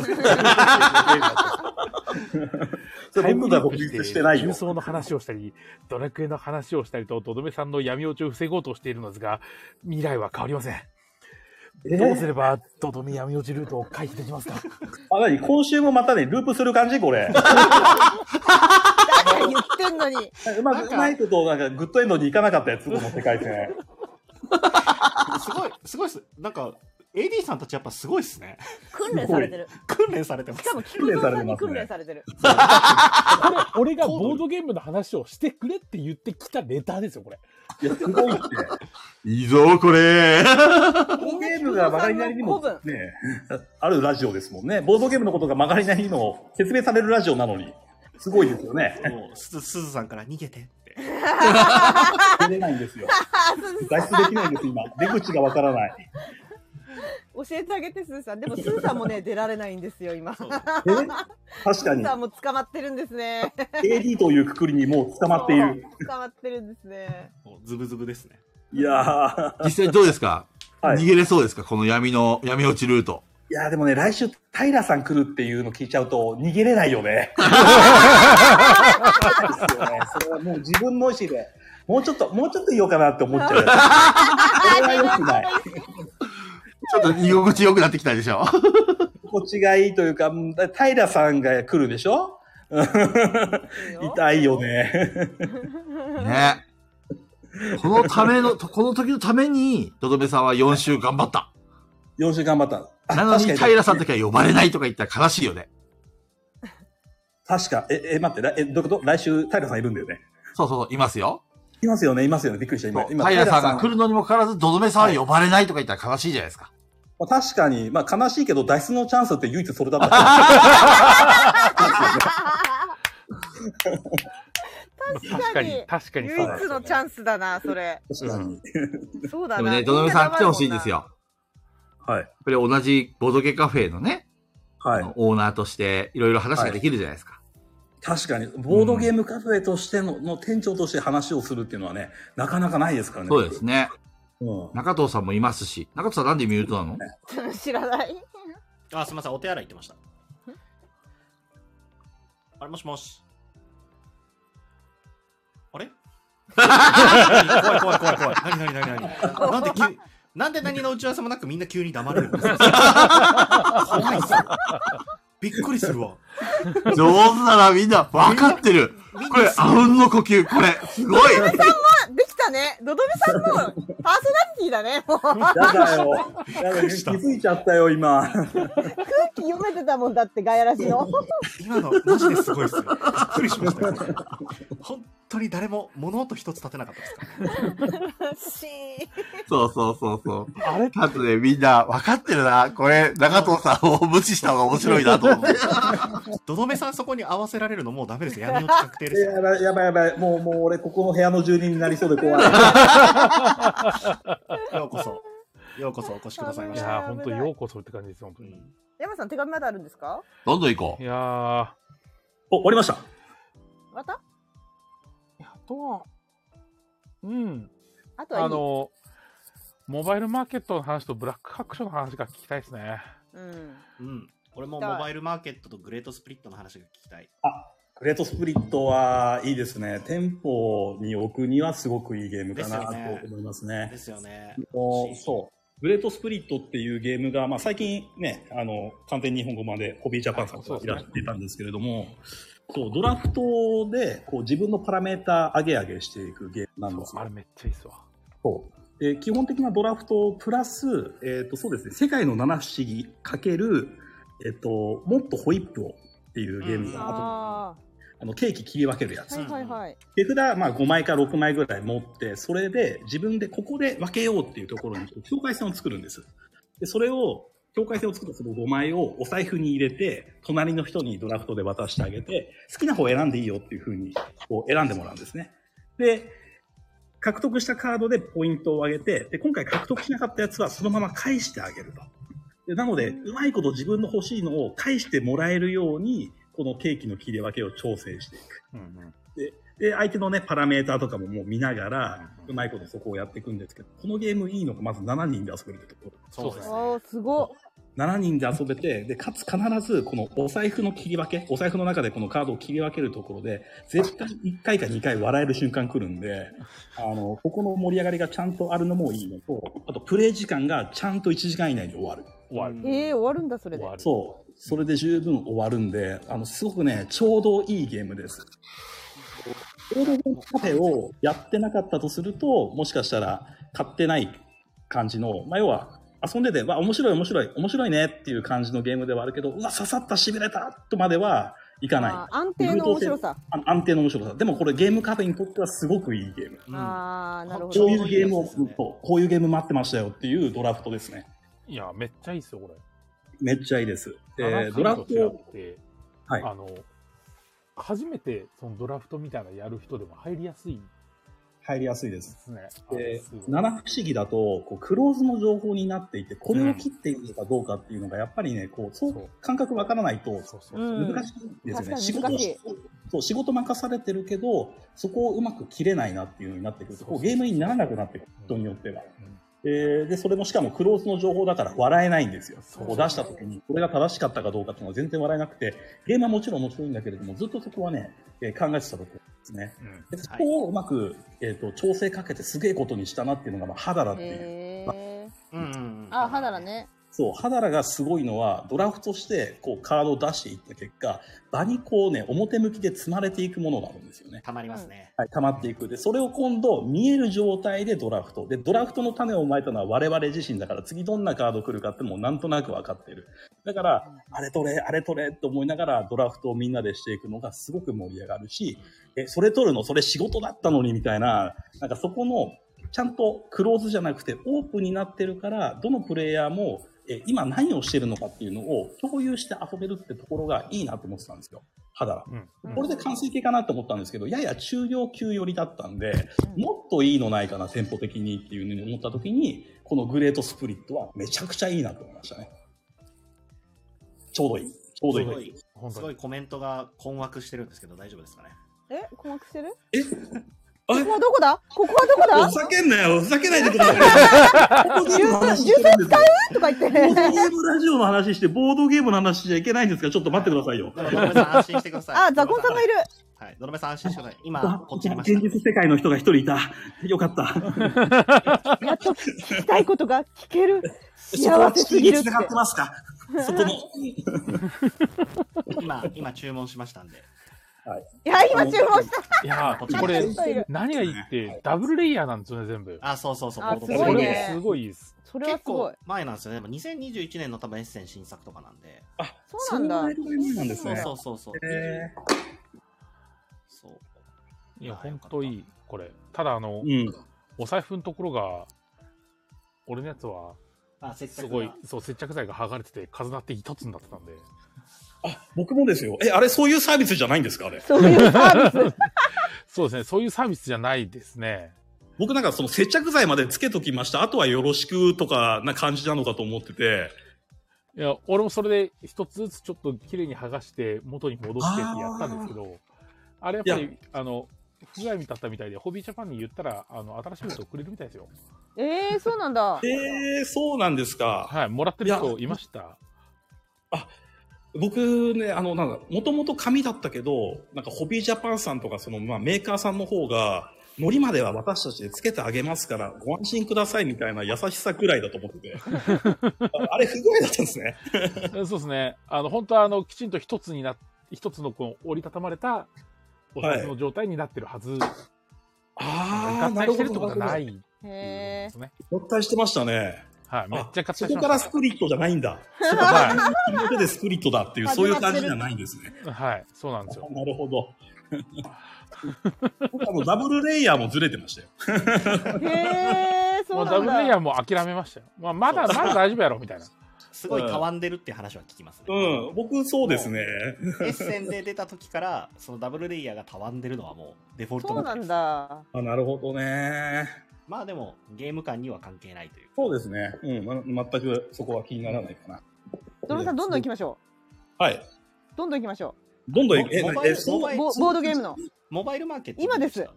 S10: それ僕が独立してない
S1: 重
S10: よ。
S1: 曹の話をしたりドラクエの話をしたりとドドメさんの闇落ちを防ごうとしているのですが未来は変わりませんどうすればドドメ闇落ちルートを回避できますか
S10: あ、なに今週もまたね、ループする感じこ れ。
S3: 誰が言ってんのに。
S10: うまく、うまいこと、なんか、グッドエンドに行かなかったやつ、この世界線。
S4: すごい、すごいっす。なんか、AD さんたちやっぱすごいっすね。
S3: 訓練されてる。
S4: 訓練されてま
S3: し
S4: す
S3: か。も、菊蔵さんに訓練されてる。
S1: これ俺がボードゲームの話をしてくれって言ってきたレターですよこれ
S10: いや、すごいって。
S8: いいぞ、これ。
S10: ボードゲームが曲がりなりにも、 ね、あるラジオですもんね。ボードゲームのことが曲がりなりにも説明されるラジオなのに。すごいですよね。
S4: もう、すず、すずさんから逃げてって。
S10: 出れないんですよ。脱出できないんです、今。出口がわからない。
S3: 教えてあげて、すずさん。でも、すずさんもね、出られないんですよ、今。す
S4: そう
S10: え確か
S3: ず
S10: に、
S3: さんも捕まってるんですね。
S10: AD というくくりにもう捕まっている。
S3: そう。捕まってるんですね。
S4: もうズブズブですね。
S10: いやー。
S2: 実際どうですか、
S10: はい
S2: 逃げれそうですかこの闇の、闇落ちルート。
S10: いやーでもね、来週、平さん来るっていうの聞いちゃうと、逃げれないよね。ですよね。それはもう自分の意思で、もうちょっと、もうちょっと言おうかなって思っちゃう。それは良くない。
S2: ちょっと居心地良くなってきたでしょ
S10: 心地がいいというか、うん平さんが来るでしょ痛いよ。ね。
S2: ね。このための、この時のために、ドドメさんは4週頑張った。
S10: 4週頑張った。あ
S2: なのに、
S10: 確か
S2: 平さんだけは呼ばれないとか言ったら悲しいよね。
S10: 確か、え、え、待って、らえ、どういうこと来週、平さんいるんだよね。
S2: そうそうそう、いますよ。
S10: いますよね、いますよね。びっくりした、今。
S2: そう
S10: 今
S2: 平さんが来るのにもかかわらず、ドドメさんは呼ばれないとか言ったら悲しいじゃないですか。
S10: まあ、確かに、まあ悲しいけど、脱出のチャンスって唯一そ れだったから。
S1: 確かに確かに
S3: 唯一のチャンスだな、それ。
S10: 確かに。
S3: そうだ
S2: で
S3: な。
S2: もね、ドドメさん来てほしいんです。よ。
S10: はい。
S2: やっぱり同じボドゲカフェのね、
S10: はい。
S2: オーナーとして、いろいろ話ができるじゃないですか。
S10: 確かに、ボードゲームカフェとしての、の店長として話をするっていうのはね、なかなかないですからね。
S2: そうです
S10: ね。
S2: ね。
S10: うん。
S2: 中藤さんもいますし。中藤さんなんでミュートなの
S3: 知らない。
S4: あ、すみません、お手洗い行ってました。あれ、もしもし。あれ怖い怖い怖い怖い。なになになになになんで急、なんで何の打ち合わせもなくみんな急に黙れるんですか怖いっすよびっくりするわ。
S2: 上手だな、みんな。わかってる。これ、あうんの呼吸。これ、すごい。
S3: あ、できたね。ドドメさんもパーソナリティだね。もう空
S10: やだよ。やだ
S4: びっく
S10: よ。
S4: り
S10: 気
S4: した
S10: づいちゃったよ、今。
S3: 気読めてたもんだって、ガヤラジの。
S4: 今のマジですごいっすよ。びっくりしましたよ。本当に誰も物音一つ立てなかったですから。
S3: し
S2: そうそうそうそう。
S1: あれ
S2: あとね、みんな、わかってるな。これ、中藤さんを無視した方が面白いなと思って。
S4: どどめさんそこに合わせられるのもうダメですよ。闇の確定ですよ
S10: や。ばい、やばい、やばい。もう、もう俺、ここの部屋の住人になりそうで 怖い。
S4: ようこそ。ようこそお越しくださいま
S1: い
S4: し
S1: や
S4: た。
S1: ー本当ようこそって感じです本当
S4: う
S1: に
S4: ん
S3: 山さん、手紙まだあるんですか
S2: どんどん行こ
S1: いやー
S10: お、終わりました。
S3: また
S1: あとはうん
S3: あとはいい。
S1: あのモバイルマーケットの話とブラック白書の話が聞きたいですね
S3: うん。
S4: うん。俺もモバイルマーケットとグレートスプリットの話が聞きたい。
S10: グレートスプリットはいいですね。店舗に置くにはすごくいいゲームかな
S4: ですよね
S10: と思いますね
S4: で。すよね。
S10: もう
S4: 欲しい
S10: そう。グレートスプリットっていうゲームが、まあ、最近ね、あの、完全日本語までホビージャパンさん
S1: そうで
S10: が
S1: す
S10: い
S1: ね
S10: らってたんですけれども、そう、ドラフトで、こう、自分のパラメータ上げ上げしていくゲームなんです
S1: あ
S10: よ
S1: れ。めっちゃいいっすわ
S10: そう。で、基本的なドラフトプラス、えっ、と、そうですね、世界の七不思議かける、えっ、と、もっとホイップをっていうゲームが、
S4: うん
S10: あ
S3: あ
S10: と、あの、ケーキ切り分けるや
S3: あ。
S10: つ
S3: はいはいはい。
S10: 手札、まあ、5枚か6枚ぐらい持って、それで自分でここで分けようっていうところに境界線を作るんです。で、それを境界線を作ったその5枚をお財布に入れて、隣の人にドラフトで渡してあげて、好きな方を選んでいいよっていうふうに、こう選んでもらうんですね。で、獲得したカードでポイントを上げて、で、今回獲得しなかったやつはそのまま返してあげると。でなので、うまいこと自分の欲しいのを返してもらえるように、このケーキの切り分けを調整していく。でで、相手のね、パラメーターとかももう見ながら、うまいことそこをやっていくんですけど、このゲームいいのがまず7人で遊べるってところ。
S4: そうですね。
S3: おー、すご
S10: 7人で遊べて、で、かつ必ず、このお財布の切り分け、お財布の中でこのカードを切り分けるところで、絶対1回か2回笑える瞬間来るんで、あの、ここの盛り上がりがちゃんとあるのもいいのと、あとプレイ時間がちゃんと1時間以内に終わる。
S1: 終わる。
S3: い。えー、終わるんだ、それで。
S1: 終わる。
S10: そう。それで十分終わるんで、あの、すごくね、ちょうどいいゲームです。ボードゲームカフェをやってなかったとすると、もしかしたら買ってない感じの、まあ、要は、遊んでて、わ、面白い面白い、面白いねっていう感じのゲームではあるけど、うわ、刺さった、痺れたとまではいかない。
S3: あー安定の面白さ。
S10: あ安定の面白さ。でもこれゲームカフェにとってはすごくいいゲーム。
S4: うん
S3: あー、なるほ
S10: こ
S3: ど
S10: う。いうゲームを、
S4: そうですね
S10: そうこういうゲーム待ってましたよっていうドラフトですね。
S1: いや、めっちゃいいっすよ、これ。
S10: めっちゃいいです。えー、ド
S1: ドラ
S10: ラ
S1: フ
S10: フ
S1: ト
S10: ト、
S1: って、
S10: はい
S1: あの、初めてそのドラフトみたいなのやる人でも入りやすいで
S10: 入りやすいです。
S1: すね。
S10: で
S1: あすごい
S10: 七不思議だとこうクローズの情報になっていてこれを切っていいのかどうかっていうのがやっぱりねこうそ
S1: そう
S10: う感覚わからないと
S1: そうそうそうう。
S3: ん
S10: 難しいんですよね、仕
S3: 確か
S10: 事
S3: に難
S10: を
S3: しい
S10: そう仕事任されてるけどそこをうまく切れないなっていうようになってくるとこうゲームにならなくなってくる人によっては、えーでそれもしかもクローズの情報だから笑えないんですよ
S1: そう
S10: こう出した時にこれが正しかったかどうかっていうのは全然笑えなくてゲームはもちろん面白いんだけれどもずっとそこはね、えー考えてたところですね
S1: うん
S10: でそこをうまく、えっ、と、調整かけてすげえことにしたなっていうのが、まあ、ハダラっていう。
S3: へえ。
S4: うんうんうん
S3: あ、はだら。ね。
S10: そう、ハダラがすごいのは、ドラフトして、こう、カードを出していった結果、場にこうね、表向きで積まれていくものがあるんですよね。
S4: たまりますね。
S10: はい、溜まっていく。で、それを今度、見える状態でドラフト。で、ドラフトの種をまいたのは我々自身だから、次どんなカード来るかってもうなんとなく分かっている。だから、あれ取れ、あれ取れって思いながら、ドラフトをみんなでしていくのがすごく盛り上がるし、え、それ取るのそれ仕事だったのにみたいな、なんかそこの、ちゃんとクローズじゃなくてオープンになってるから、どのプレイヤーも、え、今何をしてるのかっていうのを共有して遊べるってところがいいなと思ってたんですよ。肌が。
S1: うんうん
S10: これで完成形かなと思ったんですけど、やや中量級寄りだったんで、もっといいのないかな、テンポ的にっていうふうに思った時に、このグレートスプリットはめちゃくちゃいいなと思いましたね。ちょうどいい。ちょうど
S4: す
S10: いい。
S4: ごい、
S1: 本
S4: す
S1: 当
S4: ごい
S1: に。
S4: コメントが困惑してるんですけど、大丈夫ですかね。
S3: え、困惑してる
S10: えあれ
S3: ここはどこだここはどこだ
S10: ふざけんなよふざけないでくださいボードゲームの話してるんですよ
S3: とか言って。
S10: ボードゲームラジオの話して、ボードゲームの話しちゃいけないんですから、ちょっと待ってくださいよ。
S4: でも、ドロメさん安心してください。
S3: あ、ザコンさんが いる。
S4: はい、ドロメさん安心してください。
S10: あ
S4: 今、こっちにいま
S10: 現
S4: し
S10: 実世界の人が一人いた。よかった。
S3: やっと聞きたいことが聞ける。
S10: そこは
S3: 幸せ
S10: 地
S3: す
S10: 球
S3: ぎ
S10: に
S3: るって
S10: 繋。がってますかそこ
S4: た。
S10: の。
S4: 今、今注文しましたんで。
S3: いや、今注文した。
S1: いやー、これ、
S3: 人いる。
S1: 何がいいって、ダブルレイヤーなんですよね、全部。
S4: あ、そうそうそう。
S3: あ
S4: ボー
S1: こ
S4: ドゲー
S3: すご
S4: ム
S3: いね
S1: れすごいいいっす。
S3: それは
S4: 結
S3: すご
S4: 構
S3: い。
S4: 前なんですよね。でも2021年の多分エッセン新作とかなんで。
S3: そうなんだ。
S10: それぐらい前なんです
S4: そう
S10: ね
S4: そうそうそう。
S10: え
S4: そう。
S1: いや、ほんといい、これ。ただ、あの、
S10: ーうん。
S1: お財布のところが、俺のやつは、
S4: あ、接
S1: す
S4: 着
S1: ごい
S4: が、
S1: そう、接着剤が剥がれてて、数なって一つになってたんで。
S10: あ、僕もですよ。え、あれ、そういうサービスじゃないんですかあれ。
S3: そういうサービス。
S1: そうですね、そういうサービスじゃないですね。
S10: 僕なんかその接着剤までつけときました。あとはよろしくとかな感じなのかと思ってて。
S1: いや、俺もそれで一つずつちょっと綺麗に剥がして、元に戻してってやったんですけど、あれやっぱ
S10: い
S1: り、あの、不具合見たったみたいで、ホビージャパンに言ったら、あの、新しいのくれるみたいですよ。
S3: えー、そうなんだ。
S10: えー、そうなんですか。
S1: はい、もらってる人いました。
S10: 僕ね、あの、なんだ、もともと紙だったけど、なんかホビージャパンさんとか、その、まあ、メーカーさんの方が、海苔までは私たちでつけてあげますから、ご安心くださいみたいな優しさくらいだと思って て。ああれ、不具合だったんですね。
S1: そうですね。あの、本当は、あの、きちんと一つにな、一つのこの折りたたまれた、お財布の状態になってるはず。
S10: ああ、
S1: 合体
S10: なる
S1: して
S10: ほ
S1: るって
S10: ど。。
S1: ことはないいっていうで
S3: へー
S1: すね。
S10: 合体してましたね。
S1: はい、めっちゃ合体し
S10: そ
S1: まし
S10: こ
S1: た。
S10: からスプリットじゃないんだ。そこから
S1: は
S10: の手でスプリットだっていう、そういう感じじゃないんですね。
S1: い、はい、そうなんですよ。
S10: なるほど。僕あのダブルレイヤーもずれてましたよ。
S3: へー、そ
S1: もう
S3: う
S1: ダ
S3: なん
S1: ブルレイヤー
S3: だ。
S1: も諦めましたよ。まあ、まだ、まだ大丈夫やろ、みたいな。
S4: すごいたわんでるって話は聞きますね。
S10: うん、僕そうですね。
S4: エッセンで出た時から、そのダブルレイヤーがたわんでるのはもうデフォルト
S3: そうな
S4: ってま
S3: ん
S4: す
S3: だ。
S10: あ、なるほどね。
S4: まあでも、ゲーム感には関係ないという。
S10: そうですね。うん、ま全くそこは気にならないかな。
S3: ドロンさん、どんどん行きましょ
S10: はい。
S3: う。どんどん行きましょ
S10: どんどん、
S4: モモバイル
S10: そう
S4: モバ
S3: う。
S4: イ
S3: ボボードゲームの。
S4: モバイルマーケット。
S3: 今です
S4: や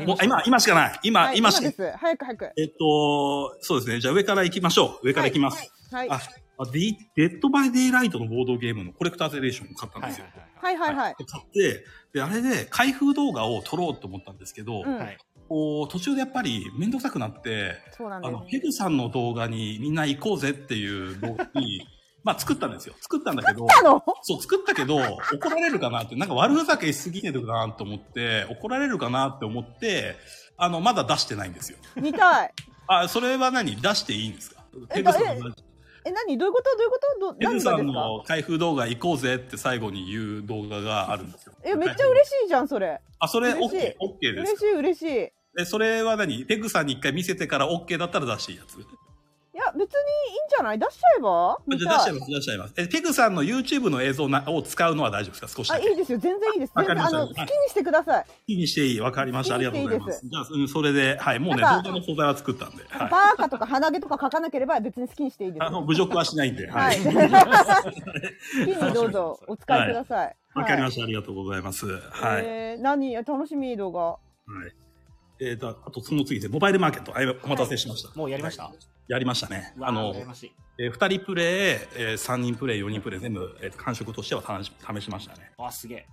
S4: り
S10: も
S4: ま
S10: う
S4: した。
S10: 今、今しかない。今、
S3: はい
S10: 今し
S3: 今
S10: か
S3: です。早く早く。
S10: えっと、そうですね。じゃあ上から行きましょう。上から行きます。
S3: はい。
S10: ああディデッドバイデイライトのボードゲームのコレクターズエデーションを買ったん
S4: は
S10: で
S4: い
S10: す
S4: は
S10: よ。
S3: はいはいはい。
S10: で買って、で、あれで開封動画を撮ろうと思ったんですけ
S4: い
S3: う
S10: ど、
S4: はい。
S3: ん
S4: は。い。
S10: こう途中でやっぱり面倒くさくなって、
S3: そうなん
S10: あ
S3: だ
S10: の
S3: よ、
S10: ヘ
S3: ね。
S10: ルさんの動画にみんな行こうぜっていう動画に、 まあ作ったんですよ。作ったんだけど、
S3: あの
S10: そう、作ったけど、怒られるかなって、なんか悪ふざけしすぎてるかなと思って、怒られるかなって思って、あの、まだ出してないんですよ。
S3: 見たい。
S10: あ、それは何出していいんですか
S3: え
S10: ヘルさん
S3: だ
S10: の
S3: え、何どういうことどういうことど
S10: ヘル
S3: 何が
S10: さ
S3: で
S10: ん
S3: すか
S10: の開封動画行こうぜって最後に言う動画があるんですよ。
S3: え、めっちゃ嬉しいじゃん、それ。
S10: あ、それ
S3: 嬉しい
S10: OK、OK で
S3: 嬉
S10: す
S3: しい嬉しい。い
S10: え、それは何ペグさんに一回見せてから OK だったら出していいやつ
S3: や、別にいいんじゃない出しちゃえば見
S10: じ
S3: た
S10: ゃあ出
S3: い
S10: しちゃいます、出しちゃいます。え、ペグさんの YouTube の映像なを使うのは大丈夫ですか少し
S3: あ、
S10: だけ。
S3: いいですよ。全然いいです。
S10: わ
S3: 全
S10: かり
S3: 然、
S10: ま
S3: あ
S10: した
S3: の、好きにしてください。
S10: いいにしていいわかりました。ありがとうございます。
S3: いい
S10: じゃあ、うん、それで、はい、もうね、
S3: な
S10: 動
S3: んか
S10: 画の素材は作ったんで、はい。
S3: バーカとか鼻毛とか書かなければ別に好きにしていいです
S10: あ。の、侮辱はしないんで、は
S3: はい。
S10: い。
S3: 好きにどうぞお使いください。
S10: わかりま
S3: し
S10: した。ありがとうございます。はい。
S3: えー、何楽しみ動画。
S10: はい。えっ、と、あとその次で、モバイルマーケット、はい、お待たせしました。
S4: もうやりました
S10: はいやりましたね。あの、
S4: 羨ましい。
S10: えー、2人プレイ、えー、3人プレイ、4人プレイ、全部、えー、感触としては試し試しましたね。
S4: わ、すげえ。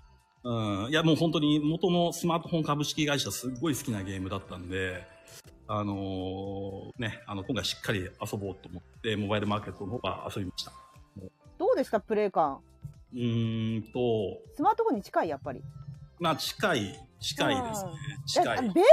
S10: うん。いや、もう本当に元のスマートフォン株式会社すっごい好きなゲームだったんで、あのーね、あの、今回しっかり遊ぼうと思って、モバイルマーケットの方が遊びました。
S3: どうでしたプレイ感。
S10: うーんと、
S3: スマートフォンに近いやっぱり。
S10: まあ、近い、近いですね。
S3: だ
S10: 近
S3: あの
S10: い。
S3: ベースのシ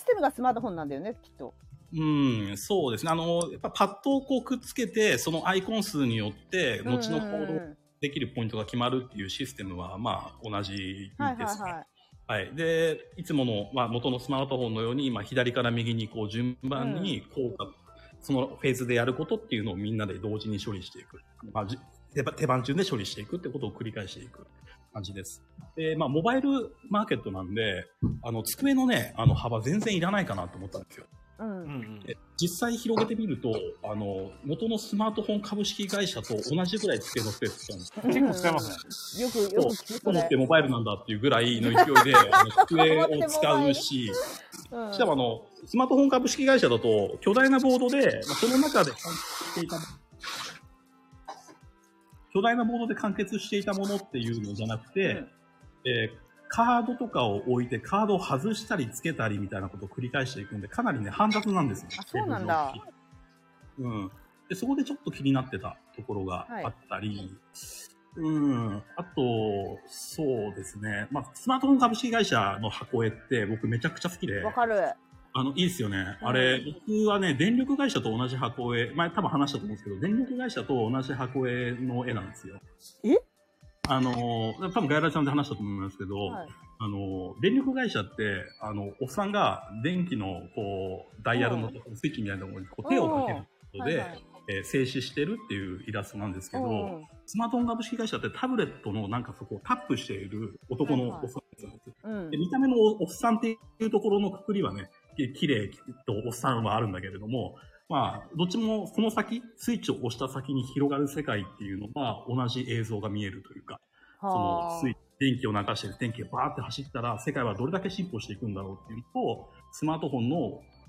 S3: ステムがスマートフォンなんだよねきっと。
S10: うん、そうですね。あの、やっぱパッドをこうくっつけて、そのアイコン数によって、後の
S3: うんう
S10: 行
S3: んう
S10: 動
S3: ん
S10: できるポイントが決まるっていうシステムは、まあ、同じですね。
S3: はいはいはい。
S10: はい。で、いつもの、まあ、元のスマートフォンのように、まあ、左から右にこう順番に効果、そのフェーズでやることっていうのをみんなで同時に処理していく。まあ、じ手ば手番順で処理していくってことを繰り返していく感じです。で、まあ、モバイルマーケットなんで、あの、机のね、あの、幅全然いらないかなと思ったんですよ。
S3: う
S4: うん
S3: ん。
S4: うん。
S10: で実際広げてみると、あの、元のスマートフォン株式会社と同じぐらい机のスペース使うんです
S1: 結構使えますね。
S3: よくよく聞くそ
S10: 思っ
S3: れ
S10: て。モバイルなんだっていうぐらいの勢いで、あの机を使うし、
S3: うん
S10: しかもあの、スマートフォン株式会社だと、巨大なボードで、まあ、その中で完結していた、巨大なボードで完結していたものっていうのじゃなくて、
S3: うん
S10: えーカードとかを置いて、カードを外したり付けたりみたいなことを繰り返していくんで、かなりね、煩雑なんですよ。
S3: あそうなんだ
S10: うん。で、そこでちょっと気になってたところがあったり、うん。あと、そうですね。まあ、スマートフォン株式会社の箱絵って僕めちゃくちゃ好きで。
S3: わかる。
S10: あの、いいですよね。
S3: うん
S10: あれ、僕はね、電力会社と同じ箱絵、前多分話したと思うんですけど、電力会社と同じ箱絵の絵なんですよ。
S3: え
S10: あのー、多分ガイラちゃんで話したと思いますけど、
S3: はい
S10: あのー、電力会社って、あの、おっさんが電気の、こう、ダイヤルのスイッチみたいなところにこう手をかけること
S3: はい
S10: で、
S3: はい
S10: えー静止してるっていうイラストなんですけ
S3: う
S10: ど、
S3: んうん
S10: スマートフォン株式会社ってタブレットのなんかそこをタップしている男のおっさんなんですよ。
S3: うん
S10: で見た目のおおっさんっていうところのくくりはね、き綺麗とおっさんはあるんだけれども、まあ、どっちもその先、スイッチを押した先に広がる世界っていうのが同じ映像が見えるというか、そ
S3: は
S10: の
S3: あ
S10: スイッチ、電気を流して電気がバーって走ったら世界はどれだけ進歩していくんだろうっていうと、スマートフォンの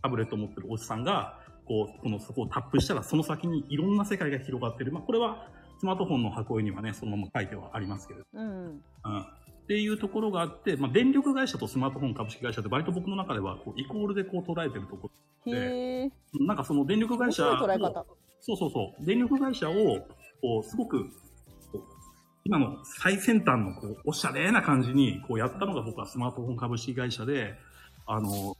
S10: タブレットを持ってるおっさんが、こう、このそこをタップしたらその先にいろんな世界が広がってる。まあ、これはスマートフォンの箱絵にはね、そのまま書いてはありますけれど
S3: うん
S10: うんっていうところがあって、まあ、電力会社とスマートフォン株式会社って割と僕の中ではこうイコールでこう捉えてるとこ
S3: へえ。
S10: ろ。なんかその電力
S3: 面
S10: 会社
S3: 白い捉え
S10: を
S3: 方。
S10: そうそうそう、電力会社を、こう、すごく、こう今の最先端のこう、おしゃれな感じに、こうやったのが僕はスマートフォン株式会社で、あの、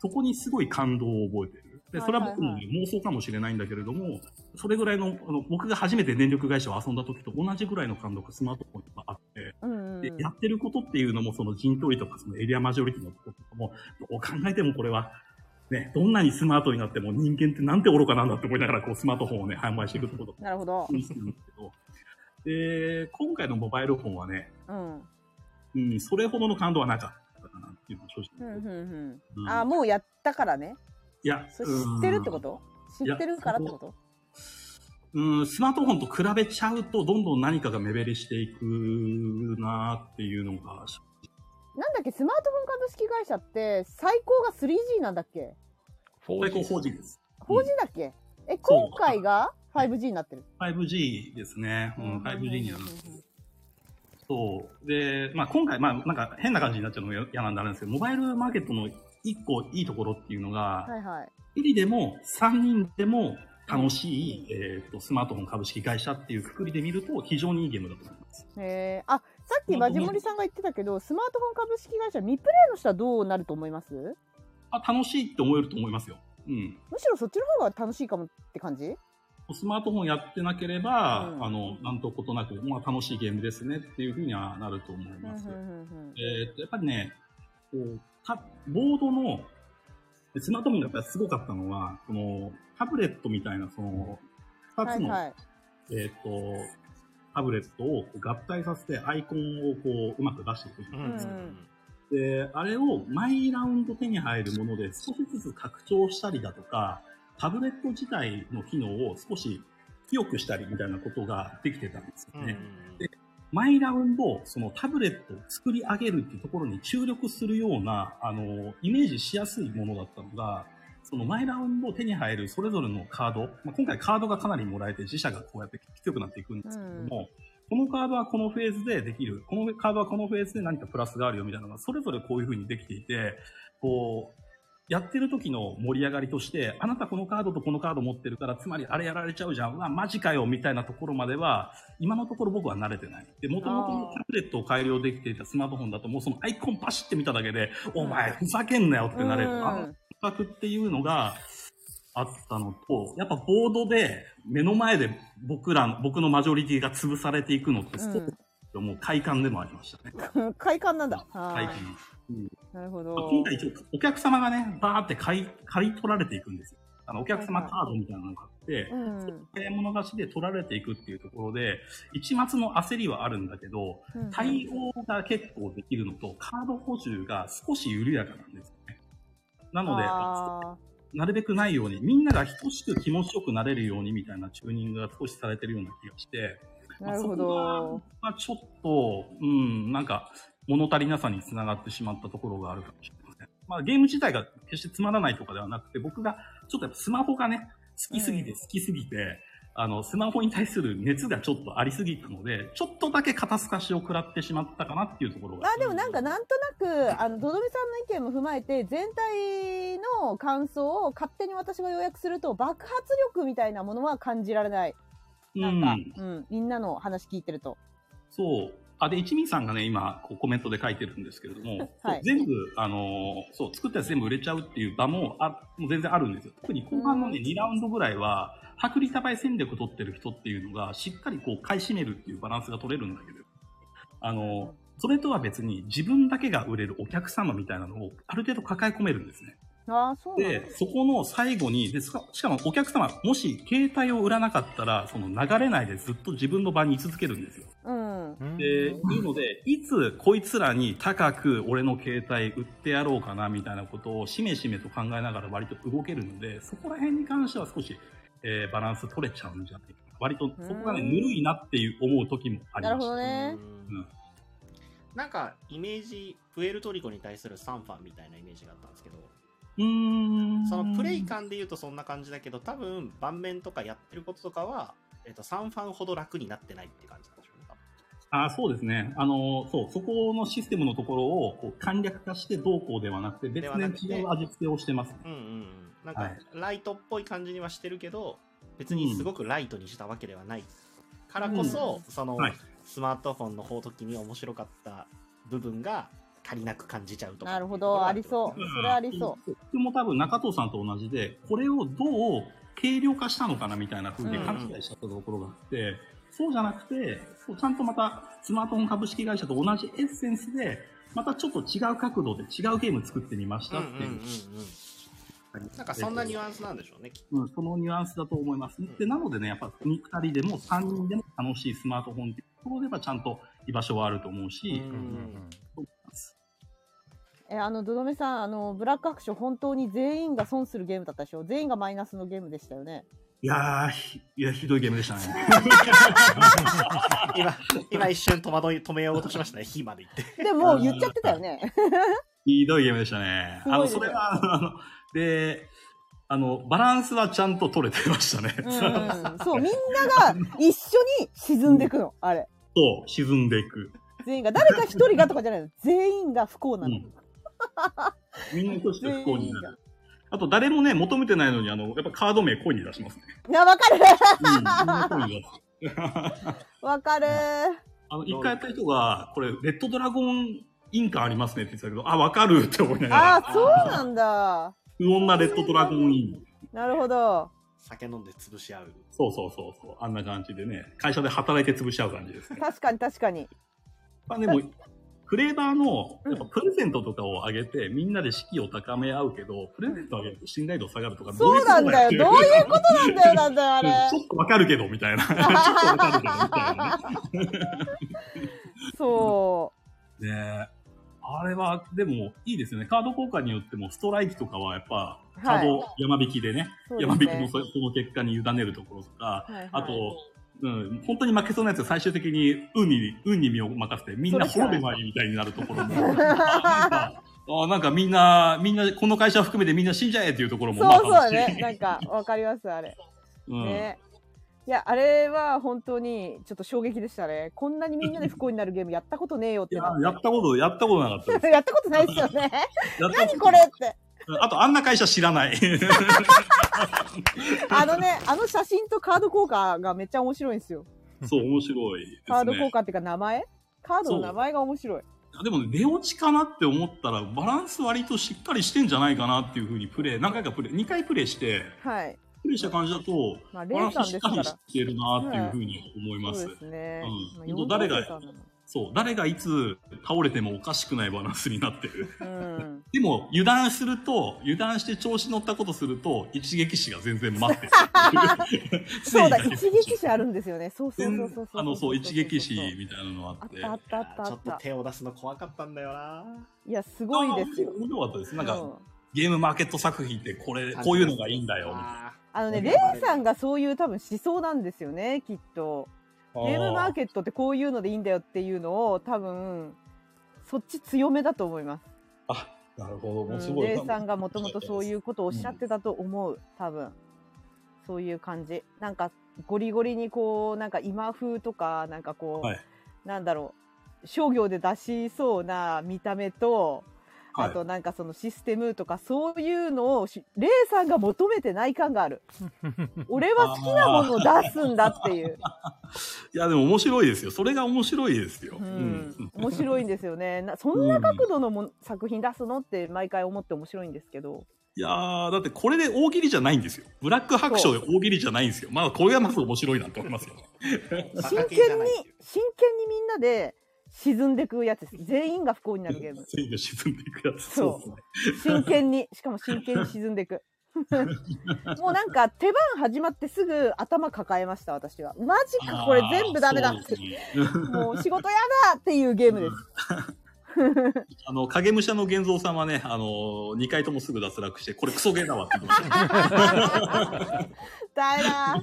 S10: そこにすごい感動を覚えてる。で、それは僕の
S3: はい
S10: ね妄想かもしれないんだけれども、それぐらいの、あの、僕が初めて電力会社を遊んだ時と同じぐらいの感動がスマートフォンにはあって、
S3: うんうん
S10: で、やってることっていうのも、その陣取りとか、そのエリアマジョリティのこととかも、どう考えてもこれは、ね、どんなにスマートになっても人間ってなんて愚かなんだって思いながら、こう、スマートフォンをね、販売していくってこと
S3: なるほど。
S10: にするんですけど、で、今回のモバイルフォンはね、
S3: うん。
S10: うん、それほどの感動はなかったかなっていうのは正
S3: ふ
S10: 直。
S3: んふんふ
S10: うん
S3: ん。あ、もうやったからね。
S10: いや、
S3: それ知ってるって
S10: と
S3: こと知ってるからってこと
S10: うん、スマートフォンと比べちゃうと、どんどん何かが目減りしていくなっていうの
S3: な
S10: が、
S3: んだっけ、スマートフォン株式会社って最高が 3G なんだっけ
S10: 最高 4G です。
S3: 4G だっけえ、今回が 5G になってる。
S10: 5G ですね。うん、5G にな
S3: う
S10: る
S3: ん。
S10: そう。で、まあ今回、まあなんか変な感じになっちゃうのも嫌なんであれなんですけど、モバイルマーケットの一個いいところっていうのが、
S3: はいはい。
S10: 一人でも三人でも楽しい、えっ、と、スマートフォン株式会社っていうくくりで見ると非常にいいゲームだと思います。
S3: えー、あ、さっきマジモリさんが言ってたけど、スマートフォン株式会社、ミプレイの人はどうなると思いますむ
S10: あ、楽しいって思えると思いますよ。うん。
S3: しろそっちの方が楽しいかもって感じ
S10: スマートフォンやってなければ、
S3: うん
S10: あの、なんとことなく、まあ楽しいゲームですねっていうふうにはなると思い
S3: うんう
S10: ま
S3: ん
S10: す。
S3: うん
S10: えっと、やっぱりね、こう、たボードの、スマートフォンがやっぱりすごかったのは、この、タブレットみたいな、その、
S3: う
S10: 二
S3: ん。は
S10: つ
S3: い
S10: の、
S3: はい。
S10: えっ、と、タブレットをこう合体させてアイコンをこう、うまく出していく。
S4: うんうん
S10: で、あれを毎ラウンド手に入るもので少しずつ拡張したりだとか、タブレット自体の機能を少し強くしたりみたいなことができてたんです
S4: う
S10: よ
S4: ん
S10: ね。毎ラウンド、そのタブレットを作り上げるっていうところに注力するような、あの、イメージしやすいものだったのが、その毎ラウンド手に入るそれぞれのカード、まあ、今回カードがかなりもらえて自社がこうやって強くなっていくんですけれども、このカードはこのフェーズでできる、このカードはこのフェーズで何かプラスがあるよみたいなのが、それぞれこういう風にできていて、こう、やってる時の盛り上がりとして、あなたこのカードとこのカード持ってるから、つまりあれやられちゃうじゃん、うわ、マジかよ、みたいなところまでは、今のところ僕は慣れてない。で、元々のタブレットを改良できていたスマートフォンだと、もうそのアイコンパシって見ただけで、お前、ふざけんなよってなれる。あの感覚っていうのがあったのと、やっぱボードで目の前で僕らの、僕のマジョリティが潰されていくのって、すごくもう快感でもありましたね。
S3: うん。快感なんだ。は
S10: 快
S3: い
S10: 感。。
S3: なるほ
S10: まあ
S3: ど。
S10: 今回一応お客様がね、バーって買い、買い取られていくんですよ。あの、お客様カードみたいなのがあって
S3: う、ん。
S10: 早い者勝ちで取られていくっていうところで、一末の焦りはあるんだけど、対応が結構できるのと、カード補充が少し緩やかなんですよね。なので、
S3: あ
S10: なるべくないように、みんなが等しく気持ちよくなれるようにみたいなチューニングが少しされてるような気がして、
S3: ーなるほど。
S10: まあ、そこが、まあ、ちょっと、うん、なんか、物足りなさにつながってしまったところがあるかもしれません。まあ、ゲーム自体が決してつまらないとかではなくて、僕が、ちょっとやっぱスマホがね、好きすぎて好きすぎて、あの、スマホに対する熱がちょっとありすぎたので、ちょっとだけ肩透かしを食らってしまったかなっていうところが。
S3: あでもなんかなんとなくあのとどめさんの意見も踏まえて全体の感想を勝手に私が要約すると爆発力みたいなものは感じられないなんか、うんみんなの話聞いてると
S10: そう。あ、で、一味さんがね、今、こうコメントで書いてるんですけれども、
S3: はい
S10: そう全部、あのーそう、作ったやつ全部売れちゃうっていう場も、あ、もう全然あるんですよ。特に後半のね、
S3: うん
S10: 2ラウンドぐらいは、薄利多売戦略を取ってる人っていうのが、しっかりこう、買い占めるっていうバランスが取れるんだけど、あのーそれとは別に、自分だけが売れるお客様みたいなのを、ある程度抱え込めるんですね。
S3: ああそうなんだ
S10: で、そこの最後に、で、しかしかもお客様、もし携帯を売らなかったら、その流れないでずっと自分の場に居続けるんですよ。
S3: うん
S1: うん
S10: で、いうので、いつこいつらに高く俺の携帯売ってやろうかなみたいなことをしめしめと考えながら割と動けるので、そこら辺に関しては少し、えーバランス取れちゃうんじゃないかな。割とそこがね、
S3: うん
S10: ぬるいなっていう思う時もあり
S3: なる
S10: ま
S3: ほ
S10: し
S3: ど
S10: た。
S3: ね
S4: うんなんかイメージプエルトリコに対するサンファンみたいなイメージがあったんですけど
S10: うーん。
S4: そのプレイ感で言うとそんな感じだけど多分盤面とかやってることとかは、えっとサンファンほど楽になってないって感じなんでしょうか
S10: あそうですね。あの、そう、そこのシステムのところをこう簡略化してどうこうではなくて、別
S4: ではなくて
S10: に違う味付けをしてます。
S4: うんうんうんなんか
S10: はい
S4: ライトっぽい感じにはしてるけど別にすごくライトにしたわけではないからこそ、その、
S10: はい。
S4: スマートフォンの方時に面白かった部分が足りなく感じちゃうとか
S3: なるほどありそうそれありそう
S10: 僕も多分中藤さんと同じで、これをどう軽量化したのかなみたいな風に勘違いしたところがあって、そうじゃなくて、そうちゃんとまたスマートフォン株式会社と同じエッセンスで、またちょっと違う角度で違うゲーム作ってみまし
S4: う
S10: た
S4: ん
S10: っ
S4: うん
S10: ていう。
S4: うんうんなんかそんなニュアンスなんでしょうね。きっ
S10: うん、そのニュアンスだと思いますね。で、なのでね、やっぱ2人でも3人でも楽しいスマートフォンっていうところでやっぱちゃんと居場所はあると思うし、
S3: えあの、どどめさん、あの、ブラックアクション本当に全員が損するゲームだったでしょ全員がマイナスのゲームでしたよね。
S10: いやーひ、いや、ひどいゲームでしたね。
S4: と今、今一瞬戸惑い、止めようとしましたね。火まで行って。
S3: でも、言っちゃってたよね。
S10: ひどいゲームでしたね。
S3: す
S10: あ
S3: ごいで
S10: の、
S3: す
S10: そ
S3: ね
S10: れは、あの、で、あの、バランスはちゃんと取れてましたね。
S3: うん、 そう、みんなが一緒に沈んでいくの、あれ。
S10: と、沈んでいく。
S3: 全員が、誰か一人がとかじゃないの。全員が不幸 なの。
S10: みんなとして不幸になる。あと、誰もね、求めてないのに、あの、やっぱカード名声に出しますね。
S3: な、わかる
S10: うん、みんな声に出す。
S3: わかる
S10: あの、一回やった人が、これ、レッドドラゴン印鑑ありますねって言ってたけど、あ、わかるって思いながら。
S3: ああ、そうなんだ。
S10: 不穏なレッドドラゴンイン。
S3: なるほど。
S4: 酒飲んで潰し合う。
S10: そうそうそうそう。あんな感じでね、会社で働いて潰しちゃう感じですね。
S3: 確かに確かに。
S10: まあでも、フレーバーの、やっぱプレゼントとかをあげて、みんなで士気を高め合うけど、プレゼントあげると信頼度下がるとか、
S3: そうなんだよ。どういうことなんだよ、なんだよ、あれ。
S10: ちょっとわかるけど、みたい な。ちょっとわかるけど、みたいなね。
S3: そ
S10: ねえあれは、でも、いいですよね。カード交換によっても、ストライキとかはやっぱ、
S3: い
S10: カード山引きでね、
S3: そうです
S10: 山
S3: ね
S10: 引きもそその結果に委ねるところとか、
S3: う。はいはい
S10: あと、うん、本当に負けそうなやつは最終的に運に、運に身を任せて、みんな滅べばいいみたいになるところ も、あなんかあなんかみんな、みんな、この会社含めてみんな死んじゃえっていうところも、
S3: そうそうだ
S10: 楽しい
S3: ね。なんか、わかります、あれ。
S10: うん
S3: ね。いや、あれは本当にちょっと衝撃でしたね。こんなにみんなで不幸になるゲームやったことねえよっ
S10: い
S3: て
S10: や
S3: なっ
S10: やったこと、やったことなかったです
S3: て。 やったことないですよね。
S10: やったと
S3: 何これって。
S10: あと、あんな会社知らない。
S3: あのね、あの写真とカード交換がめっちゃ面白いんですよ。
S10: そう、面白いですね。
S3: カード交換っていうか名前カードの名前が面白い。
S10: でもね、出落ちかなって思ったら、バランス割としっかりしてんじゃないかなっていうふうにプレイ、何回かプレイ、2回プレイして、
S3: はい。
S10: プレイした感じだと、
S3: まあ、
S10: バ
S3: レ
S10: ラ
S3: イ
S10: ン
S3: さん
S10: ス
S3: で
S10: し
S3: す
S10: っか
S3: か
S10: り
S3: ら。
S10: してるなっていうふうに思います。
S3: そうですね。
S10: う
S3: まあ
S10: ん本当誰が
S3: ヨーロッ
S10: そう、誰がいつ倒れてもおかしくないバランスになってる。
S3: パさんなのうん。
S10: でも、油断すると、油断して調子乗ったことすると、一撃死が全然待 ってる。
S3: そうだ、一撃死あるんですよね。そうそうそうそうそう。
S10: あの、そう、一撃死みたいなのがあ
S3: あっ
S10: って。
S3: たあったあった
S4: ち
S3: あ
S4: ょ
S3: っ
S4: っと
S3: た。
S4: 手を出すの怖かったんだよな。
S3: いや、すごいですよ
S10: あ。面白かったです。なん
S3: う
S10: か、ゲームマーケット作品ってこれ、こういうのがいいんだよ、みたいな。
S4: あ
S3: あのね、レイさんがそういう多分思想なんですよね、きっと。ゲームマーケットってこういうのでいいんだよっていうのを多分、そっち強めだと思います。
S10: あ、なるほど。
S3: う
S10: もうんすごい。
S3: レイさんがもともとそういうことをおっしゃってたと思う、多分。そういう感じ。なんか、ゴリゴリにこう、なんか今風とか、なんかこう、
S10: はい
S3: なんだろう、商業で出しそうな見た目と、
S10: はい
S3: あとなんかそのシステムとかそういうのをし、レイさんが求めてない感があ る。俺は好きなものを出すんだって いう。
S10: いや、でも面白いですよ。それが面白いですよ。
S3: う
S10: うんん、
S3: 面白いんですよね。なそんな角度のも、作品出すのって毎回思って面白いんですけど。
S10: いやー、だってこれで大喜利じゃないんですよ。ブラック白書で大喜利じゃないんですよ。まあ、これがまず面白いなと思いますよ。
S3: 真剣に、真剣にみんなで沈んでくや つです。全員が不幸になるゲーム。
S10: 全部沈んでいくやつ。
S3: そう
S10: ですね。
S3: 真剣に、しかも真剣に沈んでい く。もうなんか手番始まってすぐ頭抱えました、私は。マジか、これ全部ダメだ
S10: あー
S3: っ
S10: そう
S3: て
S10: で。すね
S3: もう仕事やだっていうゲームです。
S10: あの、影武者の玄三さんはね、あのー、2回ともすぐ脱落して、これクソゲーだわって言ってま した。
S3: だいだ。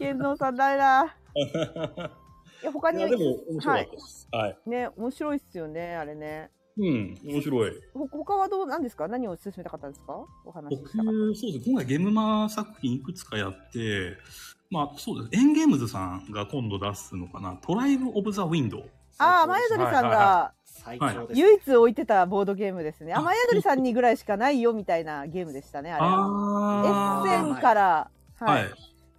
S3: 健三さんだい だ。いや、他
S10: い
S3: に
S10: や、でも面白かったです。はい。
S3: ね、面白いっすよね、あれね。
S10: うん、面白い。
S3: ほ他はどうなんですか何を進めたかったんですかお話し
S10: 僕、
S3: したかっ
S10: そうですね、今回ゲームマー作品いくつかやって、まあそうです、エンゲームズさんが今度出すのかな、トライブ・オブ・ザ・ウィンドウ。
S3: た。ああ、前鳥さんが
S4: 最高です。
S3: 唯一置いてたボードゲームですね。
S10: あ
S3: 雨宿りさんにぐらいしかないよみたたいなゲームでしたね、あれは。エ
S10: あ
S4: ー
S3: ッセンから、
S10: は。
S3: はい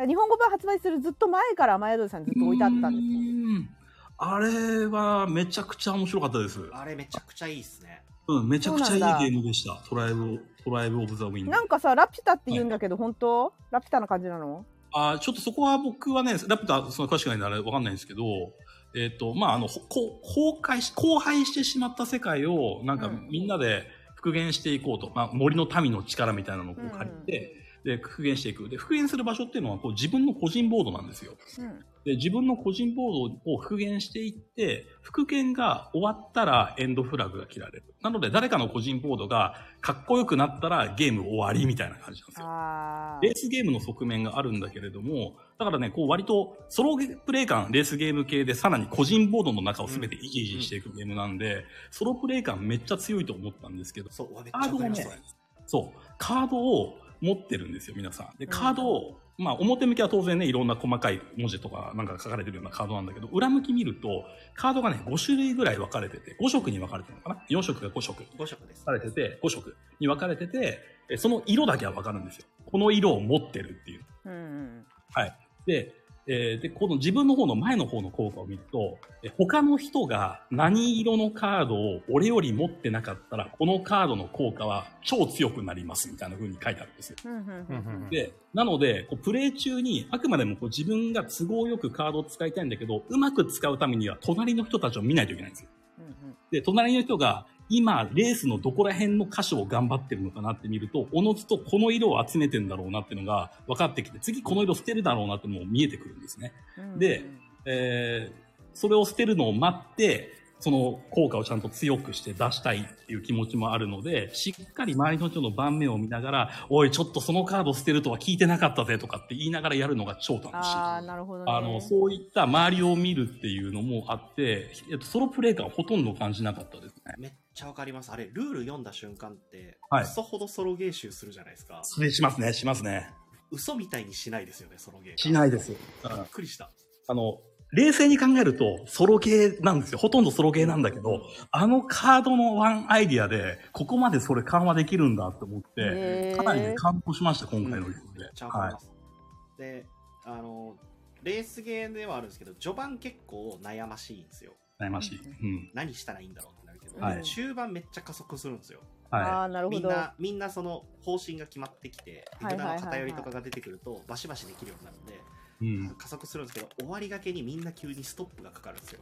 S3: い。日本語版発売するずっと前から雨宿りさんずっと置いてあったんですよ。
S10: うんあれはめちゃくちゃ面白かったです。
S4: あれめちゃくちゃいいっすね。
S10: うん、めちゃくちゃ
S3: そ
S10: いい
S3: うなんだ
S10: ゲームでした。トライブ、トライブ・オブ・ザ・ウィンド
S3: な
S10: ウ
S3: ん。かさ、ラピュタって言うんだけど、本当ラピュタな感じなの
S10: あーちょっとそこは僕はね、ラプター、その詳しくないんであれわかんないんですけど、えっ、と、まあ、あの、ほこう崩壊し、荒廃してしまった世界を、なんか
S3: うん
S10: みんなで、復元していこうと、まあ、森の民の力みたいなのをこう借りて、で、復元していく。で、復元する場所っていうのは、こう自分の個人ボードなんですよ。で、自分の個人ボードを復元していって、復元が終わったらエンドフラグが切られる。なので、誰かの個人ボードがかっこよくなったらゲーム終わりみたいな感じなんですよ。
S3: あ
S10: レースゲームの側面があるんだけれども、だからね、こう割とソロプレイ感、レースゲーム系でさらに個人ボードの中を全てイジイジしていくゲームなんで、ソロプレイ感めっちゃ強いと思ったんですけど、
S4: そう、わめっち
S10: カ
S4: ゃ
S10: ード
S4: わかり
S10: を
S4: ます
S10: ね、そう、カードを持ってるんですよ、皆さん。で、カードを、まあ表向きは当然ね、いろんな細かい文字とかなんか書かれてるようなカードなんだけど、裏向き見ると、カードがね、5種類ぐらい分かれてて、5色に分かれてるのかな ?4 色が5色。
S4: 5色です
S10: 分。かれてて、5色に分かれてて、えその色だけは分かるんですよ。この色を持ってるっていう。
S3: ーうん
S10: で、えーで、この自分の方の前の方の効果を見ると、え他の人が何色のカードを俺より持ってなかったら、このカードの効果は超強くなりますみたいな風に書いてあるんですよ。
S3: うんうんうんうんうん
S10: で、なので、こうプレイ中に、あくまでもこう自分が都合よくカードを使いたいんだけど、うまく使うためには隣の人たちを見ないといけないんですよ。
S3: うん
S10: で、隣の人が今、レースのどこら辺の箇所を頑張ってるのかなって見ると、おのずとこの色を集めてんだろうなっていうのが分かってきて、次この色捨てるだろうなってもう見えてくるんですね。
S3: うん
S10: でえーそれを捨てるのを待って、その効果をちゃんと強くして出したいっていう気持ちもあるので、しっかり周りの人の盤面を見ながら、おい、ちょっとそのカード捨てるとは聞いてなかったぜとかって言いながらやるのが超楽しい。
S3: ああなるほどね
S10: あの、そういった周りを見るっていうのもあって、えっとソロプレイ感はほとんど感じなかったですね。
S4: めっちゃわかります。あれ、ルール読んだ瞬間って、
S10: はい
S4: 嘘ほどソロゲー集するじゃないですか。
S10: それしますね、しますね。
S4: 嘘みたいにしないですよね、ソロゲーが。
S10: ないです。
S4: びっくりした。
S10: あの、冷静に考えると、ソロゲーなんですよ。ほとんどソロゲーなんだけど、あのカードのワンアイディアで、ここまでそれ緩和できるんだって思って、
S3: へー
S10: かなりね、感動しました、今回の
S4: うん
S10: ゲ
S4: めっ
S10: ームで。
S4: ちゃわか
S10: は
S4: り
S10: い
S4: ま。す。で、あの、レースゲーではあるんですけど、序盤結構悩ましいんですよ。
S10: 悩ましい。うん。
S4: 何したらいいんだろうってなるけど、
S10: はい
S4: 中盤めっちゃ加速するんですよ。
S10: は
S3: ああなる
S4: み
S3: ほ
S4: ん
S3: ど
S4: な、みんなその方針が決まってきて、
S3: はい
S4: 札
S3: はいはいはい
S4: の偏りとかが出てくると、バシバシできるようになるんで、
S10: い。うん。
S4: 加速するんですけど、終わりがけにみんな急にストップがかかるんですよ。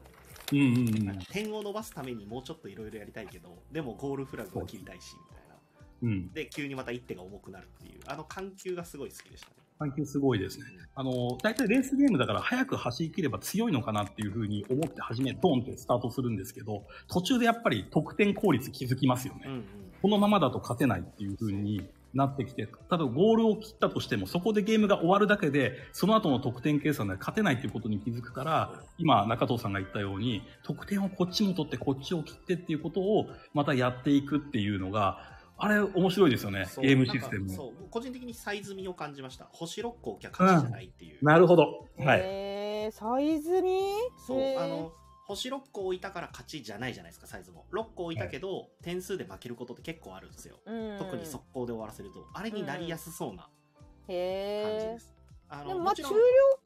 S10: うんうんうん
S4: 点を伸ばすためにもうちょっといろいろやりたいけど、でもゴールフラグを切りたいし、みたいな。
S10: うん。
S4: で、急にまた一手が重くなるっていう、あの緩急がすごい好きでしたね。
S10: 環境すごいですね。あの、大体レースゲームだから早く走り切れば強いのかなっていうふうに思って初め、ドンってスタートするんですけど、途中でやっぱり得点効率気づきますよね。
S4: うんうん。
S10: このままだと勝てないっていう風になってきて、例えばゴールを切ったとしても、そこでゲームが終わるだけで、その後の得点計算で勝てないっていうことに気づくから、今、中藤さんが言ったように、得点をこっちも取って、こっちを切ってっていうことを、またやっていくっていうのが、あれ、面白いですよね
S4: そ、う
S10: ゲームシステム
S4: なんか
S10: も。
S4: そう、個人的にサイズみを感じました。星6個じゃ勝ちじゃないっていう。
S10: なるほど。はい。
S3: へーサイズに
S4: そう、
S3: へー
S4: あの、星6個置いたから勝ちじゃないじゃないですか、サイズも。6個置いたけど、点数で負けることって結構あるんですよ。
S3: うん
S4: 特に速攻で終わらせると、あれになりやすそうな感じ
S3: へ
S4: で
S3: ー
S4: す。あ
S3: で
S4: の、
S3: もま
S4: も
S3: あ
S4: ち
S3: 中
S4: ろ
S3: 量
S4: ん
S3: 級、軽ゲーって言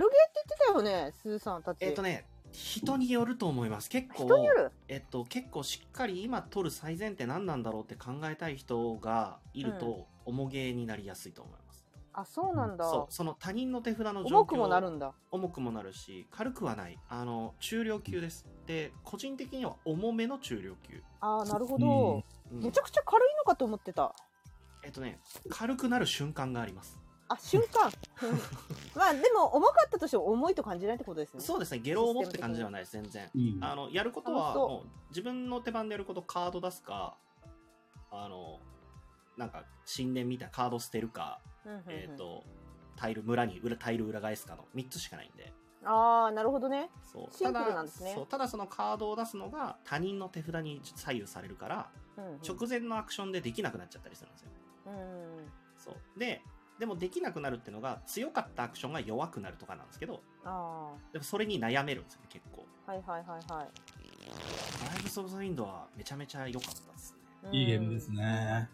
S3: ってたよねスーさんたち
S4: えっとね、人によると思います。結構、
S3: 人による
S4: えっと、結構しっかり今取る最前提何なんだろうって考えたい人がいると、重ゲーになりやすいと思います。
S3: あそうなんだ
S4: そう、その他人の手札の状況
S3: 重くもなるんだ
S4: 重くもなるし、軽くはない。あの、中量級です。で、個人的には重めの中量級。
S3: ああなるほど、
S4: うん
S3: めちゃくちゃ軽いのかと思ってた
S4: えっとね、軽くなる瞬間があります。
S3: あ瞬 間まあでも重かったとしても重いと感じないってことですよね
S4: そうですね、ゲロ重って感じではないです、全然。
S10: うん
S4: あの、やることは、
S3: 楽しそう
S4: もう、自分の手番でやること、カード出すか、あの、なんか、神殿みたいなカード捨てるか、
S3: うんうんうん
S4: えっ、と、タイル、村に裏、タイル裏返すかの3つしかないんで。
S3: ああなるほどね
S4: そう。
S3: シンプル
S4: ただ
S3: なんですね
S4: そう、ただそのカードを出すのが、他人の手札に左右されるから、
S3: うんうん
S4: 直前のアクションでできなくなっちゃったりするんですよ。
S3: うんうん
S4: そう。で、でもできなくなるってのが、強かったアクションが弱くなるとかなんですけど、
S3: あ
S4: でもそれに悩めるんですよね、結構。
S3: あはいはいはいは
S4: ライブソブザウィンドはめちゃめちゃ良かったですね。
S3: い
S10: いいゲームですね。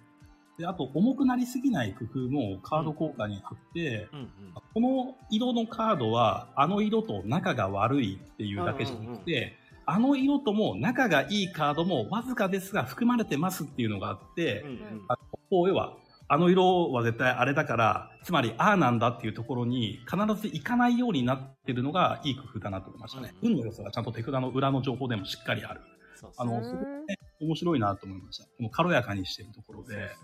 S10: で、あと、重くなりすぎない工夫もカード効果にあって、
S4: うんうん。
S10: この色のカードは、あの色と仲が悪いっていうだけじゃなくて、あの色とも仲がいいカードもわずかですが含まれてますっていうのがあって、
S4: うんうん
S10: あこう要は、あの色は絶対あれだから、つまりああなんだっていうところに必ず行かないようになってるのがいい工夫だなと思いましたね。
S4: うん
S10: 運の良さがちゃんと手札の裏の情報でもしっかりある。
S4: そうそう
S10: あの、
S3: うん
S10: そこね面白いなと思いました。この軽やかにしてるとこ
S4: そ
S10: ろ
S4: うそう
S10: で、
S4: そ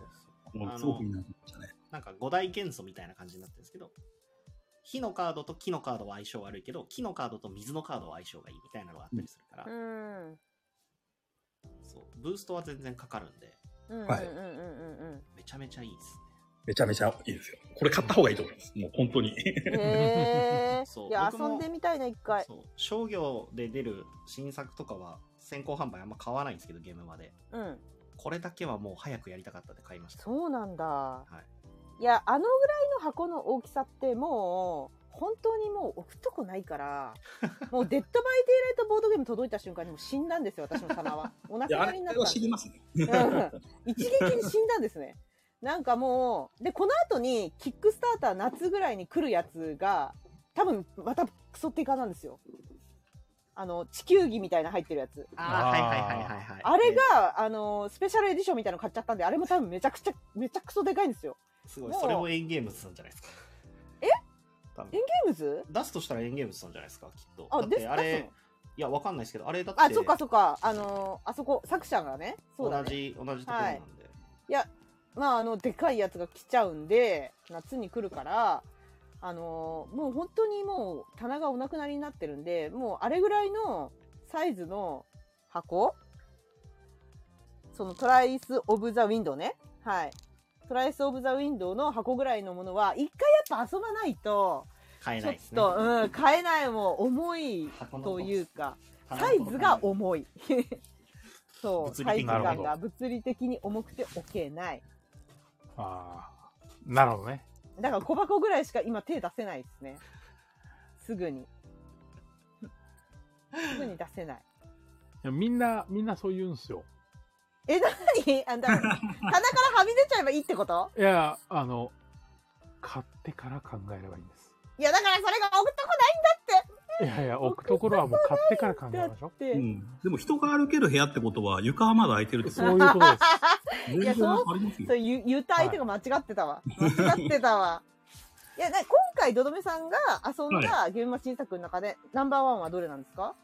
S4: う
S10: も
S4: あ
S10: うすご
S4: の
S10: くいいなと思いましたね。
S4: なんか五大元素みたいな感じになってるんですけど、火のカードと木のカードは相性悪いけど、木のカードと水のカードは相性がいいみたいなのがあったりするから、
S3: うん。
S4: そうブーストは全然かかるんで、
S3: うん。
S10: はい
S3: うんうんうんうんうん。
S4: めちゃめちゃいいですね。
S10: めちゃめちゃいいですよ。これ買った方がいいと思います。もう本当に。
S3: へえ。
S4: そう
S3: いや、
S4: 僕
S3: 遊
S4: も
S3: んでみたいな、一回。
S4: そう商業で出る新作とかは先行販売あんま買わないんですけど、ゲームまで。
S3: うん。
S4: これだけはもう早くやりたかったんで買いました。
S3: そうなんだ。
S4: はい。
S3: いや、あのぐらいの箱の大きさってもう、本当にもう置くとこないから、もうデッドバイデイライトボードゲーム届いた瞬間にもう死んだんですよ、私の棚は。お
S10: いや、
S3: 腹いっぱ
S10: あ
S3: い
S10: れ
S3: になっ
S10: は
S3: たん
S10: 知
S3: で
S10: りますね。
S3: うん一撃に死んだんですね。なんかもう、で、この後に、キックスターター夏ぐらいに来るやつが、多分、またクソテカなんですよ。あの、地球儀みたいな入ってるやつ。
S4: ああ、はいはいはいはいはい。
S3: あれが、あの、スペシャルエディションみたいなの買っちゃったんで、あれも多分めちゃくちゃ、めちゃくそでかいんですよ。
S4: えー、すごい、
S3: もう
S4: それをエンゲームズさんじゃないですか。
S3: え
S4: 多分
S3: エンゲームズ
S4: 出すとしたらエンゲームズさんじゃないですか、きっと。
S3: あ、
S4: だっ
S3: です
S4: て
S3: か
S4: あ
S3: その
S4: れ、いや、わかんないですけど、あれだって
S3: あ、そっかそっか。あのーあそこ、作者がね。そうだ
S4: 同
S3: ね。
S4: じ、同じところなんで。
S3: まあ、あの、でかいやつが来ちゃうんで、夏に来るから、あのーもう本当にもう棚がお亡くなりになってるんで、もうあれぐらいのサイズの箱そのトライス・オブ・ザ・ウィンドウね。はい。トライス・オブ・ザ・ウィンドウの箱ぐらいのものは、一回やっぱ遊ばないと、
S4: 買え
S3: ちょ
S4: な
S3: っ
S4: いですね。
S3: と、うん、買えないもん重い
S4: 箱の
S3: というか。
S4: 棚
S3: サ
S4: の
S3: イ
S4: とこ
S3: ズが重い。 そう、
S4: 物
S3: サ
S4: 理
S3: イ
S4: 的
S3: ズ
S4: に
S3: 感が物理的に重くて置けない。
S1: ああ。なるほどね。
S3: だから小箱ぐらいしか今手出せないですね。すぐに。すぐに出せない。
S1: いやみんな、みんなそう言うんすよ。
S3: え、なにあんた、棚からはみ出ちゃえばいいってこと
S1: いや、あの、買ってから考えればいいんです。
S3: いや、だからそれが置くとこ
S1: いやいや、置くところはもう買ってから考えましょう。
S3: ないって。
S10: ん。でも人が歩ける部屋ってことは床はまだ空いてるってこと
S1: そういうことです。
S10: 全
S3: いや
S10: 然
S3: そう
S10: ありますよ
S3: そう、ゆ言った相手が間違ってたわ。間違ってた わ。いや、な今回、ドドメさんが遊んだゲームマシン作の中で、ナンバーワンはどれなんですか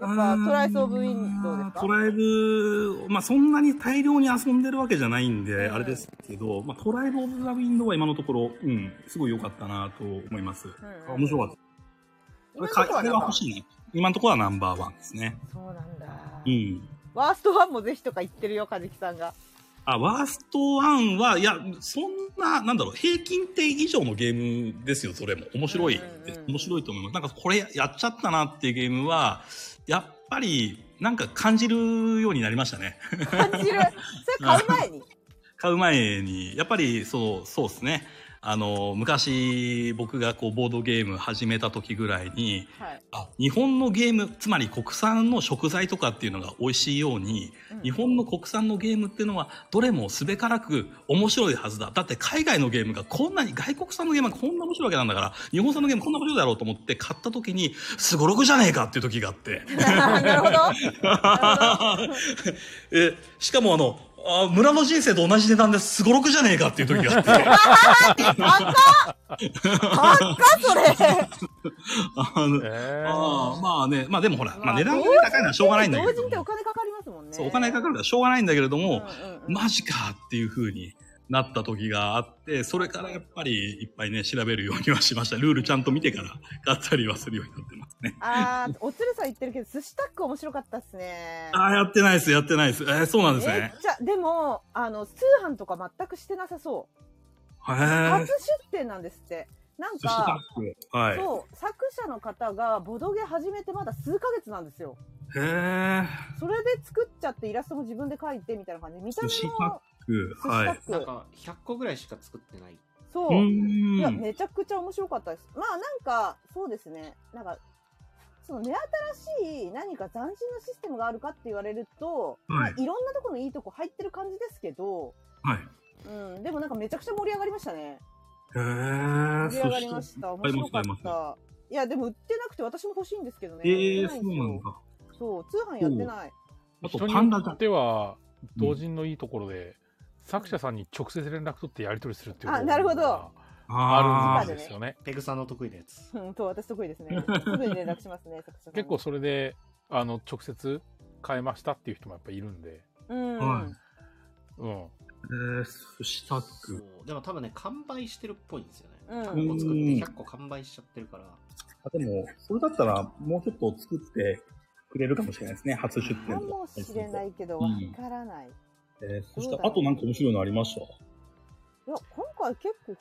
S3: やっぱ、トライス・オブ・ウィンドウですか
S10: トライブ、まあそんなに大量に遊んでるわけじゃないんで、
S3: うん
S10: あれですけど、まあトライブ・オブ・ザ・ウィンドウは今のところ、うん、すごい良かったなと思います。
S3: うんうん
S10: 面白かった。これ買い、これは欲しいね。今のところはナンバーワンですね。
S3: そうなんだ。
S10: うん。
S3: ワーストワンもぜひとか言ってるよ、かじきさんが。
S10: あ、ワーストワンは、いや、そんな、なんだろう、平均点以上のゲームですよ、それも。面白い
S3: うんうんう
S10: で
S3: ん
S10: す
S3: う。ん
S10: 面白いと思います。なんか、これやっちゃったなっていうゲームは、やっぱり、なんか感じるようになりましたね。
S3: 感じる。それ買う前に。
S10: 買う前に、やっぱり、そう、そうですね。あの、昔、僕がこう、ボードゲーム始めた時ぐらいに、
S3: はい。
S10: あ日本のゲーム、つまり国産の食材とかっていうのが美味しいように、
S3: うん
S10: 日本の国産のゲームっていうのはどれもすべからく面白いはずだ。だって海外のゲームがこんなに、外国産のゲームがこんな面白いわけなんだから、日本産のゲームこんな面白いだろうと思って買った時に、すごろくじゃねえかっていう時があ って。
S3: なるほど。
S10: えしかもあの、あ村の人生と同じ値段ですごろくじゃねえかっていう時があ っ
S3: 高っ
S10: て。
S3: 高っそれ
S10: あの
S1: え
S10: あーまあね、まあでもほ ら、まあ値段が
S3: まあ
S10: 高いのはしょうがないんだけれ
S3: 同時
S10: ど
S3: にってお
S10: も、
S3: 金かかりますもんね。
S10: そうお金かかるからしょうがないんだけれども、
S3: うんうんうん
S10: マジかっていう風になった時があって、それからやっぱりいっぱいね、調べるようにはしました。ルールちゃんと見てから買ったりはするようになってますね。
S3: あー、おつるさん言ってるけど、寿司タック面白かったっすね。
S10: ああ、やってないです、やってないです。えー、そうなんです
S3: めっ
S10: ね。
S3: ちゃ、でも、あの、通販とか全くしてなさそう。
S10: へ
S3: 初
S10: え。
S3: 出店なんですって。なん
S10: 寿司タ
S3: か、
S10: ック。はい。へ
S3: そう、作者の方がボドゲ始めてまだ数ヶ月なんですよ。
S10: え。
S3: それで作っちゃってイラストも自分で描いてみたいな感じ。見た目も
S10: 寿司パック。は
S3: 寿
S10: い
S3: 司。
S4: なん
S3: タック
S4: か、100個ぐらいしか作ってない。
S3: そうう。い
S10: ー
S3: や、
S10: ん。
S3: めちゃくちゃ面白かったです。まあなんか、そうですね。なんか、その目新しい何か斬新なシステムがあるかって言われると、
S10: はい。
S3: いろんなとこのいいとこ入ってる感じですけど、
S10: はい。
S3: うん、でもなんかめちゃくちゃ盛り上がりましたね。
S10: へ
S3: 盛り上がりました。面
S10: え。寿司買いま
S3: 白
S10: す
S3: かっ
S10: 買います
S3: た。いや、でも売ってなくて私も欲しいんですけどね。
S10: ええ、
S3: 売
S10: そ
S3: って
S10: う
S3: ないんですよそう、通販やって
S10: なんだ。
S3: ない。
S10: あと
S1: 人に
S10: パンダ
S1: よ
S10: だ
S1: っては、同人のいいところで、作者さんに直接連絡取ってやり取りするっていう
S3: あなるほど
S1: 方法が
S10: あ
S1: あ
S3: ー
S1: るんですよね。
S4: ペグさんの得意なやつ。
S3: うんと、私得意ですね。すぐに連絡しますね、作者さんに
S1: 結構それで、あの、直接変えましたっていう人もやっぱいるんで、
S3: うん。
S5: は
S1: うん。
S5: えー、寿司タッグ。
S4: そうでも多分ね、完売してるっぽいんですよね。
S3: うん
S4: 100個作って100個完売しちゃってるから。
S10: あでも、それだったら、もうちょっと作ってくれるかもしれないですね。初出
S3: か
S10: 店と
S3: もしれないけど、わ
S10: うん
S3: からない。い
S10: えーそして、あとなんか面白いのありました
S3: や、今回結構ほとんど面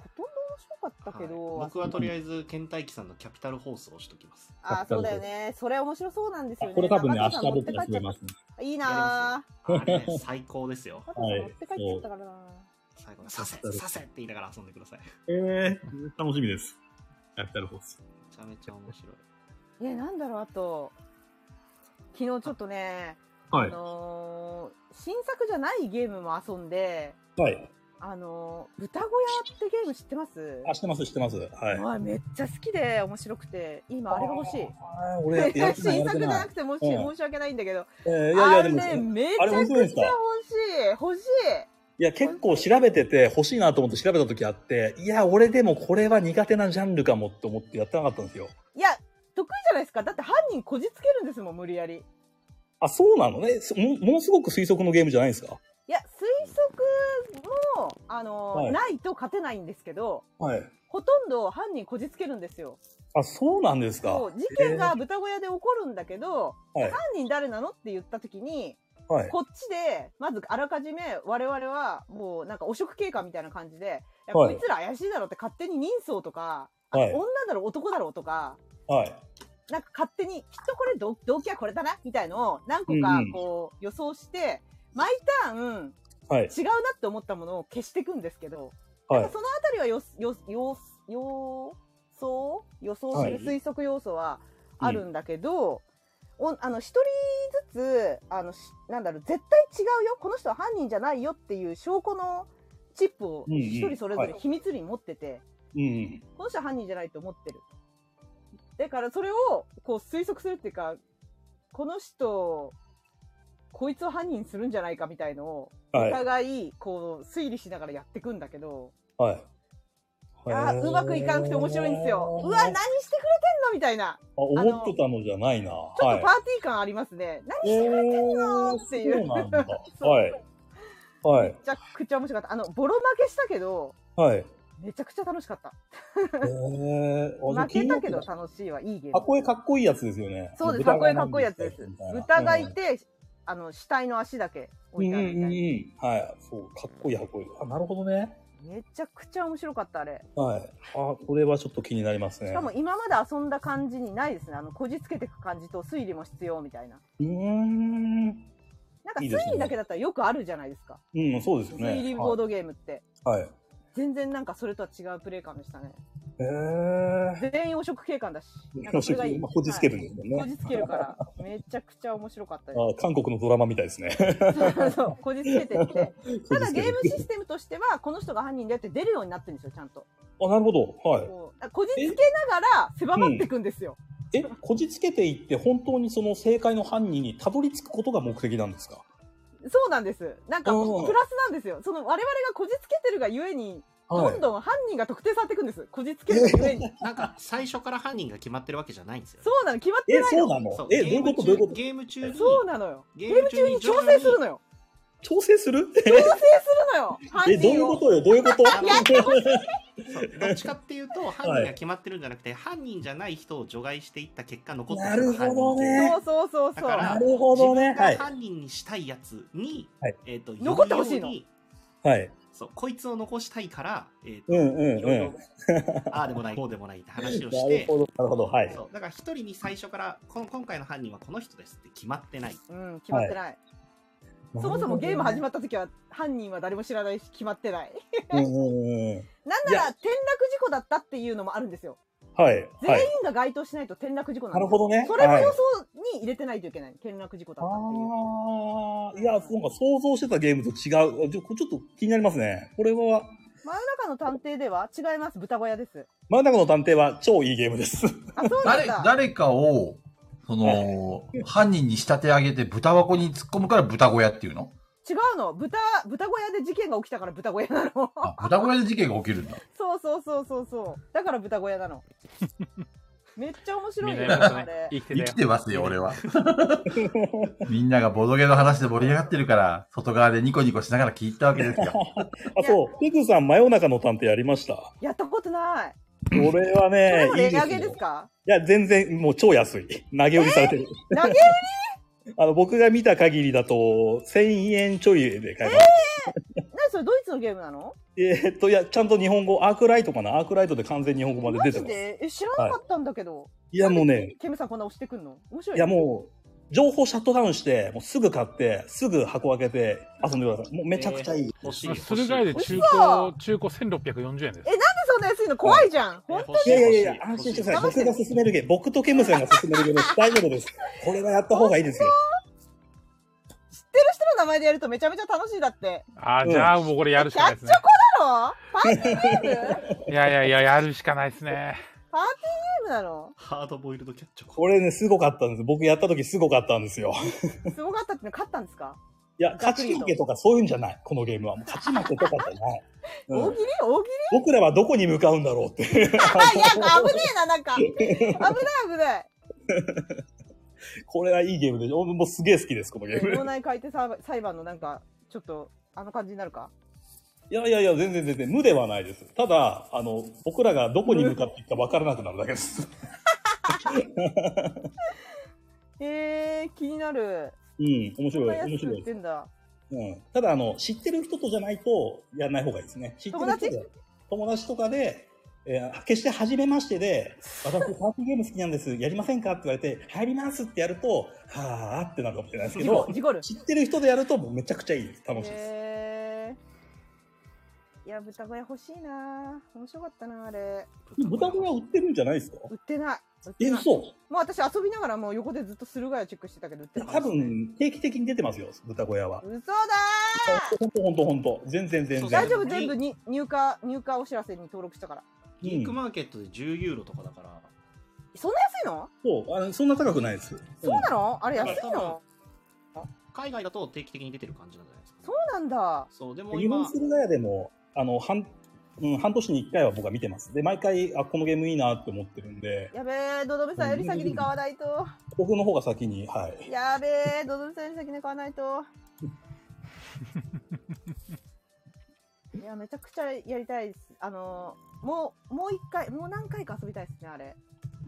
S3: 白かったけど、
S4: はい僕はとりあえず、ケンタイキさんのキャピタル放送をしときます。
S3: あー、そうだよね。それ面白そうなんですよね。
S10: これ多分ね、明
S3: 中田さん
S10: 日
S3: 持って
S10: 僕
S3: 帰
S10: が
S3: っちゃ
S10: 滑
S3: っ
S10: りますね。
S3: たいいな
S4: あれね、最高ですよ
S3: ぁ。。中田さん持って帰っちゃったからな
S4: 最高だ。させ、させって言いながら遊んでください。め
S10: えー、楽しみです。キャピタルフォース。
S4: ちゃめちゃ面白い。
S3: え、なんだろう、あと、昨日ちょっとね、
S10: は
S3: あのー新作じゃないゲームも遊んで、
S10: い。はい。
S3: あのー豚小屋ってゲーム知ってます
S10: あ、知ってます、知ってます。はい。
S3: はい、めっちゃ好きで面白くて、今あれが欲しい。
S10: あー俺やってない、や っ
S3: 新
S10: てない。
S3: 作じゃなくてもし
S10: うん
S3: 申し訳ないんだけど、
S10: えーいやい
S3: あれ
S10: や、でも、
S3: ね、めちゃ
S10: あ
S3: く
S10: れ
S3: ちゃ
S10: 面
S3: 欲し
S10: 白いんですか
S3: い欲し
S10: いや、結構調べてて、欲しいなと思って調べた時あって、いや、俺でもこれは苦手なジャンルかもって思ってやってなかったんですよ。
S3: いいや、得意じゃないですかだって犯人こじつけるんですもん、無理やり。
S10: あ、そうなのね。そもものすごく推測のゲームじゃないんですか
S3: いや、推測も、あのー
S10: はい
S3: ないと勝てないんですけど、
S10: はい。
S3: ほとんど犯人こじつけるんですよ。
S10: あ、そうなんですか。
S3: そう、事件が豚小屋で起こるんだけど、
S10: えーはい
S3: 犯人誰なのって言った時に、
S10: はい。
S3: こっちで、まずあらかじめ我々は、もうなんか汚職警官みたいな感じで、いや
S10: は
S3: こ
S10: い
S3: いつら怪しいだろって勝手に人相とか、あ
S10: はい
S3: 女だろ男だろとか、
S10: はい。
S3: なんか勝手に、きっとこれど動機はこれだなみたいのを何個
S10: う
S3: か
S10: んうん
S3: こう予想して、毎ターン
S10: はい。
S3: 違うなって思ったものを消していくんですけど、
S10: は
S3: なん
S10: い
S3: か。そのあたりはよすよすよす予想予想する
S10: は
S3: 推測要素はあるんだけど、おあの一人ずつあのしなんだろう絶対違うよこの人は犯人じゃないよっていう証拠のチップを
S10: うんうん
S3: 一人それぞれ
S10: は
S3: 秘密裏に持ってて、
S10: うん。
S3: この人は犯人じゃないと思ってる。だからそれをこう推測するっていうかこの人こいつを犯人にするんじゃないかみたいのを
S10: は
S3: お
S10: い。はい。
S3: 互いこう推理しながらやっていくんだけど。
S10: へ
S3: あ
S10: ー
S3: うまくいかなくて面白いんですよ。うわ、何してくれてんのみたいな。
S10: あ、思ってたのじゃない
S3: ち
S10: な。
S3: ょっ
S10: は
S3: と
S10: い
S3: パ。ーティー感ありますね。何してくれてんのってい。。
S10: そううなんだ
S3: そう
S10: はい。はい
S3: め。ちゃくちゃ面白かった。あの、ボロ負けしたけど、
S10: はい。
S3: めちゃくちゃ楽しかった。
S10: えー、
S3: 負けたけど
S10: か
S3: 楽しいはいいゲーム。
S10: っこいいかっこいいやつですよね。
S3: そうです。か
S10: 豚
S3: っこいいかっこいいやつです
S10: みたい。な
S3: 豚がいて、あの、死体の足だけ
S10: う
S3: 置い
S10: ん
S3: て
S10: う
S3: あ
S10: ん
S3: るみ
S10: うんう
S3: たい
S10: ん。はい。そう、かっこいい箱いい。あ、なるほどね。
S3: な。めちゃくちゃ面白かった、あれ。
S10: はい。あ、これはちょっと気になりますね。
S3: しかも今まで遊んだ感じにないですね。あの、こじつけていく感じと推理も必要みたいな。
S10: うーん。
S3: なんか
S10: いいですね
S3: 推理だけだったらよくあるじゃないですか。
S10: うん、そうですよね。
S3: 推理ボードゲームって。
S10: はい。はい
S3: 全然なんかそれとは違うプレイ感でしたね。
S10: えー。
S3: 全員汚職警官だし。なんか
S10: こ
S3: それがい い
S10: じつけるんですよね。
S3: はいこじつけるから、めちゃくちゃ面白かったで
S10: あ韓国のドラマみたいですね。
S3: す。そうそう、こじつけて って。 ただゲームシ
S10: あ、
S3: ステムとしては、この人が犯人だよって出るようになってるんですよ、ちゃんと。
S10: なるほど。はい。
S3: こうこじつけながら狭まっていくんですよ。
S10: え、こじつけていって本当にその正解の犯人にたどり着くことが目的なんですか
S3: そうなんです。なんか、プ
S10: おー
S3: ラスなんですよ。その我々がこじつけてるがゆえに、どんどん犯人が特定されていくんです。こじつけるがゆえに。
S4: なんか、最初から犯人が決まってるわけじゃないんですよね。
S3: そうなの、決まって
S10: え、
S3: ない
S10: そう
S3: の。
S10: なの
S4: そう
S10: え、どう
S4: ゲ
S10: い
S4: ー
S10: うこ
S4: ム
S10: と
S4: 中
S10: どういうこと
S4: ゲーム中に、
S3: そうなのよ。
S4: ゲ
S3: ゲーム中に調整するの
S4: よ。
S3: よ。
S10: 調整する
S3: 調整するのよ。
S10: え、
S3: 犯
S10: どうい
S3: 人
S10: う
S3: を
S10: こ。とよどういうこと
S4: そうどっちかっていうと、犯人が決まってるんじゃなくて、犯人じゃない人を除外していった結果、残ってるのが
S10: なるほどね
S4: 犯人
S3: そうそうそう
S4: だ
S3: そう。
S4: から
S10: なるほどね。
S4: 自
S10: は
S4: 分
S10: い
S4: が。犯人にしたいやつに、
S10: はい
S4: えっ、と、
S3: 残ってほしいの
S4: よりように
S10: はい。
S4: そう、こいつを残したいから、えっ、と、
S10: うんうん
S4: いろい ろ
S10: う
S4: ああでもない、こうでもないって話を
S10: ん。
S4: し
S10: なる
S4: て、
S10: ほど、なるほど。はい。
S4: そうだから一人に最初からこの、今回の犯人はこの人ですって決まってない。
S3: うん、決まってない。そもそもゲーム始まった時は犯人は誰も知らないし決まってない。
S10: うんうんうん。
S3: なんないら
S10: や
S3: 転落事故だったっていうのもあるんですよ。
S10: はい。は
S3: 全
S10: い
S3: 員。が該当しないと転落事故なん
S10: な
S3: ですよ
S10: るほどね。
S3: それも
S10: はい
S3: 予想に入れてないといけない。転落事故だったっていう。
S10: ああ、いや、なんか想像してたゲームと違う。あちょちょっと気になりますね。これは、
S3: 真夜中の探偵では違い ます。豚小屋です。
S10: 真ん中の探偵は超いいゲームです。
S3: あ、そうなん
S2: 誰、
S3: だ。
S2: 誰かを、その、犯人に仕立て上げて豚箱に突っ込むから豚小屋っていうの
S3: 違うの。豚、豚小屋で事件が起きたから豚小屋なの。
S2: あ、豚小屋で事件が起きるんだ。
S3: そうそうそうそうそう。だから豚小屋なの。めっちゃ面白いよ
S1: みんなやっぱ
S3: あれ
S1: 生きてた
S2: 生
S1: よ
S2: きてますよ、俺は。 みんながボドゲの話で盛り上がってるから、外側でニコニコしながら聞いたわけですよ。
S10: あと、ペグさん、真夜中の探偵やりました。
S3: やったことない。
S10: これは
S3: こ れ
S10: ね
S3: も、
S10: いい
S3: レ
S10: で
S3: ガ
S10: す
S3: ゲで
S10: よ
S3: す。か
S10: いや、全然、もう超安い。投げ売りされてる。
S3: 投げ売り
S10: あの、僕が見た限りだと、1000円ちょいで買えます。
S3: 何それドイツのゲームなの
S10: えーっと、いや、ちゃんと日本語、アークライトかなアークライトで完全日本語まで
S3: マ
S10: 出て
S3: ジ
S10: ます。
S3: でえ、知らなかったんだけど。
S10: いや、もうね、
S3: ケムさんこんな押してくんの面白い。
S10: いや、もう、情報シャットダウンして、もうすぐ買って、すぐ箱開けて遊んでください。もうめちゃくちゃいい。
S4: 欲しい。
S1: あ
S4: 欲しい
S1: それぐらいで中
S3: 嘘
S1: 古、中古1640円です
S3: え。なんでそんな安いの怖いじゃん。ほん
S4: 欲し
S10: いやいやいや、安
S4: 欲し
S10: 心してください。
S3: 欲しい
S10: 僕が勧めるゲーム、僕とケムさんが勧めるゲームです。大丈夫です。これはやった方がいいですよ。
S3: 知ってる人の名前でやるとめちゃめちゃ楽しいだって。
S1: あ
S10: う
S1: ー、
S10: ん
S1: じゃあもうこれやるし
S3: キ
S1: か
S3: ャ
S1: ない
S3: ッ
S1: で
S3: チ
S1: す
S3: ョ
S1: ね。
S3: コだろパーティーゲームパーティーゲ
S1: いやいやいや、やるしかないですね。
S3: ームなの
S4: ハードボイルドキャッチョコ。
S10: これね、すごかったんです。僕やった時すごかったんで すよ。
S3: すごかったっての勝ったんですか
S10: いや、勝ち負けとかそういうんじゃない。このゲームは。もう勝ち負けとかじゃない。うん
S3: 大喜利大喜
S10: 僕らはどこに向かうんだろうって。
S3: 利いや、危ねえな、なんか。危ない危ない。
S10: これはいいゲームでしょ。俺もうすげえ好きです、このゲーム。
S3: 脳内改定裁判裁判のなんか、ちょっと、あの感じになるか。
S10: いやいやいや、全然全然無ではないです。ただ、あの、僕らがどこに向かっていくか分からなくなるだけです。
S3: えー、気になる。
S10: うん、面
S3: こん
S10: 白、
S3: ない
S10: 面
S3: 安く
S10: 白
S3: 売
S10: い
S3: っ
S10: です。
S3: てんだ。
S10: うん。ただ、あの、知ってる人とじゃないとやらない方がいいですね。知ってる人
S3: 友
S10: で友達とかで、えー決して初めましてで、私、パーティーゲーム好きなんです、やりませんかって言われて、入りますってやると、はーってなるかもしれないですけ
S3: 事故
S10: ど、
S3: 事故る。
S10: 知ってる人でやると、もうめちゃくちゃいいです。楽しいです。
S3: えー、いや、豚小屋欲しいな面白かったなあれ。
S10: 豚小屋売ってるんじゃないですか
S3: 売ってない。売っ
S10: え
S3: て、ない。
S10: そう。
S3: もう私遊びながらもう横でずっと駿河屋チェックしてたけど売ってなかった
S10: 多。分、定期的に出てますよ、豚小屋は。
S3: 嘘だ
S10: ほんとほんとほんと。全然全
S4: そう
S10: 然。
S3: ー大丈夫
S4: ね
S3: 全部に入荷、入荷お知らせに登録したから。
S4: ギークマーケットで10ユーロとかだから。
S3: そんな安いの
S10: そう、あのそんな高くないです。
S3: そうなのあれ安い
S4: だから
S3: の
S4: 海外だと定期的に出てる感じなんじゃないですか、ね。
S3: そうなんだ。
S4: そうで
S10: うん
S4: も
S10: 日本
S4: 今、
S10: 駿河屋でも、あの、半、うん、半年に一回は僕は見てます。で、毎回、あ、このゲームいいなって思ってるんで、
S3: やべえ、どどめさんより先に買わないと。
S10: 僕の方が先に、はい。
S3: やべえ、どどめさんより先に買わないと。 いや、めちゃくちゃやりたいです。あのー、もう、もう一回、もう何回か遊びたいですね、あれ。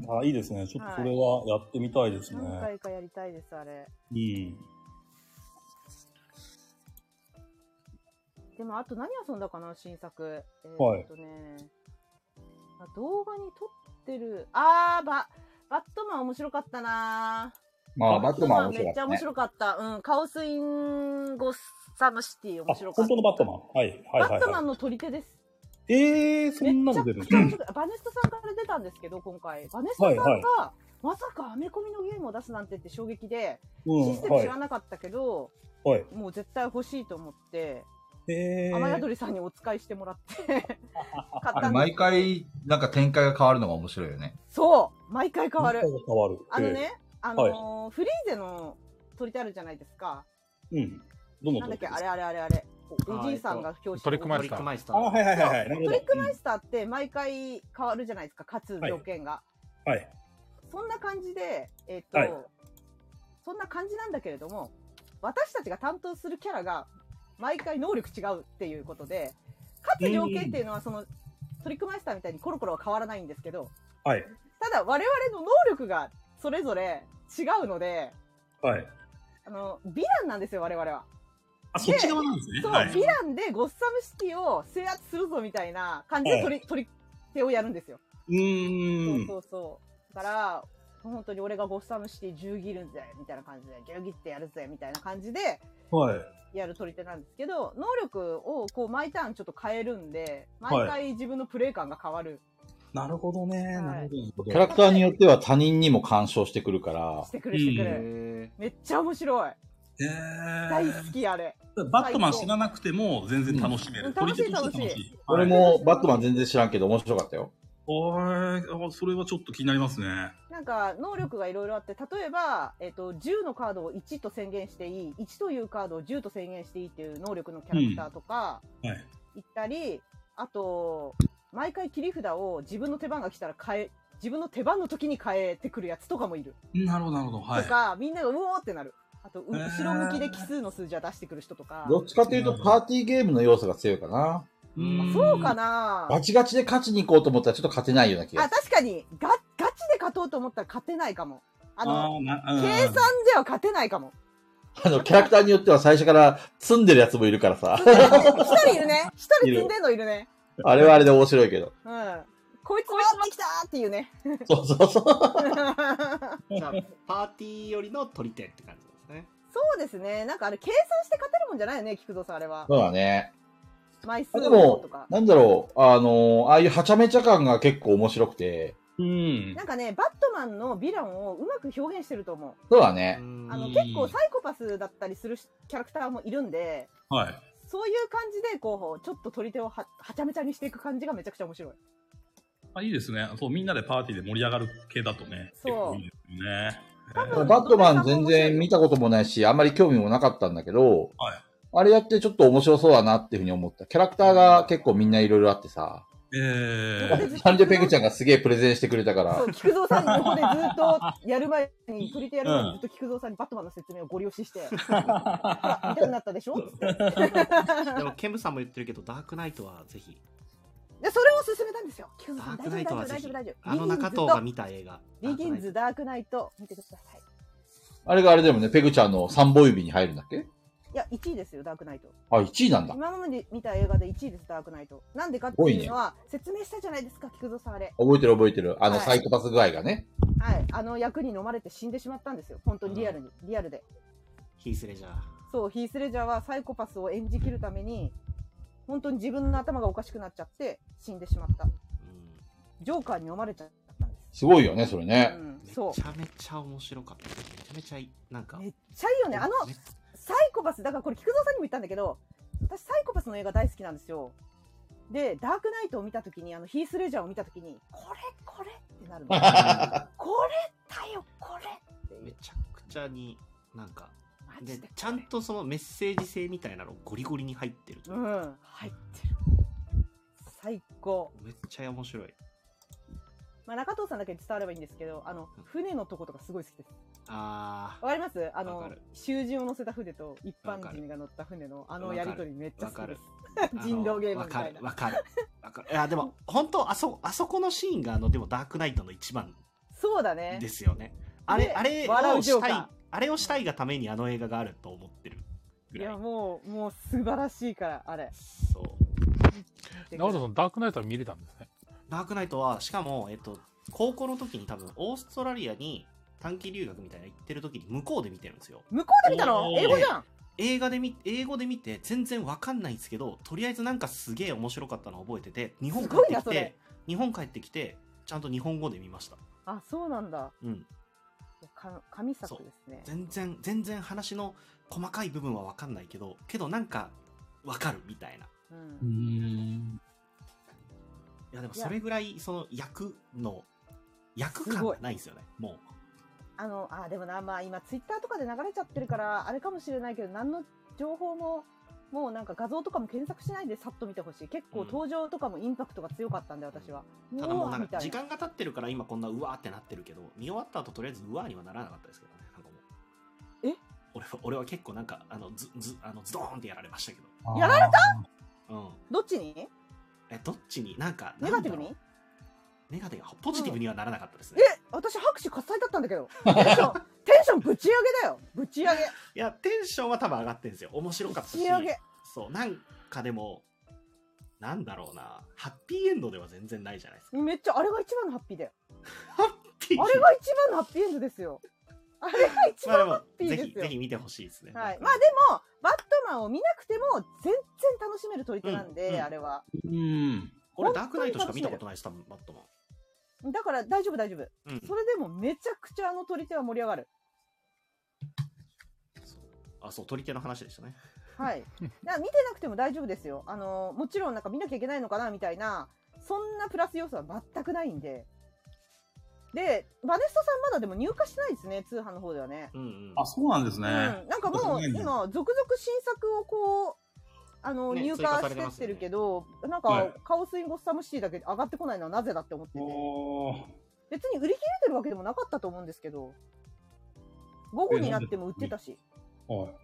S10: あ、いいですね。ちょっとそれはやってみたいですね。
S3: 何回かやりたいです、あれ。
S10: うん。
S3: でも、あと何遊んだかな、新作。え
S10: はい
S3: ー、っとね、あ動画に撮ってる、あー、バ、バットマン面白かったな
S8: まあ、バットマン面
S3: め
S8: 白
S3: っちゃ
S8: かった、
S3: 面
S8: ね。
S3: 白かった。うん、カオスインゴッサムシティ
S10: あ、
S3: 面白かった。
S10: 本当のバットマン。はい、はい、はい
S3: バットマ
S10: は
S3: ンの取り手です。
S10: い。えー、そんなの出るん
S3: め
S10: で
S3: っ
S10: す
S3: ちゃ
S10: か
S3: 面白いバネストさんから出たんですけど、今回。バネストさんが、
S10: はい
S3: まさかアメコミのゲームを出すなんてって衝撃で、
S10: う
S3: シ
S10: ん
S3: ステ、ム
S10: は
S3: 知
S10: い
S3: ら。なかったけど、
S10: はい。
S3: もう絶対欲しいと思って、
S10: え
S3: 雨
S10: ー。
S3: 宿りさんにお使いしてもらって、買
S2: あ
S3: った
S2: れ
S3: んで
S2: 毎回、なんか展開が変わるのが面白いよね。
S3: そう毎回変わる。
S10: 変わる。
S3: あの
S10: え
S3: ね、あのーフリーゼの取り手あるじゃないですか。
S10: ー。うん。どの
S3: なんだっけ、
S10: どの
S3: あれあれあれあれ。お
S4: あー
S3: おじいさんが表紙
S1: トリックマ
S4: ト
S1: イ
S4: リ
S1: スタ
S4: ック
S1: ー。
S4: マイスター
S10: あ、
S4: の。
S10: はいはいはいはい。なるほ
S3: ト
S10: ど
S3: リックマイスターって毎回変わるじゃないですか、勝つ条件が。
S10: うんはい。
S3: そんな感じで、えっと、
S10: はい
S3: そんな感じなんだけれども、私たちが担当するキャラが毎回能力違うっていうことで、勝つ条件っていうのはその、トリックマイスターみたいにコロコロは変わらないんですけど、
S10: はい。
S3: ただ我々の能力がそれぞれ違うので、
S10: はい。
S3: あの、ヴィランなんですよ、我々は。
S10: あ、そっち側なんですね。
S3: そう、
S10: は
S3: ヴ
S10: い。
S3: ィランでゴッサムシティを制圧するぞみたいな感じで取り、取り手をやるんですよ。
S10: うー。
S3: そうんそうそう。だから、本当に俺がゴッサムシティ10ギるぜ、みたいな感じで、10ギってやるぜ、みたいな感じで
S10: はい。
S3: やる取り手なんですけど、能力をこう毎ターンちょっと変えるんで、毎回自分のプレイ感が変わる、
S10: なるほどね。
S3: い
S10: なるほど。
S8: キャラクターによっては他人にも干渉してくるから
S3: し、てくるしてく
S10: う
S3: る。めっちゃ面白い。
S10: え
S3: 大
S10: ー
S3: 好き、あれ。
S10: バットマン知らなくても全然楽しめ
S3: う
S10: る。
S3: ん楽しい
S10: 取り手として
S3: 楽し
S8: 俺
S10: はい
S8: もバットマン全然知らんけど面白かったよ。
S10: おーいあそれはちょっと気になりますね。
S3: なんか、能力がいろいろあって、例えば、えっと、10のカードを1と宣言していい、1というカードを10と宣言していいっていう能力のキャラクターとか、
S10: はい。
S3: 行ったり、あと、毎回切り札を自分の手番が来たら変え、自分の手番の時に変えてくるやつとかもいる。
S2: なるほど、なるほど。はい
S3: と。か、みんながうおーってなる。あと、う後ろ向きで奇数の数字は出してくる人とか。
S8: どっちかというと、パーティーゲームの要素が強いかな。
S2: うん
S3: そうかな
S8: ガチガチで勝ちに行こうと思ったらちょっと勝てないような気が
S3: あ、
S8: す
S3: 確かに、ガ、ガチで勝とうと思ったら勝てないかも。あの、
S10: ーなうん
S3: 計算では勝てないかも。
S8: る。あの、キャラクターによっては最初から積んでるやつもいるからさ
S3: 一。人いるね。一人積んでんのいるね。
S8: あれはあれで面白いけど。
S3: うん。こいつ回ってきたーっていうね。
S8: そうそうそう。
S4: じゃあ、パーティーよりの取り手って感じですね。
S3: そうですね。なんかあれ、計算して勝てるもんじゃないよね、菊蔵さん、あれは。
S8: そうだね。
S3: 枚数
S8: あで
S3: の
S8: も
S3: とか、。
S8: なんだろう、あのああいうはちゃめちゃ感が結構面白くて、
S10: うん。
S3: なんかね、バットマンのヴィランをうまく表現してると思
S8: そうだ
S4: う
S8: ね。
S4: ん
S3: う。あの、
S10: うん
S3: 結構サイコパスだったりするしキャラクターもいるんで、
S10: はい。
S3: そういう感じで、こう、ちょっと取り手をははちゃめちゃにしていく感じがめちゃくちゃ面白い。
S10: あ、いいですね。そう、みんなでパーティーで盛り上がる系だとね。
S3: そう
S10: 結構いいですよね。
S3: 多
S10: え
S3: 分
S10: ー
S8: バットマン全然見たこともないし、あんまり興味もなかったんだけど、
S10: はい
S8: あれやってちょっと面白そうだなっていうふうに思った。キャラクターが結構みんないろいろあってさ、
S10: えー
S8: サンジョペグちゃんがすげえプレゼンしてくれたから
S3: そ、う、菊蔵さんに横でずっとやる前に、取り手やる前にずっと菊蔵さんにバットマンの説明をご利用しして、ほら、見たくなったでしょつって
S4: でも、ケムさんも言ってるけど、ダークナイトはぜひ。
S3: で、それを勧めたんですよ。菊
S4: ダ
S3: 蔵さん、
S4: ーク
S3: 大丈
S4: ナイ
S3: 夫、
S4: トは
S3: 大丈
S4: ぜ
S3: 夫、
S4: ひ
S3: 大丈夫、。
S4: あの中藤が見た映画。
S3: ビギンズ、
S4: ダー
S3: ダークナイト、見てください。
S8: あれがあれでもね、ペグちゃんの3本指に入るんだっけ
S3: いや、1位ですよ、ダークナイト。
S8: あ、1位なんだ。
S3: 今まで見た映画で1位です、ダークナイト。なんでかっていうのは、説明したじゃないですか、菊蔵さんあれ。
S8: 覚えてる覚えてる。あの、
S3: はい
S8: サイコパス具合がね。
S3: はい。あの役に飲まれて死んでしまったんですよ。本当にリアルに、リアルで。
S4: ヒースレジャー。
S3: そう、ヒースレジャーはサイコパスを演じきるために、本当に自分の頭がおかしくなっちゃって、死んでしまった。
S4: うん
S3: ジョーカーに飲まれちゃったんです。
S8: すごいよね、それね。
S3: うん、
S4: めち
S3: そう。
S4: ゃめちゃ面白かった。めちゃめちゃいい。なんか。
S3: めっちゃいいよね。あの、
S4: め
S3: サイコパス、だからこれ菊蔵さんにも言ったんだけど、私サイコパスの映画大好きなんですよ。で、ダークナイトを見たときに、あの、ヒースレジャーを見たときに、これ、これっ てなるの。これだよ、これってい
S4: め
S3: う。
S4: ちゃくちゃになんか
S3: マ
S4: で
S3: ジで。
S4: ちゃん。とそのメッセージ性みたいなのゴリゴリに入ってるといううか
S3: ん、入ってる。最高。
S4: めっちゃ面白い
S3: まあ、中藤さんだけ伝わればいいんですけど、あの、船のとことかすごい好きです。
S4: あ
S3: わかりますあ
S4: わか
S3: の
S4: る、
S3: 囚人を乗せた船と一般人が乗った船のあのやりとりめっちゃ好きです。
S4: ー
S3: 人狼ゲームみたいな。
S4: わかるわかるわかるいやでも本当あそあそこのシーンがあのでもダークナイトの一番
S3: そうだね
S4: で。すよねあれ
S3: で
S4: あれ
S3: 笑
S4: を
S3: うジョ
S4: し
S3: ーカ
S4: た
S3: ー
S4: いあれをしたいがためにあの映画があると思ってる
S3: い
S4: ぐら
S3: や、
S4: い
S3: もう、もう素晴らしいから、あれ。
S4: そう
S1: 直人さん、ダークナイトは見れたんですね。
S4: ダークナイトは、しかも、えっと、高校の時に多分、オーストラリアに短期留学みたいなの行ってる時に向こうで見てるんですよ。
S3: 向こうで見たの
S10: おー
S3: 英語じゃん
S4: 映画で見、英語で見て全然わかんないんですけど、とりあえずなんかすげえ面白かったのを覚えてて、日本
S3: す
S4: 帰
S3: ご
S4: っ
S3: い
S4: て
S3: な
S4: き
S3: それ
S4: て、日本帰ってきて、ちゃんと日本語で見ました。
S3: あ、そうなんだ。
S4: うん。
S3: か神作ですね。
S4: 全然、全然話の細かい部分はわかんないけど、けどなんか、わかるみたいな。
S3: う
S2: うー
S3: ん、
S2: ん。
S4: いや、でもそれぐらい、その役の、役感がないんですよね。もう。
S3: あの、あ、でもな、まあ今、ツイッターとかで流れちゃってるから、あれかもしれないけど、何の情報も、もうなんか画像とかも検索しないでさっと見てほしい。結構
S4: うん
S3: 登場とかもインパクトが強かったんで、私は。
S4: ただもう
S3: わ
S4: な
S3: ーみ
S4: ん
S3: た
S4: か時
S3: いな。
S4: 間が経ってるから今こんなうわーってなってるけど見終わった後とりあえずうわーにはならなかったですけどねなんかもう
S3: え
S4: 俺は俺は結構なんかあのずずあのズドーンってやられましたけ
S3: やら
S2: れた
S4: どうん
S3: どっちに
S4: えどっちになんか
S3: ネガティブ
S4: なんだろ
S3: に
S4: うネガティブポジティブにはならなかったですね、
S3: え、私拍手喝采だったんだけど。テンション、テンションぶち上げだよ。ぶち上 げ。
S4: いやテンションは多分上がってるんですよ面白かったし
S3: ぶち上げ。
S4: そうなんかでもなんだろうなハッピーエンドでは全然ないじゃないですか
S3: めっちゃ、あれが一番のハッピーだよ。
S4: っていう
S3: あれが一番のハッピーエンドですよ。あれが一
S4: まあ
S3: 番
S4: で
S3: ハッピ
S4: も
S3: ー
S4: ぜ
S3: です
S4: ひ
S3: よ
S4: ぜ。ひ見てほしいですね
S3: はい。ま
S4: ま
S3: あ
S4: あ
S3: でも、バットマンを見なくても、全然楽しめる取り手なんで、
S4: うんうん
S3: あれは。
S2: うん。
S4: 俺ダークナイトしか見たことないです多分バットマン
S3: だから大丈夫大丈夫。
S4: うん
S3: それでもめちゃくちゃあの取り手は盛り上がる。
S4: そうあそう取り手の話でしたね
S3: はい。だから見てなくても大丈夫ですよ。あの、もちろんなんか見なきゃいけないのかな、みたいな、そんなプラス要素は全くないんで。で、バネストさんまだでも入荷してないですね、通販の方ではね。
S4: うんうん
S10: あ、そうなんです
S3: う
S10: ね。
S3: ん。なんかもう
S10: そうなんだ
S3: 今、続々新作をこう、あの、
S4: ね
S3: 入荷
S4: 追加され
S3: して
S4: てま
S3: っ
S4: す
S3: て
S4: よね
S3: るけど、なん
S10: は
S3: か
S10: い、
S3: カオスインゴッサムシティだけ上がってこないのはなぜだって思ってて。
S10: おー
S3: 別に売り切れてるわけでもなかったと思うんですけど、午後になっても売ってたし。
S10: はい。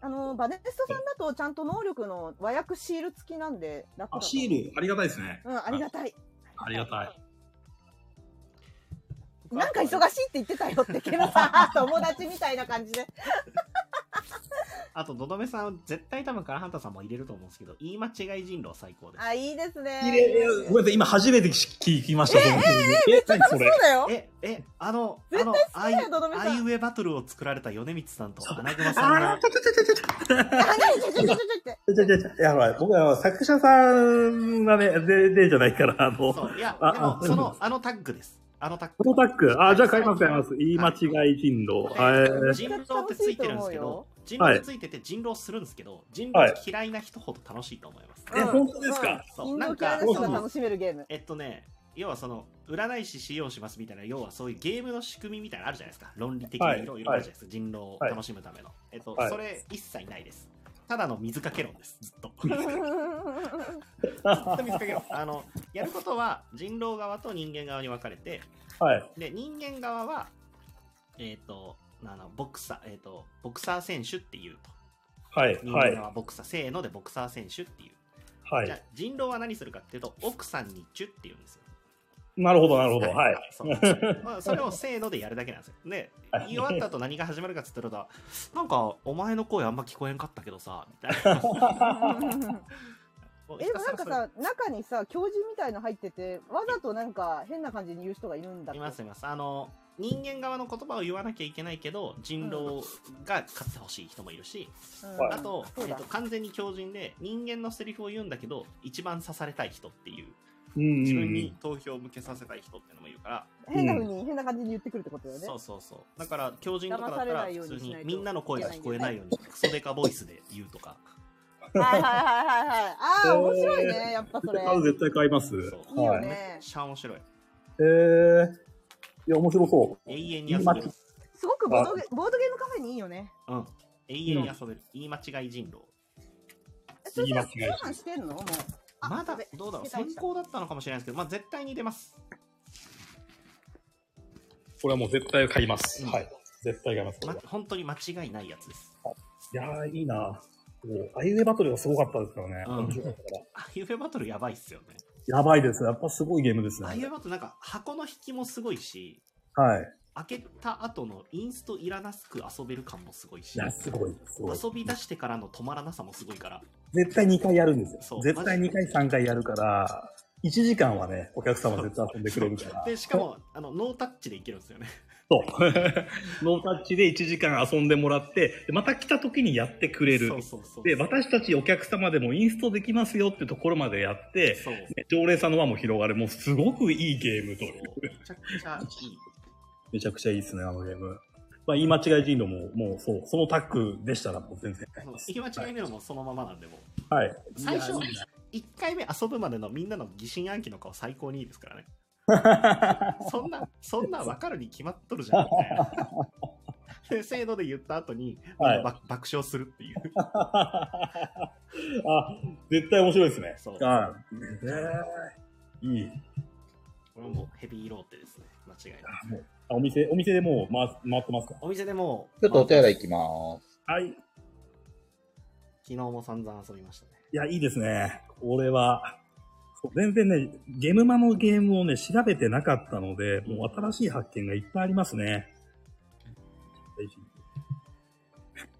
S3: あの、バネストさんだとちゃんと能力の和訳シール付きなんで楽だ
S10: あ、
S3: と
S10: シール、ありがたいですね。
S3: うん、ありがたい。
S10: ありがたい。
S3: なんか忙しいって言ってたよって、ケムさん、友達みたいな感じで。
S4: あと、のどめさん、絶対多分カラハンタさんも入れると思うんですけど、言い間違い人狼最高です。
S3: あ、いいですね。
S10: 入れるごめんなさい、今初めて聞きました、そのえ、めっちゃ
S3: そうだよ。
S4: え、え、あの、
S3: 絶
S4: あの、
S3: 対
S4: あ
S3: 好き
S4: い
S3: だよ
S4: う、
S3: のどめさん
S4: あいうえバトルを作られた米光さんと穴熊さんが、
S3: あ、ちょちょちょちょちょって。
S10: じゃじゃじゃ、やばい。僕は作者さんがね、で、でじゃないから、あの、こ
S4: そう、いや、
S10: あ
S4: でも、
S10: あ
S4: その、あのタッグです。あのタッグ。
S10: のタック、あ、じゃあ買います、買います。言い間違い人狼。はい。
S4: 人狼ってついてるんですけど、人
S10: はい
S4: 狼ついてて人狼するんですけど、人狼嫌いな人ほど楽しいと思います。
S10: え
S3: うん
S10: 本当ですか
S3: うん
S4: そう
S3: 人
S4: な
S3: 狼
S4: ん
S3: 嫌
S4: か
S3: いな人が楽しめるゲーム。
S4: えっとね、要はその、占い師使用しますみたいな、要はそういうゲームの仕組みみたいなのあるじゃないですか。論理的
S10: は
S4: ないいろいろあるじゃないですか。人狼を
S10: はい
S4: 楽しむための。えっと
S10: はい、
S4: それ一切ないです。ただの水かけ論です、ずっと。ずっと水かけ論。あの、やることは人狼側と人間側に分かれて、
S10: はい。
S4: で、人間側は、えっ、と、あの、ボクサー、えっ、と、ボクサー選手っていうと。
S10: はい。
S4: 人
S10: は
S4: 間
S10: い。
S4: はボクサー、せーのでボクサー選手っていう。
S10: は
S4: じゃあ
S10: い。
S4: 人狼は何するかっていうと、奥さんにチュって言うんですよ。
S10: なるほど、なるほど。はい。
S4: そうまあそれをせーのでやるだけなんですよ。で、言い終わった後何が始まるかっつったら、なんか、お前の声あんま聞こえんかったけどさ、みたい な。もうひたす
S3: え、でもなん
S4: ら
S3: か
S4: それ
S3: さ、中にさ、教授みたいの入ってて、わざとなんか変な感じに言う人がいるんだっ
S4: い
S3: け
S4: ますいます。あの、人間側の言葉を言わなきゃいけないけど、人狼が勝ってほしい人もいるし、
S3: うん
S4: あと、
S3: そう
S4: えっ
S3: だ
S4: と、完全に強靭で、人間のセリフを言うんだけど、一番刺されたい人っていう、
S10: うん
S4: 自分に。投票を向けさせたい人ってのもいるから、
S3: 変な風に、変な感じに言ってくるってことだよね。
S4: そうそうそう。だから、強靭とかだった
S3: 騙され
S4: ら、
S3: ないよう
S4: 普
S3: に
S4: 通
S3: し
S4: に
S3: ないと
S4: みんなの声が聞こえないように、クソデカボイスで言うとか。
S3: はいはいはいはいはい。ああ、面白いね。やっぱそれ。
S10: あ絶対買います。
S4: そう
S3: いいよ
S4: めっ
S3: ね。
S4: ちゃ面白い。
S10: えー、いや、面白そ
S4: 永遠に遊べる。
S3: すごくボードゲボードゲームカフェにいいよね。
S4: うん。永遠に遊べる。言い間違い人狼。
S3: えそれさ、
S10: 言い間違い
S3: 通販してんのもう。あ
S4: まだ
S3: やべ、
S4: どうだろう。
S3: 失敗
S4: 先
S3: した
S4: 行だったのかもしれないですけど、まあ絶対に出ます。
S10: う。これはもう絶対買います。
S4: うん
S10: はい。絶対買います。
S4: ま、本当に間違いないやつです。
S10: いやー、いいなこうあいうえバトルがすごかったですからね。
S4: うん
S10: 面白かったから。
S4: あゆえバトルやばいっすよね。
S10: やばいです。やっぱすごいゲームです
S4: あゆえ
S10: ね。
S4: バトルなんか箱の引きもすごいし、
S10: はい。
S4: 開けた後のインストいらなく遊べる感もすごい
S10: い
S4: し、
S10: や、すごい。すごい。
S4: 遊び出してからの止まらなさもすごいから。
S10: 絶対2回やるんです
S4: そ
S10: よ。
S4: う
S10: 絶対2回、3回やるから、1時間はね、お客様絶対遊んでくれるから。
S4: で、しかも、あの、ノータッチでいけるんですよね。
S10: そう。 ノータッチで1時間遊んでもらって、でまた来た時にやってくれる。
S4: そうそうそう。
S10: で、私たちお客様でもインストできますよってところまでやって、
S4: そう。
S10: ね常連さんの輪も広がる、もうすごくいいゲームと
S4: そ
S10: いう
S4: め
S10: う。
S4: ちゃくちゃいい。
S10: めちゃくちゃいいですね、あのゲーム。まあ、言い間違い人狼も、もうそう、そのタッグでしたらもう全然買い
S4: そう
S10: ます
S4: 行き間違いなのもそのままなんで、もう
S10: はい。
S4: 最初、1回目遊ぶまでのみんなの疑心暗鬼の顔最高にいいですからね。そんな、そんな分かるに決まっとるじゃん、みたいな。で、せーので言った後に、
S10: はい
S4: みんなば爆笑するっていう。
S10: あ、絶対面白いですね。
S4: そう
S10: はい。ねえいい。
S4: これもうヘビーローテですね。間違いない。
S10: あお店、お店でもう回す回ってますか
S4: お店でもう、
S8: ちょっとお手洗い行き
S4: まあ
S8: ます。
S10: はい。い
S4: 昨日も散々遊びましたね。
S10: や、いいですね。これは、そう全然ね、ゲームマのゲームをね、調べてなかったので、もう新しい発見がいっぱいありますね。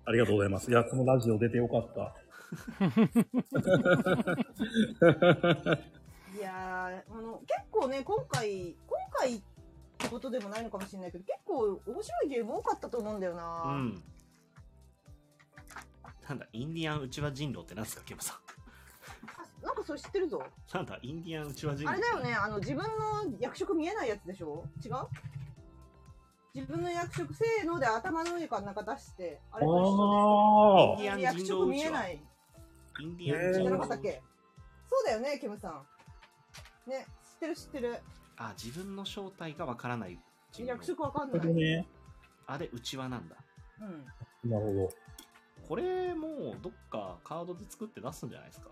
S10: ありがとうございます。いや、このラジオ出てよかった。
S3: いやーあの結構ね今回今回ってことでもないのかもしれないけど結構面白いゲーム多かったと思うんだよな、
S4: うん。なんだ、インディアンうちわ人狼って何すか、ケムさん。
S3: あなんかそれ知ってるぞ
S4: なんだ、インディアンうちわ人
S3: あ
S4: 狼
S3: れだよねあの自分の役職見えないやつでしょ違う自分の役職せーので頭の上かなんか出してあれと一緒
S10: あ
S4: ー
S3: で役職見えない
S4: インディアン
S3: じゃ
S4: 人
S3: なかった
S4: 狼
S3: っけそうだよねケムさんね知ってる知ってる
S4: あ、自分分の正体がわからない人
S3: 役
S4: 狼。
S3: 職わかん
S10: な
S3: な
S10: る
S3: い、
S10: ほどね。
S4: あれ、うちわなんだ。
S3: うん
S10: なるほど。
S4: これ、もう、どっかカードで作って出すんじゃないですか。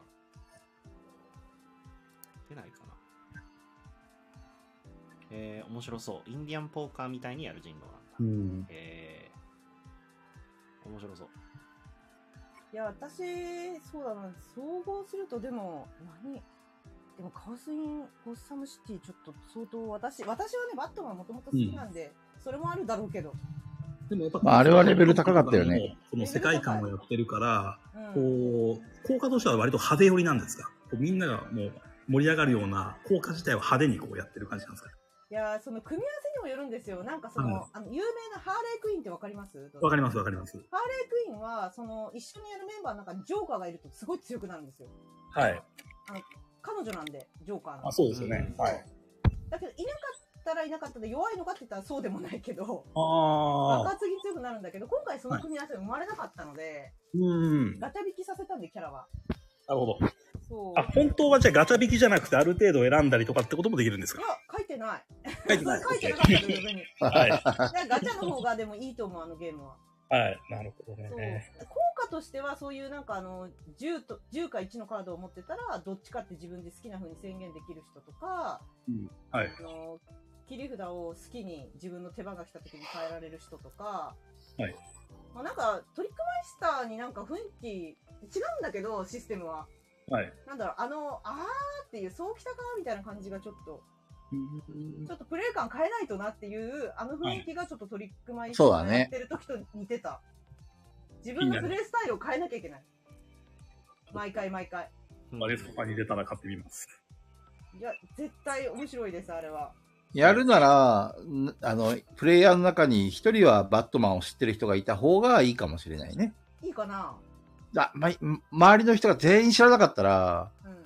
S4: 出ないかな。えー、面白そう。インディアンポーカーみたいにやる人狼なんだ。
S11: うん。
S4: えー、面白そう。
S3: いや、私、そうだな、総合すると、でも、何でも、カオスイン、ゴッサムシティ、ちょっと相当、私、私はね、バットマンもともと好きなんで、それもあるだろうけど。
S10: でもやっぱ
S11: まああれはレベル高かったよね。
S10: この世界観をやってるから、
S3: うん。
S10: こう、効果としては割と派手寄りなんですかこうみんながもう盛り上がるような効果自体は派手にこうやってる感じなんですか
S3: いや、その、組み合わせにもよるんですよ。なんか、その、
S10: うん
S3: あの、有名なハーレークイーンってわかります
S10: わかりますわかります。
S3: ハーレークイーンは、その、一緒にやるメンバーの中にジョーカーがいるとすごい強くなるんですよ。
S10: はい。
S3: 彼女なんで、ジョーカーの
S10: あ、。そうですよね。はい。
S3: だけど、いなかったらいなかったで弱いのかって言ったらそうでもないけど、爆
S10: ああ。
S3: 発に強くなるんだけど、今回その組み合わせは生まれなかったので、
S10: うん。な
S3: ガチャ引きさせたんで、キャラは。
S10: るほど。
S3: そう。
S10: あ、本当はじゃあガチャ引きじゃなくてある程度選んだりとかってこともできるんです
S3: い
S10: か
S3: や、書いてない。
S10: 書い
S3: それ
S10: てない。
S3: 書いてなかったよ、逆に。
S10: はい。
S3: だからガチャの方がでもいいと思う、あのゲームは。
S10: はい。なるほど
S3: そう。
S10: ね。
S3: 効果としては、そういうなんかあの、10と、10か1のカードを持ってたら、どっちかって自分で好きな風に宣言できる人とか、
S10: はい。
S3: あの、切り札を好きに自分の手番が来た時に変えられる人とか、
S10: はい。
S3: まあなんか、トリックマイスターになんか雰囲気、違うんだけど、システムは。
S10: はい。
S3: なんだろう、あの、あーっていう、そうきたかみたいな感じがちょっと、
S10: うん
S3: ちょっとプレイ感変えないとなっていう、あの雰囲気がちょっとトリックマイスタ
S11: そうだ
S3: ー
S11: ね
S3: やってる時と似てた。自分のプレイスタイルを変えなきゃいけない。毎回毎回。
S10: あれ、そこに出たら買ってみます。
S3: いや、絶対面白いです、あれは。
S8: やるなら、んあの、プレイヤーの中に一人はバットマンを知ってる人がいた方がいいかもしれないね。
S3: いいかな
S8: だま、周りの人が全員知らなかったら、
S3: うん。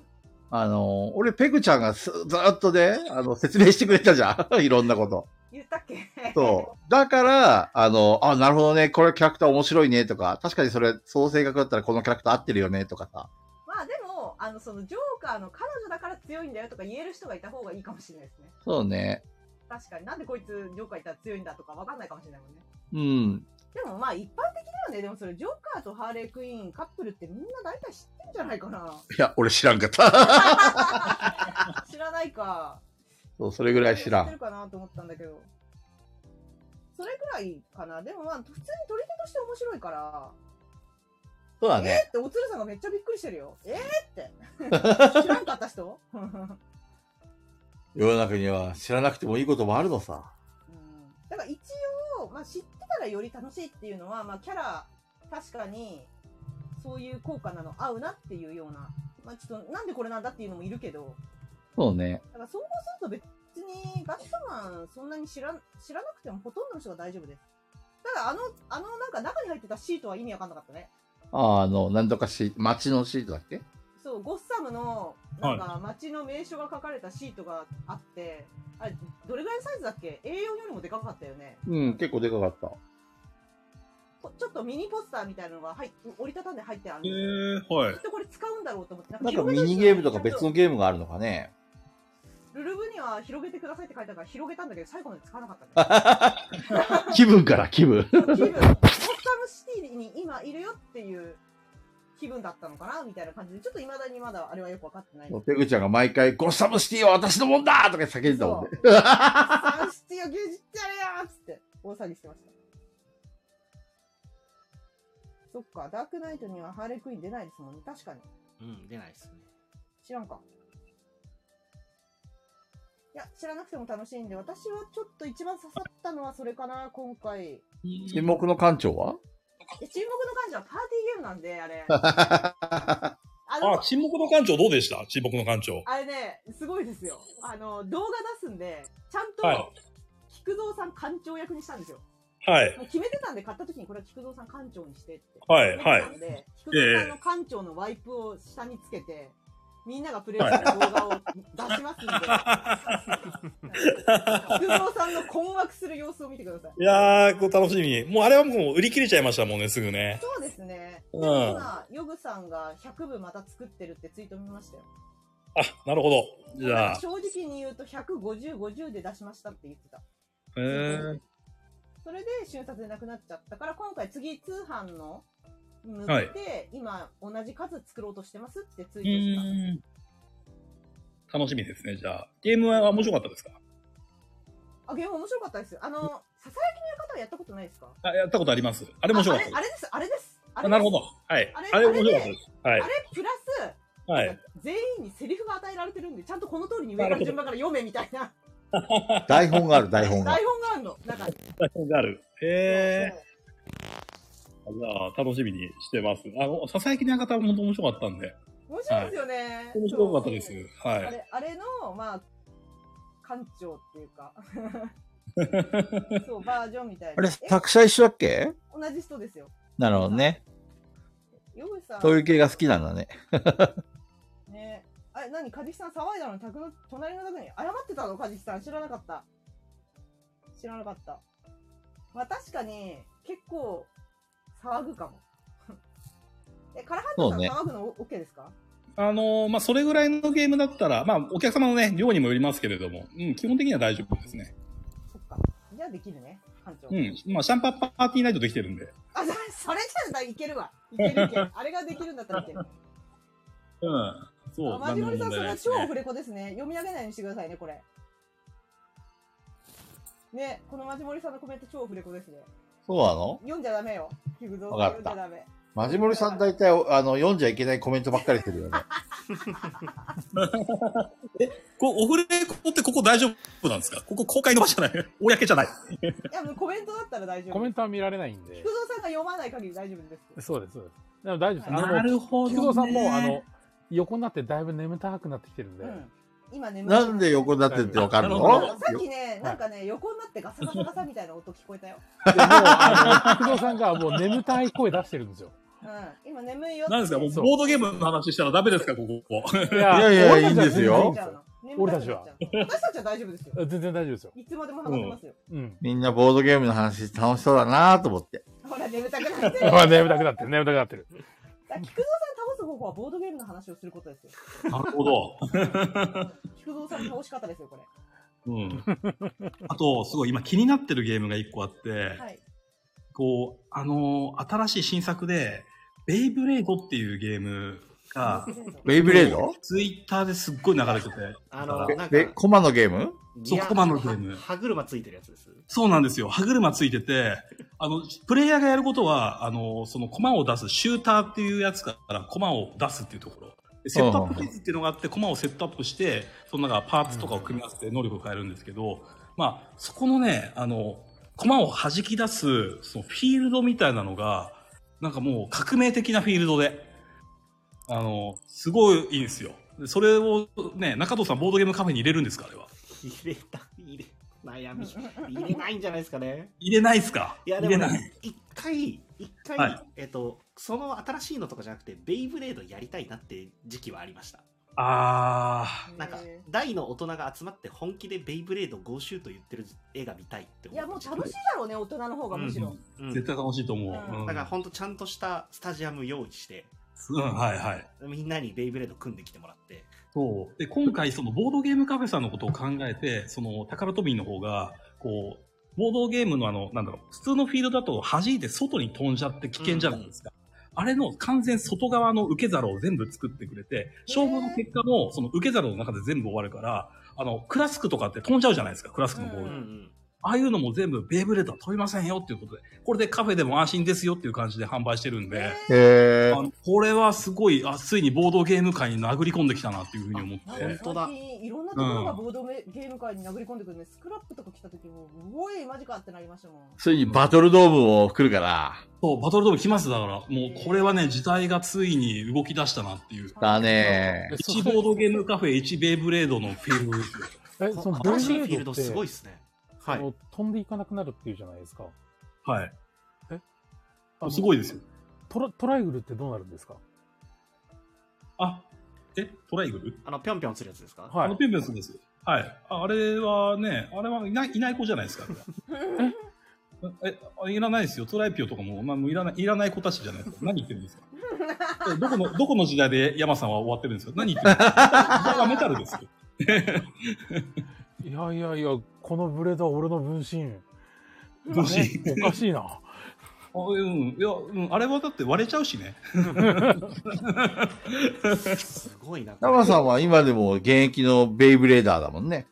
S8: あの、俺、ペグちゃんがすずーっとね、あの、説明してくれたじゃん。い ろんなこと。
S3: 言ったっけ
S8: そう。だから、あの、あ、なるほどね、これキャラクター面白いねとか、確かにそれ、そう性格だったらこのキャラクター合ってるよねとかさ。
S3: まあでも、あの、そのジョーカーの彼女だから強いんだよとか言える人がいた方がいいかもしれないですね。
S8: そうね。
S3: 確かに。なんでこいつジョーカーいたら強いんだとかわかんないかもしれないもんね。
S8: うん。
S3: でもまあ一般的だよね。でもそれジョーカーとハーレークイーンカップルってみんな大体知ってんじゃないか な。
S8: いや、俺知らんかった。
S3: 知らないか。
S8: そう、それぐらい知ら
S3: 知ってる
S8: ん。
S3: かなと思ったんだけど。それぐらいかな。でもまあ普通に取り手として面白いから。
S8: そうだね。
S3: えって、おつるさんがめっちゃびっくりしてるよ。え ー、って。知らんかった人
S8: 世の中には知らなくてもいいこともあるのさ。
S3: うんだから一応、まあ、知ってたらより楽しいっていうのは、まあ、キャラ確かにそういう効果なの合うなっていうような、まあ、ちょっとなんでこれなんだっていうのもいるけど
S8: そうね。
S3: だから総合すると別にバットマンそんなに知らん知らなくてもほとんどの人が大丈夫ですただあのあのなんか中に入ってたシートは意味わかんなかったね
S8: ああの、なんとかし、街のシートだっけ
S3: そうゴッサムのなんか街の名所が書かれたシートがあって、あれどれぐらいのサイズだっけ A4 よりもでかかったよね
S8: うん、結構でかかった。
S3: こちょっとミニポスターみたいなのが入っ折りたたんで入ってあるん
S10: え
S3: ですよ
S10: ー、はい
S3: きっ。とこれ使うんだろうと思って。
S8: なんかミニゲームとか別のゲームがあるのかね。
S3: ルルブには広げてくださいって書いてあるから広げたんだけど、最後まで使わなかったね。
S8: 気分から気分。
S3: 気分、ゴッサムシティに今いるよっていう気分だったのかなみたいな感じで、ちょっと未だにまだあれはよくわかっ てない。
S8: ペグちゃんが毎回、ゴッサムシティは私のもんだとか叫んでたもんね。
S3: そう。ゴッサムシティを牛耳ってやるよっつって、大騒ぎしてました。そっか、ダークナイトにはハーレークイーン出ないですもんね。確かに。
S4: うん、出ないですね。
S3: 知らんか。いや、知らなくても楽しいんで、私はちょっと一番刺さったのはそれかな、今回。え
S8: 沈黙の館長は
S3: 沈黙の感じはパーティーゲームなんで、あれ。あの
S10: あ、沈黙の館長どうでした沈黙の館長。
S3: あれね、すごいですよ。あの、動画出すんで、ちゃん
S10: は
S3: と
S10: い、
S3: 菊蔵さん館長役にしたんですよ。
S10: はい。
S3: もう決めてたんで、買った時にこれは菊蔵さん館長にしてって。
S10: はい
S3: 決めてたんで、菊蔵さんの館長のワイプを下につけて、みんながプレイした動画を出しますんで。菊蔵さんの困惑する様子を見てください。
S10: いやー、こう楽しみ。もうあれはもう売り切れちゃいましたもんね、すぐね。
S3: そうですね。で
S10: うん
S3: も今、ヨグさんが100部また作ってるってツイート見ましたよ。
S10: あ、なるほど。じゃあ。
S3: 正直に言うと150、50で出しましたって言ってた。
S10: えー、
S3: それで瞬殺でなくなっちゃったから、今回次通販の向
S10: は
S3: け
S10: い
S3: て、今同じ数作ろうとしてますってツイー
S10: う
S3: トしたんです。
S10: ーん。楽しみですね、じゃあ。ゲームは面白かったですか
S3: あ、ゲーム面白かったですよ。あの、ささやきの館はやったことないですか
S10: あ、やったことあります。あれ面白かった
S3: ああれあれです、あれです。あ
S10: あ
S3: れ
S10: なるほど。はい
S3: あれ。
S10: あれ面白かったです。は
S3: あ
S10: い
S3: れ。プラス、
S10: はい。
S3: 全員にセリフが与えられてるんで、ちゃんとこの通りに上か
S10: なる
S3: ら
S10: ほど
S3: 順番から読めみたいな。
S8: 台本がある、台
S3: 台
S8: 本
S3: 本が
S8: が。
S3: あるの。なんか、
S10: 台本がある。へえ。じゃあ、楽しみにしてます。あの、ささやきの館も本当面白かったんで。
S3: 面白いですよね。
S10: 面白かったです。は
S3: あ
S10: い。
S3: れ、あれの、まあ、館長っていう か、そう、バージョンみたいな。
S8: あれ、
S3: え
S8: 作者一緒だっけ
S3: 同じ人ですよ。
S8: なるほどね。
S3: ヨウさん。
S8: そういう系が好きなんだね。
S3: ねあれ、なに、カジキさん騒いだのに、宅の、隣の宅に謝ってたのカジキさん。知らなかった。知らなかった。まあ確かに、結構、騒ぐかも。 え、カラハットさん、
S8: そうね
S3: 騒ぐのオッケーですか
S10: あのーまあ、それぐらいのゲームだったら、まあ、お客様のね、量にもよりますけれども、うん、基本的には大丈夫ですね。
S3: そっか。じゃあできるね、館長。
S10: うん。まあ、シャンパンパーティーナイトできてるんで。
S3: あ、そそれじゃあいけるわ。いけるいけ る。あれができるんだったらいける。
S10: うん。そう、
S3: あマジモリさん、
S10: 何
S3: それ
S10: も問題ない
S3: は
S10: です
S3: 超
S10: ね
S3: オフレコですね。読み上げないようにしてくださいね、これ。ね、このマジモリさんのコメント超オフレコですね。
S8: そうなの
S3: 読んじゃダメよ。キグゾー
S8: わか
S3: 読
S8: っ
S3: ん
S8: た
S3: じゃダメ。
S8: マジモリさん大体、あの、読んじゃいけないコメントばっかりしてるよね。
S10: こオフレコってここ大丈夫なんですかここ公開の場じゃない。 公じゃない。
S3: いや、もうコメントだったら大丈夫。
S1: コメン
S3: ト。
S1: トは見られないんで
S3: 菊。蔵さんが読まない限り大丈夫です。
S1: そうです、そうです。でも大丈夫です。あの、
S10: なるほど、ね。
S1: 菊蔵さんもう、あの、横になってだいぶ眠たくなってきてるんで。
S3: うん。今眠い
S8: なんで横になってってわかる
S10: なるほ
S8: の
S3: さっきね、なんかね、横になってガサガサガサみたいな音聞こえたよ。
S1: でもうあの、菊蔵さんがもう眠たい声出してるんですよ。
S3: うん。今眠いよって。
S10: 何ですかもう
S1: そう
S10: ボードゲームの話したらダメですかここ。
S1: いや
S8: いやいや
S1: 俺たちはい
S8: いんですよ
S1: 眠たいんで
S3: 眠たくなっちゃうの。私たちは大丈夫ですよ
S1: す。よ全然大丈夫ですよ。
S3: いつまでも話せますよ。
S1: うん。
S8: みんなボードゲームの話楽しそうだなと思って。
S3: ほら、眠たくなって る。
S1: あ眠たくなってる、眠たくなってる。
S3: だから菊蔵さん倒す方法はボードゲームの話をすることですよ。
S10: なるほど。
S3: 菊蔵さん倒し方ですよ、これ。
S10: うん。あと、すごい今気になってるゲームが一個あって、
S3: はい。
S10: こう、あのー新しい新作で、ベイブレードっていうゲームが、
S8: ベイブレード
S10: ツイッターですっごい流れてて、
S4: あの、
S8: え
S4: なんか
S8: え、、コマのゲーム
S10: そう
S4: ギア
S10: コマのゲーム
S4: 歯車ついてるやつです。
S10: そうなんですよ。歯車ついてて、あの、プレイヤーがやることは、あの、その駒を出す、シューターっていうやつから駒を出すっていうところ。でセットアップフェーズっていうのがあって、駒をセットアップして、その中パーツとかを組み合わせて能力を変えるんですけど、まあ、そこのね、あの、駒を弾き出す、そのフィールドみたいなのが、なんかもう革命的なフィールドで、あの、すごいいいんですよ。でそれをね、中藤さんボードゲームカフェに入れるんですかあれは。
S4: 入れた、入れ、悩み。入れないんじゃないですかね。
S10: 入れないっすか
S4: いや、
S10: 入
S4: で
S10: れ
S4: も
S10: ない。
S4: ね、一回、一回、
S10: はい
S4: えっと、その新しいのとかじゃなくて、ベイブレードやりたいなって時期はありました。
S10: あー。
S4: なんか
S3: え、
S4: 大の大人が集まって本気でベイブレード合衆と言ってる絵が見たいって
S3: ーい
S4: 思
S3: や、もう楽しいだろうね、大人の方がむしろ。
S4: うん
S10: 絶対楽しいと思う。
S3: うん
S10: うん
S4: だから、ほんとちゃんとしたスタジアム用意して、
S10: うん、はいはい。
S4: みんなにベイブレード組んできてもらって、
S10: そう。で、今回、そのボードゲームカフェさんのことを考えて、その、タカラトミーの方が、こう、ボードゲームのあの、なんだろう、普通のフィールドだと弾いて外に飛んじゃって危険じゃないですか。あれの完全外側の受け皿を全部作ってくれて、勝負の結果も、その受け皿の中で全部終わるから、あの、クラスクとかって飛んじゃうじゃないですか、クラスクのボー
S3: う
S10: ル。
S4: うんん
S10: ああいうのも全部ベイブレードは飛びませんよっていうことで、これでカフェでも安心ですよっていう感じで販売してるんで。
S8: へ
S10: あ
S8: ー
S10: のこれはすごい、あ、ついにボードゲーム界に殴り込んできたなっていうふうに思
S3: な
S10: っ
S3: ん
S10: て。
S3: か最近いろんなところがボードゲーム界に殴り込んでくるね。スクラップとか来た時も、うおい、マジかってなりましたもん。
S8: ついにバトルドームも来るから。
S10: そう、バトルドーム来ますだから、もうこれはね、時代がついに動き出したなっていう。
S8: だね
S1: えそ
S10: 1ボードゲームカフェ、1ベイブレードのフィールドですよ。
S1: え、
S4: こ
S1: その
S4: 新しいフィー
S1: ド
S4: ルド
S1: って
S4: すごいですね。
S1: あ
S4: はい。
S1: の飛んでいかなくなるっていうじゃないですか。
S10: はい。
S1: あの
S10: すごいですよ。
S1: トラトライグルってどうなるんですか
S10: あ、え、トライグル
S4: あの、ぴょんぴょんするやつですか
S1: は
S10: あの、ピュンピュンするんですよ。はい。ああれはね、あれはいない、いない子じゃないですか。え、あいらないですよ。トライピオとかも、まあ、もういらない、いらない子たちじゃないですか。何言ってるんですか。えどこの、どこの時代で山さんは終わってるんですか何言ってるんですか。これはメタルですよ。
S1: い。いやいやいや、このブレードは俺の分身。
S10: 分身
S1: ねおかしい な。
S10: あうん。いや、うん。あれはだって割れちゃうしね。
S4: すごいな。
S8: 生さんは今でも現役のベイブレーダーだもんね。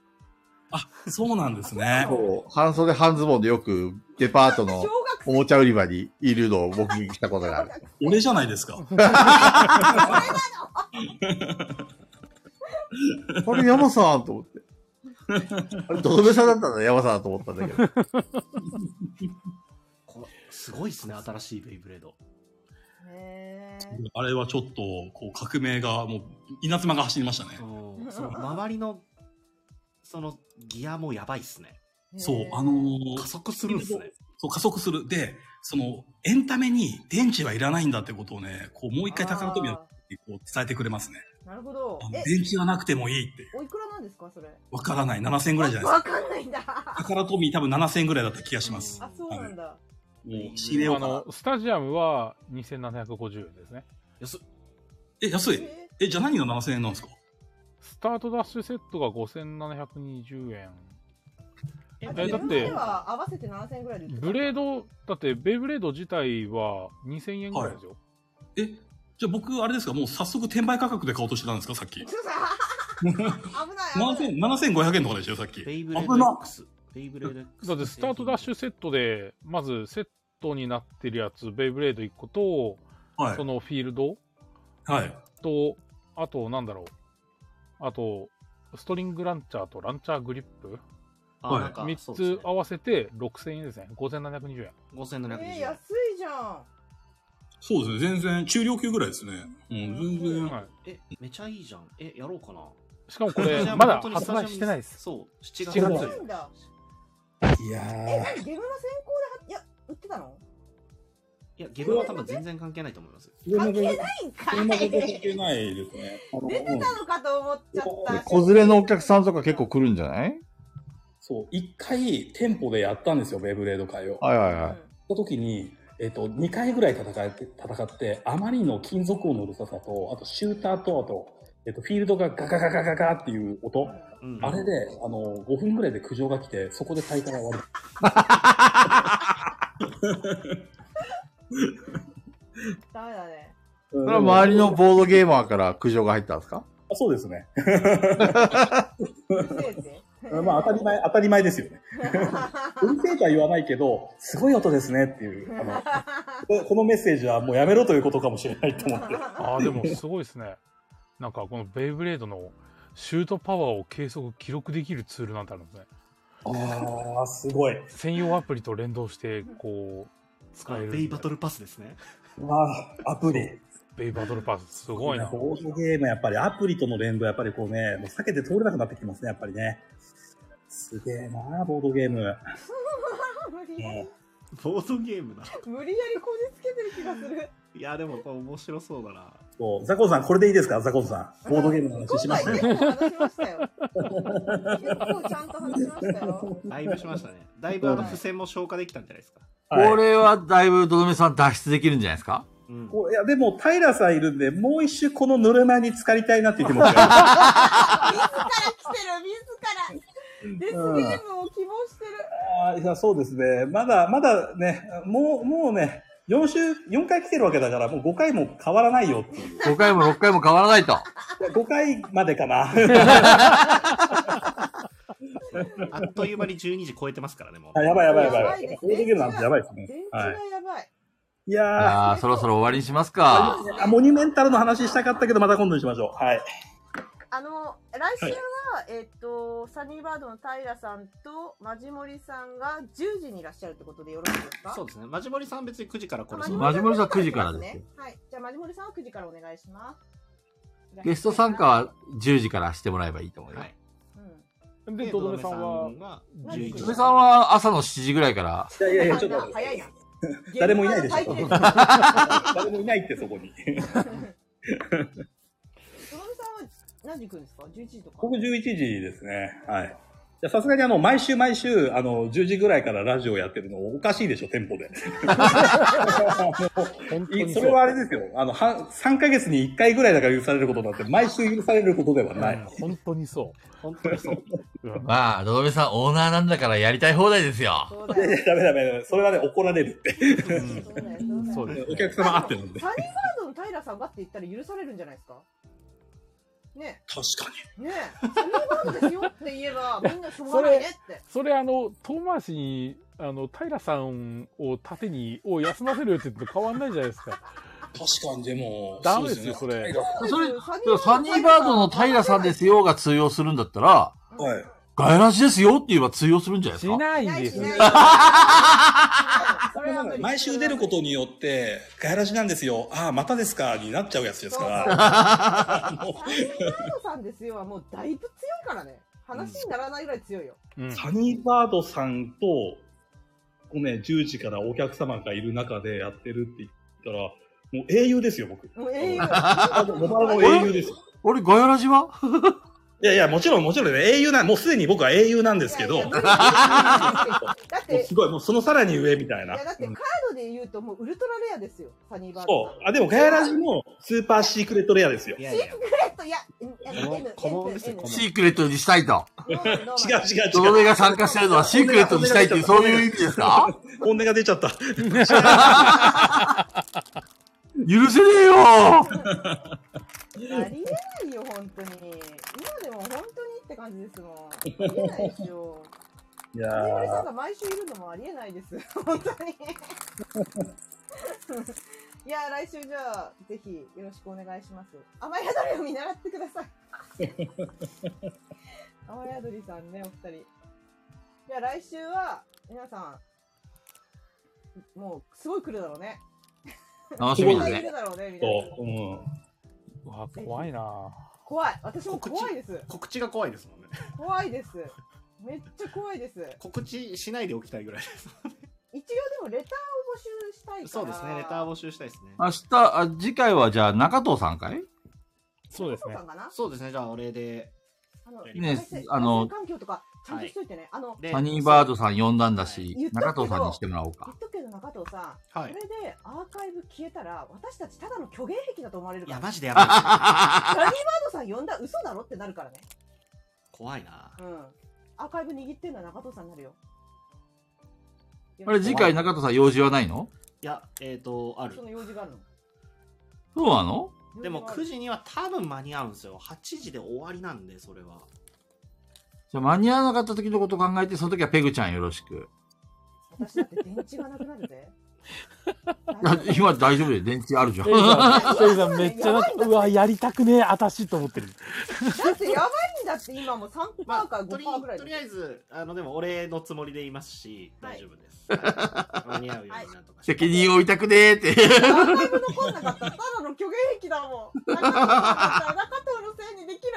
S10: あ、そうなんですね。
S8: そう半袖半ズボンでよくデパートのおもちゃ売り場にいるのを目撃したこ とがある。
S10: 俺じゃないですか。
S8: あれ、山さんと思って。あれ、ドドメさんだったんだ、山さんと思ったんだけ ど。
S4: こすごいですね、新しいベイブレード。
S10: あれはちょっと、こう、革命が、もう、稲妻が走りましたね。
S4: うんその周りの、そのギアもやばいっすね。
S10: そう、あのー
S4: 加速するんすね。
S10: そう、加速する。で、その、エンタメに電池はいらないんだってことをね、こう、もう一回宝飛びのこう伝えてくれますね。
S3: なるほど
S10: あの
S3: え
S10: 電池はなくてもいいって。
S3: おいくらなんですかそれ
S10: わからない。7000円ぐらいじゃないです
S3: わ
S10: か。
S3: かんないんだ
S10: 宝飛び多分7000円ぐらいだった気がします。
S3: あそうなんだ
S10: もう、仕入れよ
S1: あ
S10: うかな
S1: の、スタジアムは2750円ですね。
S10: え、安い。
S3: え
S10: え、じゃあ何が7000円なんですか
S1: スタートダッシュセットが5720円。
S4: え
S1: えだ
S3: あ
S1: って
S3: 自分では合わせて7000円ぐらいで売ってた
S1: ブレー ド、だってベイブレード自体は2000円ぐらいですよ。
S10: え、じゃあ僕、あれですか、もう早速転売価格で買おうとしてたんですか、さっ
S3: ちょ
S10: き。
S3: っとさ危ない危ない
S10: 7000 7500円とかでしたよ、さっき。
S4: ベイブレー
S10: 危な
S4: ド X。ベイブレード X。
S1: だってスタートダッシュセットで、まずセットになってるやつ、ベイブレード1個と、
S10: は
S1: そ
S10: い。
S1: のフィールド
S10: はい。
S1: と、あと、なんだろう。あと、ストリングランチャーとランチャーグリップ
S4: あ
S10: はい
S4: なんかそうですね
S1: 3つ合わせて6000円ですね。5720円。
S4: 5720
S3: えー、
S4: 円
S3: 安。いじゃん
S10: そうですね、全然、中量級ぐらいですね。うん、全然。
S1: は
S4: え、めちゃいいじゃん。え、やろうかな。
S1: い、しかもこ
S4: こ
S1: れ、まだ発売してない です。
S4: そう、7月。
S1: 7
S3: 安
S1: 月
S3: いんだ
S10: い
S3: え
S10: や
S3: 何ゲームの先行ではいや売ってたの
S4: いや、ゲームは多分全然関係ないと思います。
S10: ー、
S3: 関係ないんか
S10: そんないこと関
S3: 出て
S10: 係ないですね。あのうん
S3: たのかと思っちゃった
S8: 子連れのお客さんとか結構来るんじゃない
S10: そう、一回店舗でやったんですよ、ベイブレード会を。やっ
S8: はいは
S3: う
S8: い
S3: ん
S8: はい。
S10: た時に、えっ、と、2回ぐらい戦って、戦って、あまりの金属音のうるささと、あとシューターと、あと、えっ、と、フィールドがガガガガガガっていう音。
S4: うん
S10: あれで、あの、5分ぐらいで苦情が来て、そこで大会が終わる。
S3: ダメだね
S10: そ
S8: それは周りのボードゲーマーから苦情が入ったんですか
S10: そうですね。
S3: うるせえって
S10: まあ、当たり前、当たり前ですよ ね。うるせえとは言わないけど、すごい音ですねっていう、あの、 ここのメッセージはもうやめろということかもしれないと思って。
S1: ああ、でもすごいですね。なんかこのベイブレードのシュートパワーを計測、記録できるツールなんてあるんですね。
S10: ああ、すごい。
S1: 専用アプリと連動して、こう、使える。
S4: ベイバトルパスですね。
S10: ああ、アプリ。
S1: ベイバトルパス、すご いな。
S10: ボードゲームやっぱりアプリとの連動やっぱりこうね、もう避けて通れなくなってきますね、やっぱりね。すげえなボードゲーム。
S3: 無理やり
S4: ボードゲームだ。
S3: 無理やりこじつけてる気がする
S4: いや、でもこれ面白そうだな。
S10: そうザコンさん、これでいいですかザコンさん。ボードゲームの話しました
S3: 今回結構話しましたよ結構ちゃんと話しましたよ
S4: だいぶしましたね。だいぶあの付箋も消化できたんじゃないですか。
S8: これはだいぶどどめさん脱出できるんじゃないですか
S4: うん。
S10: こういや、でも、平さんいるんで、もう一周このぬるま湯に浸かりたいなっていう気持ちがあ
S3: 自ら来てる自らデスゲームを希望してる
S10: る あー。いや、そうですね。まだ、まだね、もう、もうね、4週、4回来てるわけだから、もう5回も変わらないよっていう。
S8: ?5 回も6回も変わらないと。
S10: 5回までかな。
S4: あっという間に12時超えてますからね、もう。
S10: あやばいやばいやばい。
S3: やばいですね
S10: ボードゲームなんてやばいですね
S3: 電。池が
S10: はい。
S3: やばい
S10: いや
S8: ああ、そろそろ終わりにしますか。
S10: ーあ、モニュメンタルの話したかったけど、また今度にしましょう。はい。
S3: あの来週は、えっとサニーバードの平さんとマジモリさんが10時にいらっしゃるってことでよろしいですか
S4: そうですね。マジモリさん別に9時からこれ
S3: あ
S4: そう
S8: マジモリさん9時からですよ
S3: ねはいじゃあマジモリさんは9時からお願いします
S8: ゲスト参加は10時からしてもらえばいいと思いま
S4: は
S8: す
S4: い。。
S3: うん
S1: で、ドドメさんは、
S4: は11
S3: 11
S8: ど
S3: 時
S8: どめさんは朝の7時ぐらいから、
S10: いやいやいや、ちょっと。
S3: 早いな
S10: 誰もいないでしょ
S3: 現場の
S10: 誰もいないって、そこに。
S3: ドラムさんは何時行くんですか ?11 時とか。
S10: 僕11時ですね。はい。いやさすがにあの、毎週毎週、あの、10時ぐらいからラジオやってるのおかしいでしょ、店舗 で。
S1: 本当
S10: い
S1: に
S10: そうれはあれですよ。あの、は3ヶ月に1回ぐらいだから許されることだって、毎週許されることでは
S1: うん
S10: ない。
S1: 本当にそ
S4: 本当にそう。
S1: う。うん
S8: まあ、どどめさんオーナーなんだからやりたい放題ですよ。
S3: そうだ
S10: いやい
S3: よ。
S10: やダメダメダメ。それはね、怒られるって。
S3: そうだよ。そうだよ
S1: そうですね
S10: お客様あってなんで。
S3: サニーバードの平さんがって言ったら許されるんじゃないですかね
S10: 確かに。
S3: ねそんなもんですよって言えば、みんなしょうがないねって。
S1: それあの遠回しにあの平さんを盾に「を休ませるよ」って言っても変わんないじゃないですか
S10: 確かに、でも、
S1: ダメですよ
S10: そうね
S1: それ
S8: それ、サニーバードの平さんですよが通用するんだったら、
S10: はい。
S8: ガヤラジですよって言えば通用するんじゃないで
S1: し
S8: すか
S1: ない
S3: ない
S1: で
S3: し
S1: す
S3: ない
S1: ね
S3: よ。
S10: これなんか毎週出ることによって、ガヤラジなんですよ。ああ、またですかになっちゃうやつですから。
S3: サニーバードさんですよはもうだいぶ強いからね。話にならないぐらい強いよ。
S1: うん
S10: サニーバードさんと、こうね、10時からお客様がいる中でやってるって言ったら、もう英雄ですよ、僕。
S3: もう英雄。
S10: モバの英雄ですよ。
S8: 俺、ガヤラジはい
S10: やいや、もちろん、もちろんね、英雄なん、もうすでに僕は英雄なんですけ
S3: い
S10: ど、
S3: やい
S10: も
S3: やだっ
S10: う
S3: て、
S10: すごい、もうそのさらに上みたい
S3: い
S10: な。
S3: やだってカー
S10: うん
S3: ドで言うともうウルトラレアですよ、サニーバード
S10: そ
S3: さん。
S10: う。あ、でもガヤラジもスーパーシークレットレアですよ。
S4: い
S10: 違う
S4: やいや、
S3: えっと、いや、
S4: 小
S3: N、N、
S4: 物小物ですよ
S3: N
S4: 小物
S8: シークレットにしたいと。
S10: 違う違う。
S8: ドロメが参加してるのはシークレットにしたいっていう、そういう意味ですか
S10: 本音が出ちゃった。
S8: 許せねえよ
S3: ありえないよ、本当に。今でも本当にって感じですもん。ありえないでしょ。
S10: いや
S3: カリバリさん
S10: ー
S3: が毎週いるのもありえないです。 本当に。いや、来週じゃあ、ぜひよろしくお願いします。雨宿りを見習ってください。雨宿りさんね、お二人。じゃあ来週は、皆さん、もうすごい来るだろうね。
S8: 楽し
S3: い
S8: み
S3: っ
S8: だ
S3: ぱいい
S8: ね。
S3: るだろうね、みたいな。
S10: そう、うん。
S1: うわ怖いな
S3: 怖い。私も怖いです。
S4: 告知が怖いですもんね。
S3: 怖いです。めっちゃ怖いです。
S4: 告知しないでおきたい ぐらいです。
S3: 一応でもレターを募集したいから。
S4: そうですね、レター募集したいですね。
S8: 明日、あ次回はじゃあ中藤さんかい
S1: そうです
S3: そう
S1: ね
S3: かな
S4: そうですね、じゃあお礼で。
S3: あの、
S8: ね
S3: 衛生
S8: あの
S3: 衛生環境とか、ちゃんとしといてね。あの、
S4: で
S8: サニーバードさん呼んだんだし
S3: 言っ、たけど
S8: 中藤さんにしてもらおう
S3: 言
S8: か
S3: っ。とくけど中藤さん、
S4: はい
S3: こ。れでアーカイブ消えたら、私たちただの虚言癖だと思われる
S4: い
S3: か
S4: や、
S3: ら。
S4: マジでやばいですね。
S3: サニーバードさん呼んだら嘘だろってなるからね。
S4: 怖いな
S3: う。ん。アーカイブ握ってんのは中藤さんになるよ。
S8: あれ、次回中藤さん用事はないの
S4: いや、えっ、と、ある
S3: そ。の用事があるの。
S8: そうなの
S4: でも
S3: 用事があ
S4: 9
S3: る
S4: 時には多分間に合うんですよ。8時で終わりなんで、それは。
S8: じゃあ間に合わなかった時のことを考えて、その時はペグちゃんよろしく。
S3: 私だって電池がなくなるぜ。
S8: あ今大丈夫で電池あるじゃん
S1: エ。イさん
S3: いや
S1: エイさんめっちゃなん
S3: やばいん
S1: か
S3: だ
S1: うわやりたくねえ私と思ってる
S3: だってやばいんだって今もう3%
S4: ま
S3: か
S4: あ、とり
S3: 5%ぐらい
S4: と
S3: だ
S4: りあ
S3: よ。
S4: えず、あの、でも、お礼のつもりでいますし、
S3: はい
S4: 大丈夫です。はい間に合うようになんとかして
S8: 責任を負いたくねえって。
S3: アーカイブ残んなかったらただの虚言癖だもん。中藤さんだったら中藤のせいにできる。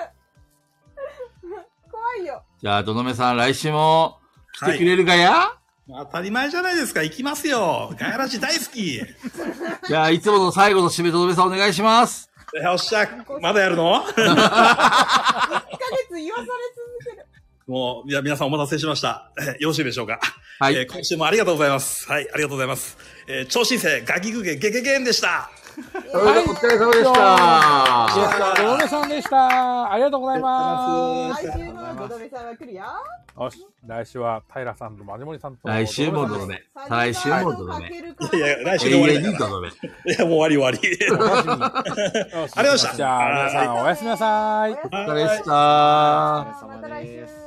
S3: 怖いよ。
S8: じゃあ、どのめさん、来週も来
S10: は
S8: てく
S10: い。
S8: れるかや、
S10: 当たり前じゃないですか。行きますよ。ガヤラジ大好き。よ
S8: じゃあ、いつもの最後の締め、どのめさんお願いします。
S10: っしゃ、まだやるの
S3: 1ヶ月言わされ続ける。
S10: もう、いや、皆さんお待たせしました。えよろしいでしょうか。
S8: はい。
S10: えー今週もありがとうございます。はい、ありがとうございます。えー、超新星ガキグゲゲゲゲンでした。
S8: それではお疲れ様でした。
S1: いやドロメさんでしたありがとうございま
S3: 来
S1: す
S3: 週のドドメさんは来るよ。
S1: よし来週は平さんとマジモリさんと
S8: 来週もドロ
S1: メ
S8: メ。来週もドロメ。
S10: いやいや、来週
S8: 永
S10: で終わり
S8: 遠
S10: だ
S8: に
S10: か
S8: ドロメ。
S10: ら。いや、もう終わり終わり。
S1: 楽し みによし
S10: ありがとうございました
S1: じゃあ皆さんおやすみなさい
S3: おやすみなさい
S8: お疲れっした
S3: また来週。